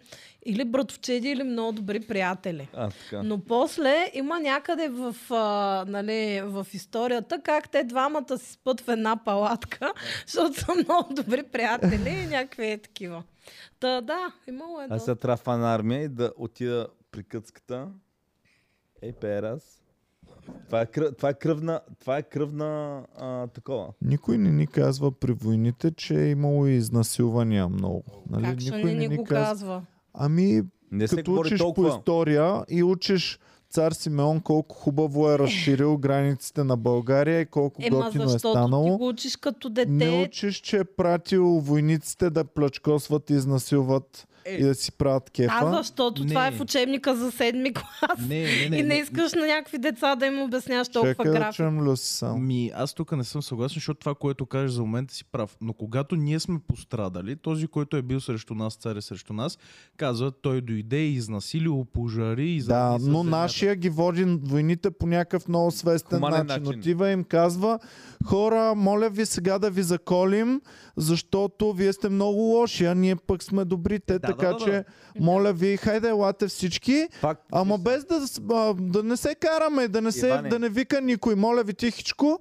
C: или братовчеди, или много добри приятели.
I: А, така.
C: Но после има някъде в, а, нали, в историята как те двамата си спът в една палатка, защото са много добри приятели и някакви е такива. Та да, имало е
I: Аз сега
C: доста.
I: трябва да фана армия и да отида при къцката. Ей, перас. Това е, кръв, това е кръвна, това е кръвна а, такова.
A: Никой не ни казва при войните, че е имало и изнасилвания много. Нали?
C: Как ще не ни го казва?
A: Ами,
I: Не се
A: като
I: говори
A: учиш по
I: толкова.
A: история и учиш цар Симеон колко хубаво е разширил границите на България и колко
C: Ема
A: готино е
C: защото ти
A: станало.
C: го учиш като дете.
A: Не учиш, че е пратил войниците да плячкосват и изнасилват
I: Е.
A: и да си правят
C: А,
A: кефа.
C: защото
F: Не.
C: това е в учебника за седми клас.
F: Не, не,
C: Не,
F: не.
C: и не
F: не.
C: искаш на някакви деца да им обясняваш толкова
A: Чакай да
C: график.
A: чуем Люси само.
F: Ми, аз тук не съм съгласен, защото това, което кажеш за момента си прав. Но когато ние сме пострадали, този, който е бил срещу нас, цар е срещу нас, казва, той дойде, изнасили, опожари и
A: Да, но нашия ги води войните по някакъв много свестен
I: Хуманен
A: начин.
I: начин.
A: Отива и им казва, хора, моля ви сега да ви заколим, защото вие сте много лоши, а ние пък сме добри. Те,
F: да,
A: така
F: да, да.
A: че, моля ви, хайде, елате всички,
I: Факт,
A: ама без да, с- а, да не се караме, да не, се,
I: Иване.
A: да не вика никой, моля ви тихичко,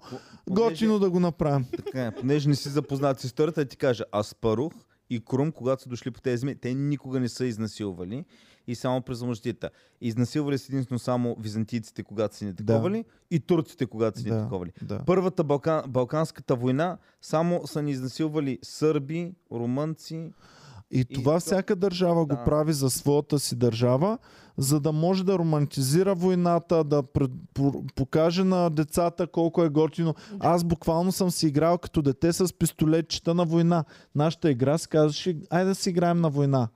A: готино да го направим.
I: Така, понеже не си запознат с историята, да ти кажа, аз парух и Крум, когато са дошли по тези зми, те никога не са изнасилвали и само през мъждите. Изнасилвали са единствено само византийците, когато са ни таковали, и турците, когато са ни
A: Да,
I: таковали.
A: да.
I: Първата Балкан, Балканската война само са ни изнасилвали сърби, румънци.
A: И,
I: И
A: това
I: то-
A: всяка държава го
I: Да.
A: прави за своята си държава, за да може да романтизира войната, да пред, по, покаже на децата колко е готино. Аз буквално съм си играл като дете с пистолетчета на война. Нашата игра се казваше, айде да си играем на война.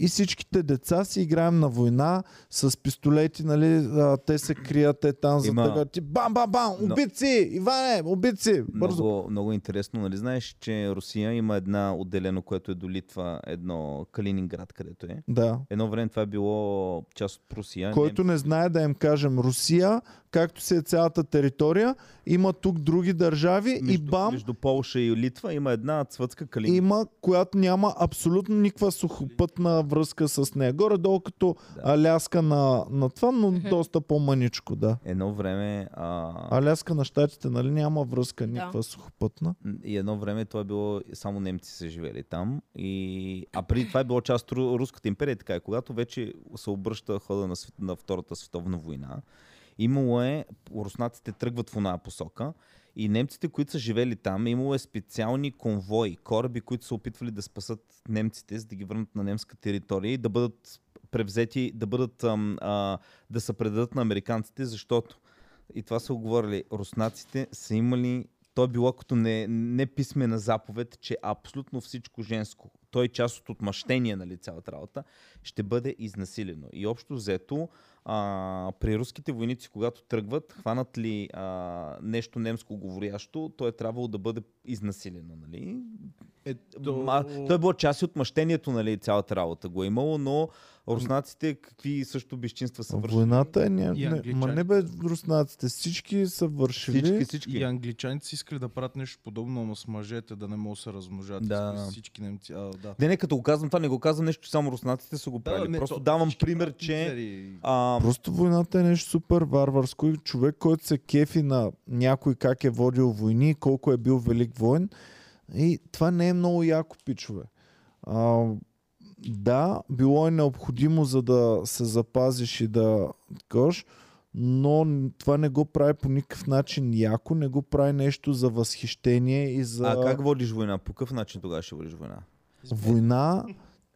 A: И всичките деца си играем на война с пистолети, нали, а, те се крият, те там за
I: Има-
A: тъга. Ти бам, бам, бам,
I: Но-
A: убици, Иване, убици, бързо.
I: Много, много интересно, нали знаеш, че Русия има една отделено, което е до Литва, едно Калининград, където е.
A: Да.
I: Едно време това е било част от Русия.
A: който не знае да им кажем Русия, както си е цялата територия, има тук други държави е и
I: между,
A: бам,
I: Между Полша и Литва има една цвътска калинка.
A: има, която няма абсолютно никаква сухопътна връзка с нея. Горе-долу като Аляска на, на това, но доста по-маничко, да.
I: Едно време... А...
A: Аляска на щатите, нали, няма връзка никаква сухопътна.
I: И едно време това е било, само немци са живели там. И... А преди това е било част от Ру- Руската империя, така е. Когато вече се обръща хода на, свет... на Втората световна война, имало е, руснаците тръгват в една посока и немците, които са живели там, имало е специални конвои, кораби, които са опитвали да спасат немците, за да ги върнат на немска територия и да бъдат превзети, да бъдат, ам, а, да се предадат на американците, защото и това са оговорили, руснаците са имали то е било като не, не писмена заповед, че абсолютно всичко женско, той е част от отмъщение на цялата работа, ще бъде изнасилено. И общо взето, а, при руските войници, когато тръгват, хванат ли а, нещо немско говорящо, то е трябвало да бъде изнасилено. Нали?
F: Ето...
I: Ма, то е било част и от мъщението, нали, цялата работа го е имало, но руснаците какви също безчинства са вършили.
A: Войната е... Не,
F: И
A: не, ма
F: англичаните.
A: не бе руснаците. Всички са вършили.
I: Всички,
F: И
I: всички.
F: англичаните са искали да правят нещо подобно, но с мъжете да не могат да се размножат.
I: Да.
F: С Всички немци. А, да.
I: Не, не, като го казвам това, не го казвам нещо, че само руснаците са го правили.
F: не,
I: Нали, Просто
F: то-
I: давам
F: всички
I: пример,
F: правят
I: че...
F: мизери.
I: А,
A: Просто войната е нещо супер варварско и човек, който се кефи на някой как е водил войни, колко е бил велик воин. И това не е много яко, пичове. А, да, било е необходимо за да се запазиш и да кош, но н- това не го прави по никакъв начин яко, не го прави нещо за възхищение и за...
I: а как водиш война? По какъв начин тогава ще водиш война?
A: Война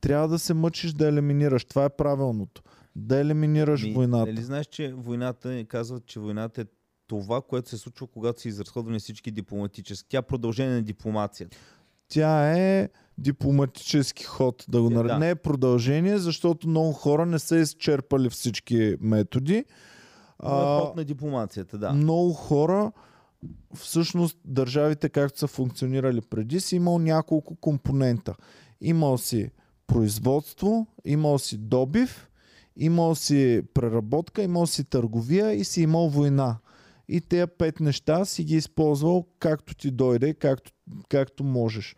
A: трябва да се мъчиш да елиминираш. Това е правилното. Да елиминираш
I: Ми,
A: войната.
I: Нали знаеш, че войната, е- казват, че войната е това, което се случва, когато са изразходвани всички дипломатически. Тя е продължение на дипломацията.
A: тя е дипломатически ход, да го
I: Е,
A: наречем.
I: да.
A: Не е продължение, защото много хора не са изчерпали всички методи.
I: А...
A: А,
I: е Ход на дипломацията, да.
A: Много хора, всъщност държавите както са функционирали преди, си имал няколко компонента. Имал си производство, имал си добив, имал си преработка, имал си търговия и си имал война. И тези пет неща си ги използвал както ти дойде, както, както можеш.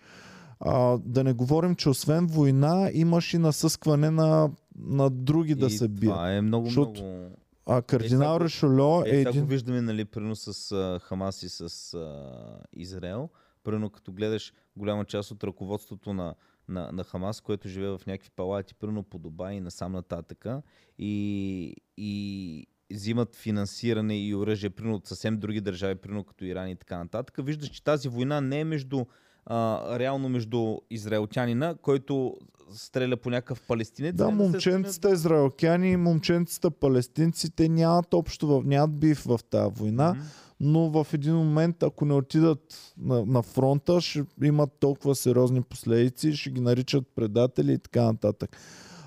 A: А, да не говорим, че освен война имаш и насъскване на, на други да
I: И
A: се бият.
I: Това е много,
A: Защото
I: много...
A: А кардинал
I: Е, сега-
A: Решолео е
I: Е, сега
A: един
I: го виждаме, нали, прено с а, Хамас и с а, Израел. Прено като гледаш голяма част от ръководството на, на, на Хамас, което живее в някакви палати, прено по Дубай и насам нататъка. И, и взимат финансиране и оръжие, прено от съвсем други държави, прено като Иран и така нататък. Виждаш, че тази война не е между а, реално между израелтянина, който стреля по някакъв палестинец.
A: Да,
I: а Е, се
A: момченцата израелтяни и момченцата палестинци, те нямат общо в, нямат бив в тази война,
I: Мгм.
A: но в един момент, ако не отидат на, на фронта, ще имат толкова сериозни последици, ще ги наричат предатели и така нататък.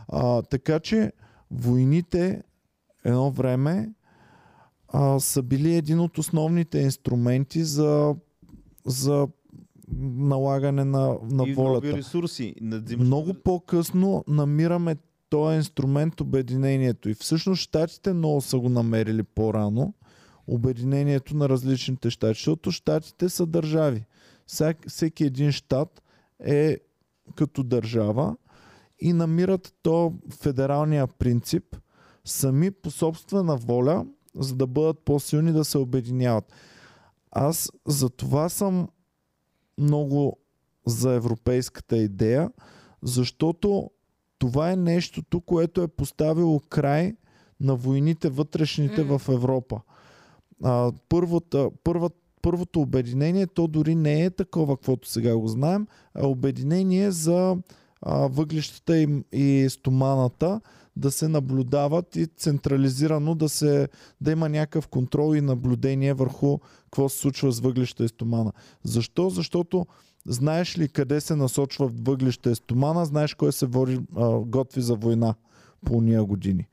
A: А, така че войните едно време а, са били един от основните инструменти за, за налагане на, на
I: и
A: волята.
I: нови ресурси. надзимаш-
A: Много по-късно намираме този инструмент обединението. И всъщност щатите много са го намерили по-рано. Обединението на различните щати. Защото щатите са държави. Всяк, всеки един щат е като държава и намират то федералния принцип сами по собствена воля, за да бъдат по-силни да се обединяват. Аз за това съм много за европейската идея, защото това е нещото, което е поставило край на войните вътрешните
C: Мм.
A: в Европа. А, първата, първа, първото обединение, то дори не е такова, каквото сега го знаем, а обединение за а, въглищата и, и стоманата да се наблюдават и централизирано да, се, да има някакъв контрол и наблюдение върху какво се случва с въглища и стомана. Защо? Защото знаеш ли къде се насочва въглища и стомана, знаеш кой се води, а, готви за война по уния години.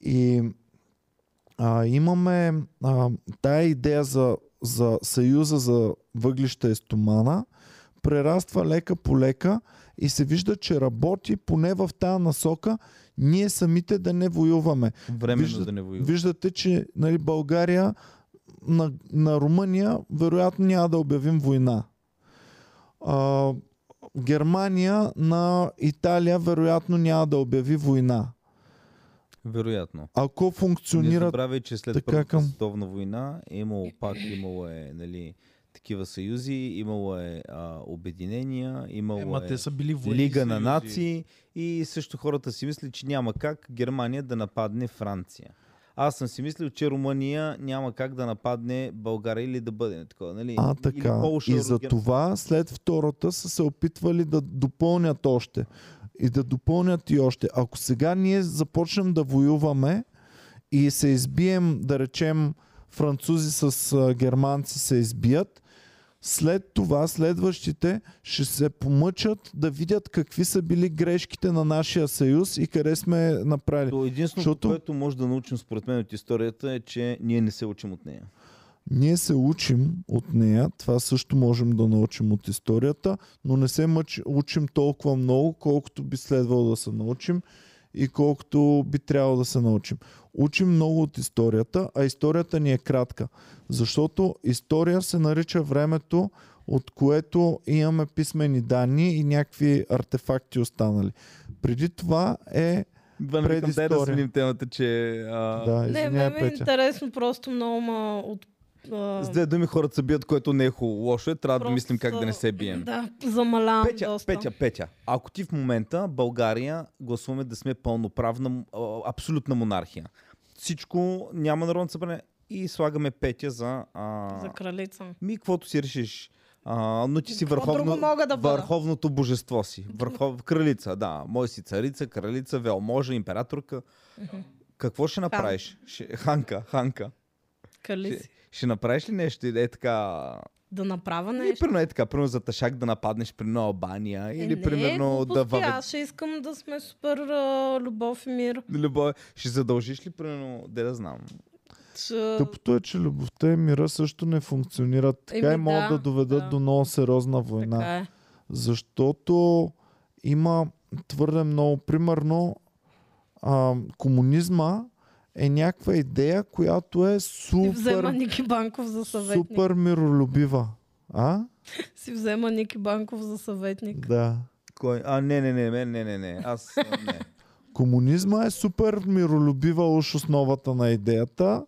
A: И а, имаме а, тая идея за, за съюза за въглища и стомана, прераства лека по лека и се вижда, че работи поне в тази насока ние самите да не воюваме.
I: Временно
A: Вижда-
I: да не воюва.
A: Виждате, че нали, България на, на Румъния вероятно няма да обявим война. А, Германия на Италия вероятно няма да обяви война.
I: Вероятно.
A: Ако
I: Не
A: функционират
I: забравяй, че след
A: така
I: Първата
A: към-
I: световна война е имало пак, имало е нали, такива съюзи, имало е а, обединения, имало
F: Ема
I: е
F: те са били военни
I: Лига на
F: съюзи.
I: нации и също хората си мислят, че няма как Германия да нападне Франция. Аз съм си мислил, че Румъния няма как да нападне България или да бъде такова, нали?
A: А,
I: Или
A: така.
I: Полша,
A: И за
I: Гер-
A: това след втората са се опитвали да допълнят още. И да допълнят и още. Ако сега ние започнем да воюваме и се избием, да речем, французи с а, германци се избият, След това, следващите ще се помъчат да видят какви са били грешките на нашия съюз и къде сме направили.
I: То единственото,
A: Защото-
I: което може да научим според мен от историята е, че ние не се учим от нея.
A: Ние се учим от нея, това също можем да научим от историята, но не се мъч, учим толкова много, колкото би следвало да се научим и колкото би трябвало да се научим. Учим много от историята, а историята ни е кратка, защото история се нарича времето, от което имаме писмени данни и някакви артефакти останали. Преди това е...
I: Иван, викам, дай да
A: Предистория.
I: сменим темата, че... А...
A: Да,
C: Не, ме
A: извиняй,
C: ми е
A: Петя.
C: интересно, просто много ма от... а,
I: С две думи хората се бият, което не е хубаво. Лошо е, трябва да
C: Просто
I: мислим как
C: са-
I: да не се бием.
C: Да, замалявам
I: Петя,
C: доста.
I: Петя, Петя, ако ти в момента България гласуваме да сме пълноправна, а, абсолютна монархия, всичко няма народно събрание и слагаме Петя за... А...
C: За кралица.
I: Ми, каквото си решиш. А, но ти си
C: Какво
I: върховно,
C: друго мога да бъда?
I: върховното божество си. Върхов, кралица, да. Мой си царица, кралица, велможа, императорка. Какво ще направиш? Ще... Ханка, Ханка.
C: Кали
I: Ще,
C: си.
I: ще направиш ли нещо? Е така...
C: Да направя
I: Или
C: нещо.
I: примерно е така, примерно за ташак да нападнеш при Албания. Или
C: е, не,
I: примерно да
C: глупости,
I: въвед...
C: Аз ще искам да сме супер а, любов и мир.
I: Любов. Ще задължиш ли, примерно, де да знам?
C: Ще...
A: Тъпото е, че любовта и мира също не функционират така
C: Еми
A: и могат
C: да,
A: да, доведат
C: да.
A: до много сериозна война.
C: Така е.
A: Защото има твърде много, примерно, а, комунизма е някаква идея, която е
C: Си взема
A: супер,
C: Ники Банков за съветник.
A: супер миролюбива. А?
C: Си взема Ники Банков за съветник.
A: Да.
I: Кой? А, не, не, не, не, не, не, не. Аз а, не.
A: Комунизма е супер миролюбива уж основата на идеята.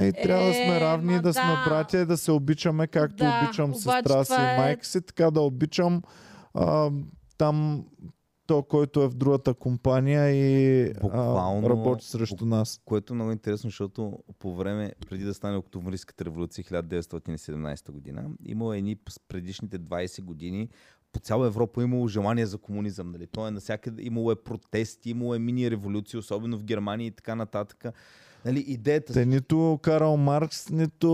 A: И трябва да сме
C: Е,
A: равни,
C: ма
A: да сме
C: да.
A: братя и да се обичаме, както
C: Да,
A: обичам
C: обаче
A: сестра си
C: това
A: и
C: е-
A: майка си, така да обичам а, там то, който е в другата компания и
I: Буквално-
A: а, работи срещу нас.
I: Което е много интересно, защото по време, преди да стане Октомврийската революция 1917 година, имало едни с предишните 20 години по цяла Европа е имало желание за комунизъм. Нали? То е навсякъде, имало е протести, имало е мини-революции, особено в Германия и така нататък. Нали, идеята
A: Те нито Карл Маркс, нито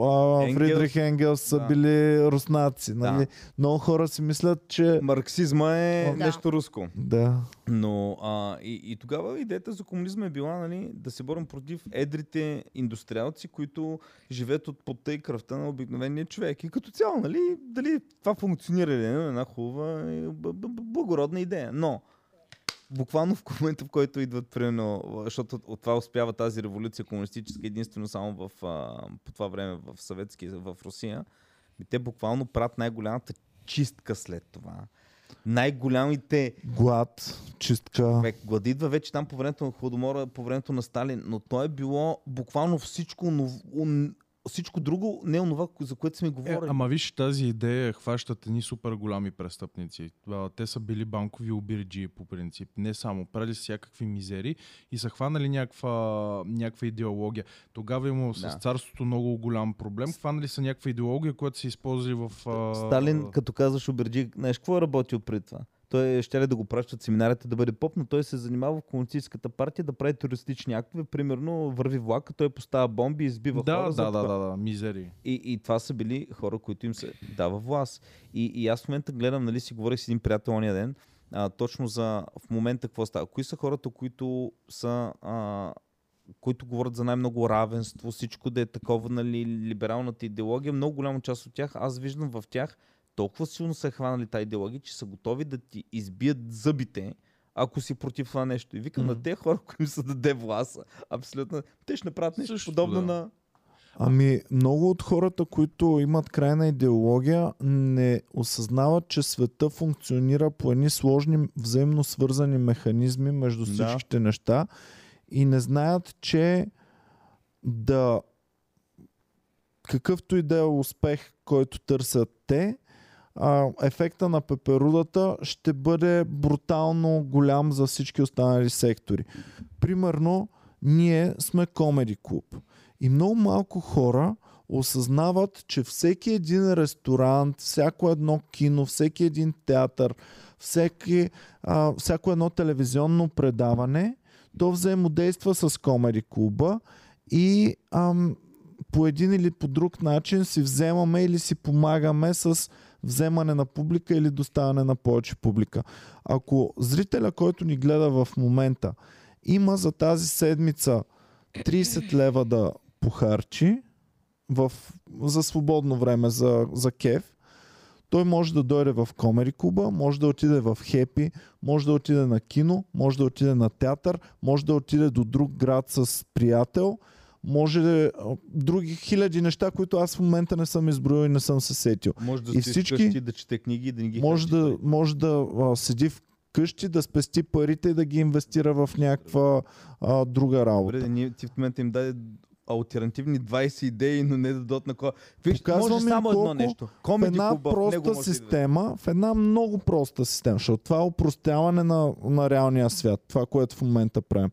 A: а,
I: Енгелс.
A: Фридрих Енгелс са
I: Да.
A: били руснаци. Нали?
I: Да.
A: Много хора си мислят, че...
I: марксизма е
C: Да.
I: нещо руско.
A: Да.
I: Но а, и, и тогава идеята за комунизма е била нали, да се борим против едрите индустриалци, които живеят от пота и кръвта на обикновения човек. И като цяло, нали, дали това функционира ли, е една хубава, и б- б- б- благородна идея. Но буквално в момента, в който идват, примерно, защото от това успява тази революция комунистическа единствено само в, а, по това време в Съветски, в Русия, и те буквално правят най-голямата чистка след това. Най-голямите
A: Глад, чистка.
I: човек. Глада идва вече там по времето на Хладомора, по времето на Сталин, но то е било буквално всичко, но, он, всичко друго, не онова, ко- за което сме
F: Е,
I: говорили.
F: ама виж, тази идея хващат едни супер големи престъпници. А, Те са били банкови обирджии по принцип. Не само. Правили са всякакви мизери и са хванали някаква, някаква идеология. Тогава имало да.
I: Да.
F: с царството много голям проблем. Хванали са някаква идеология, която са използвали в... а,
I: Сталин, като казваш Оберджи, знаеш какво е работил при това? Той ще ли да го пращат семинарите да бъде поп, но той се занимава в комунистическата партия да прави терористични актове. Примерно върви влака, той поставя бомби, избива
F: Да,
I: хора.
F: да, да, да,
I: затова-
F: да, мизери.
I: И, и това са били хора, които им се дава власт. И, и аз в момента гледам, нали, си говорих с един приятел ония ден, а, точно за в момента какво става. Кои са хората, които са а, които говорят за най-много равенство, всичко да е такова, нали, либералната идеология, много голяма част от тях, аз виждам в тях толкова силно са хванали тази идеология, че са готови да ти избият зъбите, ако си против това нещо. И викам на те хора, които им се даде власт, абсолютно, те ще направят нещо
F: Също,
I: подобно
F: да.
I: на...
A: Ами, много от хората, които имат крайна идеология, не осъзнават, че света функционира по едни сложни, взаимно свързани механизми между
I: Да.
A: всичките неща и не знаят, че да какъвто и да е успех, който търсят те, а, ефекта на пеперудата ще бъде брутално голям за всички останали сектори. Примерно, ние сме комеди клуб. И много малко хора осъзнават, че всеки един ресторант, всяко едно кино, всеки един театър, всеки, а, всяко едно телевизионно предаване, то взаимодейства с комеди клуба и ам, по един или по друг начин си вземаме или си помагаме с вземане на публика или доставане на повече публика. Ако зрителя, който ни гледа в момента, има за тази седмица 30 лева да похарчи в, за свободно време, за, за кеф, той може да дойде в Комери Куба, може да отиде в Хепи, може да отиде на кино, може да отиде на театър, може да отиде до друг град с приятел, може да, е, а, други хиляди неща, които аз в момента не съм изброил и не съм се сетил.
I: Може да
A: И
I: стои
A: всички-
I: вкъщи, да чете книги и да не ги нали?
A: Може
I: харчи
A: да,
I: парите.
A: може да а, седи в къщи, да спести парите и да ги инвестира в някаква а, друга
I: Добре,
A: работа.
I: да, ние, ти в момента им даде алтернативни 20 идеи, но не да дадат на кола. Виж,
A: Показвам
I: може
A: им
I: само
A: колко
I: едно нещо.
A: В
I: Комеди
A: една
I: клуба, в него
A: проста
I: може да идваш.
A: система, в една много проста система, защото това е упростяване на, на реалния свят, това, което в момента правим.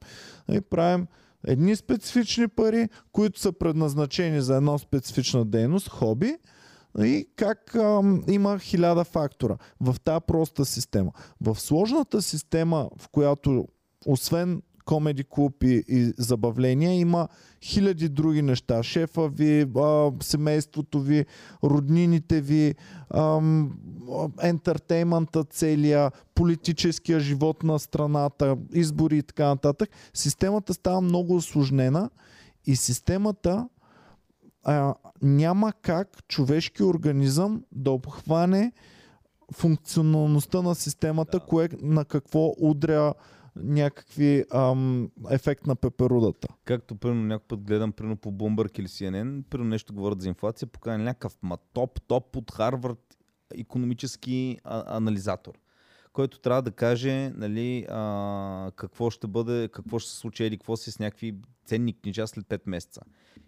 A: И правим едни специфични пари, които са предназначени за една специфична дейност, хоби, и как ам, има хиляда фактора в тази проста система. В сложната система, в която освен комеди клуб и, и забавления, има хиляди други неща. Шефа ви, а, семейството ви, роднините ви, ам, а, ентертеймента целия, политическия живот на страната, избори и така нататък. Системата става много осложнена и системата а, няма как човешки организъм да обхване функционалността на системата, да. кое на какво удря някакви ам, ефект на пеперудата.
I: Както примерно някой път гледам примерно по Bloomberg или CNN, примерно нещо говорят за инфлация, покани някакъв ма топ, топ от Харвард економически а, анализатор, който трябва да каже нали, а, какво ще бъде, какво ще се случи или какво си с някакви ценни книжа след 5 месеца.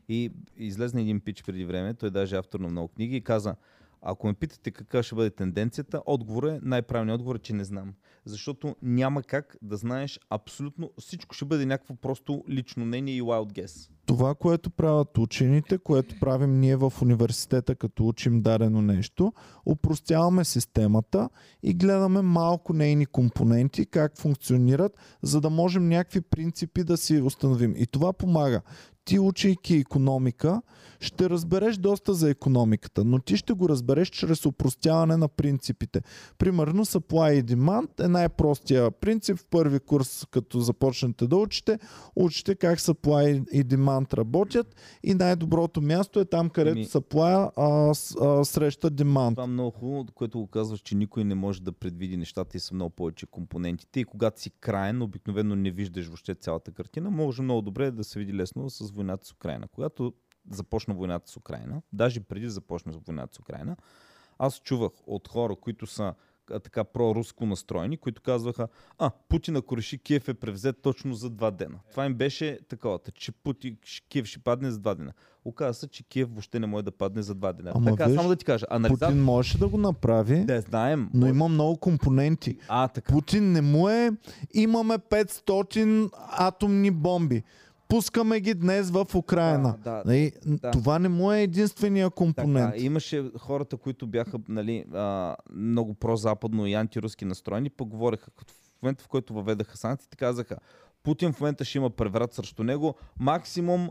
I: И излезна един пич преди време, той е даже автор на много книги и каза, ако ме питате каква ще бъде тенденцията, отговор е, най-правилният отговор е, че не знам. Защото няма как да знаеш абсолютно всичко ще бъде някакво просто лично мнение и wild guess.
A: това, което правят учените, което правим ние в университета, като учим дадено нещо, упростяваме системата и гледаме малко нейни компоненти, как функционират, за да можем някакви принципи да си установим. И това помага. Ти, учейки економика, ще разбереш доста за економиката, но ти ще го разбереш чрез упростяване на принципите. Примерно, supply и demand е най-простия принцип. В първи курс, като започнете да учите, учите как supply и demand работят и най-доброто място е там, където
I: Ами-
A: supply а, с- а, среща demand.
I: Това е много хубаво, което го казваш, че никой не може да предвиди нещата и са много повече компонентите. И когато си краен, обикновено не виждаш въобще цялата картина. Може много добре да се види лесно с войната с Украина. Когато започна войната с Украина, даже преди да започна войната с Украина, аз чувах от хора, които са а, така проруско настроени, които казваха, а, Путин ако реши Киев е превзет точно за два дена. Това им беше таковата, че Путин, ще- Киев ще падне за два дена. Оказва се, че Киев въобще не може да падне за два дена.
A: Ама
I: така,
A: виж,
I: само да ти кажа, анализатор
A: Путин можеше да го направи,
I: Нали да, знаем.
A: но
I: Може-
A: има много компоненти.
I: А, така.
A: Путин не му е. Имаме 500 атомни бомби. Пускаме ги днес в Украина.
G: Да, да,
A: Нали,
G: да.
A: Това не му е единствения компонент.
I: Така, имаше хората, които бяха нали, а, много прозападно и антируски настроени, пък говореха, като в момента в който въведаха санкциите, казаха, Путин в момента ще има преврат срещу него, максимум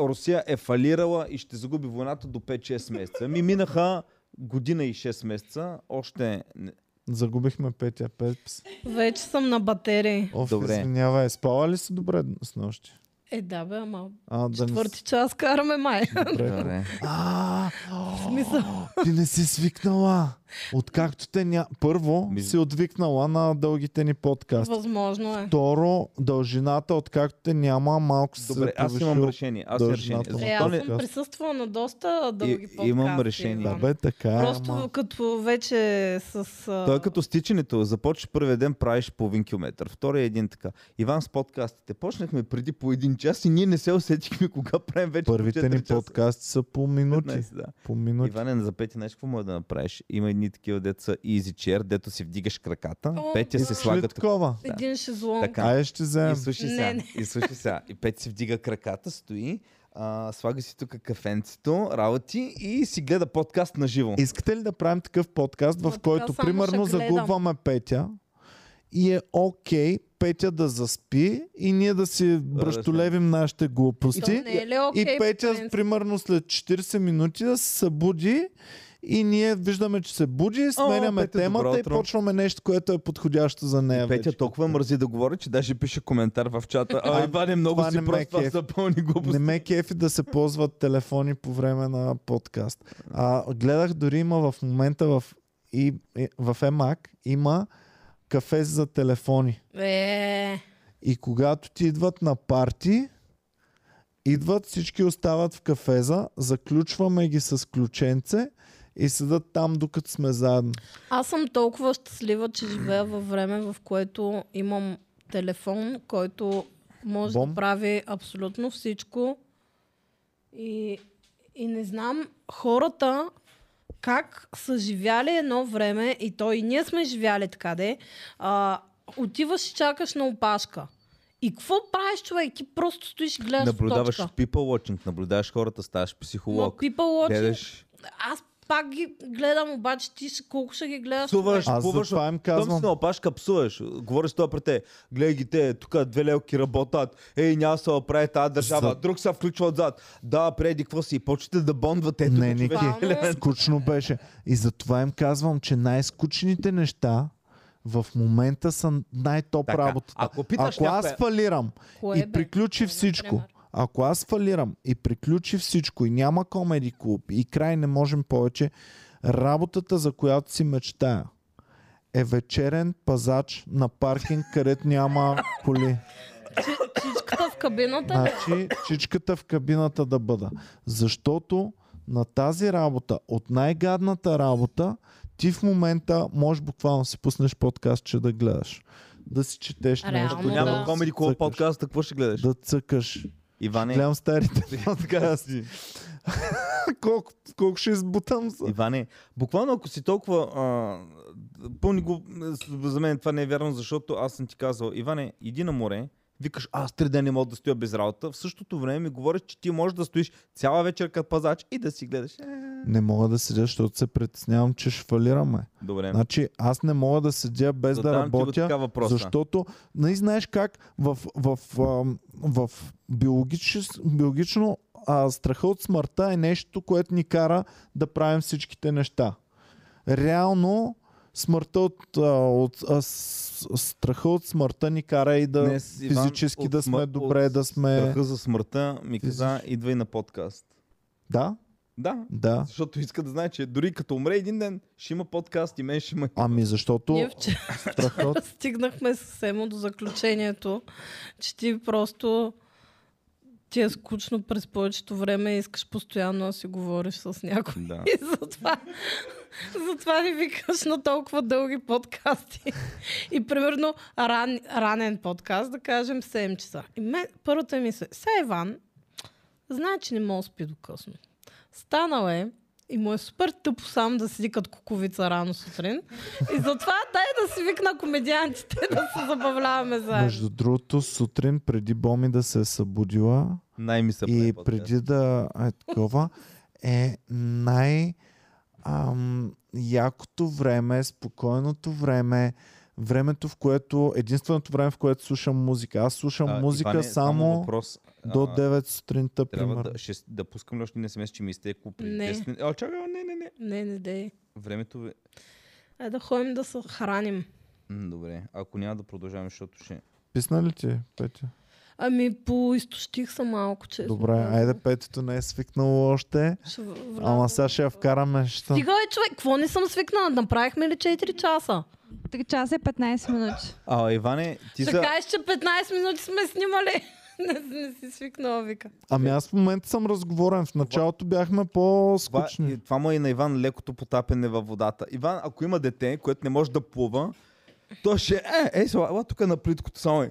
I: Русия е фалирала и ще загуби войната до 5-6 месеца. Ми минаха година и 6 месеца, още... не-
A: Загубихме петия пепс.
C: Вече съм на батерии.
A: Оф,
I: Добре.
A: извинявай. Спала ли си добре с нощи?
C: Е, да бе, ама
A: А, да не
C: четвърти
A: си
C: час караме май.
A: добре. А,
C: В смисъл.
A: ти не си свикнала. Откакто те ня... Първо,
I: Ми-
A: си отвикнала на дългите ни подкасти.
C: Възможно е.
A: Второ, дължината, откакто те няма, малко се
I: Добре, аз имам
A: повишил.
I: решение. Аз имам решение.
A: дължината.
C: Е,
I: Защо
C: аз
I: не...
C: съм присъствала на доста дълги
I: И-
C: подкасти.
I: имам решение.
A: Да
C: Иван.
A: бе, така е,
C: Просто
A: ама...
C: като вече с... а,
I: Той е като стичането. Започваш първия ден, правиш половин километър. Втория е един така. Иван с подкастите. Почнахме преди по един час и ние не се усетихме кога правим вече. по
A: Първите
I: четири
A: ни
I: часа.
A: подкасти са по минути.
I: 15, да.
A: По минути.
I: Иване, за пети знаеш какво може да направиш? Има едни такива деца easy chair, дето си вдигаш краката,
C: О,
I: петя
C: да.
I: се
A: След
I: слага така.
A: такова.
C: Един шезлонг.
I: Така.
A: Айде ще
I: И
A: вземем.
I: слушай
C: Не,
I: сега.
C: не.
I: И слушай сега. И пет си вдига краката, стои, а, слага си тук кафенцето, работи и си гледа подкаст на живо.
A: Искате ли да правим такъв подкаст, в
C: Ма така
A: който
C: само ще
A: примерно
C: гледам.
A: загубваме Петя и е окей Петя да заспи и ние да си бръщолевим нашите
C: То
A: глупости.
C: не е ли
A: И
C: окей,
A: Петя,
C: принцип?
A: примерно след 40 минути, да се събуди и ние виждаме, че се буди, сменяме
I: Петя, добро
A: темата и
I: утро.
A: почваме нещо, което е подходящо за нея.
I: Петя
A: вече.
I: толкова мързи да говори, че даже пише коментар в чата. А,
A: Това-
I: Иване, много
A: това
I: си
A: не ме е
I: просто, аз
A: кеф.
I: запълни глупост.
A: Не ме е кефи да се ползват телефони по време на подкаст. А, гледах дори има в момента в, и, и, в Емак има кафе за телефони.
C: Е,
A: И когато ти идват на парти, идват, всички остават в кафеза, заключваме ги с ключенце и седат там, докато сме заедно.
C: аз съм толкова щастлива, че живея във време, в което имам телефон, който може
A: Бом.
C: да прави абсолютно всичко. И, и не знам хората как са живяли едно време, и то и ние сме живяли така, де, а, отиваш и чакаш на опашка. И какво правиш, човек? Ти просто стоиш и гледаш в
I: Наблюдаваш
C: точка.
I: people watching, наблюдаваш хората, ставаш
C: Ма,
I: психолог.
C: people watching,
I: Гледаш,
C: Аз пак ги гледам, обаче ти ще, колко ще ги гледаш?
I: псуваш,
A: Аз
I: пуваш,
A: затова им
I: Там
A: казвам.
I: си на опашка псуваш. Говориш това при те. Гледай ги те, тук две лелки работят. Ей, няма се оправи тази държава.
A: За-
I: Друг се включва отзад. Да, преди какво си? И почвате да бондвате. Ето,
A: не, Ники,
I: човек.
C: човек. Буквално.
A: скучно беше. И затова им казвам, че най-скучните неща в момента са най-топ
I: Така,
A: работата.
I: ако питаш
A: ако аз
I: някоя-
A: фалирам
C: Кое
A: и
C: бе?
A: приключи
C: Кое,
A: всичко,
C: например?
A: ако аз фалирам и приключи всичко и няма комеди клуб и край не можем повече, работата, за която си мечтая, е вечерен пазач на паркинг, където няма коли.
C: Чичката в кабината?
A: Значи, чичката в кабината да бъда. Защото на тази работа, от най-гадната работа, ти в момента можеш буквално да си пуснеш подкаст, че да гледаш. Да си четеш
C: Реално
A: нещо.
I: Ако няма
C: да.
I: комеди
A: цъкаш.
I: клуб подкаст, какво ще гледаш?
A: Да цъкаш.
I: Иване,
A: Гледам старите подкасти. колко, колко ще избутам за...
I: Иване, буквално ако си толкова... А, пълни го, за мен това не е вярно, защото аз съм ти казал, Иване, иди на море, викаш, аз три дни не мога да стоя без работа, в същото време ми говориш, че ти можеш да стоиш цяла вечер като пазач и да си гледаш. Е,
A: Не мога да седя, защото се притеснявам, че ще фалираме.
I: Добре.
A: Значи аз не мога да седя без да
I: Е. Задавам ти го
A: работя,
I: така въпроса.
A: защото не знаеш как в, в, в, в, в биологичес, биологично а, страха от смъртта е нещо, което ни кара да правим всичките неща. Реално смъртта от, а, от а, с, страха от смъртта ни кара и да
I: Днес, Иван,
A: физически
I: от
A: да сме
I: смър- от
A: добре, да сме...
I: Страха за смъртта ми каза, идвай на подкаст.
A: Да,
I: Да,
A: да.
I: защото иска да знае, че дори като умре един ден, ще има подкаст и мен ще има.
A: Ами защото
C: Ние вчера
A: страха от
C: стигнахме съвсем до заключението, че ти просто ти е скучно през повечето време и искаш постоянно да си говориш с някой.
I: Да.
C: И затова, затова ни викаш на толкова дълги подкасти. И примерно ран, ранен подкаст, да кажем 7 часа. И мен, първата ми се, сега Иван, знае, че не мога да спи до късно. Станал е и му е супер тъпо сам да седи като куковица рано сутрин. И затова дай да си викна комедиантите да се забавляваме заедно.
A: Между другото, сутрин преди Боми да се е събудила
I: Най-ми се прави
A: и
I: подкаст.
A: преди да е такова, е най- ам, якото време, спокойното време, времето в което, единственото време в което слушам музика. Аз слушам
I: А,
A: музика
I: Иване,
A: само
I: въпрос,
A: до
I: а,
A: 9 сутринта,
I: Трябва
A: примерно.
I: да, ще, с- да пускам ли още един смс, че ми изтекло при
C: Не.
I: 10. А, чакай, не, не, не.
C: Не, не, дей.
I: Времето е...
C: Е да ходим да се храним.
I: М, Добре, ако няма да продължаваме, защото ще...
A: Писна ли ти, Петя?
C: Ами, поизтощих се малко, че.
A: Добре, айде Петито не е свикнало още,
C: Ще в-
A: ама сега ще я вкараме. Ще...
C: Стига е, човек, какво не съм свикнала? Направихме ли 4 часа?
E: 3 часа и 15 минути.
I: А, Иване, ти
C: Ще
I: за...
C: кажеш, че 15 минути сме снимали. не, не си свикнала, вика.
A: Ами аз в момента съм разговорен. В началото бяхме
I: Това,
A: по-скучни.
I: и, това му е и на Иван лекото потапене във водата. Иван, ако има дете, което не може да плува, то ще е, е, сега, ела тук на плиткото само е.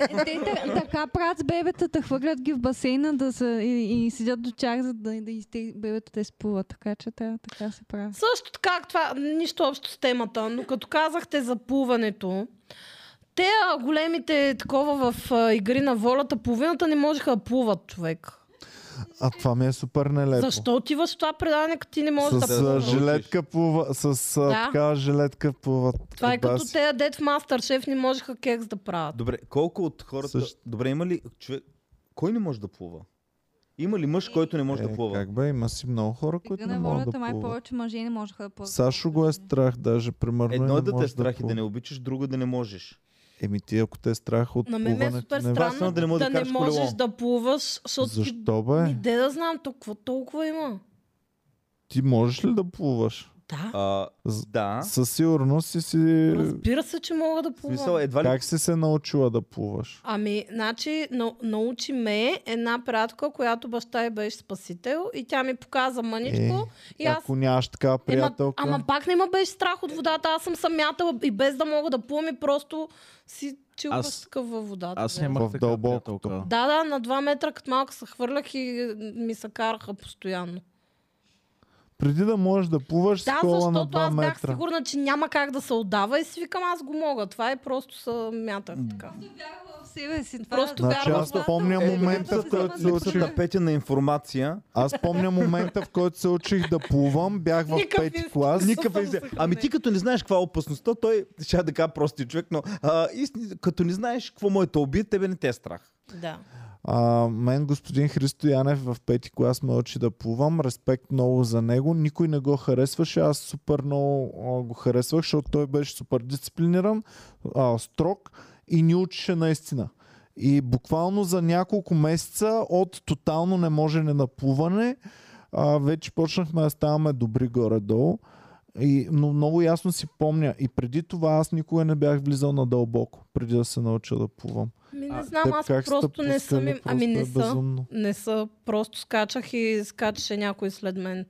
E: Е, Те, те та- така правят с бебетата, хвърлят ги в басейна да са, и, и седят до чар, за да, да изте, бебетата изплуват. Така че те, така се прави.
C: Също така, това нищо общо с темата, но като казахте за плуването, те а, големите такова в а, игри на волята, половината не можеха да плуват човек.
A: А това ми е супер нелепо.
C: Защо отиваш в това предаване, като ти не можеш
A: С
C: да
A: а,
C: плуваш?
A: жилетка плува, с а,
C: Да.
A: така жилетка плуват.
C: Това е като
A: баси.
C: те дет в Мастършеф не можеха кекс да правят.
I: Добре, колко от хората...
A: Също-
I: Добре, има ли човек... Кой не може да плува? Има ли мъж, който не може
A: е,
I: да плува?
A: Как бе, има си много хора, които
E: Игра
A: не
E: на
A: могат
E: волята
A: да
E: май
A: плуват.
E: повече мъже не можеха да плуват.
A: Сашо го е страх, даже примерно.
I: Едно
A: и не
I: е да те е
A: може
I: страх и да
A: плува.
I: не обичаш, друго да не можеш.
A: Еми ти, ако те е страх от
C: На мен ми е
A: плуването,
C: супер
A: не
I: важно
C: странно
I: да
C: да не,
I: не мога да караш колело.
C: можеш да плуваш, защото ти...
A: Защо бе?
C: Ми, Ами, де да знам, то какво толкова има?
A: Ти можеш ли да плуваш?
C: Да,
I: А,
A: З-
I: да.
A: Със сигурност си си...
C: разбира се, че мога да
I: В
C: плувам.
I: смисъл, е- едва ли...
A: Как си се научила да плуваш?
C: Ами, значи, на, научи ме една приятелка, която баща й беше спасител и тя ми показа мъничко и аз...
A: Ако нямаш така приятелка...
C: Ема, ама пак не ме беше страх от водата, аз съм самята и без да мога да плувам и просто си чилпаш
F: Аз-
C: такъв във водата. бе.
F: Аз
A: В
F: нямах така
A: дълбокото.
F: приятелка.
C: Да, да, на 2 метра като малка се хвърлях и ми се караха постоянно.
A: Преди да можеш да плуваш, с
C: Да,
A: кола на
C: защото
A: 2
C: аз бях
A: метра.
C: сигурна, че няма как да се отдава и си викам, аз го мога. Това е просто се мятах така.
E: В себе си, това
C: Просто
A: Значи
C: вярвам
A: аз
C: в това.
A: помня
E: Е,
A: момента, в
E: липсата-
A: който се
E: липсата-
A: учих.
I: Липсата петя на информация.
A: Аз помня момента, в който се учих да плувам, бях в
C: Никакъв
A: пети
C: инстинкт.
A: клас.
C: Никакъв
I: Никакъв инстинкт.
C: съхранение.
I: Ами ти като не знаеш каква е опасността, той ще да кажа прости човек, но а, истин, като не знаеш какво му е тълби, тебе не те е страх.
C: Да.
A: А, мен господин Христо Янев в пети клас ме учи да плувам. Респект много за него. Никой не го харесваше. Аз супер много а, го харесвах, защото той беше супер дисциплиниран, а, строг и ни учеше наистина. И буквално за няколко месеца от тотално не можене на плуване, а, вече почнахме да ставаме добри горе-долу. И, но много ясно си помня. И преди това аз никога не бях влизал надълбоко, преди да се науча да плувам.
C: Ми
F: А,
C: Ами не знам,
A: Теб
C: аз
A: как сте
C: просто не съм.
A: пускали?
C: им- Ами
A: Просто
C: не
A: е
C: съм.
A: безумно.
C: Не са. Просто скачах и скачаше някой след мен.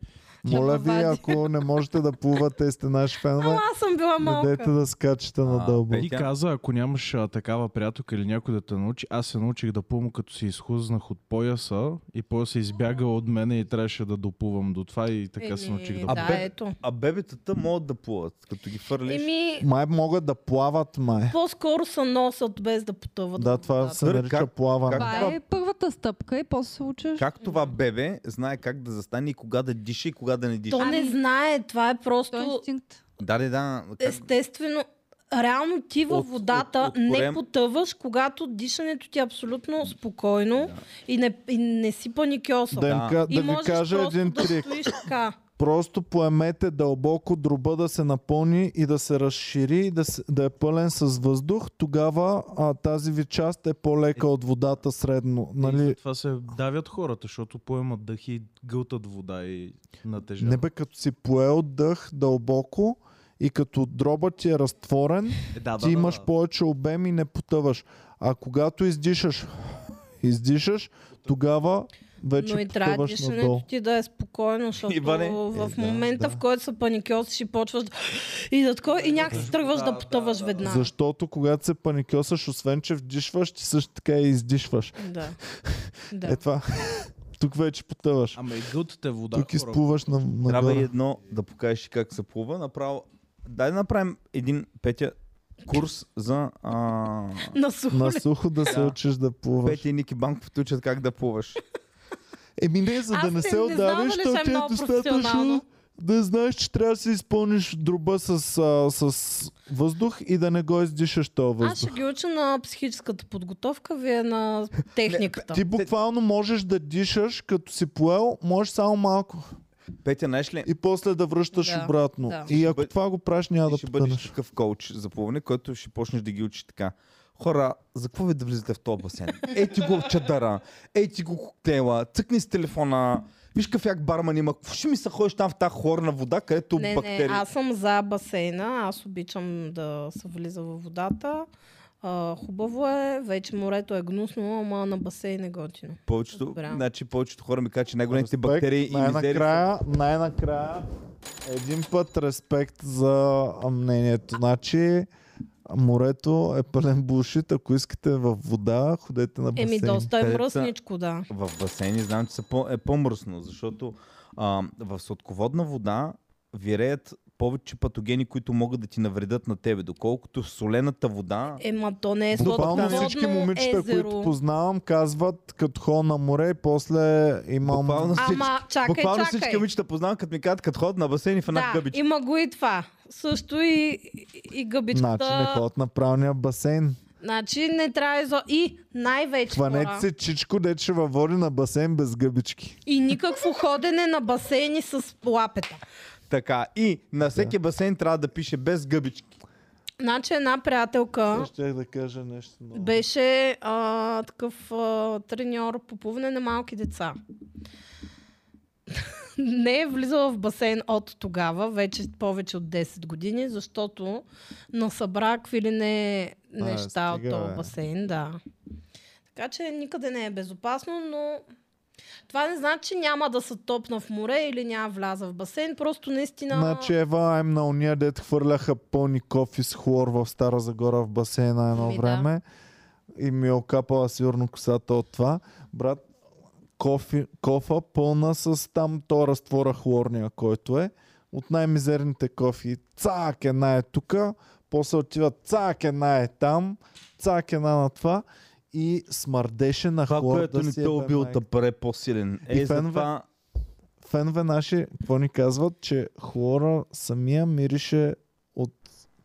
A: Моля
C: Ама
A: ви,
C: вади.
A: ако не можете да плувате, сте наши фенове,
C: Ама аз съм била
A: не
C: малка.
A: дайте да скачате надълбо.
F: Ти
I: Петя?
F: Нали каза, ако нямаш а, такава приятелка или някой да те научи, аз се научих да плувам, като се изхлъзнах от пояса и пояса избяга от мене и трябваше да доплувам до това и така се
C: Еми,
F: научих да
C: Да,
F: плувам.
I: бе-
C: ето.
I: А бебетата могат да плуват, като ги фърлиш.
C: Еми,
A: Май могат да плават, май.
C: по-скоро се носят без да потъват.
A: Да,
C: във
A: това
C: водата.
A: се
I: Добре,
A: нарича
I: как-
A: плаване.
I: как-
E: Това е първата стъпка и после се учиш.
I: Как това бебе знае как да застане и кога да диша и кога да не диша?
C: То не
E: Ами-
C: знае, това е
E: Той е
C: просто
E: инстинкт.
I: Да, да, да.
C: Е,
I: Как...
C: естествено. Реално ти във
I: От-
C: водата
I: от- от
C: не
I: корем-
C: потъваш, когато дишането ти е абсолютно спокойно и, не, и не си паникьосан.
A: Да, им,
I: Да.
A: ка-
C: И
A: да ви
C: можеш
A: кажа
C: просто
A: един
C: да
A: трик.
C: стоиш така.
A: Просто поемете дълбоко дроба да се напълни и да се разшири и да, се, да е пълен с въздух. Тогава а, тази ви част е по-лека от водата средно. Нали?
F: Това се давят хората, защото поемат дъх и гълтат вода и натежават.
A: Не бе, като си поел дъх дълбоко и като дробът ти е разтворен,
F: Е, да,
A: ти имаш повече обем и не потъваш. А когато издишаш, издишаш, тогава вече
C: Но и трябва
A: потъваш
C: дишането
A: надолу.
C: ти да е спокойно, защото
I: Иване,
C: в
A: е, да,
C: момента,
A: да.
C: в който се паникьосиш и почваш да... и да такова, и някак си тръгваш да, потъваш веднага.
A: Защото когато се паникьосаш, освен че вдишваш, ти също така и издишваш.
C: Да. да.
A: Е това. Тук вече потъваш.
F: Ама и гълтате вода,
A: Тук
F: хора.
A: изплуваш на, на
I: Трябва и едно да покажеш как се плува. Направо... Дай да направим един, Петя, курс за... А...
C: На сухо
A: На
C: ли?
A: сухо да се
I: Да.
A: учиш да плуваш.
I: Петя и Ники Банков те учат как да плуваш.
A: Еми не, за да
C: Аз
A: не
C: не-
A: се
C: не знам
A: отдавиш,
C: дали
A: то
C: съм
A: ти е
C: много
A: достатъчно
C: професионална.
A: да знаеш, че трябва да си изпълниш дроба с, а, с въздух и да не го издишаш този въздух.
C: Аз ще ги уча на психическата подготовка, вие на техниката.
A: Ти буквално можеш да дишаш, като си поел, можеш само малко.
I: Петя, знаеш ли,
A: И после да връщаш
C: Да,
A: обратно.
C: да.
A: И ако
I: бъде-
A: това го правиш, няма
I: ти
A: да
I: ще бъдеш
A: потънеш.
I: такъв коуч за плуване, който ще почнеш да ги учи така. Хора, за какво ви да влизате в този басейн? Ей ти го чадъра, ей ти го коктейла, цъкни с телефона, виж какъв як барман има, какво ще ми се ходиш там в тази хлорна вода, където
C: не,
I: бактерии...
C: не, аз съм за басейна, аз обичам да се влиза във водата. А, хубаво е, вече морето е гнусно, ама на басейн е готино.
I: Повечето,
C: Добре.
I: значи, повечето хора ми казват, че най-големите
A: Респект,
I: бактерии и мизери са...
A: най-накрая, най-накрая, един път респект за мнението. Значи, морето е пълен бушит. Ако искате във вода, ходете на басейн.
C: Еми, доста е
I: Където са-
C: мръсничко, да.
I: В басейни знам, че са по, е по-мръсно, защото а, в сладководна вода виреят повече патогени, които могат да ти навредят на тебе, доколкото солената вода...
C: Ема то не е
A: Буквално
C: сладко
A: всички момичета,
C: езеро.
A: които познавам, казват като хора на море и после имам...
I: Буквално всички,
C: Ама, Е, чакай,
I: буквално
C: чакай.
I: всички момичета познавам, като ми казват, като ходят на басейн и в една
C: Да,
I: гъбичка.
C: има го и това. Също и, и гъбичката.
A: Значи не ходят на правилния басейн.
C: Значи не трябва изо... И най-вече
A: Хванете
C: хора.
A: се чичко, де ще във води на басейн без гъбички.
C: И никакво ходене на басейни с лапета.
I: Така. И на всеки басейн трябва да пише без гъбички.
C: Значи една приятелка
A: Щях да кажа нещо много.
C: беше а, такъв а, треньор по плуване на малки деца. Не е влизала в басейн от тогава, вече повече от 10 години, защото насъбра какви ли не
A: А,
C: неща от
A: стига,
C: този
A: бе.
C: басейн, да. Така че никъде не е безопасно, но това не значи, че няма да се топна в море или няма вляза в басейн, просто наистина...
A: Значи Ева, ем на уния дет хвърляха пълни кофи с хлор в Стара Загора в басейна едно
C: Ми Ами да.
A: време. И ми е окапала сигурно косата от това. Брат, кофи, кофа пълна с там то разтвора хлорния, който е. От най-мизерните кофи. Цак една е тука, после отива цак една е там, цак една на това. И смърдеше на
I: Това,
A: хлор
I: което
A: да
I: ни
A: си
I: те
A: ебе
I: убил
A: майка.
I: да пре по-силен.
A: И
I: Е, за
A: фенове.
I: това
A: фенове наши, какво ни казват, че хлора самия мирише от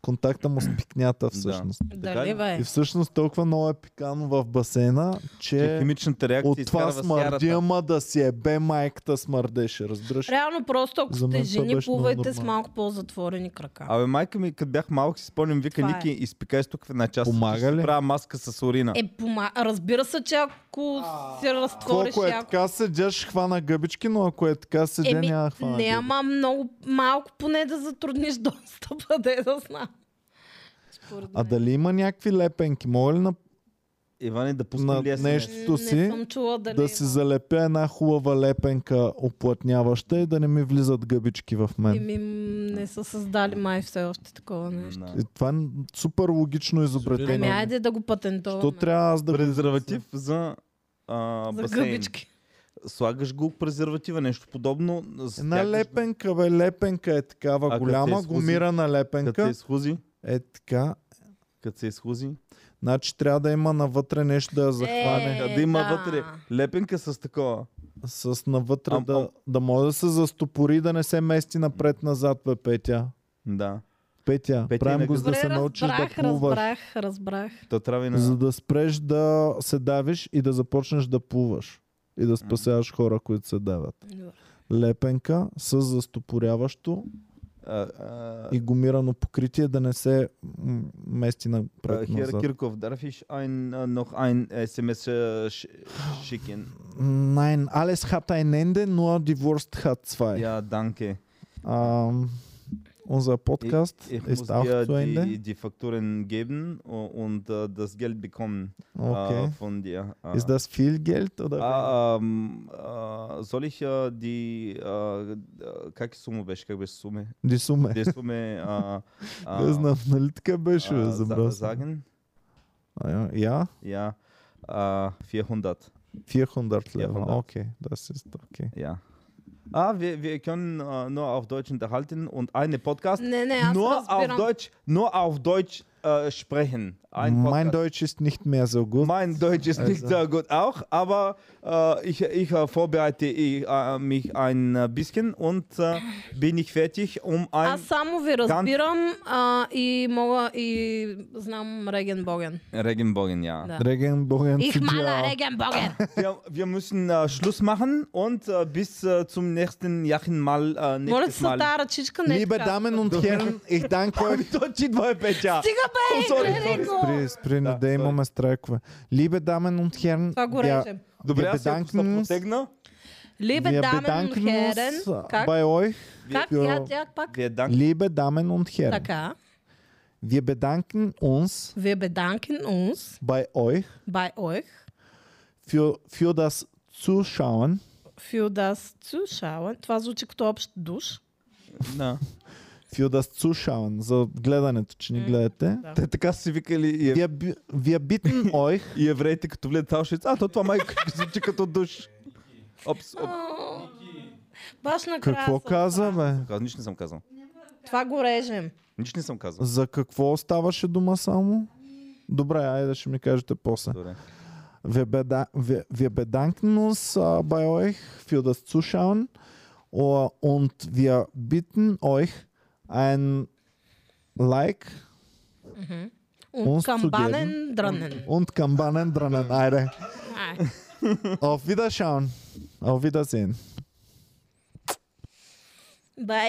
A: контакта му с пикнята всъщност.
C: Дали бе?
A: И всъщност толкова много е пикано в басейна,
I: че
A: че
I: химичната реакция
A: от това
I: изкарва
A: смърди,
I: сярата.
A: ама да си ебе майката смърдеше, разбираш?
C: Реално просто, ако
A: За мен
C: сте
A: това
C: жени,
A: беше много
C: плувайте с
A: нормално.
C: малко по-затворени крака.
I: Абе, майка ми, като бях малък, си спомням, вика,
C: Това е.
I: Ники, изпикай с тук в една част.
A: Помага
I: ще си
A: ли?
I: Правя маска с урина.
C: Е, пома... разбира се, че ако се разтвориш
A: Колко е
C: яко...
A: така седя, ще хвана гъбички, но ако е така седя,
C: Еми,
A: няма да хвана
C: не,
A: гъбички.
C: ама много малко поне да затрудниш достъпа, да да знам. Според
A: А
C: мен.
A: дали има някакви лепенки? Мога ли на,
I: Иване, да пусна
A: на
I: ли SMS?
A: нещо
C: М,
A: си?
C: Не съм чула дали
A: да си
C: има.
A: залепя една хубава лепенка оплътняваща и да не ми влизат гъбички в мен.
C: Еми, м, не са създали май все още такова нещо.
I: Да.
A: И това е супер логично
C: Ами
A: изобретение.
C: айде да го
A: Що
C: патентуваме.
A: трябва аз да... го- Е,
I: Презерватив за а,
C: За
I: басейн.
C: гъбички.
I: Слагаш го презерватива, нещо подобно. стягаш
A: Една
I: го,
A: лепенка, бе, лепенка е такава
I: А като се
A: голяма,
I: изхузи?
A: гумирана
I: Като се
A: лепенка.
I: изхузи,
A: Е така.
I: като се изхузи.
A: Значи трябва да има навътре нещо да я
C: Е,
A: захване.
I: Е, да има
C: да.
I: вътре лепенка с такова.
A: С навътре
I: Ам, ам.
A: да, да може да се застопори и да не се мести напред-назад, бе, Петя.
I: Да.
A: Петя,
I: Петя,
A: правим
I: не
A: го,
I: го-
A: за да
C: Добре,
A: се научиш да
C: разбрах,
A: плуваш.
C: разбрах, разбрах.
I: То трябва и на...
A: За да спреш да се давиш и да започнеш да плуваш. И да спасяваш хора, които се давят.
C: Добре.
A: Лепенка с застопоряващо
I: А, а,
A: и гумирано покритие да не се м, мести
I: а,
A: напред
I: Herr
A: назад.
I: Kirchhoff, darf ich ein, а, noch ein SMS äh, sch- schicken?
A: Nein, alles hat ein Ende, nur die Wurst hat zwei.
I: Ja, danke.
A: Ähm, unser Podcast
I: Ich muss
A: ist auch
I: dir
A: zu Ende.
I: die, die Fakturen geben o- und äh, das Geld bekommen
A: Okay.
I: äh, von dir. Äh,
A: Ist das viel Geld oder?
I: А, ам, а, soll ich äh, die äh, äh, как сума беше, как беше суме?
A: Die Summe.
I: Де суме а, а,
A: Не знам, нали така беше?
I: а,
A: бе, Забрал
I: за-
A: съм.
I: заген?
A: А, я- Я?
I: Ja. äh, А, 400.
A: 400 Level.
I: 400.
A: Okay, das ist okay.
I: Ja. Ah, wir, wir können äh, nur auf Deutsch unterhalten und eine Podcast
C: Не, не, аз
I: nur auf
C: разбирам.
I: Deutsch, nur auf Deutsch äh, sprechen. Ein
A: Mein
I: Podcast.
A: Deutsch ist nicht mehr so gut.
I: Mein Deutsch ist nicht sehr gut auch, aber äh, ich, ich äh, vorbereite ich, äh, mich ein äh, bisschen und äh, bin ich fertig, um ein
C: Аз само ви разбирам а, и мога и знам Реген Боген.
I: Regenbogen, ja.
C: Да.
A: Regenbogen
C: Их
A: zu
C: мала
A: dir.
C: Реген Боген!
I: Wir, wir müssen äh, Schluss machen und äh, bis äh, zum nächsten Jahr mal. Äh,
C: Моля ти
I: nächstes
C: се,
I: Mal.
C: тази ръчичка не е
A: Liebe
C: така.
A: Damen und Herren, ich danke euch.
I: To ci dvoje Петя.
C: Стига бе,
I: Sorry,
C: гледай го!
A: Спри, спри, не да имаме страйкове. Liebe Damen und Herren,
C: Това го
A: wir-
C: режем.
I: Добре,
A: wir
I: аз ако се
A: bedanken uns-
I: протегна,
C: Либе
A: wir
C: Дамен
A: bedanken
C: Херен.
A: uns
C: Как?
A: bei euch.
C: Как?
A: wir-
C: Тя, тя пак.
I: вие е данк.
A: Liebe Damen und Herren,
C: Така. е
A: wir bedanken uns
C: Wir bedanken uns
A: bei euch
C: bei euch
A: für, für das Zuschauen,
C: für das Zuschauen. Това звучи като общ душ.
I: Да.
A: für das Zuschauen, за гледането, че ни гледате.
I: Те така са си викали и, е- ев...
A: Wir, bi- wir bitten euch,
I: и евреите, като влезат в Аушвиц. А, то това майка звучи като душ. Опс, опс.
C: Баш накрая.
A: какво
C: съм права.
A: каза, бе?
I: Аз нищо не съм казал.
C: Това го режем.
I: Нищо не съм казал.
A: За какво ставаше дума само? Добре, айде ще ми кажете после.
I: Добре.
A: Wir, beda wir, wir bedanken uns äh, bei euch für das Zuschauen uh, und wir bitten euch ein Like
C: От
A: студен.
C: камбанен дрънен.
A: und Kambanen drinnen. Eide.
C: Ай.
A: Auf Wiederschauen. Auf Wiedersehen.
C: Бай.